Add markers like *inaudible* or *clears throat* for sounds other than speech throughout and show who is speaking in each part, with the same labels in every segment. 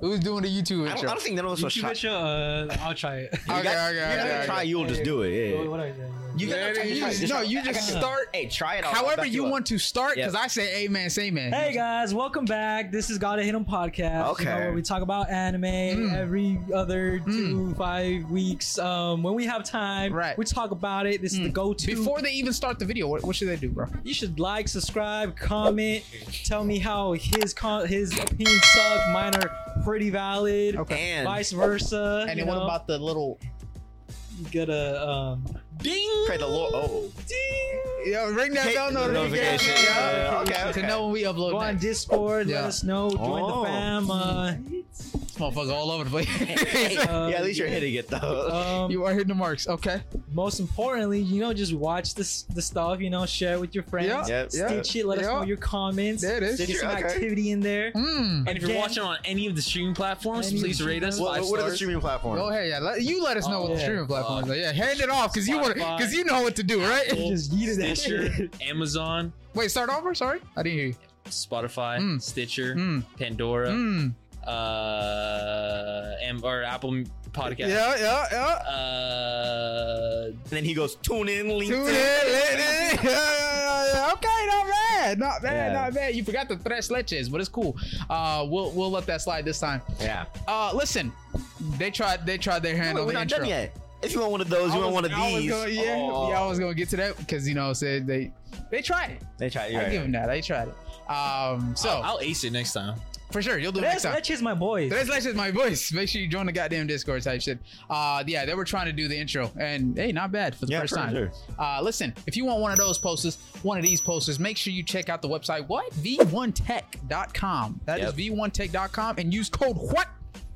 Speaker 1: Who's doing the YouTube
Speaker 2: I don't, I
Speaker 1: intro?
Speaker 2: don't think none of us
Speaker 3: You
Speaker 2: was
Speaker 3: keep
Speaker 2: shy.
Speaker 3: it, uh, I'll try
Speaker 1: *laughs*
Speaker 3: it.
Speaker 1: Okay,
Speaker 2: you got,
Speaker 1: okay,
Speaker 2: you
Speaker 1: okay,
Speaker 2: gotta
Speaker 1: okay.
Speaker 2: try. You'll just do it. Yeah.
Speaker 3: What- what I- yeah, yeah.
Speaker 2: You
Speaker 1: Yeah,
Speaker 2: gotta,
Speaker 1: you
Speaker 2: try,
Speaker 1: just-
Speaker 2: just,
Speaker 1: no, you
Speaker 2: I got
Speaker 1: just
Speaker 2: you.
Speaker 1: start
Speaker 2: Hey, try it. I'll
Speaker 1: However
Speaker 2: back
Speaker 1: you
Speaker 2: up.
Speaker 1: want to start, because
Speaker 2: Yeah.
Speaker 1: I say amen, say man.
Speaker 3: Hey guys, welcome back. This is Gotta Hit 'em podcast.
Speaker 2: Okay.
Speaker 3: You know, where we talk about anime
Speaker 1: Hmm.
Speaker 3: every other two, five weeks. Um, when we have time,
Speaker 1: Right. Hmm.
Speaker 3: we talk about it. This is the go to.
Speaker 1: Before they even start the video, what, what should they do, bro?
Speaker 3: you should like, subscribe, comment, tell me how his con- his opinions suck, mine are pretty valid,
Speaker 1: Okay.
Speaker 2: And
Speaker 3: vice versa.
Speaker 1: And
Speaker 3: you
Speaker 1: then what
Speaker 3: know?
Speaker 1: about the
Speaker 2: *laughs*
Speaker 1: little
Speaker 3: you gotta um,
Speaker 1: ding?
Speaker 2: pray the Lord. *laughs* Oh,
Speaker 1: Yeah, ring that
Speaker 2: Hit
Speaker 1: bell
Speaker 2: the
Speaker 1: notification.
Speaker 2: notification.
Speaker 1: Yeah.
Speaker 2: Yeah, okay,
Speaker 1: To
Speaker 2: okay.
Speaker 1: know when we upload
Speaker 3: go on
Speaker 1: next.
Speaker 3: Discord, let
Speaker 1: Oh, Yeah.
Speaker 3: us know, join
Speaker 2: Oh.
Speaker 3: the fam. Uh,
Speaker 1: This motherfucker all over the place.
Speaker 2: *laughs* Hey,
Speaker 3: Uh,
Speaker 2: yeah, at least you're hitting it *laughs* though.
Speaker 1: *laughs*
Speaker 3: um,
Speaker 1: you are hitting the marks. Okay.
Speaker 3: most importantly, you know, just watch this the stuff, you know, share it with your friends.
Speaker 1: Yeah,
Speaker 2: Yep,
Speaker 3: Stitch
Speaker 2: yeah.
Speaker 3: it, let us
Speaker 1: yeah.
Speaker 3: know your comments.
Speaker 1: There it is.
Speaker 3: Get
Speaker 2: Stitch
Speaker 3: some
Speaker 2: it, okay.
Speaker 3: activity in there.
Speaker 1: Mm.
Speaker 4: And if you're
Speaker 3: Again.
Speaker 4: watching on any of the streaming platforms,
Speaker 3: Any of the
Speaker 4: please rate us
Speaker 3: streaming-
Speaker 4: five
Speaker 2: What, what are the
Speaker 4: stars.
Speaker 2: streaming platforms?
Speaker 1: Go ahead. Yeah. Let, you let us know
Speaker 3: Oh,
Speaker 1: what the
Speaker 3: yeah.
Speaker 1: streaming platform is. Yeah. Hand it off because you want
Speaker 4: Spotify.
Speaker 1: because you know what to do, right?
Speaker 4: Apple,
Speaker 3: Just yeeted that *laughs*
Speaker 4: Stitcher, Amazon,
Speaker 1: Wait. Start over. Sorry, I didn't hear you.
Speaker 4: Spotify,
Speaker 1: Mm.
Speaker 4: Stitcher,
Speaker 1: Mm.
Speaker 4: Pandora,
Speaker 1: Mm.
Speaker 4: uh, and, or Apple Podcast.
Speaker 1: Yeah. Yeah. Yeah.
Speaker 4: Uh,
Speaker 2: And then he goes, tune in, LinkedIn.
Speaker 1: Tune in, LinkedIn. *laughs* Yeah, yeah, yeah. Okay, not bad, not bad,
Speaker 2: Yeah.
Speaker 1: not bad. You forgot the tres leches, but it's cool. Uh, we'll we'll let that slide this time.
Speaker 2: Yeah.
Speaker 1: Uh, listen, they tried they tried their hand
Speaker 2: Wait,
Speaker 1: on
Speaker 2: we're
Speaker 1: the
Speaker 2: not
Speaker 1: intro.
Speaker 2: done yet. If you want one of those, you
Speaker 1: I
Speaker 2: want one
Speaker 1: was-
Speaker 2: of
Speaker 1: I was
Speaker 2: these.
Speaker 1: gonna- yeah,
Speaker 2: Oh.
Speaker 1: yeah, I was gonna get to that because you know, said they they tried it.
Speaker 2: They tried.
Speaker 1: I give them that. They tried it. Um, so
Speaker 4: I'll, I'll ace it next time.
Speaker 1: for sure, you'll do it next
Speaker 3: That's
Speaker 1: time.
Speaker 3: that's just my boy.
Speaker 1: Tres leches, my voice. Make sure you join the goddamn Discord type shit. Uh, yeah, they were trying to do the intro, and hey, not bad for the
Speaker 2: Yeah,
Speaker 1: first
Speaker 2: sure,
Speaker 1: time.
Speaker 2: sure.
Speaker 1: Uh, listen, if you want one of those posters, one of these posters, make sure you check out the website what v1tech.com. That is
Speaker 2: Yep.
Speaker 1: v1tech.com, and use code what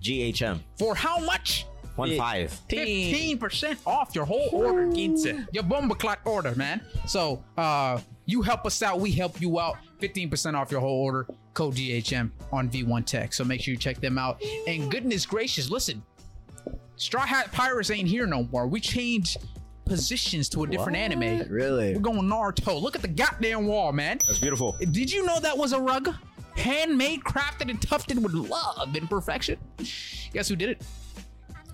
Speaker 2: GHM.
Speaker 1: for how much?
Speaker 2: One five.
Speaker 1: Fifteen percent off your whole order.
Speaker 4: Quince.
Speaker 1: your bomba clock order, man. So uh you help us out, we help you out. 15% off your whole order, code DHM on V1 Tech. So make sure you check them out. And goodness gracious, listen, Straw Hat Pirates ain't here no more. We changed positions to a different anime.
Speaker 2: Really?
Speaker 1: We're going Naruto. Look at the goddamn wall, man.
Speaker 2: That's beautiful.
Speaker 1: Did you know that was a rug? Handmade, crafted, and tufted with love and perfection. Guess who did it?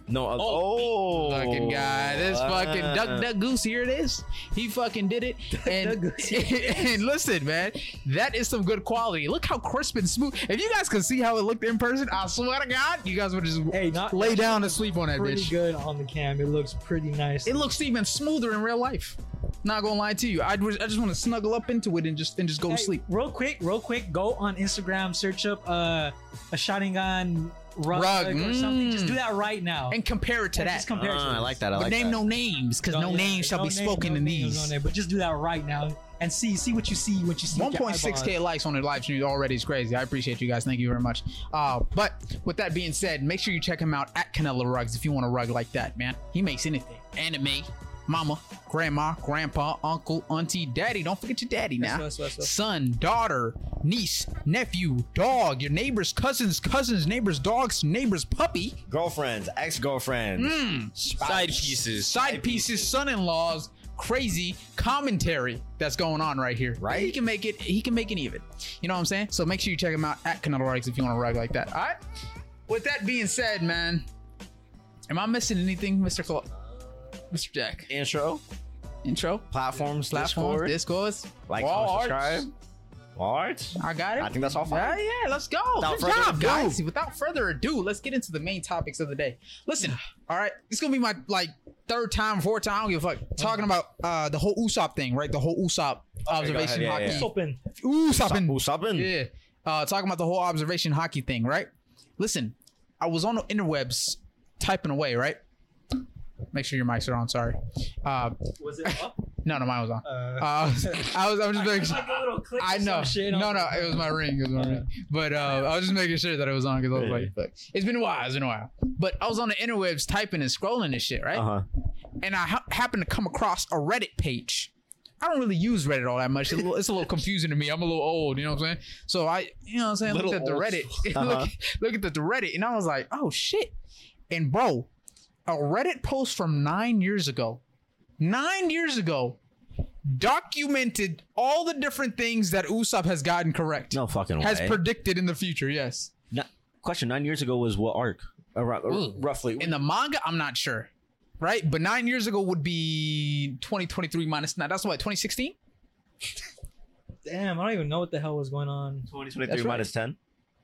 Speaker 2: No. uh, Oh. Uh,
Speaker 1: fucking guy. This fucking Duck Duck Goose, here it is. He fucking did it. And,
Speaker 3: Oh. *laughs* Duck Goose.
Speaker 1: *laughs* and listen, man, that is some good quality. Look how crisp and smooth. If you guys could see how it looked in person, I swear to God, you guys would just
Speaker 3: Hey, not
Speaker 1: lay down and sleep on that
Speaker 3: pretty
Speaker 1: bitch.
Speaker 3: good on the cam. It looks pretty nice.
Speaker 1: It looks even smoother in real life. Not gonna lie to you. I, was- I just want to snuggle up into it and just and just go to
Speaker 3: Hey,
Speaker 1: sleep.
Speaker 3: Real quick, real quick, go on Instagram, search up uh, a Sharingan rug,
Speaker 1: Rug,
Speaker 3: or something.
Speaker 1: mm.
Speaker 3: Just do that right now.
Speaker 1: And compare it to
Speaker 3: And
Speaker 1: that.
Speaker 3: just compare it to
Speaker 2: Ah, I
Speaker 3: this.
Speaker 2: like that. I
Speaker 1: but
Speaker 2: like
Speaker 1: name
Speaker 2: that.
Speaker 1: no names, because no
Speaker 3: yeah,
Speaker 1: names shall
Speaker 3: no
Speaker 1: be
Speaker 3: name,
Speaker 1: spoken
Speaker 3: no
Speaker 1: in
Speaker 3: name,
Speaker 1: these.
Speaker 3: no name, but just do that right now and see see what you see what you see. with your
Speaker 1: 1.6k
Speaker 3: eyeballs.
Speaker 1: likes on the live stream already is crazy. I appreciate you guys. Thank you very much. Uh, but with that being said, make sure you check him out at Canelo Rugs if you want a rug like that, man. He makes anything anime, mama, grandma, grandpa, uncle, auntie, daddy. Don't forget your daddy now.
Speaker 3: That's what- that's what-
Speaker 1: Son, daughter, niece, nephew, dog, your neighbor's cousins, cousins, neighbor's dogs, neighbor's puppy,
Speaker 2: Girlfriends, ex-girlfriends,
Speaker 1: Hmm.
Speaker 2: spouse.
Speaker 4: Side pieces.
Speaker 1: side pieces, son in laws. Crazy commentary that's going on right here.
Speaker 2: Right?
Speaker 1: He can make it. He can make it even. You know what I'm saying? So make sure you check him out at Canelo Rugs if you want to rug like that. All right. With that being said, man, am I missing anything, Mr. Clo- Mr. Jack?
Speaker 2: Intro,
Speaker 1: Intro,
Speaker 2: platforms,
Speaker 1: platform,
Speaker 2: Discord,
Speaker 1: discords,
Speaker 2: like,
Speaker 1: wall
Speaker 2: comment,
Speaker 1: arts.
Speaker 2: subscribe, wall arts.
Speaker 1: I got it.
Speaker 2: I think that's all. for
Speaker 1: Yeah, yeah, let's go.
Speaker 2: Without
Speaker 1: Good
Speaker 2: further
Speaker 1: job,
Speaker 2: ado.
Speaker 1: guys. Without further ado, let's get into the main topics of the day.
Speaker 2: *sighs*
Speaker 1: Listen, all right, it's gonna be my like third time, fourth time. I don't give a
Speaker 2: Mm-hmm.
Speaker 1: fuck. Talking about uh the whole Usopp thing, right? The whole Usopp observation
Speaker 2: ahead. Yeah, Mm.
Speaker 1: hockey.
Speaker 3: It's open.
Speaker 1: Usopping.
Speaker 2: Who's subbing?
Speaker 1: Yeah. Uh, talking about the whole observation hockey thing, right? Listen, I was on the interwebs typing away, right? Make sure your mics are on. Sorry. Uh,
Speaker 3: Was it up?
Speaker 1: no, no, mine was on.
Speaker 3: Uh,
Speaker 1: Uh, *laughs* I was, I was just making sure.
Speaker 3: like a little click
Speaker 1: I
Speaker 3: or
Speaker 1: know.
Speaker 3: some shit
Speaker 1: no,
Speaker 3: on-
Speaker 1: no, it was my ring. It was my
Speaker 3: Uh,
Speaker 1: ring. But uh, I was just making sure that it was on because I was like, fuck. it's been a while. It's been a while. But I was on the interwebs typing and scrolling and shit, right?
Speaker 2: Uh huh.
Speaker 1: And I ha- happened to come across a Reddit page. I don't really use Reddit all that much. It's a, little, it's a
Speaker 2: *laughs*
Speaker 1: little confusing to me. I'm a little old, you know what I'm saying? So I, you know what I'm saying?
Speaker 4: Little
Speaker 1: Looked at the
Speaker 4: old.
Speaker 1: Reddit. *laughs*
Speaker 2: Uh-huh.
Speaker 1: look, look at the, the Reddit. And I was like, oh shit. And bro, a Reddit post from nine years ago, nine years ago, documented all the different things that Usopp has gotten correct
Speaker 2: No fucking
Speaker 1: has
Speaker 2: way.
Speaker 1: predicted in the future. Yes.
Speaker 2: No- Question nine years ago was what arc? Around,
Speaker 1: Ooh.
Speaker 2: roughly.
Speaker 1: Hmm. In the manga, I'm not sure. Right? But nine years ago would be 2023 minus nine. That's what, 2016?
Speaker 3: Damn, I don't even know what the hell was going on.
Speaker 2: 2023
Speaker 1: right.
Speaker 2: minus 10.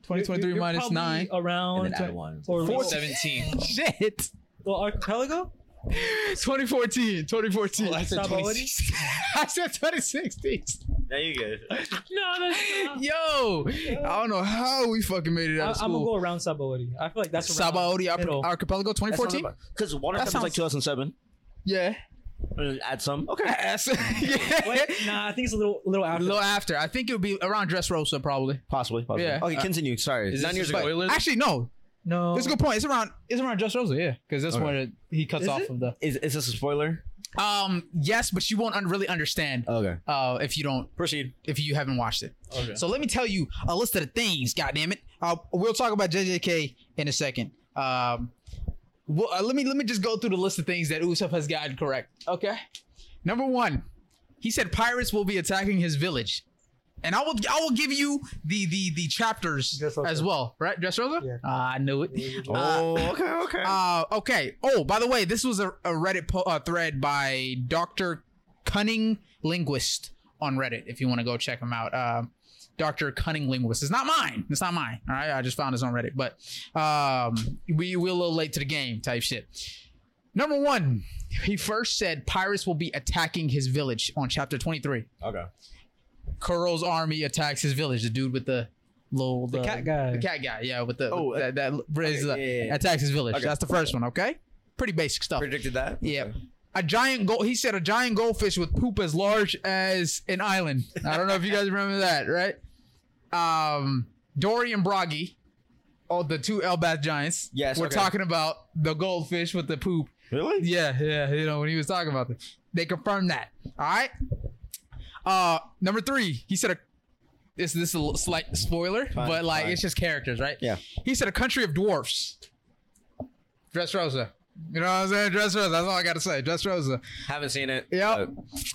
Speaker 1: 2023
Speaker 3: You're- you're
Speaker 1: minus
Speaker 3: probably
Speaker 1: nine.
Speaker 3: Around
Speaker 2: And then add one.
Speaker 3: Or *laughs*
Speaker 1: Four-
Speaker 4: 17.
Speaker 1: Shit.
Speaker 3: well, archipelago?
Speaker 1: 2014. 2014.
Speaker 4: Well, I said
Speaker 3: Probability?
Speaker 4: 26.
Speaker 1: *laughs* I said 2016.
Speaker 2: Now you good.
Speaker 3: *laughs*
Speaker 4: no, that's not.
Speaker 1: Yo, I don't know how we fucking made it
Speaker 3: I,
Speaker 1: out
Speaker 3: am
Speaker 1: of
Speaker 3: gonna
Speaker 1: school.
Speaker 3: go around Sabaody. I feel like that's around
Speaker 1: Sabaody
Speaker 3: middle.
Speaker 1: Arp- Archipelago 2014?
Speaker 2: Because Water
Speaker 1: That
Speaker 2: Seven's like
Speaker 1: sounds-
Speaker 2: 2007.
Speaker 1: Yeah.
Speaker 2: Uh, Add some. Okay.
Speaker 1: Ass. *laughs* yeah. *laughs*
Speaker 3: Wait, nah, I think it's a little, little
Speaker 1: A
Speaker 3: after.
Speaker 1: little after. I think it would be around Dressrosa probably.
Speaker 2: Possibly. possibly.
Speaker 1: Yeah.
Speaker 2: Okay,
Speaker 1: Uh,
Speaker 2: continue. Sorry.
Speaker 4: Is
Speaker 2: Nine
Speaker 4: this
Speaker 2: years
Speaker 4: just
Speaker 2: ago.
Speaker 4: spoilers?
Speaker 1: Actually, no.
Speaker 3: no,
Speaker 1: That's a good point. It's around it's around Dressrosa, yeah. Because that's
Speaker 2: Okay.
Speaker 1: when it, he cuts
Speaker 3: Is
Speaker 1: off
Speaker 3: it?
Speaker 1: of the
Speaker 2: Is, is this a spoiler?
Speaker 1: Um, yes, but you won't un- really understand
Speaker 2: Okay.
Speaker 1: uh if you don't
Speaker 2: Proceed.
Speaker 1: if you haven't watched it.
Speaker 4: Okay.
Speaker 1: So let me tell you a list of the things. God damn it. Uh, we'll talk about JJK in a second. Um, well, uh, let me let me just go through the list of things that Usopp has gotten correct. Okay. Number one, he said pirates will be attacking his village, and I will I will give you the the the chapters
Speaker 3: Dressrosa.
Speaker 1: as well. Right, Dressrosa?
Speaker 3: Yeah.
Speaker 1: Ah, I knew it.
Speaker 2: Oh, okay, okay.
Speaker 1: Uh, okay. Oh, by the way, this was a, a Reddit po- uh, thread by Dr. Cunning Linguist on Reddit. If you want to go check him out, uh, Dr. Cunning Linguist. It's not mine. It's not mine. All right. I just found this on Reddit, but um, we we're a little late to the game type shit. Number one, he first said pirates will be attacking his village on chapter twenty three.
Speaker 2: okay.
Speaker 1: Kuro's army attacks his village. The dude with the little
Speaker 3: The cat guy.
Speaker 1: the cat guy, yeah, with the
Speaker 2: Oh,
Speaker 1: with that, that raises
Speaker 2: okay, yeah, yeah, yeah.
Speaker 1: attacks his village.
Speaker 2: Okay.
Speaker 1: That's the first one, okay? Pretty basic stuff.
Speaker 2: Predicted that?
Speaker 1: Yeah. A giant gold. He said a giant goldfish with poop as large as an island. I don't know if you guys remember that, right? Um, Dory and Bragi, oh, the two Elbath giants.
Speaker 2: Yes,
Speaker 1: we're
Speaker 2: okay.
Speaker 1: talking about the goldfish with the poop.
Speaker 2: Really?
Speaker 1: Yeah, yeah. You know when he was talking about this, they confirmed that. All right. Uh, number three, he said a. This this is a little slight spoiler,
Speaker 2: Fine,
Speaker 1: but like
Speaker 2: fine.
Speaker 1: it's just characters, right?
Speaker 2: Yeah.
Speaker 1: He said a country of dwarfs. Dress Rosa. You know what I'm saying? Dress Rosa. That's all I gotta say. Dress Rosa.
Speaker 2: Haven't seen it.
Speaker 1: Yep.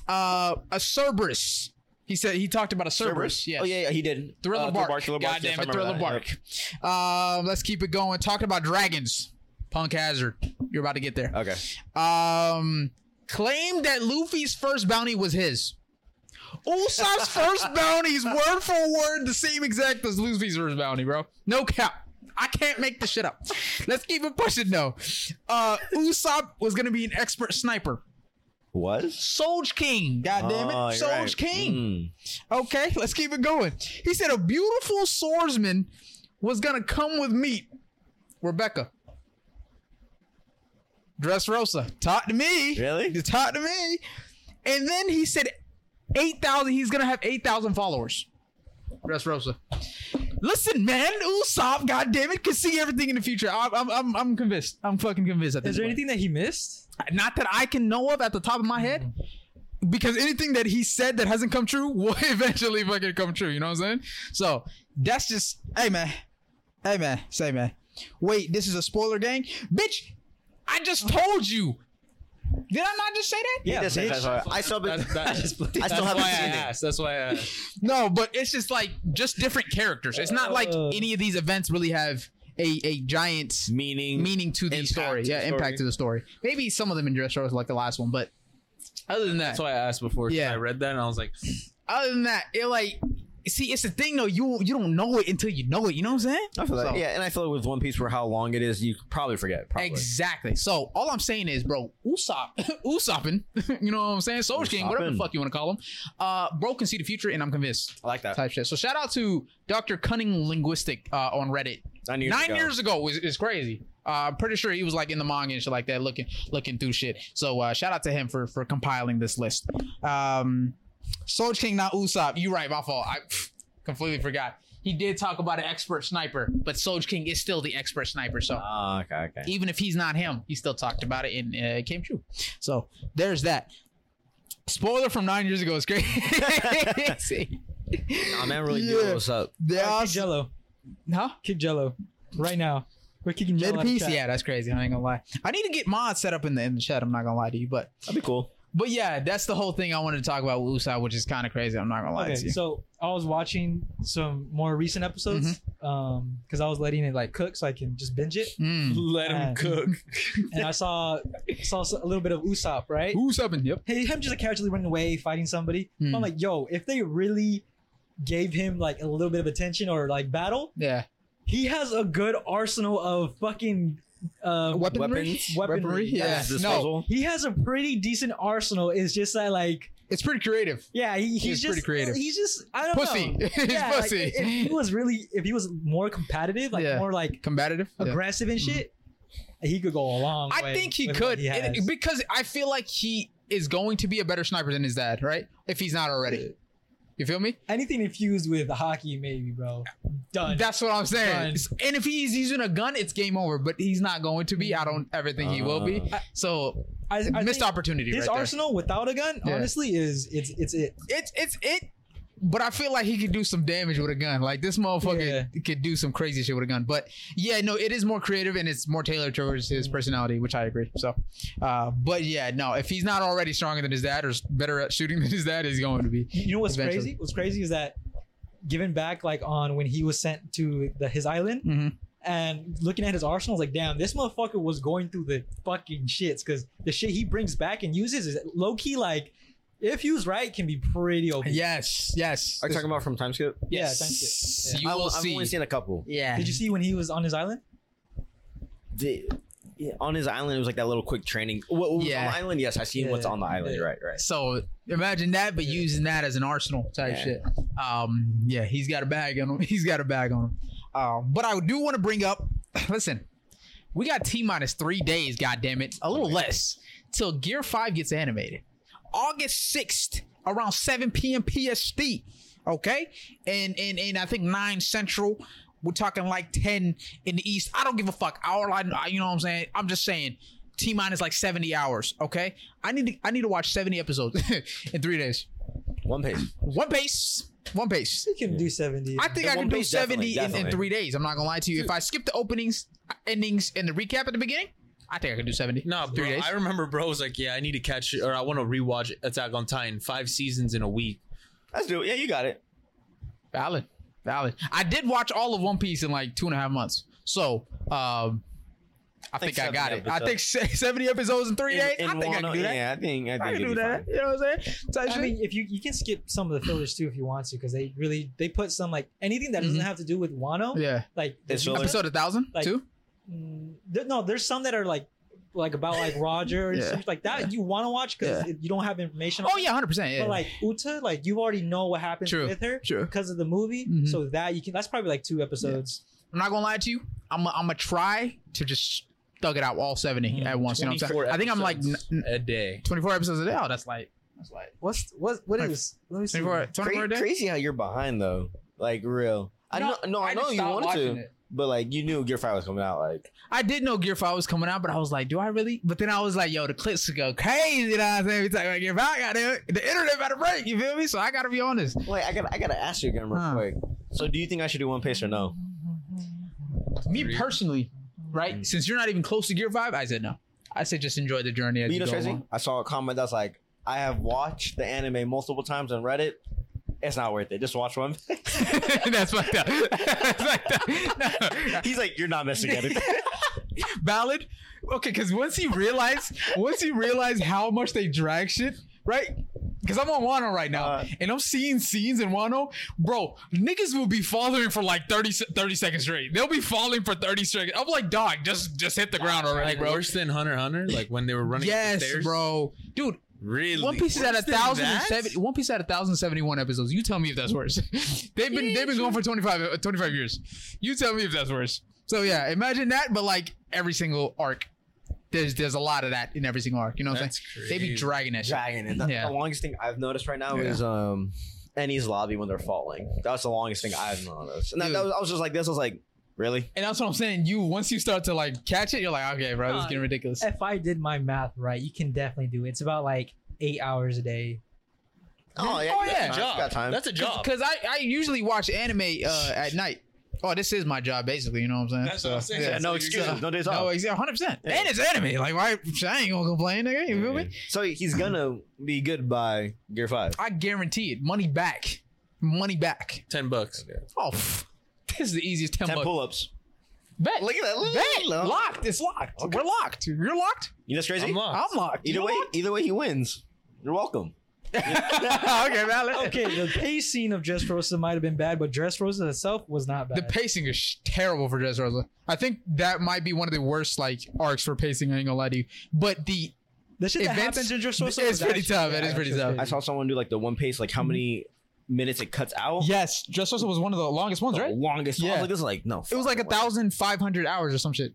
Speaker 2: Uh,
Speaker 1: Uh, a Cerberus. He said he talked about a Cerberus.
Speaker 2: Oh yeah, yeah, he did.
Speaker 1: Thriller
Speaker 2: Uh,
Speaker 1: Bark.
Speaker 2: Thriller Bark.
Speaker 1: Goddamn
Speaker 2: yes, I
Speaker 1: it,
Speaker 2: remember
Speaker 1: Thriller
Speaker 2: that,
Speaker 1: Bark.
Speaker 2: yeah.
Speaker 1: Um, let's keep it going. Talking about dragons. Punk Hazard. You're about to get there.
Speaker 2: Okay.
Speaker 1: um, claimed that Luffy's first bounty was his.
Speaker 2: *laughs*
Speaker 1: Usopp's first bounties, word for word, the same exact as Luffy's first bounty, bro. No cap. I can't make this shit up. Let's keep it pushing, though. Uh, Usopp was going to be an expert sniper.
Speaker 2: Was?
Speaker 1: Solj King. God damn it.
Speaker 2: Oh, you're
Speaker 1: Solj
Speaker 2: right.
Speaker 1: King.
Speaker 2: Mm.
Speaker 1: Okay, let's keep it going. He said a beautiful swordsman was gonna come with meat. Rebecca. Dress Rosa. Talk to me.
Speaker 2: Really?
Speaker 1: You Talk to me. And then he said 8,000. He's gonna have 8,000 followers. Dress Rosa. Listen, man, Usopp, God damn it, can see everything in the future. I'm, I'm, I'm, I'm convinced. I'm fucking convinced. At this
Speaker 3: Is there
Speaker 1: point
Speaker 3: anything that he missed?
Speaker 1: not that I can know of at the top of my head. Because anything that he said that hasn't come true *laughs* will eventually fucking come true. You know what I'm saying? So that's just hey man. Hey man, say man. Wait, this is a spoiler gang? Bitch, I just told you. Did I not just say that?
Speaker 2: Yeah, that's
Speaker 3: bitch.
Speaker 2: that's all right. *laughs* I saw it.
Speaker 4: That, that, that's why
Speaker 2: I still haven't
Speaker 4: I
Speaker 2: seen it.
Speaker 4: asked. That's why I asked.
Speaker 1: No, but it's just like just different characters. It's not like
Speaker 3: Uh.
Speaker 1: any of these events really have a, a giant
Speaker 2: Meaning.
Speaker 1: meaning to the
Speaker 2: Impact
Speaker 1: story.
Speaker 2: to the
Speaker 1: Yeah,
Speaker 2: story.
Speaker 1: impact to the story. Maybe some of them in dress shows like the last one, but other than that.
Speaker 4: That's why I asked before. 'cause
Speaker 1: Yeah.
Speaker 4: I read that and I was like,
Speaker 1: other than that, it like see, it's the thing though. You you don't know it until you know it. You know what I'm saying?
Speaker 2: I feel that.
Speaker 1: So-
Speaker 2: Yeah, and I feel with One Piece for how long it is, you could probably forget. Probably.
Speaker 1: Exactly. So all I'm saying is, bro, Usopp, *laughs* Usoppin, you know what I'm saying? Soul King, whatever the
Speaker 2: Usoppin.
Speaker 1: fuck you want to call him, uh, bro can see the future, and I'm convinced.
Speaker 2: I like that.
Speaker 1: Type shit. So shout out to Dr. Cunning Linguistic uh, on Reddit.
Speaker 2: Nine years.
Speaker 1: Nine
Speaker 2: ago.
Speaker 1: years ago is, is crazy. Uh, I'm pretty sure he was like in the manga and shit like that, looking looking through shit. So uh, shout out to him for for compiling this list. Um, Soul King, not Usopp. You right, my fault. I *sniffs* pff, completely forgot. He did talk about an expert sniper, but Soulj King is still the expert sniper. So
Speaker 2: Ah, okay, okay.
Speaker 1: even if he's not him, he still talked about it and uh, it came true. So there's that. Spoiler from nine years ago is crazy.
Speaker 2: Nah, man,
Speaker 1: *laughs*
Speaker 2: really
Speaker 1: Yeah.
Speaker 2: doing what's up.
Speaker 1: They
Speaker 3: Uh,
Speaker 1: are,
Speaker 3: kick Jello.
Speaker 1: huh?
Speaker 3: Kick Jello. Right now. We're kicking Jello.
Speaker 1: Mid
Speaker 3: out of
Speaker 1: piece,
Speaker 3: chat.
Speaker 1: yeah, that's crazy. I ain't gonna lie. I need to get mods set up in the in the chat. I'm not gonna lie to you, but
Speaker 2: That'd be cool.
Speaker 1: But yeah, that's the whole thing I wanted to talk about with Usopp, which is kind of crazy. I'm not gonna lie
Speaker 3: Okay,
Speaker 1: to you.
Speaker 3: so I was watching some more recent episodes,
Speaker 1: Mm-hmm.
Speaker 3: um, because I was letting it like cook so I can just binge it,
Speaker 1: Mm.
Speaker 4: Let him
Speaker 3: Yeah.
Speaker 4: cook.
Speaker 3: and I saw saw a little bit of Usopp, right?
Speaker 1: Usopp and yep.
Speaker 3: Hey, him just like casually running away, fighting somebody.
Speaker 1: Hmm.
Speaker 3: I'm like, yo, if they really gave him like a little bit of attention or like battle,
Speaker 1: Yeah.
Speaker 3: he has a good arsenal of fucking um,
Speaker 2: Weapons?
Speaker 3: Weaponry,
Speaker 1: Yeah.
Speaker 2: This
Speaker 1: No,
Speaker 2: puzzle.
Speaker 3: He has a pretty decent arsenal. It's just that like,
Speaker 1: it's pretty creative.
Speaker 3: yeah, he, he's
Speaker 1: He's pretty
Speaker 3: just
Speaker 1: creative.
Speaker 3: He's just I don't
Speaker 1: Pussy. *laughs*
Speaker 3: know.
Speaker 1: He's
Speaker 3: Yeah, like,
Speaker 1: pussy.
Speaker 3: if
Speaker 1: *laughs*
Speaker 3: he was really, if he was more competitive, like
Speaker 1: Yeah.
Speaker 3: more like
Speaker 1: Combative. Yeah.
Speaker 3: aggressive Mm-hmm. and shit, he could go a long.
Speaker 1: I
Speaker 3: way
Speaker 1: think he
Speaker 3: with
Speaker 1: could
Speaker 3: what he
Speaker 1: and-
Speaker 3: has.
Speaker 1: because I feel like he is going to be a better sniper than his dad, right? If he's not already. You feel me?
Speaker 3: Anything infused with hockey, maybe, bro. Done.
Speaker 1: That's what I'm saying.
Speaker 3: Done.
Speaker 1: And if he's using a gun, it's game over. But he's not going to be. I don't ever think he will be.
Speaker 2: Uh,
Speaker 1: So
Speaker 3: I, I
Speaker 1: missed
Speaker 3: think
Speaker 1: opportunity.
Speaker 3: His
Speaker 1: right there.
Speaker 3: arsenal without a gun,
Speaker 1: Yeah.
Speaker 3: honestly, is it's it's it.
Speaker 1: it's it's it. But I feel like he could do some damage with a gun. Like this motherfucker could do some crazy shit with a gun. But yeah, no, it is more creative and it's more tailored towards his personality, which I agree. So, uh, but yeah, no, if he's not already stronger than his dad or s- better at shooting *laughs* than his dad, he's going to be.
Speaker 3: You know what's
Speaker 1: Eventually.
Speaker 3: crazy? What's crazy is that given back like on when he was sent to the his island
Speaker 1: Mhm.
Speaker 3: and looking at his arsenal, I was like, damn, this motherfucker was going through the fucking shits because the shit he brings back and uses is low key like if used right can be pretty OP.
Speaker 1: Yes, yes.
Speaker 2: Are you talking about from time skip?
Speaker 3: Yeah, thank you.
Speaker 1: yes.
Speaker 3: Yeah.
Speaker 1: You will
Speaker 2: I've, I've
Speaker 1: see.
Speaker 2: only seen a couple.
Speaker 1: yeah.
Speaker 3: Did you see when he was on his island?
Speaker 2: The, yeah, on his island, it was like that little quick training. What, what was
Speaker 1: Yeah.
Speaker 2: on the island? Yes, I seen what's
Speaker 3: Yeah.
Speaker 2: on the island.
Speaker 3: Yeah.
Speaker 2: Right, right.
Speaker 1: So imagine that, but
Speaker 3: Yeah.
Speaker 1: using that as an arsenal type
Speaker 2: Yeah.
Speaker 1: shit. Um, yeah, he's got a bag on him. *laughs* He's got a bag on him. Um, but I do want to bring up. *clears throat* Listen, we got t minus three days. God damn it, a little less till Gear Five gets animated. August sixth, around seven p.m. PST. Okay, and and and I think nine central. We're talking like ten in the east. I don't give a fuck. Our line, I- you know what I'm saying. I'm just saying. T minus like 70 hours. Okay, I need to I need to watch 70 episodes *laughs* in three days.
Speaker 2: One page.
Speaker 1: One pace, one pace.
Speaker 3: He can do 70.
Speaker 1: I think
Speaker 2: Yeah,
Speaker 1: I
Speaker 2: One
Speaker 1: can do
Speaker 2: Piece
Speaker 1: 70
Speaker 2: definitely,
Speaker 1: In, in
Speaker 2: definitely.
Speaker 1: three days. I'm not gonna lie to you. If I skip the openings, endings, and the recap at the beginning, I think I can do 70.
Speaker 4: No, bro.
Speaker 1: three days.
Speaker 4: I remember, bro. Was like, yeah, I need to catch or I want to rewatch Attack on Titan five seasons in a week.
Speaker 2: Let's do it. Yeah, you got it.
Speaker 1: valid, valid. I did watch all of One Piece in like two and a half months. So, um, I
Speaker 2: think
Speaker 1: think I got
Speaker 2: 70
Speaker 1: it. I think se- 70 episodes in three days.
Speaker 2: In-
Speaker 1: I
Speaker 2: in
Speaker 1: think I
Speaker 2: one-
Speaker 1: can do that.
Speaker 2: Yeah, I think I think
Speaker 1: I can
Speaker 2: it'd
Speaker 1: do
Speaker 2: be
Speaker 1: that.
Speaker 2: fine.
Speaker 1: You know what I'm saying? Type
Speaker 3: I
Speaker 1: shit.
Speaker 3: mean, if you you can skip some of the fillers too if you want to, because they really they put some like anything that doesn't
Speaker 1: Mhm.
Speaker 3: have to do with Wano,
Speaker 1: yeah.
Speaker 3: like
Speaker 2: It's filler.
Speaker 1: Episode 1000
Speaker 3: Like-
Speaker 1: too.
Speaker 3: Mm, there, no, there's some that are like like about like Roger and
Speaker 1: Yeah.
Speaker 3: stuff like that. You want to watch because you don't have information. on
Speaker 1: Oh
Speaker 3: it.
Speaker 1: yeah, 100. percent Yeah.
Speaker 3: But like Uta, like you already know what happens
Speaker 1: True.
Speaker 3: with her
Speaker 1: True.
Speaker 3: because of the movie.
Speaker 1: Mhm.
Speaker 3: So that you can that's probably like two episodes.
Speaker 1: I'm not gonna lie to you. I'm i I'm gonna try to just thug it out all 70
Speaker 3: Mm,
Speaker 1: at once. You know what I'm saying?
Speaker 4: 24
Speaker 1: I think I'm like n-
Speaker 4: episodes
Speaker 1: n-
Speaker 4: a day.
Speaker 1: 24 episodes a day. Oh, that's like that's like
Speaker 3: What's what what
Speaker 1: Like,
Speaker 3: is let me see.
Speaker 1: 24, 24 a
Speaker 2: Cra-
Speaker 1: day.
Speaker 2: crazy how you're behind though. Like real. I know. No, I know
Speaker 1: just
Speaker 2: you
Speaker 1: stopped
Speaker 2: wanted to,
Speaker 1: watching it.
Speaker 2: but like you knew Gear Five was coming out. Like
Speaker 1: I did know Gear Five was coming out, but I was like, do I really? But then I was like, yo, the clips go crazy. You know what I'm saying? We talking about Gear Five. I got the internet about to break. You feel me? So I gotta be honest.
Speaker 2: Wait, I gotta, I gotta ask you again real
Speaker 1: Huh.
Speaker 2: quick. So, do you think I should do one pace or no?
Speaker 1: Me
Speaker 4: Agreed. Mm.
Speaker 1: personally, right? Since you're not even close to Gear Five, I said no. I said just enjoy the journey. As
Speaker 2: But
Speaker 1: you
Speaker 2: you know,
Speaker 1: go
Speaker 2: what's crazy.
Speaker 1: along.
Speaker 2: I saw a comment that's like, I have watched the anime multiple times on Reddit. It's not worth it. Just watch one.
Speaker 1: *laughs* That's fucked up. *laughs* That's fucked up. *laughs* No.
Speaker 2: *laughs* He's like, you're not missing anything.
Speaker 1: ballad. Okay, because once he realized, once he realized how much they drag shit, right? Because I'm on Wano right now,
Speaker 2: Uh.
Speaker 1: and I'm seeing scenes in Wano, bro. Niggas will be falling for like 30, se- 30 seconds straight. They'll be falling for thirty seconds. I'm like, dog, just just hit the ground already,
Speaker 4: Like
Speaker 1: bro.
Speaker 4: worse than Hunter x Hunter. Like when they were running. up the
Speaker 1: yes,
Speaker 4: stairs.
Speaker 1: bro, dude.
Speaker 4: Really.
Speaker 1: One Piece is at a
Speaker 4: Worse than
Speaker 1: thousand and
Speaker 4: that?
Speaker 1: seventy. One Piece at a thousand seventy-one episodes. You tell me if that's worse. *laughs* they've been they've been going for 25, uh, 25 years. You tell me if that's worse. So yeah, imagine that, but like every single arc, there's there's a lot of that in every single arc. You know what I'm
Speaker 4: That's
Speaker 1: saying? They be
Speaker 4: crazy.
Speaker 1: dragging *laughs* that shit.
Speaker 2: Dragon. And the,
Speaker 1: Yeah.
Speaker 2: the longest thing I've noticed right now
Speaker 1: Yeah.
Speaker 2: is um, Annie's lobby when they're falling. That's the longest thing I've noticed. And that, that
Speaker 1: Dude.
Speaker 2: was, I was just like, this I was like, really?
Speaker 1: And that's what I'm saying. You once you start to like catch it, you're like, okay, bro, this is
Speaker 3: Uh,
Speaker 1: getting ridiculous.
Speaker 3: If I did my math right, you can definitely do it. It's about like eight hours a day.
Speaker 1: Oh, yeah.
Speaker 2: Got time.
Speaker 4: That's a job.
Speaker 1: Because I I usually watch anime uh, at night. oh, this is my job basically. You know what I'm saying?
Speaker 4: That's what I'm saying.
Speaker 1: yeah.
Speaker 2: Yeah, no excuses, no days off.
Speaker 1: No, exactly, hundred percent.
Speaker 2: Yeah.
Speaker 1: And it's enemy. Like, why? I ain't gonna complain, nigga. You feel me?
Speaker 2: So he's gonna
Speaker 1: Mm-hmm.
Speaker 2: be good by gear five.
Speaker 1: I guarantee it. Money back. Money back.
Speaker 4: Ten bucks.
Speaker 1: Oh, pff. *laughs* this is the easiest ten,
Speaker 2: Ten
Speaker 1: buck.
Speaker 2: pull-ups.
Speaker 1: Bet.
Speaker 2: Look at that. Look
Speaker 1: Bet.
Speaker 2: at that.
Speaker 1: Locked. It's locked.
Speaker 2: Okay. Oh.
Speaker 1: We're locked. You're locked.
Speaker 2: You know what's crazy?
Speaker 4: I'm locked.
Speaker 1: I'm locked. *laughs*
Speaker 2: Either
Speaker 1: You're
Speaker 2: way,
Speaker 1: locked.
Speaker 2: either way, he wins. You're welcome.
Speaker 1: okay, valid.
Speaker 3: Okay, the pacing of Dress Rosa might have been bad, but Dress Rosa itself was not bad.
Speaker 1: The pacing is sh- terrible for Dress Rosa. I think that might be one of the worst like arcs for pacing. I ain't gonna lie to you, but the
Speaker 3: the shit that
Speaker 1: events-
Speaker 3: happens in Dress Rosa
Speaker 1: it's
Speaker 3: was
Speaker 1: pretty
Speaker 3: actually-
Speaker 1: tough, it
Speaker 3: yeah,
Speaker 1: is pretty
Speaker 3: that's
Speaker 1: tough.
Speaker 3: crazy.
Speaker 2: I saw someone do like the one pace, like how
Speaker 1: Mm-hmm.
Speaker 2: many minutes it cuts out.
Speaker 1: yes, Dress Rosa was one of the longest ones,
Speaker 2: the
Speaker 1: right?
Speaker 2: longest.
Speaker 1: Yeah.
Speaker 2: Yeah. I was like, this is like no.
Speaker 1: It was like a thousand five hundred hours or some shit.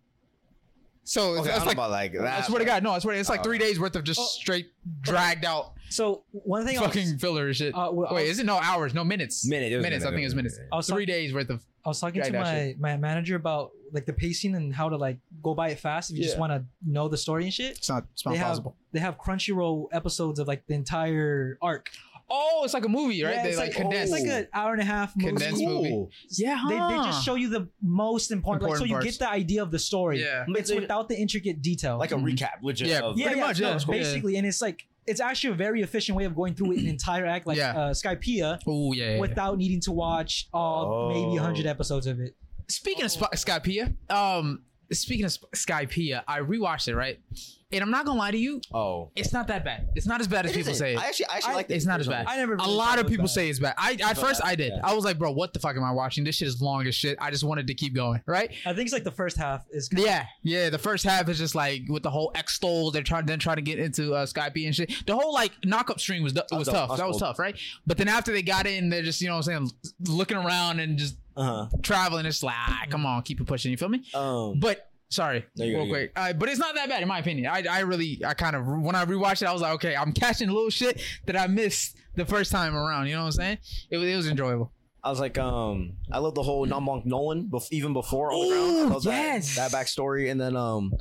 Speaker 1: So it's,
Speaker 2: Okay,
Speaker 1: it's
Speaker 2: I don't know
Speaker 1: like
Speaker 2: about like that.
Speaker 1: I swear to God, no, I swear it's like
Speaker 2: Oh.
Speaker 1: three days worth of just
Speaker 3: Oh.
Speaker 1: straight dragged out
Speaker 3: So one thing I was,
Speaker 1: fucking filler and shit.
Speaker 3: uh, well, I
Speaker 1: Wait,
Speaker 3: was-
Speaker 1: is it no hours? No minutes.
Speaker 2: Minute, it was
Speaker 1: minutes.
Speaker 2: minute,
Speaker 1: I think it was minutes.
Speaker 2: minute,
Speaker 3: I was
Speaker 1: Three days worth of.
Speaker 3: I was talking to
Speaker 1: Drag that
Speaker 3: my, my manager about like the pacing and how to like go by it fast if you just
Speaker 1: Yeah.
Speaker 3: want to know the story and shit.
Speaker 1: It's not. It's not
Speaker 3: They have-
Speaker 1: possible.
Speaker 3: They have Crunchyroll episodes of like the entire arc.
Speaker 1: Oh, it's like a movie, right?
Speaker 3: Yeah,
Speaker 1: they
Speaker 3: it's
Speaker 1: like, condense.
Speaker 3: It's like an hour and a half movie.
Speaker 1: Condensed
Speaker 2: Cool.
Speaker 1: movie. yeah,
Speaker 3: They, they
Speaker 1: huh.
Speaker 3: just show you the most important, like, so
Speaker 1: Important
Speaker 3: you
Speaker 1: parts.
Speaker 3: get the idea of the story.
Speaker 1: Yeah.
Speaker 3: It's without the intricate detail.
Speaker 2: like a
Speaker 1: Mhm.
Speaker 2: recap, legit.
Speaker 1: Yeah.
Speaker 2: of-
Speaker 3: yeah,
Speaker 1: pretty
Speaker 3: yeah,
Speaker 1: much,
Speaker 3: no,
Speaker 1: yeah.
Speaker 3: basically, and it's like it's actually a very efficient way of going through it an entire act, like
Speaker 1: Yeah.
Speaker 3: uh, Skypea,
Speaker 1: Oh yeah. yeah, yeah.
Speaker 3: without needing to watch all
Speaker 2: Oh.
Speaker 3: maybe hundred episodes of it.
Speaker 1: Speaking of Sp- Skypea, um, speaking of Sp- Skypea, I rewatched it, right? And I'm not gonna lie to you,
Speaker 2: Oh,
Speaker 1: it's not that bad. It's not as bad as
Speaker 2: It
Speaker 1: people
Speaker 2: isn't.
Speaker 1: say. it.
Speaker 2: I actually, I actually
Speaker 3: I-
Speaker 2: like the
Speaker 1: it's not as
Speaker 2: original.
Speaker 1: bad.
Speaker 3: I never.
Speaker 1: a
Speaker 3: really
Speaker 1: lot
Speaker 3: thought
Speaker 1: of
Speaker 3: it was
Speaker 1: people
Speaker 3: bad.
Speaker 1: say it's bad. I at first I did.
Speaker 2: yeah.
Speaker 1: I was like, bro, what the fuck am I watching? This shit is long as shit. I just wanted to keep going, right?
Speaker 3: I think it's like the first half is.
Speaker 1: Yeah, yeah. The first half is just like with the whole X extols. They're trying, then trying to get into uh, Skype and shit. The whole like knockup stream was was
Speaker 2: dope.
Speaker 1: tough.
Speaker 2: That's
Speaker 1: That was
Speaker 2: dope.
Speaker 1: tough, right? But then after they got in, they're just you know what I'm saying, looking around and just
Speaker 2: Uh-huh.
Speaker 1: traveling. It's like, ah, come on, keep it pushing. You feel me?
Speaker 2: Um,
Speaker 1: But sorry,
Speaker 2: No, you're
Speaker 1: real
Speaker 2: good, you're
Speaker 1: quick. Uh, but it's not that bad in my opinion. I, I really, I kind of when I rewatched it, I was like, okay, I'm catching little shit that I missed the first time around. You know what I'm saying? It, was- it was enjoyable.
Speaker 2: I was like, um, I love the whole Nambank Nolan, bef- even before on the
Speaker 1: Ooh,
Speaker 2: ground. I love
Speaker 1: yes.
Speaker 2: that, that backstory, and then um,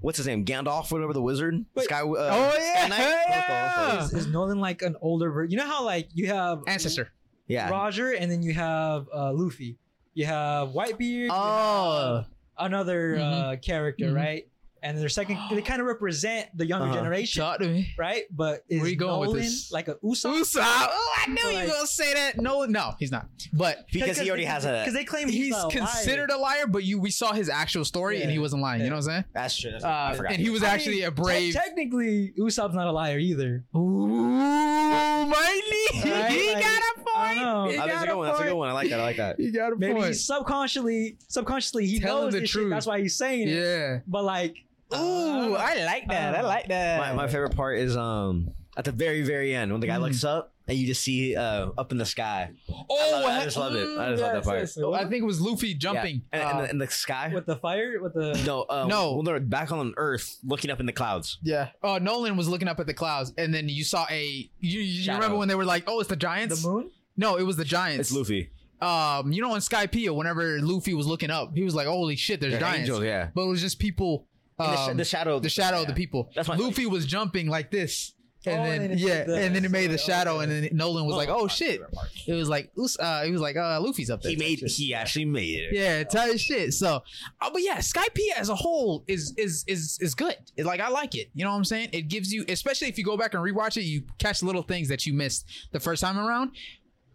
Speaker 2: what's his name, Gandalf, whatever the wizard,
Speaker 3: Wait.
Speaker 2: Sky. Uh,
Speaker 1: oh yeah,
Speaker 2: Sky Knight? What's the- what's
Speaker 1: yeah.
Speaker 3: Is, is Nolan like an older version? You know how like you have
Speaker 1: ancestor.
Speaker 2: the- yeah.
Speaker 3: Roger, and then you have uh, Luffy. You have Whitebeard. you
Speaker 1: Oh.
Speaker 3: have another uh, character,
Speaker 1: Mhm.
Speaker 3: right? And their second, they kind of represent the younger
Speaker 2: Uh-huh.
Speaker 3: generation,
Speaker 1: Talk to me.
Speaker 3: right? But is
Speaker 1: Where you going with
Speaker 3: Nolan
Speaker 1: this?
Speaker 3: like a Usopp?
Speaker 1: Usopp. Oh, I knew you
Speaker 3: Like-
Speaker 1: were gonna say that. No, no, he's not. But
Speaker 2: because he already has
Speaker 3: Because
Speaker 2: a.
Speaker 3: they claim
Speaker 1: he's
Speaker 3: he's, not
Speaker 1: considered a liar. But you, we saw his actual story, and he
Speaker 3: Yeah.
Speaker 1: wasn't lying. You know what I'm
Speaker 2: That's true. that's-
Speaker 1: saying?
Speaker 2: I
Speaker 1: Uh,
Speaker 2: forgot.
Speaker 1: and he was
Speaker 3: I mean,
Speaker 1: actually a
Speaker 3: a liar.
Speaker 1: brave.
Speaker 3: Te- technically, Usopp's not a liar either.
Speaker 1: Ooh,
Speaker 3: *laughs*
Speaker 1: Mighty,
Speaker 3: Right,
Speaker 1: he
Speaker 3: like,
Speaker 1: got a
Speaker 3: I don't know.
Speaker 1: point. He
Speaker 2: Oh, that's a
Speaker 1: got
Speaker 2: good one. That's a good one. I like that. I like that.
Speaker 1: He got a
Speaker 3: Maybe
Speaker 1: point.
Speaker 3: he's subconsciously, subconsciously, he
Speaker 1: Telling
Speaker 3: knows
Speaker 1: the
Speaker 3: this shit,
Speaker 1: truth.
Speaker 3: That's why he's saying it.
Speaker 1: Yeah.
Speaker 3: But like,
Speaker 1: *laughs* Ooh,
Speaker 3: uh,
Speaker 1: I like that. I
Speaker 3: uh,
Speaker 1: like that.
Speaker 2: Um, My, my favorite part is um at the very very end when the guy
Speaker 1: Mm.
Speaker 2: looks up and you just see uh up in the sky. Oh, I Mm, love- I just love it. I just love that part.
Speaker 3: yes.
Speaker 1: Oh, uh, I think it was Luffy jumping.
Speaker 2: And,
Speaker 1: Uh,
Speaker 2: and, the, and the sky.
Speaker 3: with the fire,
Speaker 2: *laughs*
Speaker 3: with the
Speaker 2: no, uh,
Speaker 1: No.
Speaker 2: When they're back on Earth, looking up in the clouds.
Speaker 1: Yeah. Oh, Nolan was looking up at the clouds, and then you saw a. You, you
Speaker 2: Shadow.
Speaker 1: remember when they were like, "Oh, it's the Giants."
Speaker 3: the moon.
Speaker 1: no, it was the Giants.
Speaker 2: It's Luffy.
Speaker 1: um, you know, in Skypea, whenever Luffy was looking up, he was like, "Holy shit, there's
Speaker 2: They're
Speaker 1: giants!"
Speaker 2: angels, yeah.
Speaker 1: But it was just people.
Speaker 2: And the sh-
Speaker 1: Um,
Speaker 2: the
Speaker 1: the,
Speaker 2: shadow.
Speaker 1: shadow of the
Speaker 2: yeah.
Speaker 1: people.
Speaker 2: That's my-
Speaker 1: Luffy was jumping like this, and
Speaker 3: Oh,
Speaker 1: then
Speaker 3: and it
Speaker 1: yeah,
Speaker 3: made the-
Speaker 1: and then it made the
Speaker 3: okay.
Speaker 1: shadow, and then Nolan was like, "Oh
Speaker 2: my
Speaker 1: shit!"
Speaker 2: favorite part.
Speaker 1: It was like, "Oos- uh, he was like, uh, Luffy's up there.
Speaker 2: He made. He actually made it.
Speaker 1: Yeah, type shit. So, uh, but yeah, Skypea as a whole is is is is good. It, like I like it. You know what I'm saying? It gives you, especially if you go back and rewatch it, you catch little things that you missed the first time around.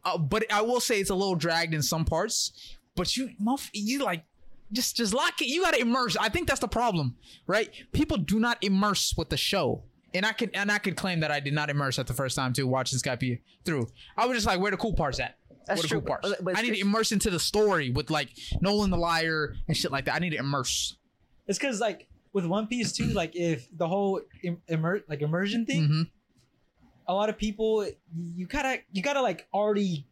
Speaker 1: Uh, but I will say it's a little dragged in some parts. But you, motherf- you like. Just, just lock it. You gotta immerse. I think that's the problem, right? People do not immerse with the show, and I can, and I could claim that I did not immerse at the first time too, watching Skypea through. I was just like, where the cool parts at?
Speaker 2: That's
Speaker 1: what
Speaker 2: true,
Speaker 1: are cool parts.
Speaker 2: but- but it's
Speaker 1: I need to
Speaker 2: crazy.
Speaker 1: immerse into the story with like Nolan the liar and shit like that. I need to immerse.
Speaker 3: It's because like with One Piece too, like if the whole Im- immer- like immersion thing,
Speaker 1: Mhm.
Speaker 3: a lot of people you gotta you gotta like already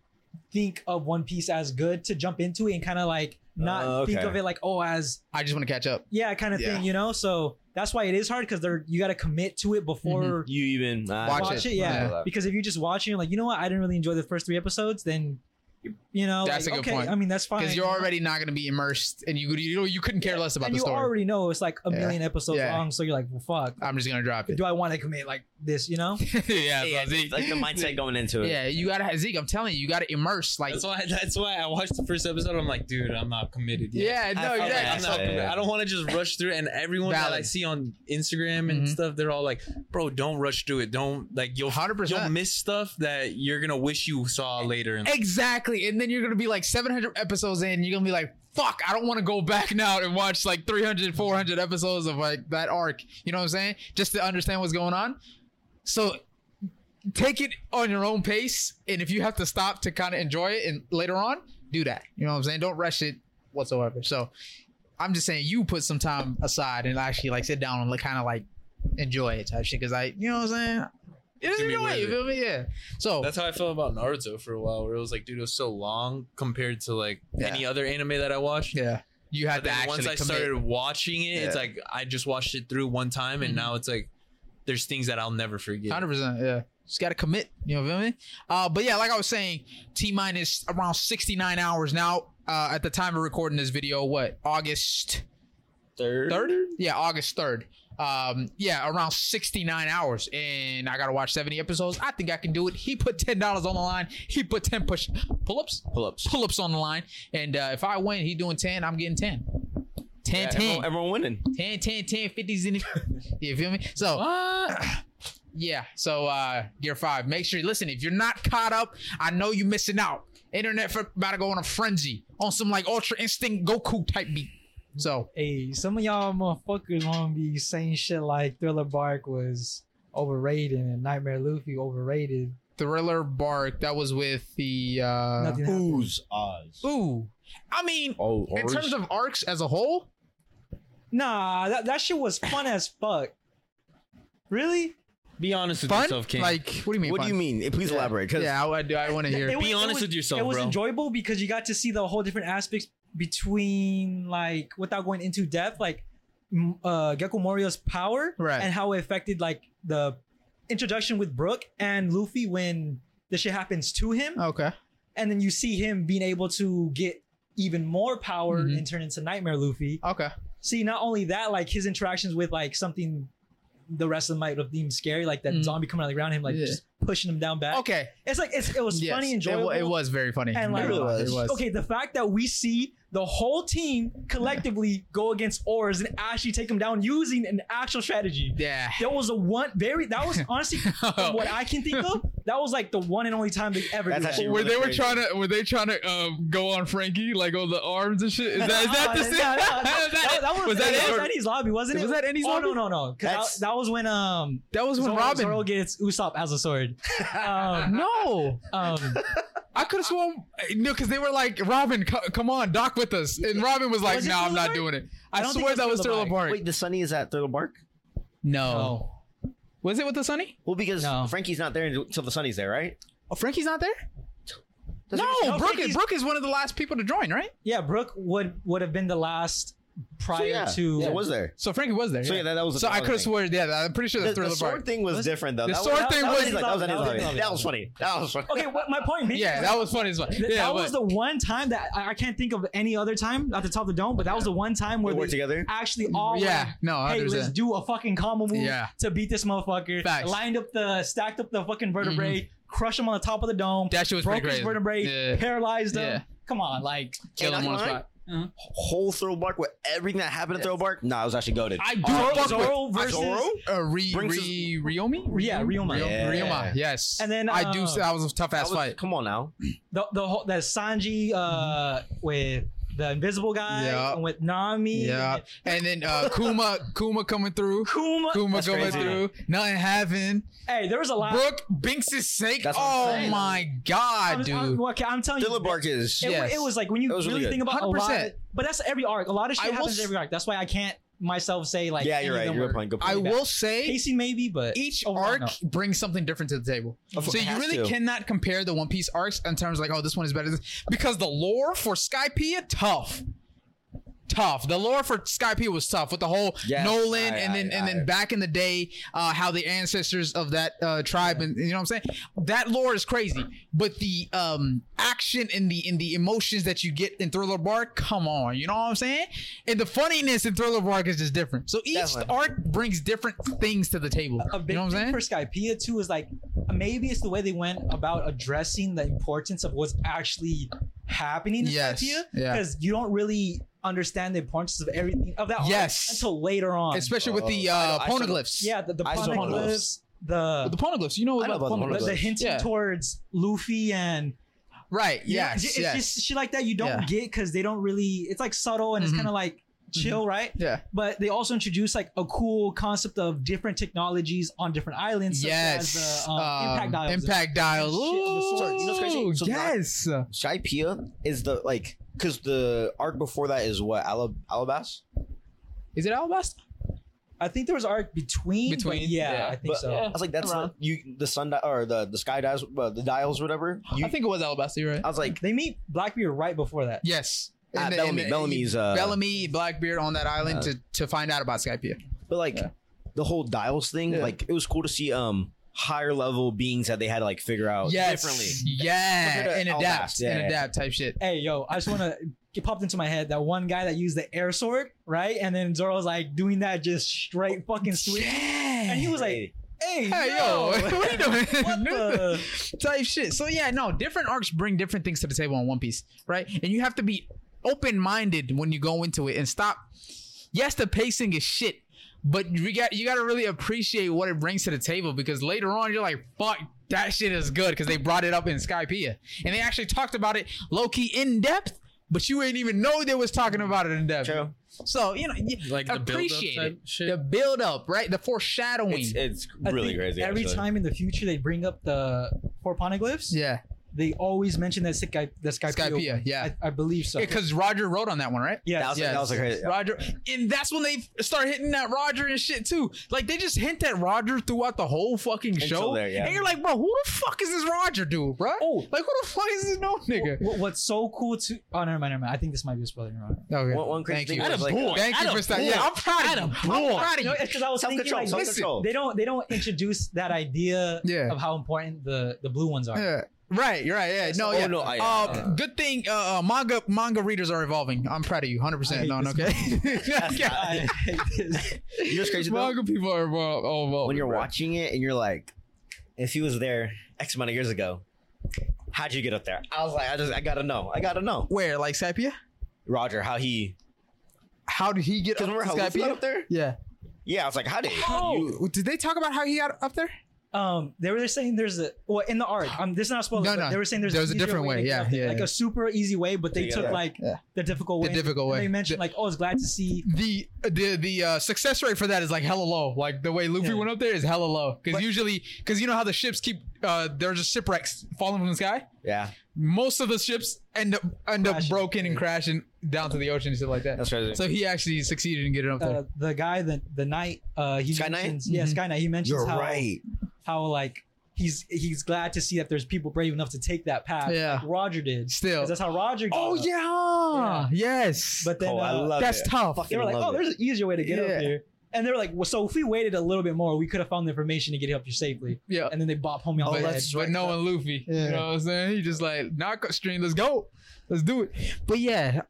Speaker 3: think of One Piece as good to jump into it and kind of like not
Speaker 2: Uh,
Speaker 3: think
Speaker 2: okay.
Speaker 3: of it like oh as
Speaker 1: I just want to catch up.
Speaker 3: yeah kind of
Speaker 1: Yeah.
Speaker 3: thing you know. So that's why it is hard because they're you gotta commit to it before
Speaker 2: You even uh,
Speaker 1: Watch
Speaker 3: watch,
Speaker 1: it.
Speaker 3: it. Yeah,
Speaker 2: Yeah.
Speaker 3: because if you just watch it, you're like you know what I didn't really enjoy the first three episodes, then You know,
Speaker 1: That's
Speaker 3: like,
Speaker 1: a good
Speaker 3: okay,
Speaker 1: point.
Speaker 3: I mean, that's fine.
Speaker 1: because you're already not going to be immersed, and you you, you couldn't care less about
Speaker 3: and
Speaker 1: the
Speaker 3: you
Speaker 1: story.
Speaker 3: already know it's like a
Speaker 1: Yeah.
Speaker 3: million episodes
Speaker 1: Yeah.
Speaker 3: long, so you're like, well, fuck.
Speaker 1: I'm just going to drop it.
Speaker 3: Do I want to commit like this? You know,
Speaker 1: *laughs* yeah,
Speaker 2: yeah,
Speaker 1: so Zeke-
Speaker 2: it's like the *laughs* mindset going into it.
Speaker 1: *laughs* Yeah, you gotta Zeke. I'm telling you, you gotta immerse. Like,
Speaker 4: That's why. That's why I watched the first episode. I'm like, dude, I'm not committed. Yet.
Speaker 1: yeah, no,
Speaker 2: I-
Speaker 1: exactly.
Speaker 4: I'm like, I'm not
Speaker 2: Yeah.
Speaker 4: committed. I don't want to just rush through. it. And everyone that I
Speaker 1: Valid.
Speaker 4: see on Instagram and
Speaker 1: Mhm.
Speaker 4: stuff, they're all like, bro, don't rush through it. Don't like you'll
Speaker 1: Hundred
Speaker 4: you'll
Speaker 1: percent.
Speaker 4: miss stuff that you're gonna wish you saw later. in life.
Speaker 1: Exactly, and then you're gonna be like 700 episodes in. and You're gonna be like, "Fuck, I don't want to go back *laughs* now and watch like 300, 400 episodes of like that arc." You know what I'm saying? Just to understand what's going on. So take it on your own pace, and if you have to stop to kind of enjoy it and later on, do that. You know what I'm saying? Don't rush it whatsoever. So I'm just saying, you put some time aside and actually like sit down and like kind of like enjoy it type shit. Because I, you know what I'm saying? It is
Speaker 4: Give me
Speaker 1: your way. You
Speaker 4: word.
Speaker 1: feel me? Yeah. So
Speaker 4: That's how I felt about Naruto for a while, where it was like, dude, it was so long compared to like
Speaker 1: Yeah.
Speaker 4: any other anime that I watched.
Speaker 1: Yeah. You had to
Speaker 4: But then
Speaker 1: actually
Speaker 4: once I
Speaker 1: commit.
Speaker 4: started watching it, it's
Speaker 1: Yeah.
Speaker 4: like I just watched it through one time, and
Speaker 1: Mhm.
Speaker 4: now it's like there's things that I'll never forget.
Speaker 1: Hundred percent, yeah. Just gotta commit. You know what I mean? Uh, but yeah, like I was saying, T minus around sixty nine hours now. Uh, at the time of recording this video, what August
Speaker 2: Third.
Speaker 1: third? Yeah, August third. Um, yeah, around sixty nine hours, and I gotta watch seventy episodes. I think I can do it. He put ten dollars on the line. He put ten push pull ups,
Speaker 2: Pull ups.
Speaker 1: pull ups on the line, and uh, if I win, he doing ten. I'm getting ten. 10, 10.
Speaker 2: Everyone, everyone winning.
Speaker 1: 10, 10, 10, 50s
Speaker 3: *laughs*
Speaker 1: in it. you feel me? So, *clears throat* yeah. So, uh, year five, make sure you listen. If you're not caught up, I know you're missing out. Internet for, about to go on a frenzy on some like Ultra Instinct Goku type beat. So,
Speaker 3: hey, some of y'all motherfuckers want to be saying shit like Thriller Bark was overrated and Nightmare Luffy overrated.
Speaker 1: Thriller Bark, that was with the. Uh,
Speaker 3: Nothing happened.
Speaker 2: Who's Oz?
Speaker 1: ooh. I mean,
Speaker 2: Oh,
Speaker 1: in terms of arcs as a whole,
Speaker 3: Nah, that, that shit was fun as fuck. Really?
Speaker 4: Be honest with
Speaker 1: fun?
Speaker 4: yourself, King.
Speaker 1: Like, what do you mean?
Speaker 2: what
Speaker 1: fun?
Speaker 2: do you mean? Please
Speaker 1: Yeah.
Speaker 2: elaborate. Cause
Speaker 1: Yeah, I, I want to hear.
Speaker 3: It was-
Speaker 4: Be
Speaker 3: it
Speaker 4: honest
Speaker 3: was-
Speaker 4: with yourself,
Speaker 3: It was
Speaker 4: bro.
Speaker 3: enjoyable because you got to see the whole different aspects between like without going into depth, like m- uh Gekko Morio's power
Speaker 1: Right.
Speaker 3: and how it affected like the introduction with Brook and Luffy when the shit happens to him.
Speaker 1: okay.
Speaker 3: and then you see him being able to get even more power
Speaker 1: Mhm.
Speaker 3: and turn into Nightmare Luffy.
Speaker 1: Okay.
Speaker 3: See, not only that, like his interactions with like something the rest of them might have deemed scary, like that
Speaker 1: Mm.
Speaker 3: zombie coming around him, like
Speaker 1: Yeah.
Speaker 3: just pushing him down back.
Speaker 1: Okay.
Speaker 3: It's like it's, it was
Speaker 1: Yes.
Speaker 3: funny,
Speaker 1: It wa-
Speaker 3: enjoyable.
Speaker 1: It, was very funny.
Speaker 3: And, like,
Speaker 1: It really was. It was.
Speaker 3: Okay, the fact that we see the whole team collectively go against Ors and actually take him down using an actual strategy.
Speaker 1: Yeah. *laughs*
Speaker 3: There was a one very that was honestly
Speaker 1: Oh.
Speaker 3: from what I can think of, that was like the one and only time they ever
Speaker 2: That's
Speaker 3: did that.
Speaker 2: actually
Speaker 1: where
Speaker 2: really
Speaker 1: they were
Speaker 2: crazy.
Speaker 1: trying to were they trying to um, go on Frankie like on the arms and shit? Is that is that the
Speaker 3: Uh,
Speaker 1: same?
Speaker 3: *laughs* no, no, no.
Speaker 1: *laughs* Is
Speaker 3: that, that was,
Speaker 1: was that
Speaker 3: that
Speaker 1: it?
Speaker 3: was Eddie's lobby, wasn't it?
Speaker 1: Was that Eddie's
Speaker 3: oh,
Speaker 1: lobby?
Speaker 3: No, no, no. 'Cause
Speaker 2: That's-
Speaker 3: That, that was when um.
Speaker 1: That was when
Speaker 3: Zoro,
Speaker 1: Robin.
Speaker 3: Zoro gets Usopp as a sword. Um,
Speaker 1: *laughs* No, *laughs*
Speaker 3: um,
Speaker 1: I could have sworn eh, no, because they were like, Robin, co- come on, dock with us, and Robin was like,
Speaker 3: Was it
Speaker 1: No, I'm not
Speaker 3: Thriller
Speaker 1: doing it. I,
Speaker 3: don't think
Speaker 1: swear
Speaker 3: it was
Speaker 1: that was Thriller
Speaker 3: Thriller
Speaker 1: Bark.
Speaker 2: Wait, the Sunny is at Thriller Bark?
Speaker 1: no.
Speaker 3: no.
Speaker 1: was it with the Sunny?
Speaker 2: Well, because
Speaker 3: No.
Speaker 2: Frankie's not there until the Sunny's there, right?
Speaker 1: Oh, Frankie's not there.
Speaker 2: Does
Speaker 1: no,
Speaker 3: no,
Speaker 1: Brooke is
Speaker 3: Frankie's-
Speaker 1: Brooke is one of the last people to join, right?
Speaker 3: Yeah, Brooke would would have been the last prior
Speaker 2: so, yeah.
Speaker 3: to.
Speaker 2: yeah, it was there.
Speaker 1: So Frankie was there.
Speaker 2: So yeah, that, that was.
Speaker 1: so I could
Speaker 2: could
Speaker 1: have sworn, yeah, I'm pretty sure
Speaker 2: The,
Speaker 1: that's
Speaker 2: the
Speaker 1: Thriller
Speaker 2: sword
Speaker 1: Bark.
Speaker 2: thing was
Speaker 3: Was-
Speaker 2: different though.
Speaker 1: the
Speaker 2: that
Speaker 1: sword
Speaker 2: was,
Speaker 1: thing
Speaker 2: that
Speaker 1: was-
Speaker 2: was, that was, that was,
Speaker 3: that was-
Speaker 2: that was funny. That was funny.
Speaker 3: Okay, what, my point being.
Speaker 1: Yeah, that was funny as well.
Speaker 3: Th-
Speaker 1: yeah,
Speaker 3: that
Speaker 1: but-
Speaker 3: was the one time that I, I can't think of any other time at the top of the dome, but that was the one time
Speaker 2: We
Speaker 3: where
Speaker 2: worked
Speaker 3: they
Speaker 2: together.
Speaker 3: actually all
Speaker 1: yeah, no,
Speaker 3: went, hey,
Speaker 1: 100%.
Speaker 3: let's do a fucking combo move
Speaker 1: Yeah.
Speaker 3: to beat this motherfucker.
Speaker 1: Facts.
Speaker 3: Lined up the stacked up the fucking vertebrae, crush him on the top of the dome.
Speaker 1: that shit was
Speaker 3: broke
Speaker 1: pretty
Speaker 3: his
Speaker 1: crazy.
Speaker 3: vertebrae,
Speaker 1: Yeah.
Speaker 3: paralyzed him.
Speaker 1: Yeah.
Speaker 3: Come on, like
Speaker 1: Kill him
Speaker 2: And I'm
Speaker 1: on the
Speaker 2: like,
Speaker 1: spot. Uh-huh.
Speaker 2: Whole Thrill Bark with everything that happened in Thrill Bark. Nah, it was actually goaded.
Speaker 1: I do
Speaker 3: Zoro,
Speaker 1: fuck with
Speaker 3: Zoro versus
Speaker 2: Zoro?
Speaker 1: uh, Re,
Speaker 2: Brings
Speaker 1: Re, Riomi?
Speaker 3: Yeah, Ryoma.
Speaker 1: Ryo-
Speaker 2: Yeah.
Speaker 1: Mm-hmm. Ryoma, yes.
Speaker 3: And then,
Speaker 1: I do.
Speaker 3: uh,
Speaker 1: That was a tough
Speaker 2: That
Speaker 1: ass
Speaker 2: was-
Speaker 1: fight.
Speaker 2: Come on now.
Speaker 3: the the whole that Sanji uh with the invisible guy
Speaker 1: Mm-hmm. Yeah.
Speaker 3: and with Nami.
Speaker 1: Yeah. And then
Speaker 2: *laughs*
Speaker 1: uh, Kuma, Kuma coming through.
Speaker 3: Kuma.
Speaker 1: Kuma
Speaker 2: That's
Speaker 1: coming
Speaker 2: crazy.
Speaker 1: through. Nothing happened.
Speaker 3: Hey, there was a lot.
Speaker 1: Brooke Binks' sake.
Speaker 2: That's what I'm
Speaker 1: Oh
Speaker 2: saying.
Speaker 1: my
Speaker 3: I'm,
Speaker 1: god,
Speaker 3: I'm,
Speaker 1: dude.
Speaker 3: okay, I'm telling
Speaker 2: Thriller
Speaker 3: you.
Speaker 2: Bark is.
Speaker 3: It,
Speaker 1: Yes.
Speaker 3: it was like when you
Speaker 2: That was
Speaker 3: really,
Speaker 2: really good.
Speaker 3: think about a lot,
Speaker 1: 100%.
Speaker 3: but that's every arc. A lot of shit
Speaker 1: I will
Speaker 3: happens
Speaker 1: s-
Speaker 3: every arc. That's why I can't myself say like.
Speaker 2: Yeah,
Speaker 3: any
Speaker 2: you're
Speaker 3: of
Speaker 2: right.
Speaker 3: them
Speaker 2: You're
Speaker 3: were-
Speaker 2: playing good
Speaker 1: I
Speaker 2: point.
Speaker 1: will say
Speaker 3: Casey maybe, but oh,
Speaker 1: each
Speaker 3: overall,
Speaker 1: arc
Speaker 3: no.
Speaker 1: brings something different to the table.
Speaker 2: Of
Speaker 1: So
Speaker 2: course,
Speaker 1: you
Speaker 2: has
Speaker 1: really
Speaker 2: to.
Speaker 1: cannot compare the One Piece arcs in terms of like, oh, this one is better than- because the lore for Skypiea tough. tough. The lore for Sky P was tough with the whole
Speaker 2: Yes,
Speaker 1: Nolan
Speaker 2: I-
Speaker 1: and then
Speaker 2: I-
Speaker 1: and
Speaker 2: I-
Speaker 1: then back in the day, uh, how the ancestors of that uh, tribe and you know what I'm saying. That lore is crazy, but the um, action and the and the emotions that you get in Thriller Bark, come on, you know what I'm saying. And the funniness in Thriller Bark is just different. So each
Speaker 2: Definitely.
Speaker 1: arc brings different things to the table.
Speaker 3: a
Speaker 1: you
Speaker 3: big
Speaker 1: know what I'm
Speaker 3: thing
Speaker 1: saying?
Speaker 3: for Skypea too is like maybe it's the way they went about addressing the importance of what's actually happening in
Speaker 1: Yes,
Speaker 3: Skypea
Speaker 1: yeah.
Speaker 3: because you don't really understand the importance of everything of that arc
Speaker 1: Yes.
Speaker 3: until later on.
Speaker 1: Especially with the
Speaker 2: Oh, I-
Speaker 1: uh,
Speaker 2: I should've-
Speaker 1: poneglyphs.
Speaker 3: yeah, the, the
Speaker 2: I saw
Speaker 3: poneglyphs,
Speaker 2: poneglyphs.
Speaker 3: the
Speaker 1: the poneglyphs. You know
Speaker 2: I know
Speaker 1: about,
Speaker 2: about the
Speaker 1: poneglyphs.
Speaker 2: poneglyphs.
Speaker 3: the hinting
Speaker 1: Yeah.
Speaker 3: towards Luffy and
Speaker 1: Right.
Speaker 3: you know,
Speaker 1: Yes.
Speaker 3: it's
Speaker 1: yes.
Speaker 3: just shit like that you don't
Speaker 1: Yeah.
Speaker 3: get because they don't really. It's like subtle and it's
Speaker 1: Mhm.
Speaker 3: kind of like chill, right?
Speaker 1: yeah.
Speaker 3: But they also introduce like a cool concept of different technologies on different islands. such
Speaker 1: yes.
Speaker 3: as the, um,
Speaker 1: um,
Speaker 3: impact dials.
Speaker 1: Impact dial.
Speaker 3: Shit, the sword.
Speaker 2: You know what's
Speaker 1: Ooh,
Speaker 2: crazy? So not-
Speaker 1: yes.
Speaker 2: Shy Pia is the like because the arc before that is what Alab- Alabas.
Speaker 1: Is it Alabasta?
Speaker 3: I think there was arc between.
Speaker 1: Between,
Speaker 3: but yeah,
Speaker 1: yeah.
Speaker 3: I think
Speaker 2: But-
Speaker 3: so.
Speaker 2: I was like, that's
Speaker 1: Around.
Speaker 2: not you. The sun di- or the the sky dials, uh, the dials, whatever. You,
Speaker 1: I think it was Alabasta. You're right.
Speaker 2: I was like,
Speaker 3: They meet Blackbeard right before that.
Speaker 1: Yes.
Speaker 2: ah,
Speaker 1: And the-
Speaker 2: Bellamy,
Speaker 1: and the-
Speaker 2: Bellamy's. Uh,
Speaker 1: Bellamy, Blackbeard on that island
Speaker 2: uh,
Speaker 1: to, to find out about Skypea.
Speaker 2: But like
Speaker 1: Yeah.
Speaker 2: the whole dials thing,
Speaker 1: Yeah.
Speaker 2: like it was cool to see um higher level beings that they had to like figure out
Speaker 1: Yes.
Speaker 2: differently.
Speaker 1: Yeah.
Speaker 2: Compared to
Speaker 1: And
Speaker 2: Alabasta.
Speaker 1: adapt.
Speaker 2: Yeah,
Speaker 1: and
Speaker 2: yeah.
Speaker 1: adapt type shit.
Speaker 3: Hey, yo, I just want to. It popped into my head that one guy that used the air sword, right? And then Zoro's like doing that just straight fucking swing. *laughs* And he was like, hey,
Speaker 1: Hey, yo,
Speaker 3: yo.
Speaker 1: *laughs* what are you doing? *laughs*
Speaker 3: What the?
Speaker 1: type shit. So yeah, no, different arcs bring different things to the table on One Piece, right? And you have to be open minded when you go into it and stop. Yes, the pacing is shit, but you got you got to really appreciate what it brings to the table because later on you're like, fuck, that shit is good because they brought it up in Skypea and they actually talked about it low key in depth. But you didn't even know they was talking about it in depth.
Speaker 2: True.
Speaker 1: So you know, you
Speaker 4: Like the build
Speaker 1: appreciate
Speaker 4: up
Speaker 1: it. The build up, right? The foreshadowing.
Speaker 2: It's, it's
Speaker 3: I
Speaker 2: really
Speaker 3: think
Speaker 2: crazy.
Speaker 3: Every
Speaker 2: actually.
Speaker 3: time in the future they bring up the four poneglyphs,
Speaker 1: yeah,
Speaker 3: they always mention that Sky, the Sky
Speaker 1: Skypea. Yeah,
Speaker 3: I, I believe so.
Speaker 1: because Roger wrote on that one, right?
Speaker 3: yes.
Speaker 2: that was,
Speaker 1: yes.
Speaker 2: that was a crazy.
Speaker 1: Roger, and that's when they start hitting that Roger and shit too. Like they just hint at Roger throughout the whole fucking
Speaker 2: Until
Speaker 1: show,
Speaker 2: there, yeah.
Speaker 1: and you're like, bro, who the fuck is this Roger dude, bro?
Speaker 3: Oh.
Speaker 1: like who the fuck is this no nigga?
Speaker 3: Wh- what's so cool to? Oh, never mind, never mind. I think this might be a spoiler. Never mind.
Speaker 1: Okay.
Speaker 2: One, one crazy
Speaker 1: Thank
Speaker 2: thing
Speaker 1: you.
Speaker 2: was like, uh,
Speaker 4: boy.
Speaker 1: Thank you
Speaker 4: Atta
Speaker 1: for stopping.
Speaker 4: boy.
Speaker 1: Yeah, I'm proud of you. I'm proud of
Speaker 3: No,
Speaker 1: you.
Speaker 3: because I was
Speaker 2: self
Speaker 3: thinking
Speaker 2: control,
Speaker 3: like,
Speaker 2: self
Speaker 3: listen,
Speaker 2: control.
Speaker 3: they don't they don't introduce that idea
Speaker 1: Yeah.
Speaker 3: of how important the the blue ones are.
Speaker 1: Yeah. Right, you're right, yeah, no,
Speaker 2: Oh,
Speaker 1: yeah.
Speaker 2: no, I-
Speaker 1: uh, good thing uh, uh, manga manga readers are evolving. I'm proud of you, 100.
Speaker 3: I
Speaker 1: percent
Speaker 3: hate
Speaker 1: No, no,
Speaker 3: this
Speaker 1: okay. *laughs*
Speaker 2: not-
Speaker 3: I hate this.
Speaker 2: You know what's crazy though?
Speaker 1: manga people are evol- evolving.
Speaker 2: When you're
Speaker 1: bro.
Speaker 2: watching it and you're like, if he was there X amount of years ago, how'd you get up there? I was like, I just, I gotta know, I gotta know,
Speaker 1: where like Skypea?
Speaker 2: Roger, how he,
Speaker 1: How did he get
Speaker 2: because
Speaker 1: up to
Speaker 2: remember how Luffy got
Speaker 1: Skypea?
Speaker 2: up there?
Speaker 1: Yeah.
Speaker 2: Yeah, I was like, how did? you-
Speaker 1: Oh, did they talk about how he got up there?
Speaker 3: Um, they were saying there's a well in the art. Um, this is not a spoiler.
Speaker 1: No,
Speaker 3: but
Speaker 1: no.
Speaker 3: They were saying there's,
Speaker 1: There was a
Speaker 3: easier
Speaker 1: different way.
Speaker 3: to get
Speaker 1: Yeah,
Speaker 3: up there,
Speaker 1: yeah,
Speaker 3: like
Speaker 1: yeah.
Speaker 3: a super easy way, but they
Speaker 2: Yeah.
Speaker 3: took
Speaker 2: Yeah.
Speaker 3: like
Speaker 1: Yeah.
Speaker 3: the difficult
Speaker 1: The
Speaker 3: way.
Speaker 1: difficult
Speaker 3: And
Speaker 1: way.
Speaker 3: They mentioned
Speaker 1: The-
Speaker 3: like, oh, it's glad to see.
Speaker 1: the the the uh, success rate for that is like hella low. Like the way Luffy
Speaker 3: Yeah.
Speaker 1: went up there is hella low. Because
Speaker 2: But-
Speaker 1: usually, because you know how the ships keep uh, they're just shipwrecks falling from the sky.
Speaker 2: Yeah,
Speaker 1: Most of the ships end up end up
Speaker 3: Crashing.
Speaker 1: broken and crashing down to the ocean and shit like that.
Speaker 2: that's crazy.
Speaker 1: So he actually succeeded in getting up there.
Speaker 3: Uh, the guy, the the knight, uh, he
Speaker 2: Sky Knight?
Speaker 3: mentions, yeah,
Speaker 1: Mhm.
Speaker 3: Sky Knight. He mentions
Speaker 2: You're
Speaker 3: how
Speaker 2: right.
Speaker 3: how like he's he's glad to see that there's people brave enough to take that path.
Speaker 1: Yeah.
Speaker 3: like Roger did. 'Cause
Speaker 1: Still.
Speaker 3: that's how Roger. got
Speaker 1: Oh
Speaker 3: up.
Speaker 1: yeah. Yes.
Speaker 3: Uh, But then
Speaker 2: oh, I
Speaker 3: uh,
Speaker 2: love
Speaker 1: that's
Speaker 2: it.
Speaker 1: tough.
Speaker 2: Fucking
Speaker 3: they were like,
Speaker 2: love
Speaker 3: oh,
Speaker 2: it.
Speaker 3: there's an easier way to get
Speaker 1: Yeah.
Speaker 3: up here. And they were like, well, so if we waited a little bit more, we could have found the information to get up here safely.
Speaker 1: yeah.
Speaker 3: And then they bop homie
Speaker 1: but,
Speaker 3: on the head.
Speaker 2: that's
Speaker 1: but
Speaker 2: right.
Speaker 1: knowing Luffy, you
Speaker 3: Yeah.
Speaker 1: know what I'm saying? He just like knock up stream. Let's go, let's do it. But yeah,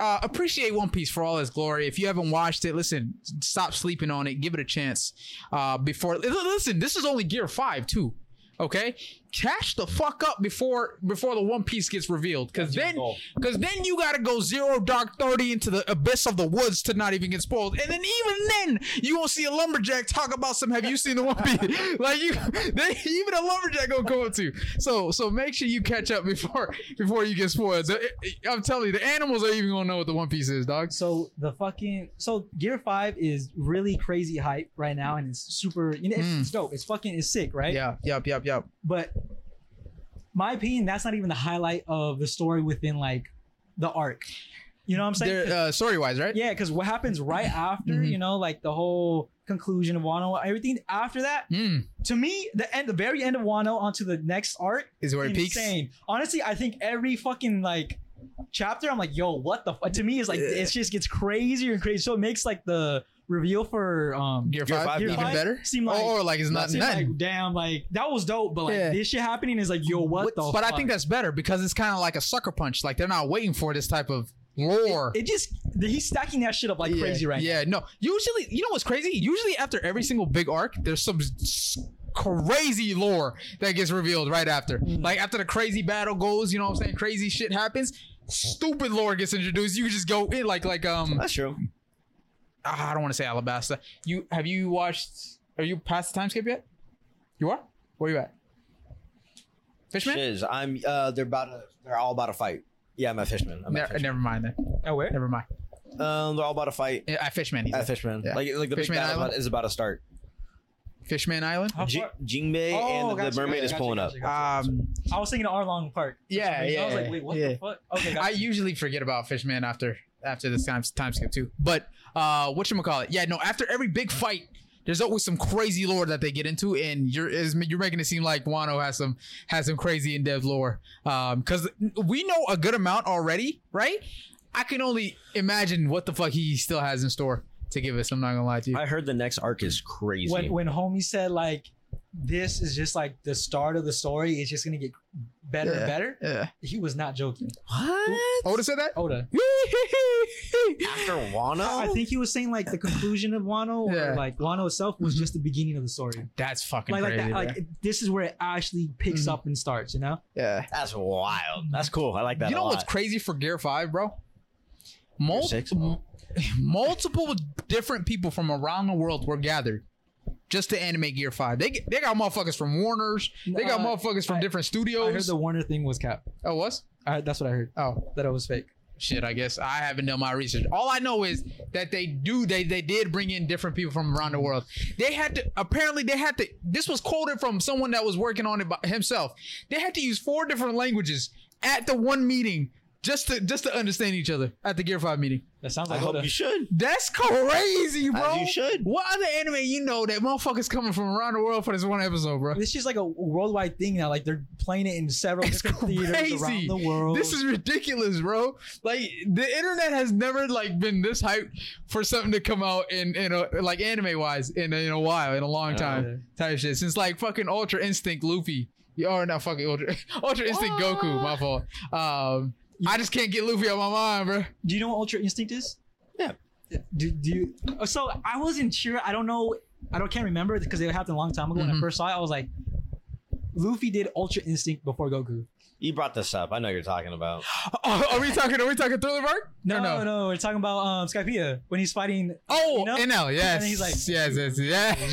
Speaker 1: uh, appreciate One Piece for all its glory. If you haven't watched it, listen, stop sleeping on it. Give it a chance. Uh, before l- listen, this is only Gear Five too. Okay, cash the fuck up before before the One Piece gets revealed, because
Speaker 3: your
Speaker 1: then
Speaker 3: goal.
Speaker 1: because then you gotta go zero dark thirty into the abyss of the woods to not even get spoiled, and then even then you won't see a lumberjack talk about some. Have you seen the One Piece? *laughs* like you, then even a lumberjack gonna go up to. you. So so make sure you catch up before *laughs* before you get spoiled. The- I'm telling you, the animals are even gonna know what the One Piece is, dog.
Speaker 3: So the fucking so Gear Five is really crazy hype right now, and it's super. You know, it's,
Speaker 1: Mm.
Speaker 3: it's dope. It's fucking. It's sick, right?
Speaker 1: Yeah, yep, yep, yep.
Speaker 3: But my opinion, that's not even the highlight of the story within like the arc. You know what I'm saying?
Speaker 1: They're, uh, story wise, right?
Speaker 3: yeah, because what
Speaker 1: *laughs*
Speaker 3: happens right after,
Speaker 1: Mhm.
Speaker 3: you know, like the whole conclusion of Wano, everything after that,
Speaker 1: Mm,
Speaker 3: to me, the end, the very end of Wano onto the next arc
Speaker 1: is where it peaks.
Speaker 3: insane. Honestly, I think every fucking like chapter, I'm like, yo, what the? F-? To me, it's like it just gets crazier and crazier. So it makes like the reveal for um
Speaker 1: Gear
Speaker 2: Gear
Speaker 1: five,
Speaker 2: five,
Speaker 1: even
Speaker 2: Gear
Speaker 3: five
Speaker 1: better. Oh,
Speaker 3: seem like-
Speaker 1: or, or like it's not
Speaker 3: seem
Speaker 1: nothing.
Speaker 3: Like, damn, like that was dope, but like
Speaker 1: Yeah.
Speaker 3: this shit happening is like, yo, what, the?
Speaker 1: but
Speaker 3: fuck?
Speaker 1: I think that's better because it's kind of like a sucker punch. Like they're not waiting for this type of lore.
Speaker 3: it just he's stacking that shit up like
Speaker 1: yeah,
Speaker 3: crazy right now.
Speaker 1: Yeah, no. Usually, you know what's crazy? Usually, after every single big arc, there's some s- crazy lore that gets revealed right after.
Speaker 3: Mm.
Speaker 1: Like after the crazy battle goes, you know what I'm saying? Crazy shit happens. Stupid lore gets introduced. You just go in like like um.
Speaker 2: That's true.
Speaker 1: ah, I don't want to say Alabasta. You have you watched? Are you past the time skip yet? You are. Where you at? Fishman.
Speaker 2: Shiz, I'm. Uh, they're about. To, they're all about to fight. Yeah, I'm at Fishman. I'm
Speaker 1: Ne-
Speaker 2: at Fishman.
Speaker 1: never mind then.
Speaker 3: Oh, where?
Speaker 1: Never mind.
Speaker 2: Um, they're all about to fight
Speaker 1: I Fishman. He's
Speaker 2: at
Speaker 1: at.
Speaker 2: Fishman.
Speaker 1: Yeah.
Speaker 2: Like, like the
Speaker 1: Fishman
Speaker 2: big battle
Speaker 1: Island?
Speaker 2: about- is about to start.
Speaker 1: Fishman Island.
Speaker 3: How
Speaker 2: Ji-
Speaker 3: far-
Speaker 2: Jinbei and
Speaker 3: Oh,
Speaker 2: the,
Speaker 3: gotcha,
Speaker 2: mermaid
Speaker 3: gotcha,
Speaker 2: is
Speaker 3: gotcha,
Speaker 2: pulling
Speaker 3: gotcha,
Speaker 2: up.
Speaker 3: gotcha.
Speaker 1: Um,
Speaker 3: I was thinking of Arlong Park. for
Speaker 1: Yeah,
Speaker 3: some reason. I was
Speaker 1: yeah,
Speaker 3: like, wait, what
Speaker 1: yeah.
Speaker 3: the fuck? Okay,
Speaker 1: I
Speaker 3: gotcha.
Speaker 1: usually forget about Fishman after after this time time skip too. But uh, what you call it? Yeah, no. After every big fight, there's always some crazy lore that they get into, and you're is, you're making it seem like Wano has some has some crazy in depth lore. Um, because we know a good amount already, right? I can only imagine what the fuck he still has in store to give us. I'm not gonna lie to you.
Speaker 2: I heard the next arc is crazy.
Speaker 3: when when homie said like this is just like the start of the story, it's just gonna get better
Speaker 1: Yeah.
Speaker 3: and better.
Speaker 1: yeah.
Speaker 3: He was not joking.
Speaker 2: what?
Speaker 1: Oda said that.
Speaker 3: Oda. Oh.
Speaker 2: After Wano?
Speaker 3: I think he was saying like the conclusion of Wano
Speaker 1: Yeah. Mm-hmm.
Speaker 3: or like Wano itself was just the beginning of the story.
Speaker 1: *laughs* That's fucking
Speaker 3: Like like
Speaker 1: crazy.
Speaker 3: that
Speaker 1: bro.
Speaker 3: like this is where it actually picks
Speaker 1: Mhm.
Speaker 3: up and starts, you know?
Speaker 1: yeah.
Speaker 2: That's wild. That's cool. I like that.
Speaker 1: you know
Speaker 2: a lot.
Speaker 1: what's crazy for Gear Five, bro? Mul-
Speaker 2: six?
Speaker 1: m- *laughs* multiple different people from around the world were gathered just to animate Gear Five. They they got motherfuckers from Warner's. They got
Speaker 3: Uh,
Speaker 1: motherfuckers from
Speaker 3: I-
Speaker 1: different
Speaker 3: I heard
Speaker 1: studios.
Speaker 3: the Warner thing was cap.
Speaker 1: oh, was
Speaker 3: I, that's what I heard.
Speaker 1: oh
Speaker 3: That it was fake.
Speaker 1: shit. I guess I haven't done my research. All I know is that they do they they did bring in different people from around the world. They had to apparently they had to. This was quoted from someone that was working on it by himself. They had to use four different languages at the one meeting. Just to just to understand each other at the Gear Five meeting.
Speaker 3: That sounds
Speaker 2: I
Speaker 3: like
Speaker 2: hope
Speaker 3: Oda.
Speaker 2: you should.
Speaker 1: That's crazy, bro.
Speaker 2: As you should.
Speaker 1: What other anime you know that motherfuckers coming from around the world for this one episode, bro?
Speaker 3: This is like a worldwide thing now. Like they're playing it in several
Speaker 1: It's
Speaker 3: different
Speaker 1: crazy.
Speaker 3: theaters around the world.
Speaker 1: This is ridiculous, bro. Like the internet has never like been this hyped for something to come out in in a, like anime wise in a, in a while, in a long
Speaker 2: Yeah.
Speaker 1: time type shit since like fucking Ultra Instinct Luffy. You are not fucking Ultra *laughs* Ultra Instinct Goku. My fault. Um, I just can't get Luffy out my mind, bro. *laughs*
Speaker 3: Do you know what Ultra Instinct is?
Speaker 2: Yeah.
Speaker 3: Do, do you? oh, So I wasn't sure. I don't know. I don't can't remember because it happened a long time ago. When
Speaker 1: Mhm.
Speaker 3: I first saw it, I was like, Luffy did Ultra Instinct before Goku.
Speaker 2: You brought this up. I know you're talking about.
Speaker 3: *sighs*
Speaker 1: Oh, are we talking? Are we talking Thriller Bark? No, no.
Speaker 3: no. We're talking about um, Skypiea when he's fighting. *laughs*
Speaker 1: Oh,
Speaker 3: You know?
Speaker 1: NL. Yes.
Speaker 3: And he's like-
Speaker 1: yes, yes,
Speaker 3: *laughs*
Speaker 1: yes.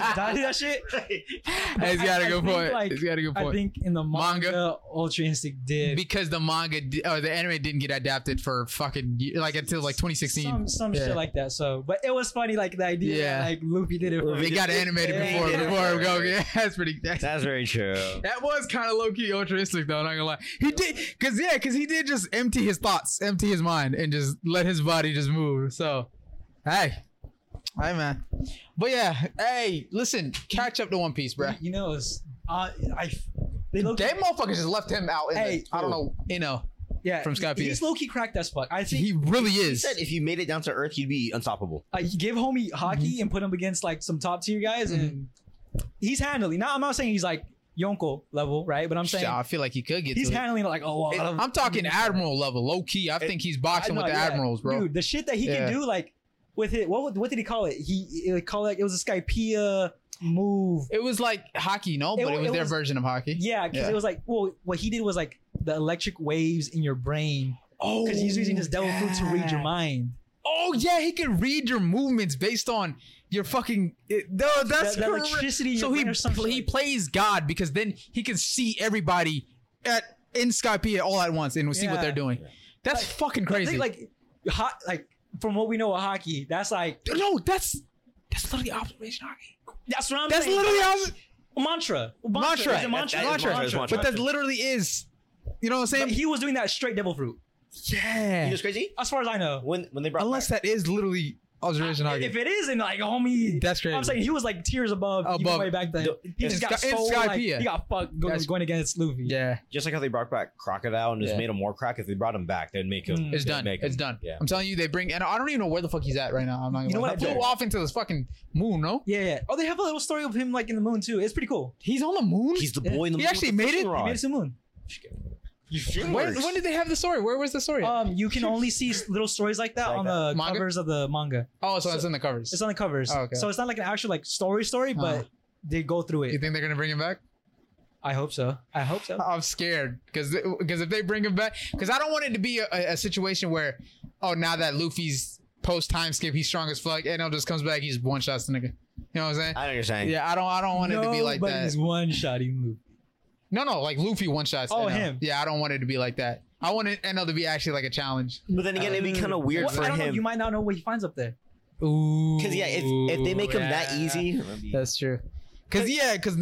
Speaker 1: *laughs*
Speaker 3: I do that shit?
Speaker 1: It's got a
Speaker 3: I
Speaker 1: good
Speaker 3: think,
Speaker 1: point.
Speaker 3: like,
Speaker 1: it's got a good
Speaker 3: I
Speaker 1: point.
Speaker 3: think in the
Speaker 1: Manga.
Speaker 3: manga, Ultra Instinct did
Speaker 1: Because the manga di- or the anime didn't get adapted for fucking ye- like until like 2016.
Speaker 3: some some
Speaker 1: Yeah.
Speaker 3: shit like that. So, but it was funny, like the idea,
Speaker 1: Yeah.
Speaker 3: that, like Luffy did it. For,
Speaker 1: they got animated
Speaker 3: Yeah,
Speaker 1: before
Speaker 3: yeah.
Speaker 1: before go. Yeah, *laughs* that's pretty. That's,
Speaker 2: That's very true.
Speaker 1: that was kind of low key altruistic though. Not gonna lie, he did because yeah, because he did just empty his thoughts, empty his mind, and just let his body just move. So, hey, hey man, but yeah, hey, listen, catch up to One Piece, bruh.
Speaker 3: you know, it's uh, I they look.
Speaker 1: They motherfuckers just left him out. In
Speaker 3: Hey,
Speaker 1: the, I don't know, you know,
Speaker 3: yeah,
Speaker 1: from Skypiea.
Speaker 3: He's low key cracked as fuck. I think
Speaker 1: he really
Speaker 2: He
Speaker 1: is.
Speaker 2: said if you made it down to Earth, you'd be unstoppable.
Speaker 3: like you give homie hockey
Speaker 1: Mm-hmm.
Speaker 3: and put him against like some top tier guys and he's handling. Now I'm not saying he's like Yonko level, right? But I'm saying
Speaker 1: Shit, I feel like he could get.
Speaker 3: he's
Speaker 1: to it.
Speaker 3: handling like a lot of.
Speaker 1: I'm talking admiral level, low key. I
Speaker 2: It-
Speaker 1: think he's boxing
Speaker 3: I
Speaker 1: with
Speaker 3: know,
Speaker 1: the
Speaker 3: yeah.
Speaker 1: admirals, bro.
Speaker 3: Dude, the shit that he
Speaker 1: Yeah.
Speaker 3: can do, like with it, what what did he call it? He, he called it. It was a Skypea move.
Speaker 1: It was like hockey, no,
Speaker 3: It
Speaker 1: but it,
Speaker 3: wa-
Speaker 1: was
Speaker 3: it
Speaker 1: their
Speaker 3: was-
Speaker 1: version of hockey.
Speaker 3: Yeah, because
Speaker 1: Yeah.
Speaker 3: it was like, well, what he did was like the electric waves in your brain
Speaker 1: Oh,
Speaker 3: because he's using his devil fruit to read your mind.
Speaker 1: Oh yeah, he can read your movements based on your fucking. It, no, that's
Speaker 3: the, the
Speaker 1: correct.
Speaker 3: electricity. In
Speaker 1: So
Speaker 3: your
Speaker 1: he
Speaker 3: brain or some
Speaker 1: pl-
Speaker 3: shit
Speaker 1: he
Speaker 3: like-
Speaker 1: plays God because then he can see everybody at in Skype all at once and we see what
Speaker 3: Yeah.
Speaker 1: they're doing. That's
Speaker 3: Like,
Speaker 1: fucking
Speaker 3: I think,
Speaker 1: crazy.
Speaker 3: Like, hot, like from what we know of hockey, that's like
Speaker 1: no, that's that's literally observation hockey.
Speaker 3: that's what I'm
Speaker 1: That's
Speaker 3: saying.
Speaker 1: literally obs-
Speaker 3: mantra.
Speaker 1: mantra.
Speaker 3: Is
Speaker 2: That- that
Speaker 3: it mantra?
Speaker 2: is
Speaker 1: Mantra.
Speaker 2: mantra, it's
Speaker 1: But that
Speaker 2: mantra.
Speaker 1: literally is, you know what I'm saying?
Speaker 3: But he was doing that straight devil fruit,
Speaker 1: yeah.
Speaker 2: You know what's crazy?
Speaker 3: as far as I know.
Speaker 2: When when they brought
Speaker 1: Unless
Speaker 2: back,
Speaker 1: that is literally Observation Hockey.
Speaker 3: If it is, and like, homie,
Speaker 1: That's crazy.
Speaker 3: I'm saying he was like tears above, even
Speaker 1: Above.
Speaker 3: way back then.
Speaker 2: The-
Speaker 3: He just
Speaker 1: Sky-
Speaker 3: got
Speaker 1: in
Speaker 3: so
Speaker 1: Sky
Speaker 3: like,
Speaker 1: Pia.
Speaker 3: he got fucked going,
Speaker 1: Yes.
Speaker 3: going against Luffy.
Speaker 1: yeah,
Speaker 2: Just like how they brought back Crocodile and just
Speaker 1: Yeah.
Speaker 2: made him more crack. If they brought him back, they'd make him.
Speaker 3: Mm.
Speaker 1: it's
Speaker 2: they'd
Speaker 1: done.
Speaker 2: make him.
Speaker 1: It's done.
Speaker 2: Yeah.
Speaker 1: I'm telling you, they bring and I don't even know where the fuck he's at right now. I'm not. Gonna
Speaker 3: You know
Speaker 1: lie.
Speaker 3: what?
Speaker 1: He flew
Speaker 2: Yeah.
Speaker 1: off into this fucking moon. No,
Speaker 3: Yeah, yeah. Oh, they have a little story of him like in the moon too. It's pretty cool.
Speaker 1: he's on the moon.
Speaker 2: He's the
Speaker 3: Yeah.
Speaker 2: boy in the
Speaker 1: He
Speaker 2: moon
Speaker 1: actually
Speaker 2: with the
Speaker 1: made it?
Speaker 2: fishing
Speaker 1: He
Speaker 3: He
Speaker 2: rod.
Speaker 3: made it to the moon.
Speaker 1: when, when did they have the story? Where was the story? at?
Speaker 3: Um, you can
Speaker 2: *laughs*
Speaker 3: only see s- little stories like that
Speaker 2: Like
Speaker 3: on
Speaker 2: that.
Speaker 3: the
Speaker 1: Manga?
Speaker 3: covers of the manga.
Speaker 1: oh, so, it's in the covers.
Speaker 3: It's on the covers,
Speaker 1: Oh, okay.
Speaker 3: so it's not like an actual like story story, but they go through
Speaker 1: You
Speaker 3: it.
Speaker 1: think they're gonna bring him back?
Speaker 3: I hope so. I hope so.
Speaker 1: I'm scared because because if they bring him back, because I don't want it to be a, a, a situation where, oh, now that Luffy's post time skip, he's strong as fuck, and just comes back, he's one shots the nigga. You know what I'm saying?
Speaker 2: I know what you're saying.
Speaker 1: yeah, I don't I don't want it to be like that.
Speaker 3: Nobody's one shotting Luffy.
Speaker 1: No, no, like Luffy one shots. Eno.
Speaker 3: Oh, him.
Speaker 1: Yeah, I don't want it to be like that. I want it Eno to be actually like a challenge.
Speaker 2: But then again, it'd be kind of weird
Speaker 3: Well,
Speaker 2: for
Speaker 3: I don't Know, you
Speaker 2: him.
Speaker 3: might not know what he finds up there.
Speaker 1: Ooh.
Speaker 2: Because yeah, if, if they make him that
Speaker 1: yeah.
Speaker 2: easy,
Speaker 1: That's true. Cause yeah, cause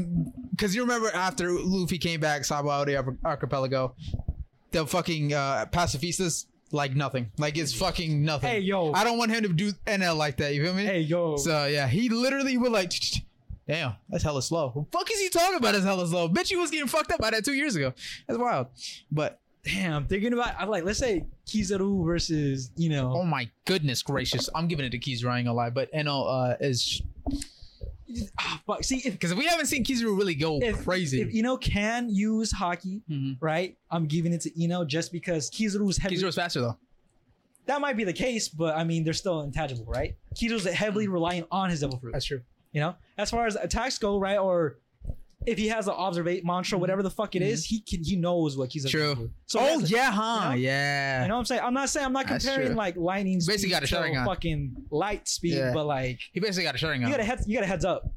Speaker 1: cause you remember after Luffy came back, Sabo the Arch- archipelago, the fucking uh, pacifistas like nothing, like it's fucking nothing.
Speaker 3: Hey yo.
Speaker 1: I don't want him to do NL like that. You feel me?
Speaker 3: hey yo.
Speaker 1: So yeah, he literally would like, damn, that's hella slow. What fuck is he talking about? That's hella slow. Bitch, he was getting fucked up by that two years ago. That's wild. But
Speaker 3: Damn, I'm thinking about. I'm like, let's say Kizaru versus you know.
Speaker 1: oh my goodness gracious, I'm giving it to Kizaru. I ain't gonna lie, but NL uh, is
Speaker 3: Ah, fuck. See if
Speaker 1: because we haven't seen Kizaru really go
Speaker 3: If-
Speaker 1: Oh. crazy.
Speaker 3: if Ino can use hockey,
Speaker 1: Mhm.
Speaker 3: right? I'm giving it to Ino just because Kizaru's heavy.
Speaker 1: Kizaru's faster though.
Speaker 3: That might be the case, but I mean, they're still intangible, right? Kizaru's heavily reliant on his devil fruit.
Speaker 1: That's true.
Speaker 3: You know, as far as attacks go, right? Or if he has an observate mantra, whatever the fuck it
Speaker 1: Mhm.
Speaker 3: is, he can he knows what Kizaru.
Speaker 1: True.
Speaker 3: can do. So
Speaker 1: oh
Speaker 3: that's-
Speaker 1: yeah, huh?
Speaker 3: you know?
Speaker 1: Yeah.
Speaker 3: You know what I'm saying? I'm not saying I'm not
Speaker 1: That's
Speaker 3: comparing
Speaker 1: true.
Speaker 3: like lightning speed
Speaker 1: Basically got a
Speaker 3: to
Speaker 1: Sharingan.
Speaker 3: fucking light speed,
Speaker 1: Yeah.
Speaker 3: but like
Speaker 1: he basically got a Sharingan.
Speaker 3: you got a head, you got a heads up.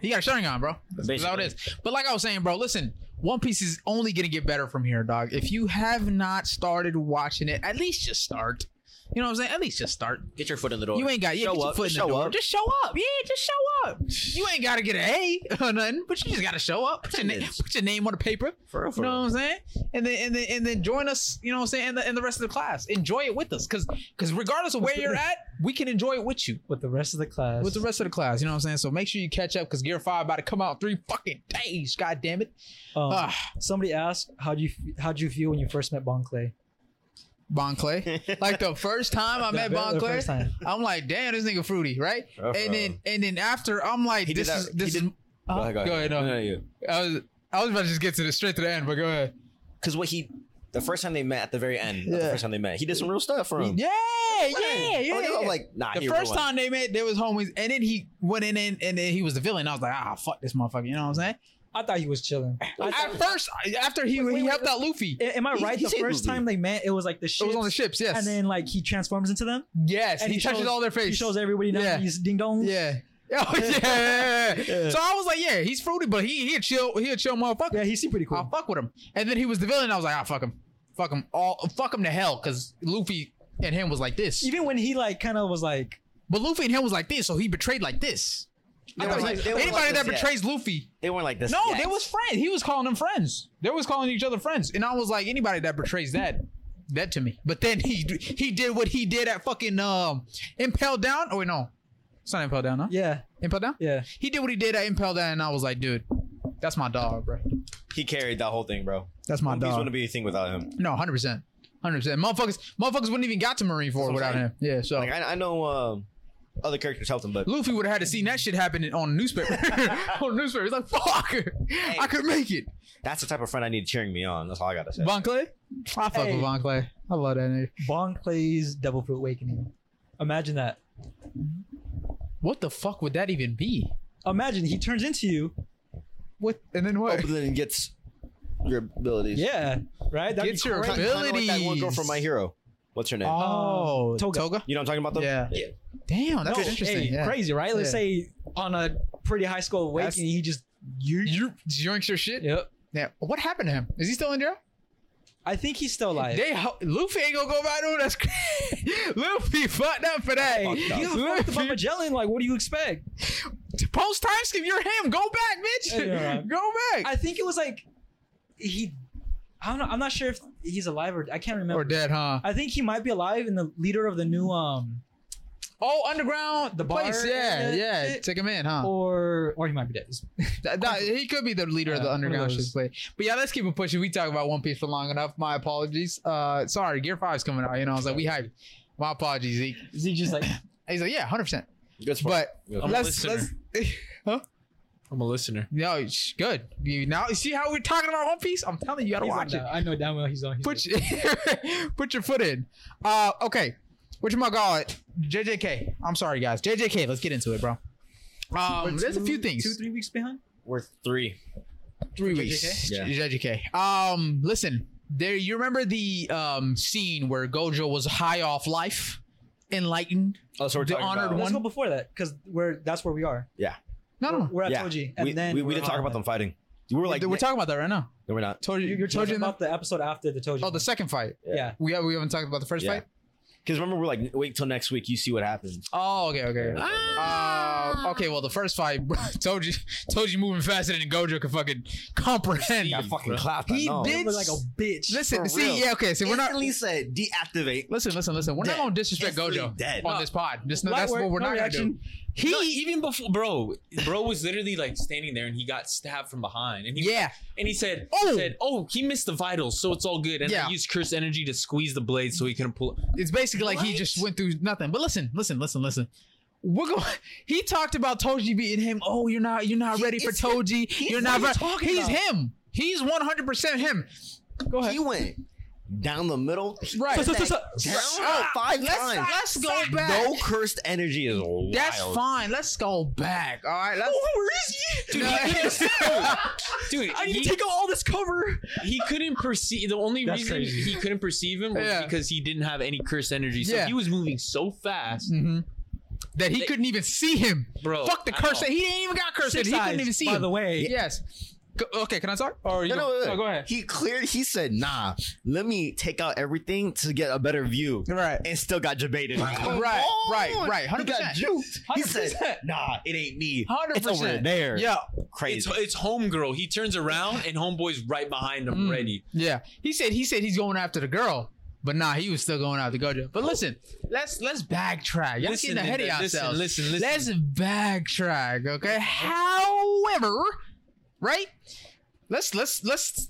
Speaker 1: he got a Sharingan, bro. That's how it is. But like I was saying, bro, listen, One Piece is only gonna get better from here, dog. If you have not started watching it, at least just start. You know what I'm saying? At least just start.
Speaker 2: get your foot in the door.
Speaker 1: You ain't got yeah,
Speaker 2: Show
Speaker 1: get your
Speaker 2: up.
Speaker 1: foot
Speaker 2: Just
Speaker 1: in the
Speaker 2: show
Speaker 1: door.
Speaker 2: up.
Speaker 1: Just show up. Yeah, just show up. You ain't gotta get an A *laughs* or nothing, but you just gotta show up. Put your, na-
Speaker 2: Attendance.
Speaker 1: put your name on the paper.
Speaker 2: for real,
Speaker 1: You
Speaker 2: for
Speaker 1: know
Speaker 2: real.
Speaker 1: what I'm saying? And then and then and then join us, you know what I'm saying, and the, and the rest of the class. Enjoy it with us. Cause cause regardless of where you're at, we can enjoy it with you.
Speaker 3: With the rest of the class,
Speaker 1: with the rest of the class. You know what I'm saying? So make sure you catch up because Gear Five about to come out in three fucking days. God damn it!
Speaker 2: Oh.
Speaker 3: um,
Speaker 1: Ah,
Speaker 3: somebody asked how do you how do you feel when you first met Bon Clay?
Speaker 1: Bon Clay. *laughs* Like the first time I
Speaker 3: The
Speaker 1: met
Speaker 3: very
Speaker 1: Bon Clay,
Speaker 3: first time.
Speaker 1: I'm like, damn, this nigga fruity, right?
Speaker 2: *laughs* For real.
Speaker 1: And then and then after, I'm like,
Speaker 2: Uh-huh. He did
Speaker 1: this
Speaker 2: that-
Speaker 1: is
Speaker 2: he
Speaker 1: this.
Speaker 2: did-
Speaker 1: is, Huh?
Speaker 2: Go ahead, go ahead.
Speaker 1: no.
Speaker 2: No, no, you.
Speaker 1: I was I was about to just get to the straight to the end, but go ahead.
Speaker 2: Because what he, the first time they met at the very end, not the
Speaker 1: Yeah.
Speaker 2: first time they met, he did some real stuff for him.
Speaker 1: Yeah, yeah,
Speaker 2: Right.
Speaker 1: yeah.
Speaker 2: Oh, they were
Speaker 1: yeah.
Speaker 2: like, nah,
Speaker 1: the
Speaker 2: he
Speaker 1: first
Speaker 2: ruined.
Speaker 1: time they met, there was homies, and then he went in and, and then he was the villain. I was like, ah, fuck this motherfucker. You know what I'm saying?
Speaker 3: I thought he was chilling. I
Speaker 1: At
Speaker 3: thought-
Speaker 1: first, after he
Speaker 3: Wait,
Speaker 1: he
Speaker 3: wait,
Speaker 1: helped out Luffy,
Speaker 3: A- Am I
Speaker 2: He-
Speaker 3: right?
Speaker 2: he
Speaker 3: the
Speaker 2: saved
Speaker 3: first
Speaker 2: Luffy.
Speaker 3: time they met, it was like the
Speaker 1: it
Speaker 3: ship,
Speaker 1: was on the ships. Yes,
Speaker 3: and then like he transforms into them.
Speaker 1: yes,
Speaker 3: and
Speaker 1: he,
Speaker 3: he
Speaker 1: touches
Speaker 3: shows-
Speaker 1: all their face.
Speaker 3: He shows everybody now
Speaker 1: Yeah.
Speaker 3: he's ding dong.
Speaker 1: Yeah. *laughs* Oh yeah. So I was like, yeah, he's fruity, but he he a chill, he a chill motherfucker.
Speaker 3: yeah, he seemed pretty
Speaker 1: I'll
Speaker 3: cool.
Speaker 1: fuck with him. And then he was the villain. I was like, ah, fuck him, fuck him all, fuck him to hell, because Luffy and him was like this.
Speaker 3: Even when he like kind of was like,
Speaker 1: But Luffy and him was like this, so he betrayed like this. I
Speaker 2: They
Speaker 1: thought
Speaker 2: were
Speaker 1: he-
Speaker 2: like- they were
Speaker 1: anybody
Speaker 2: like
Speaker 1: that
Speaker 2: this, yeah.
Speaker 1: betrays Luffy,
Speaker 2: They weren't like this.
Speaker 1: no,
Speaker 2: yet.
Speaker 1: they was friends. He was calling them friends. They was calling each other friends, and I was like, anybody that betrays that, that to me. But then he he did what he did at fucking um Impel Down. Oh wait, no, it's not Impel Down, huh?
Speaker 3: yeah,
Speaker 1: Impel Down.
Speaker 3: yeah.
Speaker 1: He did what he did at Impel Down, and I was like, dude, that's my dog, bro.
Speaker 2: He carried that whole thing, bro.
Speaker 1: That's my
Speaker 2: One Piece
Speaker 1: dog.
Speaker 2: wouldn't be a thing without him.
Speaker 1: no, hundred percent, hundred percent. Motherfuckers, motherfuckers wouldn't even got to Marine Four
Speaker 2: That's what
Speaker 1: without
Speaker 2: I'm saying.
Speaker 1: him. Yeah, so.
Speaker 2: Like I, I know um, other characters helped him, but
Speaker 1: Luffy would have had to see that shit happen on
Speaker 2: *laughs*
Speaker 1: newspaper. *laughs* on newspaper, he's like, "Fuck, I could make it."
Speaker 2: that's the type of friend I need cheering me on. That's all I gotta say.
Speaker 1: Von Clay, I fuck
Speaker 3: Hey.
Speaker 1: with Von Clay. I love that nigga.
Speaker 3: Bon Clay's Devil Fruit Awakening. Imagine that.
Speaker 1: What the fuck would that even be?
Speaker 3: Imagine he turns into you.
Speaker 1: What and then
Speaker 3: *laughs*
Speaker 1: what?
Speaker 2: Oh, then gets your abilities.
Speaker 3: Yeah, right. That'd
Speaker 1: Get
Speaker 3: be
Speaker 1: your
Speaker 3: crazy.
Speaker 1: ability.
Speaker 2: Kinda like that one girl from My Hero. What's her name?
Speaker 1: Oh,
Speaker 3: Uh,
Speaker 1: Toga.
Speaker 3: Toga.
Speaker 2: you know what I'm talking about? Though?
Speaker 1: Yeah. Damn, that's
Speaker 3: No,
Speaker 1: interesting.
Speaker 3: hey,
Speaker 1: yeah.
Speaker 3: Crazy, right? Let's
Speaker 1: Yeah.
Speaker 3: say on a pretty high school awakening,
Speaker 1: That's-
Speaker 3: he just you.
Speaker 1: You drinks your shit.
Speaker 3: Yep.
Speaker 1: Yeah. What happened to him? Is he still in jail?
Speaker 3: I think he's still alive.
Speaker 1: They ho- Luffy ain't gonna go back to him. That's crazy. *laughs* Luffy fucked up for that.
Speaker 2: Fucked up.
Speaker 3: He got fucked up by
Speaker 1: Luffy,
Speaker 3: Magellan. Like, what do you expect?
Speaker 1: post time skip, you're him. Go back, bitch.
Speaker 3: Yeah, right.
Speaker 1: *laughs* Go back.
Speaker 3: *laughs* I think it was like he. I don't know. I'm not sure if he's alive or I can't remember.
Speaker 1: or dead, huh?
Speaker 3: I think he might be alive, and the leader of the new um
Speaker 1: Oh, underground, the
Speaker 3: The
Speaker 1: place.
Speaker 3: bar
Speaker 1: Yeah,
Speaker 3: and
Speaker 1: yeah.
Speaker 3: shit?
Speaker 1: Take him in, huh?
Speaker 3: or or he might be dead.
Speaker 1: That- that- he could be the leader of
Speaker 3: Yeah,
Speaker 1: the
Speaker 3: one of
Speaker 1: underground
Speaker 3: those.
Speaker 1: shit play. But yeah, let's keep it pushing. We talked about One Piece for long enough. My apologies. Uh, sorry, Gear Five's coming out. You know, I was like, we hyped. My apologies, Zeke.
Speaker 3: Zeke just like
Speaker 1: He's like, yeah, hundred percent.
Speaker 2: Good sport.
Speaker 1: But
Speaker 2: Good
Speaker 4: I'm a
Speaker 1: let's let's.
Speaker 4: listener. I'm a listener.
Speaker 1: No, sh- good. You now you see how we're talking about One Piece. I'm telling you, you *laughs* gotta
Speaker 3: he's on
Speaker 1: watch it.
Speaker 3: that. I know damn well he's on. He's
Speaker 1: Put your, *laughs* put your foot in. Uh, okay. What you call it? JJK. I'm sorry, guys. JJK. Let's get into it, bro. Um,
Speaker 3: We're
Speaker 1: there's a few
Speaker 3: two-
Speaker 1: things.
Speaker 3: Two three weeks behind.
Speaker 2: We're three.
Speaker 1: three
Speaker 3: JJK?
Speaker 1: weeks.
Speaker 2: Yeah.
Speaker 1: JJK. Um, listen, there. You remember the um scene where Gojo was high off life, enlightened.
Speaker 2: Oh, so we're
Speaker 1: The
Speaker 2: talking
Speaker 1: honored
Speaker 2: about.
Speaker 1: one-
Speaker 3: Let's go before that because we're that's where we are.
Speaker 1: No, no.
Speaker 3: We're at
Speaker 2: Yeah.
Speaker 3: Toji, and
Speaker 2: we,
Speaker 3: then
Speaker 2: we, we
Speaker 3: we're
Speaker 2: didn't talk
Speaker 3: on-
Speaker 2: about them fighting. We were like,
Speaker 1: we're talking about that right now.
Speaker 2: no, we're not.
Speaker 1: Told you,
Speaker 3: You're talking
Speaker 1: and them-
Speaker 3: about the episode after the Toji.
Speaker 1: Oh, the second fight.
Speaker 3: yeah. yeah.
Speaker 1: We have, we haven't talked about the first
Speaker 2: Yeah.
Speaker 1: fight.
Speaker 2: Because remember, we're like, wait till next week. You see what happens.
Speaker 1: Oh, okay, okay.
Speaker 2: Yeah. Ah.
Speaker 1: Uh, okay, well, the first fight, bro, *laughs* told you, told you moving faster than Gojo could fucking comprehend.
Speaker 2: Yeah, I fucking clapped.
Speaker 1: He
Speaker 2: I know.
Speaker 1: did-
Speaker 3: It looked like a bitch.
Speaker 1: Listen,
Speaker 2: For
Speaker 1: see,
Speaker 2: real.
Speaker 1: yeah, okay. So we're not.
Speaker 2: Instantly said deactivate.
Speaker 1: Listen, listen, listen. We're not
Speaker 2: Dead.
Speaker 1: gonna disrespect
Speaker 2: Instantly
Speaker 1: Gojo
Speaker 2: dead.
Speaker 1: on this pod. Just no,
Speaker 3: Light
Speaker 1: that's
Speaker 3: work,
Speaker 1: what we're
Speaker 3: no
Speaker 1: not gonna do.
Speaker 3: reaction.
Speaker 1: He,
Speaker 4: No, even before, bro, bro was literally like standing there and he got stabbed from behind, and he
Speaker 1: yeah,
Speaker 4: and he said,
Speaker 1: Oh!
Speaker 4: "Oh, said, oh, he missed the vitals, so it's all good." And
Speaker 1: Yeah.
Speaker 4: I used curse energy to squeeze the blade so he couldn't pull.
Speaker 1: it's basically like he
Speaker 4: What?
Speaker 1: just went through nothing. But listen, listen, listen, listen. We're going. *laughs* He talked about Toji beating him. Oh, you're not, you're not
Speaker 2: He-
Speaker 1: ready for
Speaker 2: it's him.
Speaker 1: Toji.
Speaker 2: He's-
Speaker 1: You're
Speaker 2: what
Speaker 1: not.
Speaker 2: are you
Speaker 1: ready.
Speaker 2: talking
Speaker 1: He's
Speaker 2: about?
Speaker 1: him. He's 100 percent him. Go ahead.
Speaker 2: He went down the middle. He
Speaker 1: Right.
Speaker 2: put
Speaker 1: So-
Speaker 2: that
Speaker 1: so-
Speaker 2: down
Speaker 1: Stop.
Speaker 2: oh, five
Speaker 1: Let's-
Speaker 2: times.
Speaker 1: let's go back.
Speaker 2: No cursed energy is wild.
Speaker 1: That's fine. Let's go back. All right. Let's.
Speaker 3: where is he?
Speaker 4: Dude,
Speaker 1: *laughs*
Speaker 4: he couldn't, dude,
Speaker 3: I need
Speaker 4: he,
Speaker 3: to take out all this cover.
Speaker 4: he couldn't perceive. The only
Speaker 3: That's
Speaker 4: reason
Speaker 3: crazy.
Speaker 4: he couldn't perceive him was
Speaker 1: Yeah.
Speaker 4: because he didn't have any curse energy. So
Speaker 1: Yeah.
Speaker 4: he was moving so fast,
Speaker 1: Mhm. That he
Speaker 4: They-
Speaker 1: couldn't even see him.
Speaker 4: bro.
Speaker 1: Fuck the
Speaker 4: I
Speaker 1: curse.
Speaker 4: know.
Speaker 1: He didn't even got cursed. He
Speaker 3: Six eyes,
Speaker 1: couldn't even see
Speaker 3: By
Speaker 1: him.
Speaker 3: the way,
Speaker 1: Yes. Go- okay, can I talk? Or you
Speaker 2: No, no,
Speaker 1: go-
Speaker 2: wait, wait.
Speaker 1: go ahead.
Speaker 2: He cleared. He said, "Nah, let me take out everything to get a better view,"
Speaker 1: Right.
Speaker 2: and still got debated.
Speaker 1: Right, right, right.
Speaker 2: He got
Speaker 1: 100%.
Speaker 2: juked. He said,
Speaker 1: 100%.
Speaker 2: "Nah, it ain't me.
Speaker 1: 100%.
Speaker 2: It's over there."
Speaker 1: Yeah,
Speaker 4: It's,
Speaker 2: crazy.
Speaker 4: it's homegirl. He turns around and homeboy's right behind him,
Speaker 1: Mm.
Speaker 4: ready.
Speaker 1: yeah. He said he said he's going after the girl, but nah, he was still going after Gojo. But listen, let's let's backtrack. Y'all
Speaker 4: Listen,
Speaker 1: getting ahead of
Speaker 4: Linda, listen,
Speaker 1: yourselves.
Speaker 4: listen, listen.
Speaker 1: Let's backtrack, okay? However, right? Let's let's let's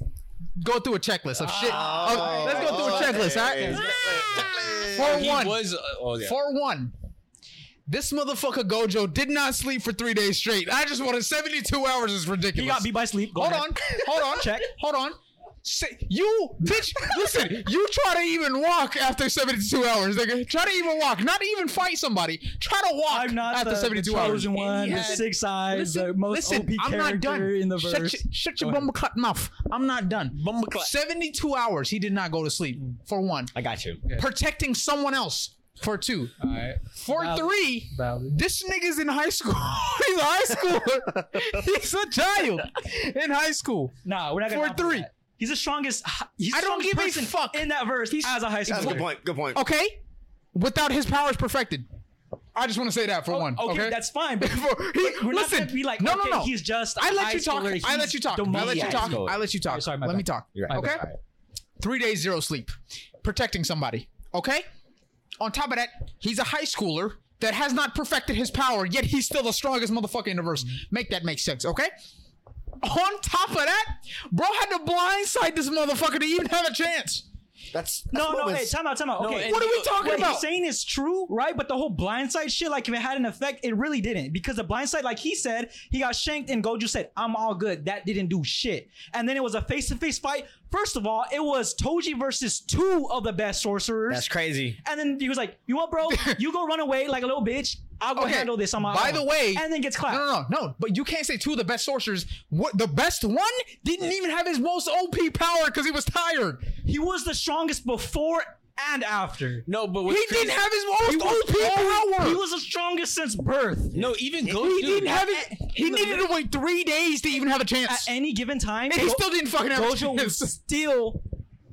Speaker 1: go through a checklist of shit.
Speaker 2: Oh,
Speaker 1: Oh, let's go through a checklist, all right?
Speaker 4: *laughs*
Speaker 2: Checklist.
Speaker 1: Four
Speaker 4: He
Speaker 1: one.
Speaker 4: was. uh, oh yeah.
Speaker 1: For one, this motherfucker Gojo did not sleep for three days straight. I just wanted 72 hours is
Speaker 3: he
Speaker 1: ridiculous.
Speaker 3: got beat by sleep. Go
Speaker 1: hold
Speaker 3: ahead.
Speaker 1: on, *laughs* hold on,
Speaker 3: Check.
Speaker 1: hold on. Say, you bitch, listen, you try to even walk after 72 hours, nigga. Try to even walk, not even fight somebody. Try to walk
Speaker 3: I'm not
Speaker 1: after
Speaker 3: the,
Speaker 1: 72
Speaker 3: the
Speaker 1: hours.
Speaker 3: chosen one,
Speaker 1: And he
Speaker 3: the
Speaker 1: had-
Speaker 3: six eyes, the most
Speaker 1: listen,
Speaker 3: OP character
Speaker 1: I'm not done.
Speaker 3: in the verse.
Speaker 1: Shut your, shut your
Speaker 3: Go ahead.
Speaker 1: bumble cut mouth. I'm not done.
Speaker 4: Bumble clap.
Speaker 1: 72 hours he did not go to sleep, for one.
Speaker 2: I got you.
Speaker 1: Protecting someone else, for two.
Speaker 3: All right.
Speaker 1: For
Speaker 3: Valid.
Speaker 1: three,
Speaker 3: Valid.
Speaker 1: this nigga's in high school. *laughs* He's a high school. *laughs* He's a child in high school.
Speaker 3: Nah, we're not gonna
Speaker 1: For
Speaker 3: knock him for
Speaker 1: three.
Speaker 3: that. He's the strongest. He's the
Speaker 1: I don't
Speaker 3: strongest
Speaker 1: give a
Speaker 3: person
Speaker 1: fuck.
Speaker 3: in that verse. He's as a high
Speaker 2: That's a
Speaker 3: schooler.
Speaker 2: good point. Good point.
Speaker 1: Okay? Without his powers perfected. I just want to say that for
Speaker 3: O-
Speaker 1: Oh, one.
Speaker 3: Oh, Okay,
Speaker 1: Okay.
Speaker 3: that's fine.
Speaker 1: *laughs*
Speaker 3: But
Speaker 1: For- he-
Speaker 3: we're not
Speaker 1: listen,
Speaker 3: gonna be like,
Speaker 1: no, no,
Speaker 3: okay,
Speaker 1: no.
Speaker 3: he's just. a
Speaker 1: I
Speaker 3: high
Speaker 1: let you talk.
Speaker 3: schooler.
Speaker 1: I let
Speaker 3: He's
Speaker 1: you talk.
Speaker 3: the
Speaker 1: I let you
Speaker 3: most-
Speaker 1: talk.
Speaker 2: Go.
Speaker 1: I let you talk.
Speaker 3: Sorry, my
Speaker 1: let
Speaker 3: bad.
Speaker 1: me talk.
Speaker 2: You're right.
Speaker 1: Okay?
Speaker 2: All right.
Speaker 1: Three days, zero sleep. Protecting somebody. Okay? On top of that, he's a high schooler that has not perfected his power, yet he's still the strongest motherfucker in the verse.
Speaker 3: Mm-hmm.
Speaker 1: Make that make sense, okay? On top of that, bro had to blindside this motherfucker to even have a chance.
Speaker 2: That's, that's
Speaker 3: No,
Speaker 2: what
Speaker 3: no,
Speaker 2: was-
Speaker 3: hey, time out, time out. Okay,
Speaker 4: and
Speaker 1: What are we talking
Speaker 3: what
Speaker 1: about?
Speaker 3: he's saying is true, right? But the whole blindside shit, like if it had an effect, it really didn't. Because the blindside, like he said, he got shanked and Goju said, I'm all good. That didn't do shit. And then it was a face-to-face fight. First of all, it was Toji versus two of the best sorcerers.
Speaker 2: That's crazy.
Speaker 3: and then he was like, You
Speaker 1: *laughs*
Speaker 3: what, bro? you go run away like a little bitch. I'll go
Speaker 1: Okay,
Speaker 3: handle this on my
Speaker 1: by
Speaker 3: own."
Speaker 1: the way-
Speaker 3: And then gets clapped.
Speaker 1: No, no, no, no. But you can't say two of the best sorcerers. What the best one didn't even have his most OP power because he was tired.
Speaker 3: He was the strongest before and after.
Speaker 4: No, but
Speaker 1: He
Speaker 4: what's crazy-
Speaker 1: didn't have his most OP power.
Speaker 3: He was the strongest since birth.
Speaker 4: No, even Gojo.
Speaker 1: He didn't have it. He
Speaker 3: in the
Speaker 1: needed to wait three days to even have a
Speaker 3: At
Speaker 1: chance.
Speaker 3: any given time,
Speaker 1: And he still didn't fucking have a
Speaker 3: Gojo was
Speaker 1: chance. *laughs*
Speaker 3: still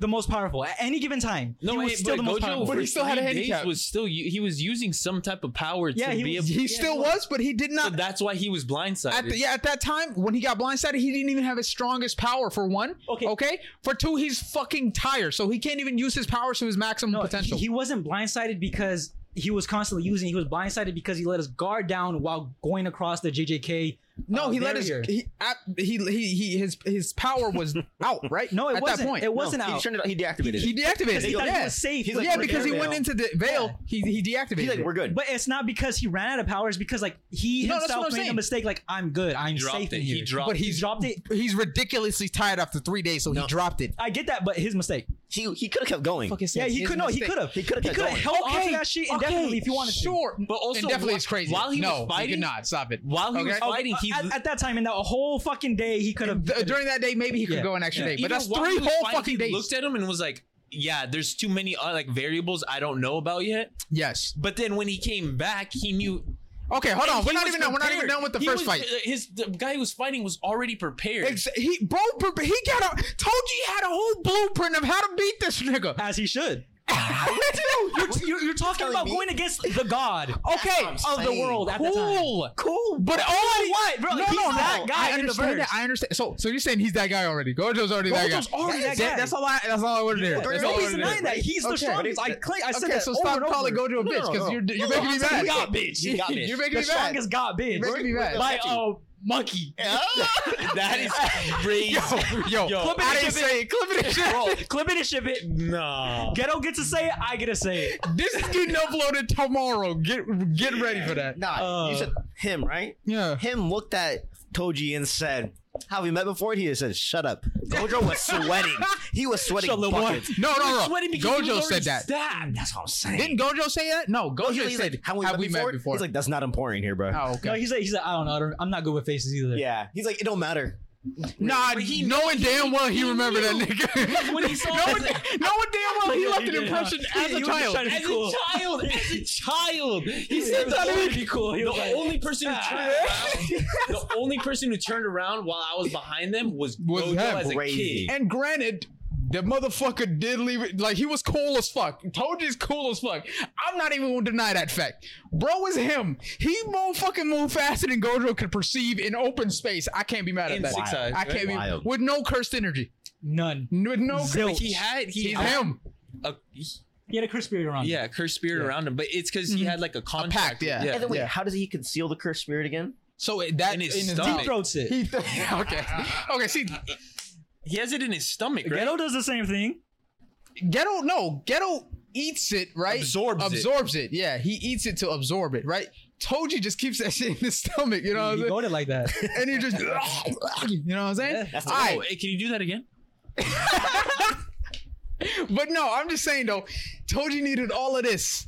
Speaker 3: the most powerful at any given time.
Speaker 4: No,
Speaker 3: he was
Speaker 4: hey,
Speaker 3: still the
Speaker 4: but
Speaker 3: most
Speaker 4: Gojo
Speaker 3: powerful.
Speaker 4: for
Speaker 1: But he still had a
Speaker 4: three days
Speaker 1: handicap.
Speaker 4: Was still u- he was using some type of power
Speaker 3: Yeah,
Speaker 4: to
Speaker 3: he
Speaker 4: be
Speaker 3: was-
Speaker 4: *laughs* able.
Speaker 1: He still was, but he did
Speaker 4: So
Speaker 1: not.
Speaker 4: that's why he was blindsided.
Speaker 1: At the, yeah, at that time when he got blindsided, he didn't even have his strongest power. For one,
Speaker 3: Okay.
Speaker 1: okay. For two, he's fucking tired, so he can't even use his powers to his maximum
Speaker 3: No,
Speaker 1: potential.
Speaker 3: He, he wasn't blindsided because he was constantly using. He was blindsided because he let his guard down while going across the JJK.
Speaker 1: No,
Speaker 3: uh,
Speaker 1: he let his
Speaker 3: barrier.
Speaker 1: he, I, he he he his his power was out, right?
Speaker 3: No, it
Speaker 1: At
Speaker 3: wasn't.
Speaker 1: that point.
Speaker 3: It wasn't
Speaker 2: He
Speaker 3: out.
Speaker 2: turned it. He deactivated it.
Speaker 1: he deactivated.
Speaker 3: Because he
Speaker 1: it.
Speaker 3: thought
Speaker 1: yeah.
Speaker 3: he was safe.
Speaker 2: He's like,
Speaker 1: yeah,
Speaker 2: we're
Speaker 1: because he
Speaker 2: air
Speaker 1: went
Speaker 2: mail.
Speaker 1: into the veil. He he deactivated.
Speaker 2: He's like,
Speaker 1: it.
Speaker 2: we're good.
Speaker 3: But it's not because he ran out of powers. Because like he
Speaker 1: No, that's what
Speaker 3: himself
Speaker 1: I'm
Speaker 3: made
Speaker 1: saying.
Speaker 3: a mistake. Like I'm good. I'm
Speaker 4: He dropped
Speaker 3: safe
Speaker 4: it.
Speaker 3: in
Speaker 4: He
Speaker 3: here.
Speaker 4: dropped
Speaker 1: but
Speaker 4: it.
Speaker 1: he's
Speaker 3: he dropped it.
Speaker 1: He's ridiculously tired after three days, so he dropped it.
Speaker 3: I get that, but his mistake.
Speaker 2: he he could have kept going.
Speaker 3: Yeah, he could. No, he could have.
Speaker 2: He could've
Speaker 3: He
Speaker 2: kept
Speaker 3: could have
Speaker 2: going.
Speaker 3: held on to that shit indefinitely if you wanted to.
Speaker 1: Sure,
Speaker 4: But also,
Speaker 1: and definitely
Speaker 4: wh-
Speaker 1: it's crazy.
Speaker 4: while he was
Speaker 1: no, he
Speaker 4: fighting-
Speaker 1: could not stop it.
Speaker 4: While he was
Speaker 1: Okay. Oh,
Speaker 4: fighting, he
Speaker 3: at, at that time in that whole fucking day, he could have.
Speaker 1: Th- during that day, maybe he could
Speaker 3: Yeah.
Speaker 1: go an extra
Speaker 3: Yeah.
Speaker 1: day, but
Speaker 4: even
Speaker 1: that's
Speaker 4: while
Speaker 1: three
Speaker 4: he was
Speaker 1: whole
Speaker 4: fighting,
Speaker 1: fucking
Speaker 4: he
Speaker 1: days.
Speaker 4: Looked at him and was like, "Yeah, there's too many uh, like variables I don't know about yet."
Speaker 1: yes.
Speaker 4: But then when he came back, he knew.
Speaker 1: Okay, hold
Speaker 4: and
Speaker 1: on.
Speaker 4: he
Speaker 1: We're not
Speaker 4: was
Speaker 1: even done. We're not even
Speaker 4: prepared.
Speaker 1: done with the
Speaker 4: He
Speaker 1: first
Speaker 4: was-
Speaker 1: fight.
Speaker 4: uh, His the guy who was fighting was already prepared.
Speaker 1: Ex- he bro, pre- he got a told you he had a whole blueprint of how to beat this nigga.
Speaker 3: as he should.
Speaker 1: *laughs* Dude,
Speaker 3: Uh, *laughs* You're, you're, you're talking
Speaker 2: telling
Speaker 3: about
Speaker 2: me?
Speaker 3: going against the god
Speaker 1: *laughs* okay,
Speaker 2: what I'm
Speaker 3: of the
Speaker 2: Saying.
Speaker 3: world at that time.
Speaker 1: cool, cool, but all
Speaker 3: Already- what, bro?
Speaker 1: No,
Speaker 3: He's
Speaker 1: no, no.
Speaker 3: that guy
Speaker 1: I
Speaker 3: in the
Speaker 1: understand
Speaker 3: verse.
Speaker 1: that. I understand. So, so you're saying he's that guy already? Gojo's already that guy.
Speaker 3: Gojo's already that
Speaker 1: That-
Speaker 3: guy.
Speaker 1: That's all I. That's all I wanted to hear.
Speaker 2: Yeah,
Speaker 1: That's all I
Speaker 3: Nobody's
Speaker 1: wanted to
Speaker 3: denying
Speaker 1: hear.
Speaker 3: that. He's the
Speaker 1: Okay.
Speaker 3: strongest. I, cla- I said
Speaker 1: Okay,
Speaker 3: that
Speaker 1: so
Speaker 3: over
Speaker 1: stop
Speaker 3: and over.
Speaker 1: calling Gojo a
Speaker 3: No, no,
Speaker 1: bitch
Speaker 3: no,
Speaker 1: because
Speaker 3: no.
Speaker 1: you're you're
Speaker 3: No,
Speaker 1: making me
Speaker 3: I'm saying
Speaker 1: mad.
Speaker 3: He
Speaker 1: *laughs*
Speaker 3: got bitch.
Speaker 2: He got bitch.
Speaker 1: You're making
Speaker 3: The
Speaker 1: me mad.
Speaker 3: strongest got bitch.
Speaker 1: You're making me mad.
Speaker 3: Like oh monkey.
Speaker 4: that is
Speaker 1: *laughs*
Speaker 4: crazy.
Speaker 1: Yo, yo,
Speaker 4: Yo.
Speaker 1: clip it Oh, I didn't
Speaker 3: and ship it.
Speaker 1: say it. Clip it and ship
Speaker 3: Bro, *laughs*
Speaker 1: it.
Speaker 3: clip it and ship it.
Speaker 4: no.
Speaker 3: Ghetto gets to say it. I get to say it.
Speaker 1: This is getting uploaded tomorrow. Get get ready for that.
Speaker 2: Nah,
Speaker 3: Uh,
Speaker 2: you said him, right?
Speaker 1: Yeah.
Speaker 2: Him looked at Toji and said, "Have we met before?" He just said, "Shut up." Gojo was sweating. He was sweating
Speaker 4: Shut up, boy.
Speaker 2: buckets.
Speaker 1: No,
Speaker 4: He was
Speaker 1: no, no.
Speaker 4: sweating because he was
Speaker 1: Gojo
Speaker 4: already
Speaker 1: said that.
Speaker 4: stabbed.
Speaker 2: That's what I'm saying.
Speaker 1: Didn't Gojo say that? No, Gojo
Speaker 2: Gojo, he's
Speaker 1: said,
Speaker 2: like, "Have we, met, before? He's like, "That's not important here, bro."
Speaker 1: oh,
Speaker 3: No,
Speaker 1: okay.
Speaker 3: he's like he's like I don't know. I don't, I'm not good with faces either.
Speaker 2: Yeah, he's like, "It don't matter."
Speaker 1: Nah,
Speaker 4: But he-
Speaker 1: knowing damn well he,
Speaker 4: he
Speaker 1: remembered
Speaker 4: knew.
Speaker 1: that nigga. *laughs*
Speaker 4: When he saw
Speaker 1: no,
Speaker 4: him,
Speaker 1: one, no one damn well he
Speaker 3: Yeah,
Speaker 1: left
Speaker 3: he
Speaker 1: an
Speaker 3: did, huh?
Speaker 1: impression as
Speaker 3: He
Speaker 1: a
Speaker 3: was just trying
Speaker 1: child.
Speaker 3: to
Speaker 4: as
Speaker 3: cool.
Speaker 4: a child, as a child, he
Speaker 3: He
Speaker 4: said
Speaker 3: was trying
Speaker 4: that
Speaker 3: to be cool. He
Speaker 4: the
Speaker 3: was like,
Speaker 4: only person who turned around, the only person who turned around while I was behind them was,
Speaker 1: Was
Speaker 4: Gojo
Speaker 1: him.
Speaker 4: as a
Speaker 2: Crazy.
Speaker 4: kid.
Speaker 1: And granted, the motherfucker did leave it. Like he was cool as fuck. Told you he's cool as fuck. I'm not even gonna deny that fact. Bro is him. He motherfucking moved faster than Gojo could perceive in open space. I can't be mad at
Speaker 4: In
Speaker 1: that.
Speaker 4: six eyes,
Speaker 1: I
Speaker 4: right?
Speaker 1: can't be
Speaker 2: Wild.
Speaker 1: with no cursed energy.
Speaker 3: none.
Speaker 1: With no
Speaker 3: Zilch.
Speaker 1: cursed.
Speaker 4: He had he
Speaker 1: He's
Speaker 4: had
Speaker 1: him.
Speaker 4: a
Speaker 3: He had a Chris Spirit around.
Speaker 4: yeah a cursed spirit
Speaker 3: Yeah.
Speaker 4: around him, but it's because he had like a contract.
Speaker 1: pact, yeah.
Speaker 2: And then wait,
Speaker 1: Yeah.
Speaker 2: how does he conceal the cursed spirit again?
Speaker 1: So it- that
Speaker 4: In his
Speaker 3: Deep
Speaker 4: stomach.
Speaker 3: throats it.
Speaker 1: He *laughs* okay. Okay, see,
Speaker 4: He has it in his stomach, right?
Speaker 3: Ghetto does the same thing.
Speaker 1: Ghetto, no, Ghetto eats it, right?
Speaker 4: Absorbs it.
Speaker 1: Absorbs it. Yeah, he eats it to absorb it, right? Toji just keeps that *laughs* shit in his stomach, you know what I'm
Speaker 3: He
Speaker 1: saying?
Speaker 3: goaded like
Speaker 1: *laughs*
Speaker 3: that.
Speaker 1: and you just, you know what I'm saying?
Speaker 3: Yeah.
Speaker 2: That's the
Speaker 1: All right,
Speaker 4: Oh, hey, can you do that again?
Speaker 1: but no, I'm just saying though, Toji needed all of this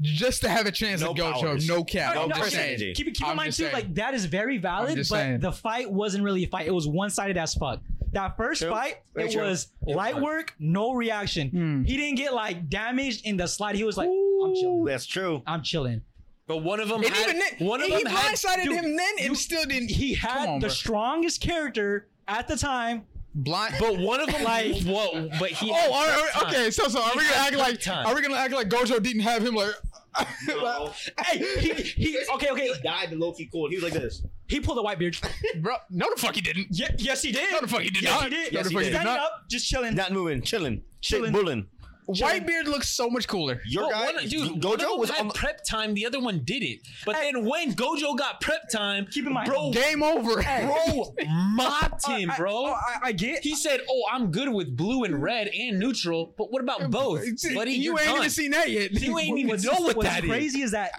Speaker 1: just to have a chance
Speaker 2: No
Speaker 1: at Gojo.
Speaker 2: powers.
Speaker 1: No cap.
Speaker 2: No
Speaker 1: I'm just
Speaker 2: powers.
Speaker 1: saying.
Speaker 2: energy.
Speaker 3: Keep, keep in
Speaker 1: I'm
Speaker 3: mind
Speaker 1: just
Speaker 3: too,
Speaker 1: saying.
Speaker 3: like that is very valid,
Speaker 1: I'm
Speaker 3: but
Speaker 1: just saying.
Speaker 3: the fight wasn't really a fight. It was one sided as fuck. That first
Speaker 2: True.
Speaker 3: fight,
Speaker 2: Very
Speaker 3: it
Speaker 2: true.
Speaker 3: was light work, no reaction.
Speaker 1: Hmm.
Speaker 3: He didn't get like damaged in the slide. He was like, I'm
Speaker 2: Ooh,
Speaker 3: chilling.
Speaker 2: that's true.
Speaker 3: I'm chilling.
Speaker 4: But one of them
Speaker 1: And
Speaker 4: had
Speaker 1: even then,
Speaker 4: one of
Speaker 1: he
Speaker 4: them had
Speaker 1: blindsided
Speaker 4: dude,
Speaker 1: him then and still didn't.
Speaker 3: He had
Speaker 1: Come on,
Speaker 3: the
Speaker 1: bro.
Speaker 3: strongest character at the time.
Speaker 1: blind.
Speaker 4: But one of them
Speaker 3: Like-
Speaker 4: like whoa, but he
Speaker 1: Oh, all right, all right, okay. So, so are we
Speaker 4: had
Speaker 1: gonna act
Speaker 4: prep
Speaker 1: like
Speaker 4: time.
Speaker 1: are we gonna act like Gojo didn't have him like? *laughs*
Speaker 3: Hey, he, he okay, okay.
Speaker 2: died low key cold. He was like this.
Speaker 3: He pulled a white beard.
Speaker 1: bro, no, the fuck he didn't.
Speaker 3: Ye- yes, he did.
Speaker 1: No, the fuck he did
Speaker 3: yes,
Speaker 1: not.
Speaker 3: he did.
Speaker 1: No,
Speaker 2: Yes,
Speaker 1: the
Speaker 2: he
Speaker 1: fuck
Speaker 2: did.
Speaker 1: he did
Speaker 3: Standing
Speaker 1: not.
Speaker 3: up, just chilling.
Speaker 2: Not moving, chilling,
Speaker 3: Chilling.
Speaker 2: chilling, bulling.
Speaker 1: Whitebeard looks so much cooler.
Speaker 2: Your
Speaker 4: But
Speaker 2: guy,
Speaker 4: one, Oh, dude, one of
Speaker 2: Gojo
Speaker 4: them
Speaker 2: was
Speaker 4: had
Speaker 2: on the,
Speaker 4: prep time. The other one didn't. But then when Gojo got prep time,
Speaker 3: Keep in mind-
Speaker 4: bro,
Speaker 1: Game over.
Speaker 4: bro, mopped him,
Speaker 3: I- oh,
Speaker 4: bro.
Speaker 3: I, I, I get.
Speaker 4: he said, "Oh, I'm good with blue and red and neutral, but what about both, buddy?
Speaker 1: you
Speaker 4: You're
Speaker 1: ain't
Speaker 4: done.
Speaker 1: even seen that yet.
Speaker 4: You ain't even
Speaker 3: what's-
Speaker 4: know what
Speaker 3: what's
Speaker 4: that is.
Speaker 3: crazy is that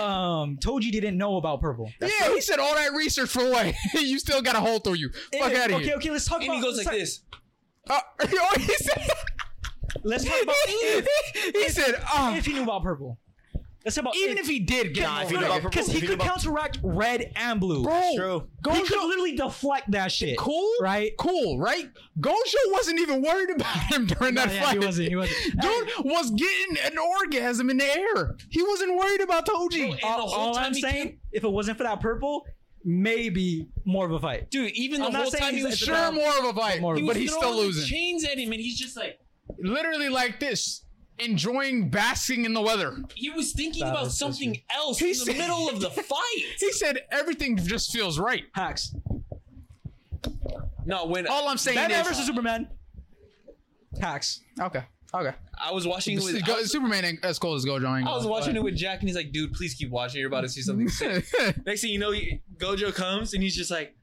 Speaker 3: um, Toji didn't know about purple.
Speaker 1: yeah, he said all that research for what? *laughs* you still got a hole through you. Fuck
Speaker 3: And-
Speaker 1: out of
Speaker 3: okay,
Speaker 1: here.
Speaker 3: okay, let's talk
Speaker 4: And
Speaker 3: about.
Speaker 4: he goes
Speaker 3: let's
Speaker 4: like
Speaker 3: talk-
Speaker 4: this.
Speaker 1: Uh, *laughs* oh, he said,
Speaker 3: Let's talk
Speaker 1: *laughs*
Speaker 3: about if,
Speaker 1: he said ah.
Speaker 3: if he knew about purple. Let's talk about
Speaker 1: even if he did get
Speaker 2: Nah, if he
Speaker 1: over it.
Speaker 2: knew about purple-
Speaker 3: because
Speaker 2: if
Speaker 3: he
Speaker 2: he knew
Speaker 3: could
Speaker 2: about-
Speaker 3: counteract red and blue.
Speaker 1: bro,
Speaker 2: True.
Speaker 3: he
Speaker 1: Gojo
Speaker 3: could literally deflect that shit.
Speaker 1: cool,
Speaker 3: right?
Speaker 1: Cool, right? Gojo wasn't even worried about him *laughs* during that
Speaker 3: Oh, yeah,
Speaker 1: fight.
Speaker 3: he wasn't.
Speaker 1: *laughs*
Speaker 3: He wasn't.
Speaker 1: Dude was getting an orgasm in the air. He wasn't worried about Toji.
Speaker 4: and the
Speaker 3: all,
Speaker 4: whole
Speaker 3: all
Speaker 4: time
Speaker 3: I'm
Speaker 4: he
Speaker 3: saying,
Speaker 4: kept-
Speaker 3: if it wasn't for that purple, maybe more of a fight.
Speaker 4: Dude, even the
Speaker 3: I'm not
Speaker 4: whole
Speaker 3: saying
Speaker 4: time he
Speaker 3: he's
Speaker 4: was
Speaker 3: at
Speaker 1: Sure,
Speaker 3: the uh,
Speaker 1: more of a fight,
Speaker 3: more of a-
Speaker 4: he was
Speaker 1: but he's still
Speaker 4: throwing
Speaker 1: losing.
Speaker 4: Chains at him, and he's just like
Speaker 1: Literally like this, enjoying basking in the weather.
Speaker 4: he was thinking
Speaker 3: That
Speaker 4: about
Speaker 3: was so
Speaker 4: something else
Speaker 1: He
Speaker 4: in the
Speaker 1: said-
Speaker 4: middle of the fight.
Speaker 1: He said everything just feels right.
Speaker 3: Hacks.
Speaker 4: No, when
Speaker 1: All I'm saying
Speaker 3: Batman
Speaker 1: is
Speaker 3: versus Superman. Hacks.
Speaker 1: okay. Okay.
Speaker 4: I was watching it with.
Speaker 1: Go- Superman ain't as cold as Gojo. Ain't
Speaker 4: I was
Speaker 1: gonna-
Speaker 4: watching it with Jack, and he's like, "Dude, please keep watching. You're about to see
Speaker 1: *laughs*
Speaker 4: something." sick." Next thing you know, you- Gojo comes, and he's just like,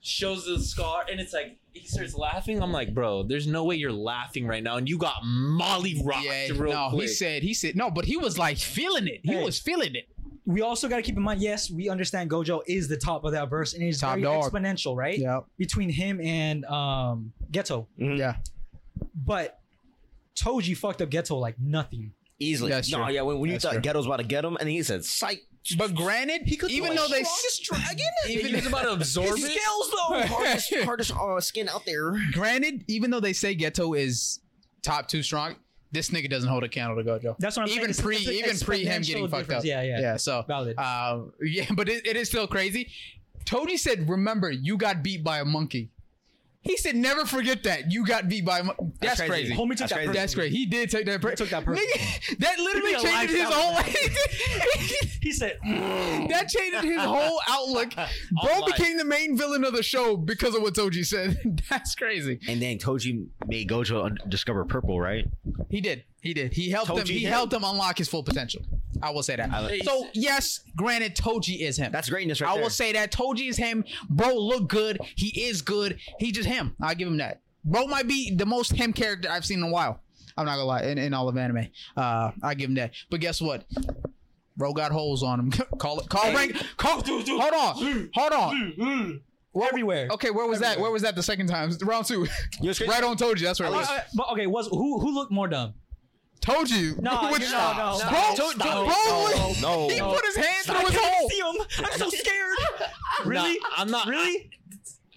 Speaker 4: shows the scar, and it's like he starts laughing. I'm like, "Bro, there's no way you're laughing right now, and you got molly rocked
Speaker 1: yeah.
Speaker 4: real
Speaker 1: No,
Speaker 4: quick."
Speaker 1: he said he said no, but he was like feeling it. He
Speaker 3: Hey.
Speaker 1: was feeling it.
Speaker 3: We also got to keep in mind, yes, we understand Gojo is the top of that verse and he's
Speaker 1: Top
Speaker 3: very
Speaker 1: dog.
Speaker 3: exponential, right?
Speaker 1: Yeah.
Speaker 3: Between him and um Ghetto.
Speaker 2: Mhm.
Speaker 1: Yeah.
Speaker 3: But Toji fucked up Ghetto like nothing.
Speaker 2: Easily.
Speaker 1: That's
Speaker 2: no,
Speaker 1: true.
Speaker 2: yeah. When, when you
Speaker 1: That's
Speaker 2: thought
Speaker 1: true.
Speaker 2: Ghetto's about to get him, and he said, "Psych."
Speaker 1: But *laughs* granted, even though they
Speaker 2: dragon,
Speaker 4: Even he's about to absorb
Speaker 2: His
Speaker 4: it.
Speaker 2: scales though, hardest, hardest uh, skin out there.
Speaker 1: granted, even though they say Ghetto is top two strong, this nigga doesn't hold a candle to Gojo.
Speaker 3: That's what I'm
Speaker 1: even
Speaker 3: saying.
Speaker 1: pre
Speaker 3: It's- it's an
Speaker 1: even pre him getting
Speaker 3: exponential
Speaker 1: fucked
Speaker 3: difference.
Speaker 1: up.
Speaker 3: Yeah, yeah.
Speaker 1: Yeah. So
Speaker 3: Valid.
Speaker 1: uh, *laughs* yeah, but it, it is still crazy. Tony said, "Remember, you got beat by a monkey." He said, "Never forget that you got beat by a monkey." That's, crazy.
Speaker 3: Homie took
Speaker 2: That's
Speaker 3: that
Speaker 2: crazy.
Speaker 1: That's great. He did take that. Per-
Speaker 3: took that personally.
Speaker 1: *laughs* Nigga, that literally
Speaker 3: He realized
Speaker 1: changed his
Speaker 3: that
Speaker 1: whole.
Speaker 3: was He said,
Speaker 1: *laughs* that changed his whole outlook. Bro
Speaker 4: life.
Speaker 1: became the main villain of the show because of what Toji said. *laughs* That's crazy.
Speaker 2: And then Toji made Gojo un- discover purple, right?
Speaker 1: He did. He did. He helped him.
Speaker 2: Toji
Speaker 1: He
Speaker 2: did.
Speaker 1: helped him unlock his full potential. I will say that.
Speaker 2: I like-
Speaker 1: so yes, granted, Toji is him.
Speaker 2: That's greatness, right
Speaker 1: I
Speaker 2: there.
Speaker 1: will say that Toji is him. Bro look good. He is good. He just him. I give him that. Bro might be the most him character I've seen in a while. I'm not gonna lie, in, in all of anime. Uh I give him that. But guess what? Bro got holes on him. *laughs* call it call rank call hold on. Hold on. What-
Speaker 3: everywhere.
Speaker 1: Okay, where was that? Where was that the second time? *laughs* Round two.
Speaker 2: You know what's crazy?
Speaker 1: right on Toji. That's where it
Speaker 3: Uh,
Speaker 1: was.
Speaker 3: uh, but okay, was who who looked
Speaker 1: *laughs*
Speaker 3: more dumb?
Speaker 1: Toji. *laughs*
Speaker 3: No,
Speaker 1: Which-
Speaker 3: you're- no, no, no.
Speaker 1: Bro,
Speaker 4: Stop,
Speaker 1: bro,
Speaker 2: no, no,
Speaker 1: he
Speaker 2: no.
Speaker 1: put his hand
Speaker 3: I
Speaker 1: through his
Speaker 3: can't
Speaker 1: hole.
Speaker 3: see him.
Speaker 1: *laughs*
Speaker 3: I'm so scared. really?
Speaker 4: Nah, I'm not.
Speaker 3: Really?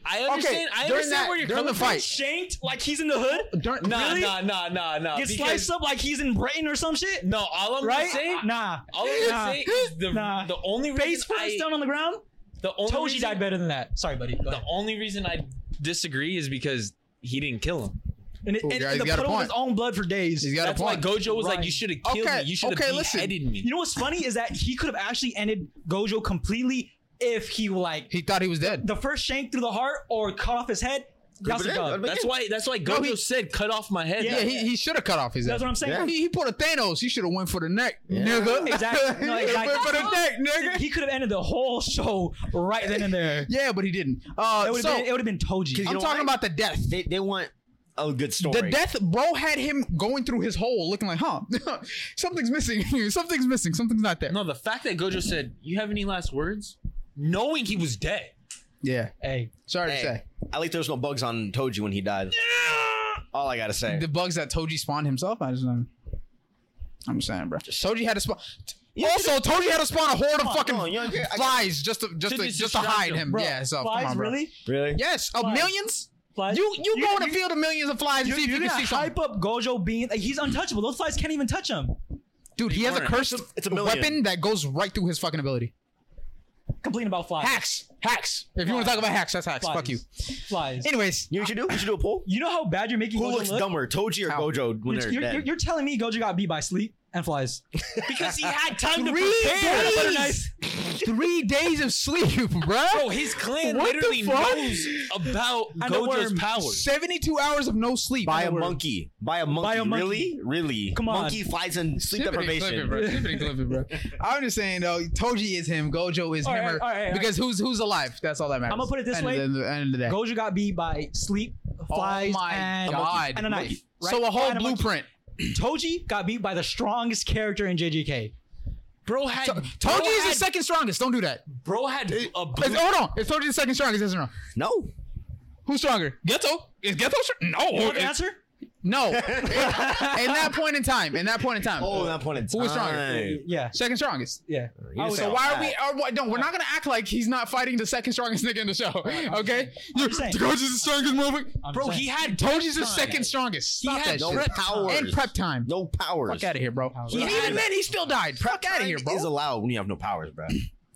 Speaker 4: I understand. I
Speaker 1: during
Speaker 4: understand
Speaker 1: that-
Speaker 4: where you're
Speaker 1: during
Speaker 4: coming
Speaker 1: the
Speaker 4: from.
Speaker 1: fight.
Speaker 3: Shanked like he's in the hood?
Speaker 1: During-
Speaker 4: Nah,
Speaker 3: Really?
Speaker 4: nah, nah, nah, nah.
Speaker 3: Get
Speaker 4: because-
Speaker 3: sliced up like he's in Britain or some shit?
Speaker 4: No, all I'm
Speaker 3: Right?
Speaker 4: gonna say.
Speaker 3: Nah.
Speaker 4: All I'm gonna
Speaker 3: Nah.
Speaker 4: say is the
Speaker 3: Nah.
Speaker 4: the only reason
Speaker 3: Face
Speaker 4: I,
Speaker 3: first down on the ground?
Speaker 4: the only
Speaker 3: Toji
Speaker 4: reason-
Speaker 3: died better than that. Sorry, buddy. Go
Speaker 4: The
Speaker 3: ahead.
Speaker 4: only reason I disagree is because he didn't kill him.
Speaker 3: And, it,
Speaker 1: Ooh,
Speaker 3: and,
Speaker 1: yeah,
Speaker 3: and
Speaker 1: he's
Speaker 3: the
Speaker 1: got a
Speaker 3: puddle of
Speaker 1: point.
Speaker 3: his own blood for days.
Speaker 1: He's got
Speaker 4: That's
Speaker 1: a
Speaker 4: why
Speaker 1: point.
Speaker 4: Gojo was like,
Speaker 3: Right.
Speaker 4: "You should have killed
Speaker 1: Okay,
Speaker 4: me. You should have
Speaker 1: okay, listen.
Speaker 4: beheaded me."
Speaker 3: you know what's funny is that he could have actually ended Gojo completely if he like
Speaker 1: he thought he was dead.
Speaker 3: the first shank through the heart or cut off his head. That's a
Speaker 2: been it.
Speaker 3: dub.
Speaker 4: that's why. That's why Gojo
Speaker 1: he-
Speaker 4: said, "Cut off my head."
Speaker 1: yeah, he, he should have cut off his head.
Speaker 3: That's what I'm saying.
Speaker 2: Yeah.
Speaker 1: He, he put a Thanos. He should have went for the neck,
Speaker 2: Yeah.
Speaker 1: nigga.
Speaker 3: *laughs* Exactly.
Speaker 1: *laughs*
Speaker 3: No,
Speaker 1: He
Speaker 3: exactly.
Speaker 1: went for the neck, nigga.
Speaker 3: He could have ended the whole show right then and there.
Speaker 1: *laughs* yeah, but he didn't. Uh,
Speaker 3: It would
Speaker 1: so
Speaker 3: have been, been, been Toji.
Speaker 2: you
Speaker 1: I'm
Speaker 2: know
Speaker 1: talking
Speaker 2: why?
Speaker 1: about the death.
Speaker 2: They, they want a good story.
Speaker 1: The death, bro, had him going through his hole, looking like, huh, *laughs* something's missing. something's missing. Something's not there.
Speaker 4: No, the fact that Gojo said, "You have any last words?" Knowing he was dead.
Speaker 1: Yeah.
Speaker 3: Hey,
Speaker 1: Sorry to
Speaker 2: Hey,
Speaker 1: say.
Speaker 2: I like there was no bugs on Toji when he died. All I gotta say.
Speaker 1: The bugs that Toji spawned himself, I just don't. I'm saying, bro. Toji had to spawn. also, Toji had to spawn a horde of fucking
Speaker 2: on, you don't care. I
Speaker 1: flies just to just
Speaker 4: To
Speaker 1: to,
Speaker 4: just
Speaker 1: just to
Speaker 4: distract
Speaker 1: hide
Speaker 4: him.
Speaker 1: him.
Speaker 3: bro,
Speaker 1: yeah, so
Speaker 3: flies
Speaker 1: come on, bro.
Speaker 3: really?
Speaker 2: really?
Speaker 1: Yes, of
Speaker 3: Flies.
Speaker 1: millions.
Speaker 3: Flies?
Speaker 1: You you go in
Speaker 3: you-
Speaker 1: a field of millions of flies and
Speaker 3: You're,
Speaker 1: see if you
Speaker 3: you're
Speaker 1: can
Speaker 3: gonna
Speaker 1: see something.
Speaker 3: hype up Gojo being like, he's untouchable. Those flies can't even touch him.
Speaker 1: Dude, he has a
Speaker 4: Warren.
Speaker 1: cursed
Speaker 2: It's a- it's a million.
Speaker 1: weapon that goes right through his fucking ability.
Speaker 3: Complain about flies.
Speaker 1: Hacks, hacks. If you want to
Speaker 3: Flies.
Speaker 1: talk about hacks, that's hacks.
Speaker 3: Flies.
Speaker 1: Fuck you.
Speaker 3: Flies.
Speaker 1: Anyways,
Speaker 2: You know what you should do? You should do a poll.
Speaker 3: You know how bad you're making
Speaker 2: Who
Speaker 3: Gojo
Speaker 2: looks
Speaker 3: look?
Speaker 2: dumber, Toji or
Speaker 1: How?
Speaker 2: Gojo when
Speaker 3: You're,
Speaker 2: they're
Speaker 3: you're-
Speaker 2: dead?
Speaker 3: you're- you're telling me Gojo got beat by sleep and flies.
Speaker 4: Because he
Speaker 3: *laughs*
Speaker 4: had time to
Speaker 1: Three
Speaker 4: prepare.
Speaker 1: days.
Speaker 4: What a nice-
Speaker 1: three days of sleep, *laughs* bro.
Speaker 2: Oh,
Speaker 4: Bro, his clan
Speaker 1: What the
Speaker 4: literally
Speaker 1: fuck?
Speaker 4: knows about
Speaker 3: And a
Speaker 4: Gojo's
Speaker 3: worm.
Speaker 4: powers.
Speaker 1: Seventy-two hours of no sleep.
Speaker 2: By a monkey. By a monkey.
Speaker 3: a monkey.
Speaker 2: Really? Really?
Speaker 3: Come on.
Speaker 2: Monkey flies in sleep
Speaker 1: Clip it,
Speaker 2: deprivation.
Speaker 1: clip it, bro. Clip it, clip
Speaker 3: *laughs*
Speaker 1: it, bro. I'm just saying though, Toji is him, Gojo is
Speaker 3: All
Speaker 1: him,
Speaker 3: right,
Speaker 1: or-
Speaker 3: all right, all right.
Speaker 1: because who's who's alive? That's all that matters.
Speaker 3: I'ma put it this
Speaker 1: end
Speaker 3: way.
Speaker 1: Of the, end of the day.
Speaker 3: *laughs* Gojo got beat by sleep, flies,
Speaker 1: oh my
Speaker 3: and,
Speaker 1: god!
Speaker 3: and a knife. right?
Speaker 1: So a whole
Speaker 3: And monkey.
Speaker 1: blueprint.
Speaker 3: Toji got beat by the strongest character in JJK.
Speaker 4: Bro had bro
Speaker 1: Toji is the
Speaker 4: had-
Speaker 1: second strongest. Don't do that.
Speaker 4: Bro had a blue-
Speaker 1: It's- hold on. It's Toji the second strongest. Isn't it?
Speaker 2: No.
Speaker 1: Who's stronger? Ghetto? Is Ghetto str- No.
Speaker 3: You want the
Speaker 1: It's-
Speaker 3: answer? *laughs*
Speaker 1: No. in that point in time. In that point in time.
Speaker 2: Oh, that point in time.
Speaker 1: Who is stronger?
Speaker 3: Yeah,
Speaker 1: Second strongest.
Speaker 3: yeah.
Speaker 2: You
Speaker 3: I
Speaker 2: just
Speaker 3: was-
Speaker 2: said
Speaker 3: so
Speaker 2: all
Speaker 1: Why are
Speaker 2: that.
Speaker 1: we? Are, why- no, we're not gonna act like he's not fighting the second strongest nigga in the show. Okay,
Speaker 3: I'm
Speaker 1: You-
Speaker 3: just saying.
Speaker 1: the coach is the strongest movie.
Speaker 3: I'm
Speaker 4: bro,
Speaker 3: just
Speaker 4: he
Speaker 3: saying.
Speaker 4: had
Speaker 1: Toji's the second strongest.
Speaker 4: He
Speaker 1: Stop
Speaker 4: had
Speaker 1: that
Speaker 2: no
Speaker 1: shit.
Speaker 2: powers.
Speaker 1: And prep time.
Speaker 2: No powers.
Speaker 1: Fuck out of here, bro.
Speaker 3: Yeah.
Speaker 1: And even then, he still died. Fuck out of here,
Speaker 2: Is
Speaker 1: bro.
Speaker 2: allowed when you have no powers, bro.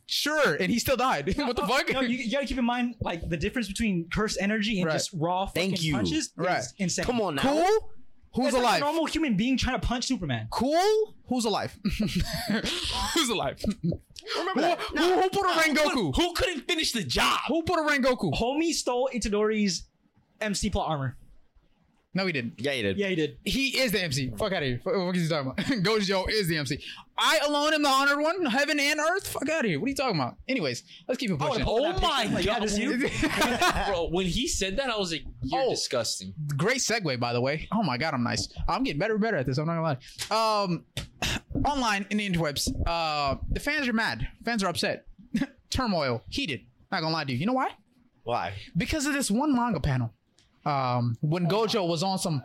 Speaker 1: Sure, and he still died. *laughs* what the fuck?
Speaker 3: No, Oh, you, you gotta keep in mind like the difference between cursed energy and
Speaker 1: Right.
Speaker 3: just raw fucking
Speaker 2: Thank you.
Speaker 3: punches.
Speaker 1: Right.
Speaker 3: is insane.
Speaker 2: Come on now.
Speaker 1: cool. Who's
Speaker 3: It's like
Speaker 1: alive?
Speaker 3: a normal human being trying to punch Superman.
Speaker 1: cool. Who's alive? Who's alive?
Speaker 2: Remember
Speaker 1: who,
Speaker 2: that.
Speaker 1: who, who put a Rengoku?
Speaker 4: Who couldn't finish the job?
Speaker 1: Who put a Rengoku?
Speaker 3: Homie stole Itadori's MC plot armor.
Speaker 1: No, he didn't.
Speaker 2: Yeah, you did.
Speaker 3: Yeah, he did.
Speaker 1: He is the MC. Fuck out of here. What what are you talking about? *laughs* Gojo is the MC. I alone am the honored one, heaven and earth. Fuck out of here. What are you talking about? Anyways, let's keep it pushing.
Speaker 4: Oh my
Speaker 3: Like, yeah,
Speaker 4: god,
Speaker 3: this you?
Speaker 4: bro! When he said that, I was like, "You're
Speaker 1: Oh.
Speaker 4: disgusting."
Speaker 1: *laughs* great segue by the way oh my god i'm nice i'm getting better and better at this i'm not gonna lie um *laughs* online in the interwebs uh the fans are mad fans are upset *laughs* turmoil heated not gonna lie to you you know why
Speaker 2: Why?
Speaker 1: because of this one manga panel um
Speaker 2: Oh,
Speaker 1: when gojo was on some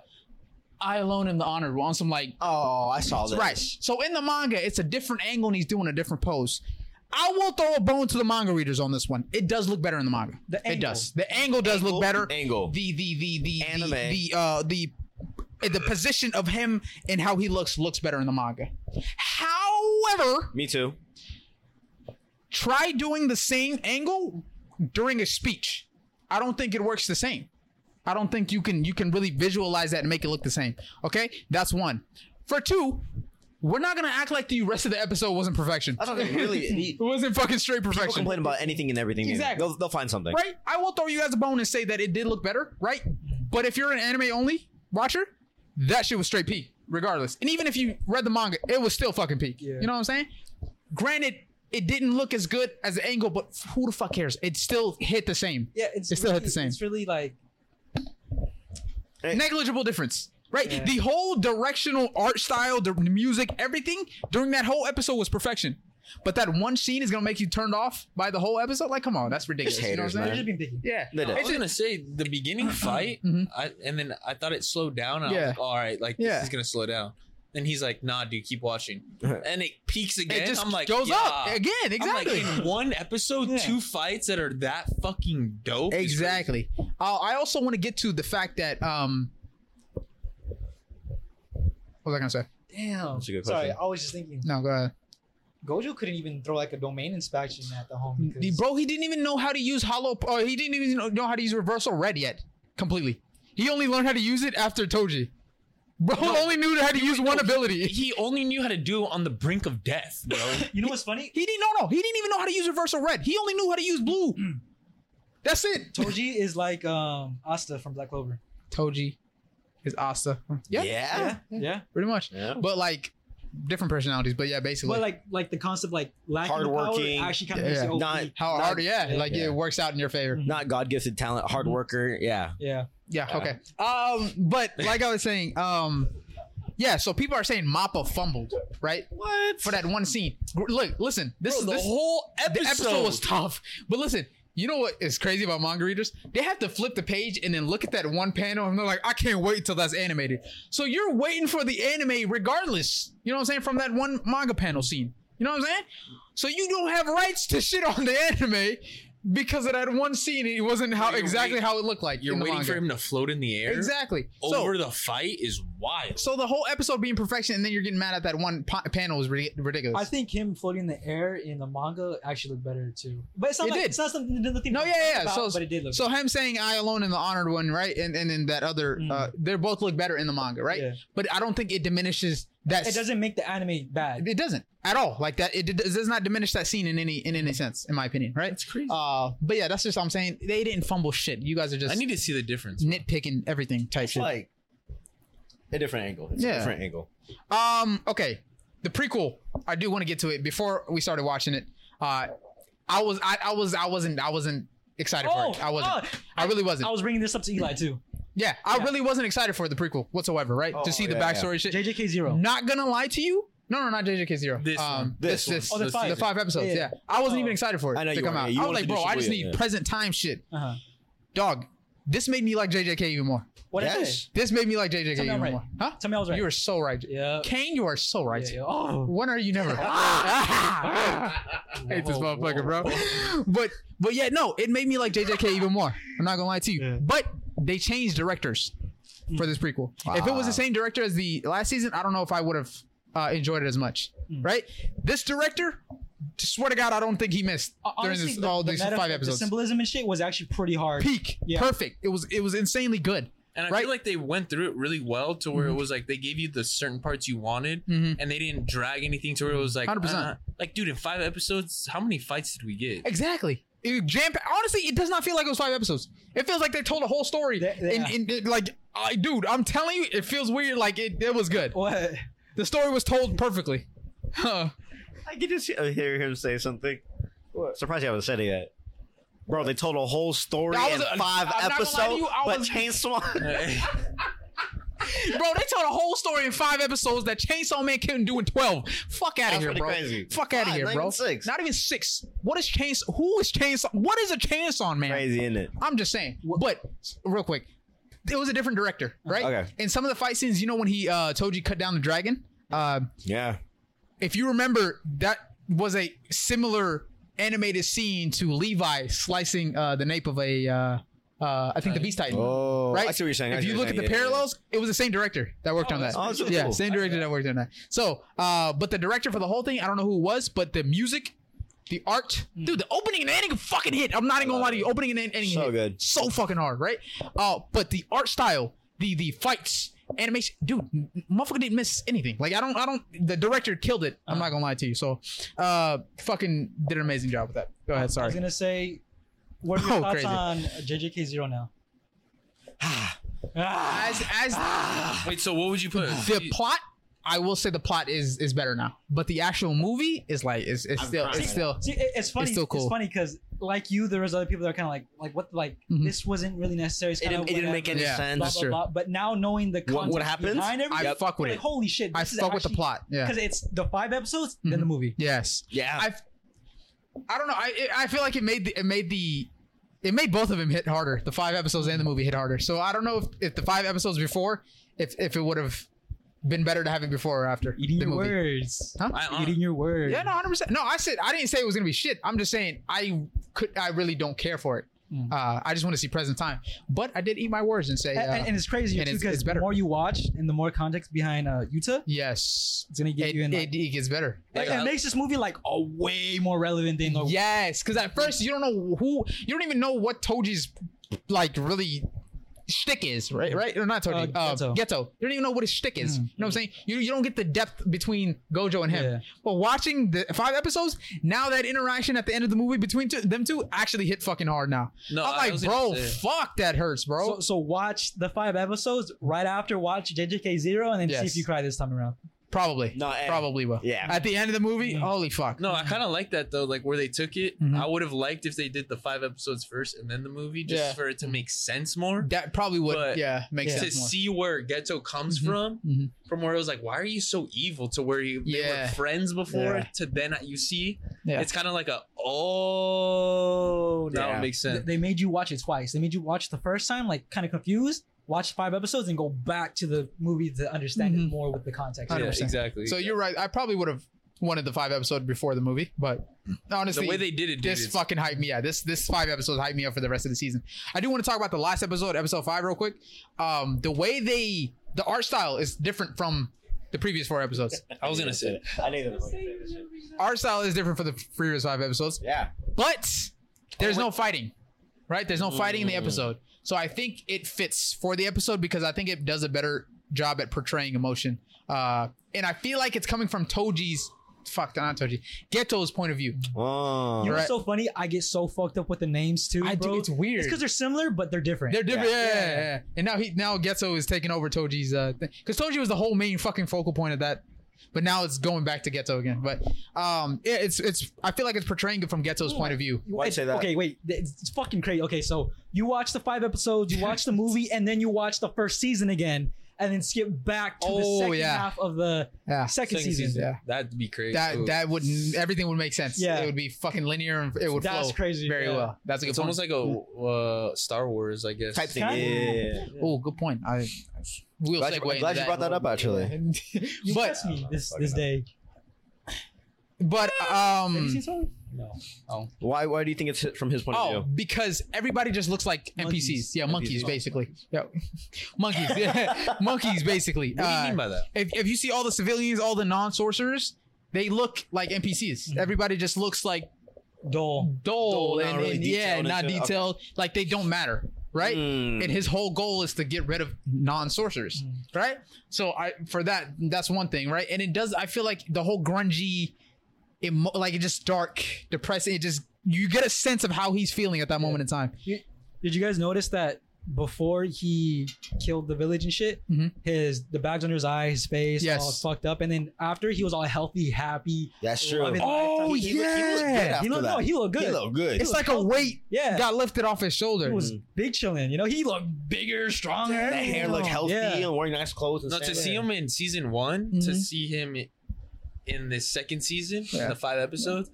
Speaker 1: i alone am the honor on some like
Speaker 2: Oh, I saw this.
Speaker 1: right so in the manga it's a different angle and he's doing a different pose I will throw a bone to the manga readers on this one. It does look better in the manga.
Speaker 3: The
Speaker 1: it
Speaker 3: angle.
Speaker 1: does. The angle does
Speaker 2: Angle?
Speaker 1: look better
Speaker 2: Angle.
Speaker 1: the the the the
Speaker 2: Anime.
Speaker 1: the, the uh the the position of him and how he looks looks better in the manga. However,
Speaker 2: Me too.
Speaker 1: try doing the same angle during a speech. I don't think it works the same. I don't think you can you can really visualize that and make it look the same. Okay? That's one. For two, we're not gonna act like the rest of the episode wasn't perfection.
Speaker 2: I
Speaker 1: *laughs*
Speaker 2: don't think really. He,
Speaker 1: It wasn't fucking straight
Speaker 2: people
Speaker 1: perfection.
Speaker 2: complain about anything and everything.
Speaker 1: Exactly.
Speaker 2: They'll, they'll find something.
Speaker 1: right? I will throw you guys a bone and say that it did look better, right? But if you're an anime only watcher, that shit was straight P, regardless. And even if you read the manga, it was still fucking peak. You know what I'm saying? Granted, it didn't look as good as the angle, but who the fuck cares? It still hit the same.
Speaker 3: Yeah, it's
Speaker 1: It still hit
Speaker 3: really,
Speaker 1: the same.
Speaker 3: It's really like
Speaker 1: Negligible difference. Right, the whole directional art style, the music, everything during that whole episode was perfection. But that one scene is gonna make you turned off by the whole episode. Like, come on, that's ridiculous. you know what
Speaker 2: haters,
Speaker 1: I'm
Speaker 2: man.
Speaker 1: saying?
Speaker 3: they're just being picky.
Speaker 1: Yeah,
Speaker 2: They did.
Speaker 4: I was gonna say the
Speaker 1: *clears throat*
Speaker 4: beginning fight,
Speaker 1: Mhm.
Speaker 4: I, and then I thought it slowed down. And I
Speaker 1: Yeah.
Speaker 4: was like, all right, like
Speaker 1: Yeah.
Speaker 4: this is gonna slow down. Then he's like, nah, dude,
Speaker 3: *laughs*
Speaker 4: keep watching. And it peaks again.
Speaker 1: it just
Speaker 4: I'm like,
Speaker 1: goes up
Speaker 4: yeah.
Speaker 1: again.
Speaker 4: I'm
Speaker 1: Exactly.
Speaker 4: like, in one episode,
Speaker 3: Yeah.
Speaker 4: two fights that are that fucking dope. is
Speaker 1: Exactly. Uh, I also want to get to the fact that um, what was I gonna say?
Speaker 3: Damn.
Speaker 2: That's a good
Speaker 3: Sorry,
Speaker 2: question.
Speaker 3: I was just thinking.
Speaker 1: No, go ahead.
Speaker 3: Gojo couldn't even throw like a domain inspection at the home.
Speaker 1: The- bro, he didn't even know how to use hollow. Or he didn't even know- know how to use reversal red yet. Completely. He only learned how to use it after Toji. Bro only knew how to use one ability.
Speaker 4: crazy.
Speaker 1: He,
Speaker 4: He only knew how to do it on the brink of death, bro.
Speaker 1: *laughs*
Speaker 3: you know what's funny?
Speaker 1: didn't. No, no. *laughs* He didn't even know how to use reversal red. He only knew how to use blue. That's it.
Speaker 3: Toji is like um Asta from Black Clover.
Speaker 1: Toji is Asta. Yeah,
Speaker 2: Yeah.
Speaker 3: Ah, Yeah.
Speaker 1: pretty much.
Speaker 2: Yeah.
Speaker 1: But like different personalities. But yeah, basically.
Speaker 3: But like like the concept like lacking the
Speaker 2: Hardworking.
Speaker 3: power actually kind of
Speaker 1: Yeah,
Speaker 3: makes
Speaker 1: yeah.
Speaker 3: it OP.
Speaker 2: Not-
Speaker 1: how hard? Yeah, like
Speaker 2: Yeah.
Speaker 1: it works out in your favor.
Speaker 2: Not God gifted talent, hard
Speaker 1: Mm-hmm.
Speaker 2: worker. Yeah.
Speaker 3: yeah.
Speaker 1: Yeah,
Speaker 2: Yeah.
Speaker 1: okay. Um, but like I was saying, um, yeah. So people are saying Mappa fumbled, right,
Speaker 4: what?
Speaker 1: for that one scene. Gr- Look, listen. This
Speaker 4: Bro,
Speaker 1: is
Speaker 4: the
Speaker 1: this,
Speaker 4: whole
Speaker 1: the
Speaker 4: episode.
Speaker 1: episode was tough, but listen. You know what is crazy about manga readers? They have to flip the page and then look at that one panel and they're like, I can't wait till that's animated. So you're waiting for the anime regardless. You know what I'm saying? From that one manga panel scene. You know what I'm saying? So you don't have rights to shit on the anime because of that one scene. It wasn't how
Speaker 4: You're
Speaker 1: exactly
Speaker 4: wait-
Speaker 1: how it looked like.
Speaker 4: You're
Speaker 1: in the
Speaker 4: waiting
Speaker 1: manga.
Speaker 4: for him to float in the air.
Speaker 1: Exactly.
Speaker 4: Over
Speaker 1: so,
Speaker 4: the fight is wild.
Speaker 1: so the whole episode being perfection, and then you're getting mad at that one po- panel is ri- ridiculous.
Speaker 3: I think him floating in the air in the manga actually looked better too. But it's not
Speaker 1: It
Speaker 3: like,
Speaker 1: did.
Speaker 3: it's not something nothing.
Speaker 1: no,
Speaker 3: to
Speaker 1: yeah,
Speaker 3: complain
Speaker 1: yeah. yeah.
Speaker 3: about,
Speaker 1: So,
Speaker 3: but it did look.
Speaker 1: so him saying "I alone" and the honored one, right? And and then that other,
Speaker 3: Mm.
Speaker 1: uh, they both look better in the manga, right?
Speaker 3: Yeah.
Speaker 1: But I don't think it diminishes that.
Speaker 3: it doesn't make the anime bad.
Speaker 1: It doesn't at all. Like that. It, does- it does not diminish that scene in any in any sense, in my opinion, right?
Speaker 4: That's crazy.
Speaker 1: Uh, but yeah, that's just what I'm saying. They didn't fumble shit. You guys are just
Speaker 4: I need to see the difference.
Speaker 1: nitpicking everything type
Speaker 2: It's
Speaker 1: shit.
Speaker 2: like a different angle. It's
Speaker 1: Yeah.
Speaker 2: a different angle.
Speaker 1: Um. Okay. The prequel. I do want to get to it before we started watching it. Uh, I was. I, I was. I wasn't. I wasn't excited for it. I wasn't.
Speaker 3: oh,
Speaker 1: I really wasn't.
Speaker 3: I was bringing this up to Eli
Speaker 1: *laughs*
Speaker 3: too.
Speaker 1: yeah. I
Speaker 3: yeah.
Speaker 1: really wasn't excited for the prequel whatsoever. Right.
Speaker 2: Oh,
Speaker 1: to see the
Speaker 2: yeah,
Speaker 1: backstory shit.
Speaker 3: JJK Zero.
Speaker 1: Not gonna lie to you. No, no, not JJK Zero. Um,
Speaker 4: This one.
Speaker 1: This.
Speaker 2: This one.
Speaker 1: This.
Speaker 3: Oh, the
Speaker 4: This
Speaker 3: five.
Speaker 1: the
Speaker 4: season.
Speaker 1: five episodes.
Speaker 3: Yeah,
Speaker 1: Yeah.
Speaker 3: yeah.
Speaker 1: I wasn't
Speaker 3: Oh.
Speaker 1: even excited for it
Speaker 2: I know
Speaker 1: to
Speaker 2: you
Speaker 1: come
Speaker 2: weren't.
Speaker 1: out.
Speaker 2: You
Speaker 1: I was
Speaker 2: wanted
Speaker 1: like,
Speaker 2: to
Speaker 1: bro,
Speaker 2: do
Speaker 1: I just
Speaker 2: Shibuya,
Speaker 1: need
Speaker 2: yeah.
Speaker 1: present time shit,
Speaker 3: Uh-huh.
Speaker 1: dog. This made me like JJK even more.
Speaker 3: What
Speaker 2: Yes.
Speaker 3: yes.
Speaker 1: This made me like JJK
Speaker 3: Tell me
Speaker 1: even
Speaker 3: I'm right.
Speaker 1: more. Huh?
Speaker 3: Tell me I was right.
Speaker 1: You are so right.
Speaker 3: yeah.
Speaker 1: Kane, you are so right.
Speaker 3: Yeah, yeah. Oh.
Speaker 1: When are you
Speaker 3: *laughs*
Speaker 1: never? Ah! I hate this
Speaker 4: Whoa,
Speaker 1: motherfucker,
Speaker 4: whoa,
Speaker 1: bro. *laughs* But but yeah, no, it made me like JJK even more. I'm not gonna lie to you.
Speaker 3: Yeah.
Speaker 1: But they changed directors for this prequel. If it was the same director as the last season, I don't know if I would have uh, enjoyed it as much.
Speaker 3: Hmm.
Speaker 1: Right? This director, swear to God, I don't think he missed during
Speaker 3: Honestly,
Speaker 1: this,
Speaker 3: the-
Speaker 1: all
Speaker 3: the
Speaker 1: these
Speaker 3: metaphor-
Speaker 1: five
Speaker 3: the
Speaker 1: episodes.
Speaker 3: symbolism and shit was actually pretty hard.
Speaker 1: Peak,
Speaker 3: Yeah.
Speaker 1: perfect. It was it was insanely good.
Speaker 4: And
Speaker 1: Right.
Speaker 4: I
Speaker 1: Mm-hmm.
Speaker 4: feel like they went through it really well to where it was like they gave you the certain parts you wanted
Speaker 3: Mm-hmm.
Speaker 1: Mhm.
Speaker 4: and they didn't drag anything to where it was like
Speaker 1: 100%.
Speaker 4: uh, like dude in five episodes how many fights did we get?
Speaker 1: Exactly. it jam. Honestly, it does not feel like it was five episodes. It feels like they told a whole story.
Speaker 3: They- they-
Speaker 1: and, and it- like, I, dude, I'm telling you, it feels weird. Like it, it was good.
Speaker 3: What?
Speaker 1: The story was told perfectly. Huh.
Speaker 2: I can just hear- hear him say something. Surprised you haven't said it yet. Bro, they told a whole story
Speaker 1: I was-
Speaker 2: in
Speaker 1: I'm
Speaker 2: five
Speaker 1: not gonna lie to
Speaker 2: episodes,
Speaker 1: you, I
Speaker 2: but
Speaker 1: was-
Speaker 2: Chainsaw. *laughs*
Speaker 1: Bro, they told a whole story in five episodes that Chainsaw Man couldn't do in twelve. Fuck out
Speaker 2: That's
Speaker 1: of here,
Speaker 2: pretty
Speaker 1: bro.
Speaker 2: crazy.
Speaker 1: Fuck out of
Speaker 2: Five,
Speaker 1: here,
Speaker 2: not
Speaker 1: bro.
Speaker 2: even six.
Speaker 1: Not even six. What is Chainsaw? Who is Chainsaw? What is a Chainsaw Man?
Speaker 2: Crazy, isn't it?
Speaker 1: I'm just saying. But real quick, it was a different director, right?
Speaker 2: Okay.
Speaker 1: In some of the fight scenes, you know when he uh, told you cut down the dragon. Uh,
Speaker 2: Yeah.
Speaker 1: if you remember, that was a similar animated scene to Levi slicing uh, the nape of a, uh, uh, I think the Beast Titan.
Speaker 2: Oh,
Speaker 1: Right?
Speaker 2: I see what you're saying. I
Speaker 1: If
Speaker 2: see
Speaker 1: you
Speaker 2: what
Speaker 1: look at the
Speaker 2: you're saying. Yeah, yeah,
Speaker 1: parallels, it was the same director that worked
Speaker 4: Oh,
Speaker 1: on that.
Speaker 4: that's
Speaker 2: Oh, that's really
Speaker 1: yeah,
Speaker 2: cool.
Speaker 1: same
Speaker 4: I see
Speaker 1: director
Speaker 4: that.
Speaker 1: that worked on that. So, uh, but the director for the whole thing, I don't know who it was, but the music, the art, dude, the opening and ending fucking hit. I'm not even gonna lie to you. Opening and ending
Speaker 2: So
Speaker 1: hit.
Speaker 2: good.
Speaker 1: so fucking hard, right? Uh, but the art style, the the fights, animation, dude, m- motherfucker didn't miss anything. Like I don't, I don't. The director killed it. I'm not gonna lie to you. So, uh, fucking did an amazing job with that. Go ahead,
Speaker 3: I was
Speaker 1: sorry.
Speaker 3: gonna say, what are your
Speaker 1: *laughs* Oh,
Speaker 3: thoughts
Speaker 1: crazy.
Speaker 3: on JJK
Speaker 1: *sighs*
Speaker 3: Zero now? Ah.
Speaker 1: As as
Speaker 4: *laughs* Wait, so what would you put? *sighs*
Speaker 1: the plot i will say the plot is is better now but the actual movie is like it's, it's
Speaker 2: I'm
Speaker 1: still
Speaker 2: crying.
Speaker 1: it's still
Speaker 3: See, it- it's funny. It's,
Speaker 1: still cool.
Speaker 3: funny because, like you, there was other people that are kind of like, like what, like
Speaker 1: Mhm.
Speaker 3: this wasn't really necessary. It's
Speaker 2: It
Speaker 3: kinda
Speaker 2: didn't, it didn't make
Speaker 3: whatever,
Speaker 2: any
Speaker 1: Yeah.
Speaker 2: sense.
Speaker 3: Blah,
Speaker 1: That's
Speaker 3: blah,
Speaker 1: true.
Speaker 3: blah. But now knowing the
Speaker 2: What-
Speaker 3: context
Speaker 2: what happens?
Speaker 3: behind everything,
Speaker 1: I fuck with
Speaker 3: like,
Speaker 1: it.
Speaker 3: holy shit!
Speaker 1: i fuck with the plot yeah
Speaker 3: because it's the five episodes, then the
Speaker 1: Mhm.
Speaker 3: movie.
Speaker 1: yes
Speaker 2: Yeah.
Speaker 1: i i don't know i it- i feel like it made the it made the it made both of them hit harder the five episodes and the movie hit harder so i don't know if, if the five episodes before if if it would have been better to have it before or after
Speaker 3: Eating
Speaker 1: the
Speaker 3: your
Speaker 1: movie
Speaker 3: words.
Speaker 1: Huh?
Speaker 4: I, uh, hon-
Speaker 3: Eating your words.
Speaker 1: yeah, no, hundred percent. No, I said I didn't say it was gonna be shit. I'm just saying I could. I really don't care for it.
Speaker 3: Mm.
Speaker 1: Uh, I just want to see present time. But I did eat my words and say
Speaker 3: And,
Speaker 1: uh,
Speaker 3: and- and it's crazy
Speaker 1: And it's-
Speaker 3: too
Speaker 1: it's
Speaker 3: because the
Speaker 1: better.
Speaker 3: more you watch and the more context behind uh, Utah,
Speaker 1: yes.
Speaker 3: it's gonna give
Speaker 1: It,
Speaker 3: you an.
Speaker 1: it, it gets better.
Speaker 4: Like,
Speaker 3: it, it
Speaker 4: I-
Speaker 3: makes this movie like a way more relevant than the
Speaker 1: Yes, because at first you don't know who, you don't even know what Toji's like really shtick is, right? Right? Or not Toji,
Speaker 3: Uh,
Speaker 1: uh,
Speaker 3: Ghetto.
Speaker 1: ghetto. You don't even know what his shtick is. You
Speaker 3: Mm.
Speaker 1: know what I'm saying? You you don't get the depth between Gojo and him.
Speaker 3: Yeah.
Speaker 1: But watching the five episodes, now that interaction at the end of the movie between two, them two actually hit fucking hard. Now
Speaker 4: No,
Speaker 1: I'm
Speaker 4: I
Speaker 1: like,
Speaker 4: was gonna
Speaker 1: bro,
Speaker 4: say-
Speaker 1: fuck that hurts, bro.
Speaker 3: So, so watch the five episodes right after watch JJK Zero and then see
Speaker 1: Yes.
Speaker 3: if you cry this time around.
Speaker 1: probably,
Speaker 2: No, eh.
Speaker 1: probably will.
Speaker 2: Yeah.
Speaker 1: At the end of the movie,
Speaker 3: Mm.
Speaker 1: holy fuck.
Speaker 4: No, I kind of like that though, like where they took it.
Speaker 1: Mhm.
Speaker 4: I would have liked if they did the five episodes first and then the movie, just
Speaker 1: Yeah.
Speaker 4: for it to make sense more.
Speaker 1: That probably would,
Speaker 4: But-
Speaker 1: yeah, makes
Speaker 3: Yeah.
Speaker 4: to
Speaker 1: sense more.
Speaker 4: see where Ghetto comes
Speaker 1: Mhm.
Speaker 4: from,
Speaker 1: Mhm.
Speaker 4: from where it was like, why are you so evil? To where you they
Speaker 1: Yeah.
Speaker 4: were friends before,
Speaker 2: Yeah.
Speaker 4: to then you see,
Speaker 1: Yeah.
Speaker 4: it's kind of like a oh, now
Speaker 2: Yeah.
Speaker 4: it makes
Speaker 3: Th-
Speaker 4: sense.
Speaker 3: They made you watch it twice. They made you watch the first time, like kind of confused, watch five episodes, and go back to the movie to understand it
Speaker 1: Mhm.
Speaker 3: more with the context.
Speaker 1: Yeah,
Speaker 4: Yeah,
Speaker 1: 100%.
Speaker 4: exactly.
Speaker 1: So you're right. I probably would have wanted the five episode before the movie, but honestly,
Speaker 4: the way they did it, dude,
Speaker 1: this
Speaker 4: it's-
Speaker 1: fucking hyped me. Yeah, this this five episodes hyped me up for the rest of the season. I do want to talk about the last episode, episode five, real quick. Um, the way they the art style is different from the previous four episodes.
Speaker 4: I was gonna say,
Speaker 2: I need to fucking say this shit.
Speaker 1: art style is different for the previous five episodes,
Speaker 2: Yeah.
Speaker 1: but there's
Speaker 4: Oh,
Speaker 1: no fighting, right? There's no fighting in the
Speaker 2: Mm.
Speaker 1: episode, so I think it fits for the episode because I think it does a better job at portraying emotion. Uh, and I feel like it's coming from Toji's. Fuck, not Toji. Ghetto's point of view.
Speaker 2: Oh.
Speaker 3: You know
Speaker 1: Right.
Speaker 3: what's so funny? I get so fucked up with the names too,
Speaker 1: I
Speaker 3: bro.
Speaker 1: do. It's weird.
Speaker 3: It's because they're similar, but they're different.
Speaker 1: They're different.
Speaker 2: Yeah.
Speaker 1: Yeah.
Speaker 3: Yeah.
Speaker 1: yeah, yeah. And now he now Getso is taking over Toji's uh thing. Cuz Toji was the whole main fucking focal point of that. But now it's going back to Getso again. But um yeah, it's it's I feel like it's portraying it from Getso's point of view.
Speaker 2: Why'd you say that?
Speaker 3: Okay, wait. th- It's, it's fucking crazy. Okay, so you watch the five episodes, you
Speaker 1: *laughs*
Speaker 3: watch the movie, and then you watch the first season again, and then skip back to the
Speaker 1: Oh,
Speaker 3: second
Speaker 1: yeah.
Speaker 3: half of the
Speaker 1: Yeah.
Speaker 3: second,
Speaker 4: second
Speaker 3: season.
Speaker 1: Yeah.
Speaker 4: that'd be crazy.
Speaker 1: That
Speaker 4: Ooh.
Speaker 1: that would everything would make sense.
Speaker 3: Yeah.
Speaker 1: It would be fucking linear and it would
Speaker 3: That's
Speaker 1: flow
Speaker 3: crazy,
Speaker 1: very
Speaker 3: yeah.
Speaker 1: well. That's a good
Speaker 4: it's
Speaker 1: point.
Speaker 4: almost like a uh, Star Wars, I guess.
Speaker 2: Type thing.
Speaker 3: Kinda.
Speaker 2: Yeah.
Speaker 1: oh, good point. I we'll
Speaker 2: Glad you-
Speaker 1: segue
Speaker 2: I'm glad
Speaker 1: into
Speaker 2: you brought that
Speaker 1: *laughs*
Speaker 2: up, actually.
Speaker 3: You
Speaker 1: but
Speaker 3: test me this
Speaker 2: Fucking
Speaker 3: this
Speaker 2: hell.
Speaker 3: day. *laughs*
Speaker 1: but
Speaker 3: Have you
Speaker 1: um
Speaker 3: seen Soul? No.
Speaker 2: Why? Why do you think it's hit from his point
Speaker 1: Oh,
Speaker 2: of view?
Speaker 1: because everybody just looks like
Speaker 3: Monkeys.
Speaker 1: NPCs. Yeah, monkeys,
Speaker 2: NPCs.
Speaker 1: basically. Yeah, monkeys.
Speaker 3: *laughs*
Speaker 1: Yeah, *laughs* monkeys, basically.
Speaker 4: What do you
Speaker 1: Uh,
Speaker 4: mean by that?
Speaker 1: if, if you see all the civilians, all the non-sorcerers, they look like
Speaker 3: Mm-hmm.
Speaker 1: NPCs. Everybody just looks like
Speaker 3: Dole.
Speaker 1: dull,
Speaker 2: Dull, not
Speaker 1: and,
Speaker 2: really
Speaker 1: and yeah,
Speaker 2: detailed
Speaker 1: not
Speaker 2: into- okay.
Speaker 1: detailed. Like they don't matter, right?
Speaker 2: Mm.
Speaker 1: And his whole goal is to get rid of non-sorcerers, right? So I for that that's one thing, right? And it does. I feel like the whole grungy, emo- like it just dark, depressing. It just you get a sense of how he's feeling at that moment in time.
Speaker 3: Did you guys notice that before he killed the village and shit,
Speaker 1: Mhm.
Speaker 3: his the bags under his eye, his face,
Speaker 1: Yes.
Speaker 3: all fucked up, and then after he was all healthy, happy.
Speaker 2: That's true.
Speaker 3: loving
Speaker 1: Oh,
Speaker 3: life.
Speaker 1: yeah.
Speaker 2: he looked- he looked good after
Speaker 3: he looked
Speaker 2: that.
Speaker 3: no, he looked good.
Speaker 2: He looked good.
Speaker 1: It's like a weight
Speaker 3: yeah,
Speaker 1: got lifted off his
Speaker 3: he
Speaker 1: shoulder.
Speaker 2: Mm-hmm.
Speaker 3: was big chilling. You know, he looked bigger, stronger.
Speaker 2: That hair looked healthy
Speaker 3: Yeah.
Speaker 2: and wearing nice clothes. And
Speaker 4: No, to
Speaker 2: shit.
Speaker 4: see him in season one, to
Speaker 1: Mhm.
Speaker 4: see him i- in this second season,
Speaker 1: Yeah.
Speaker 4: in the five episodes,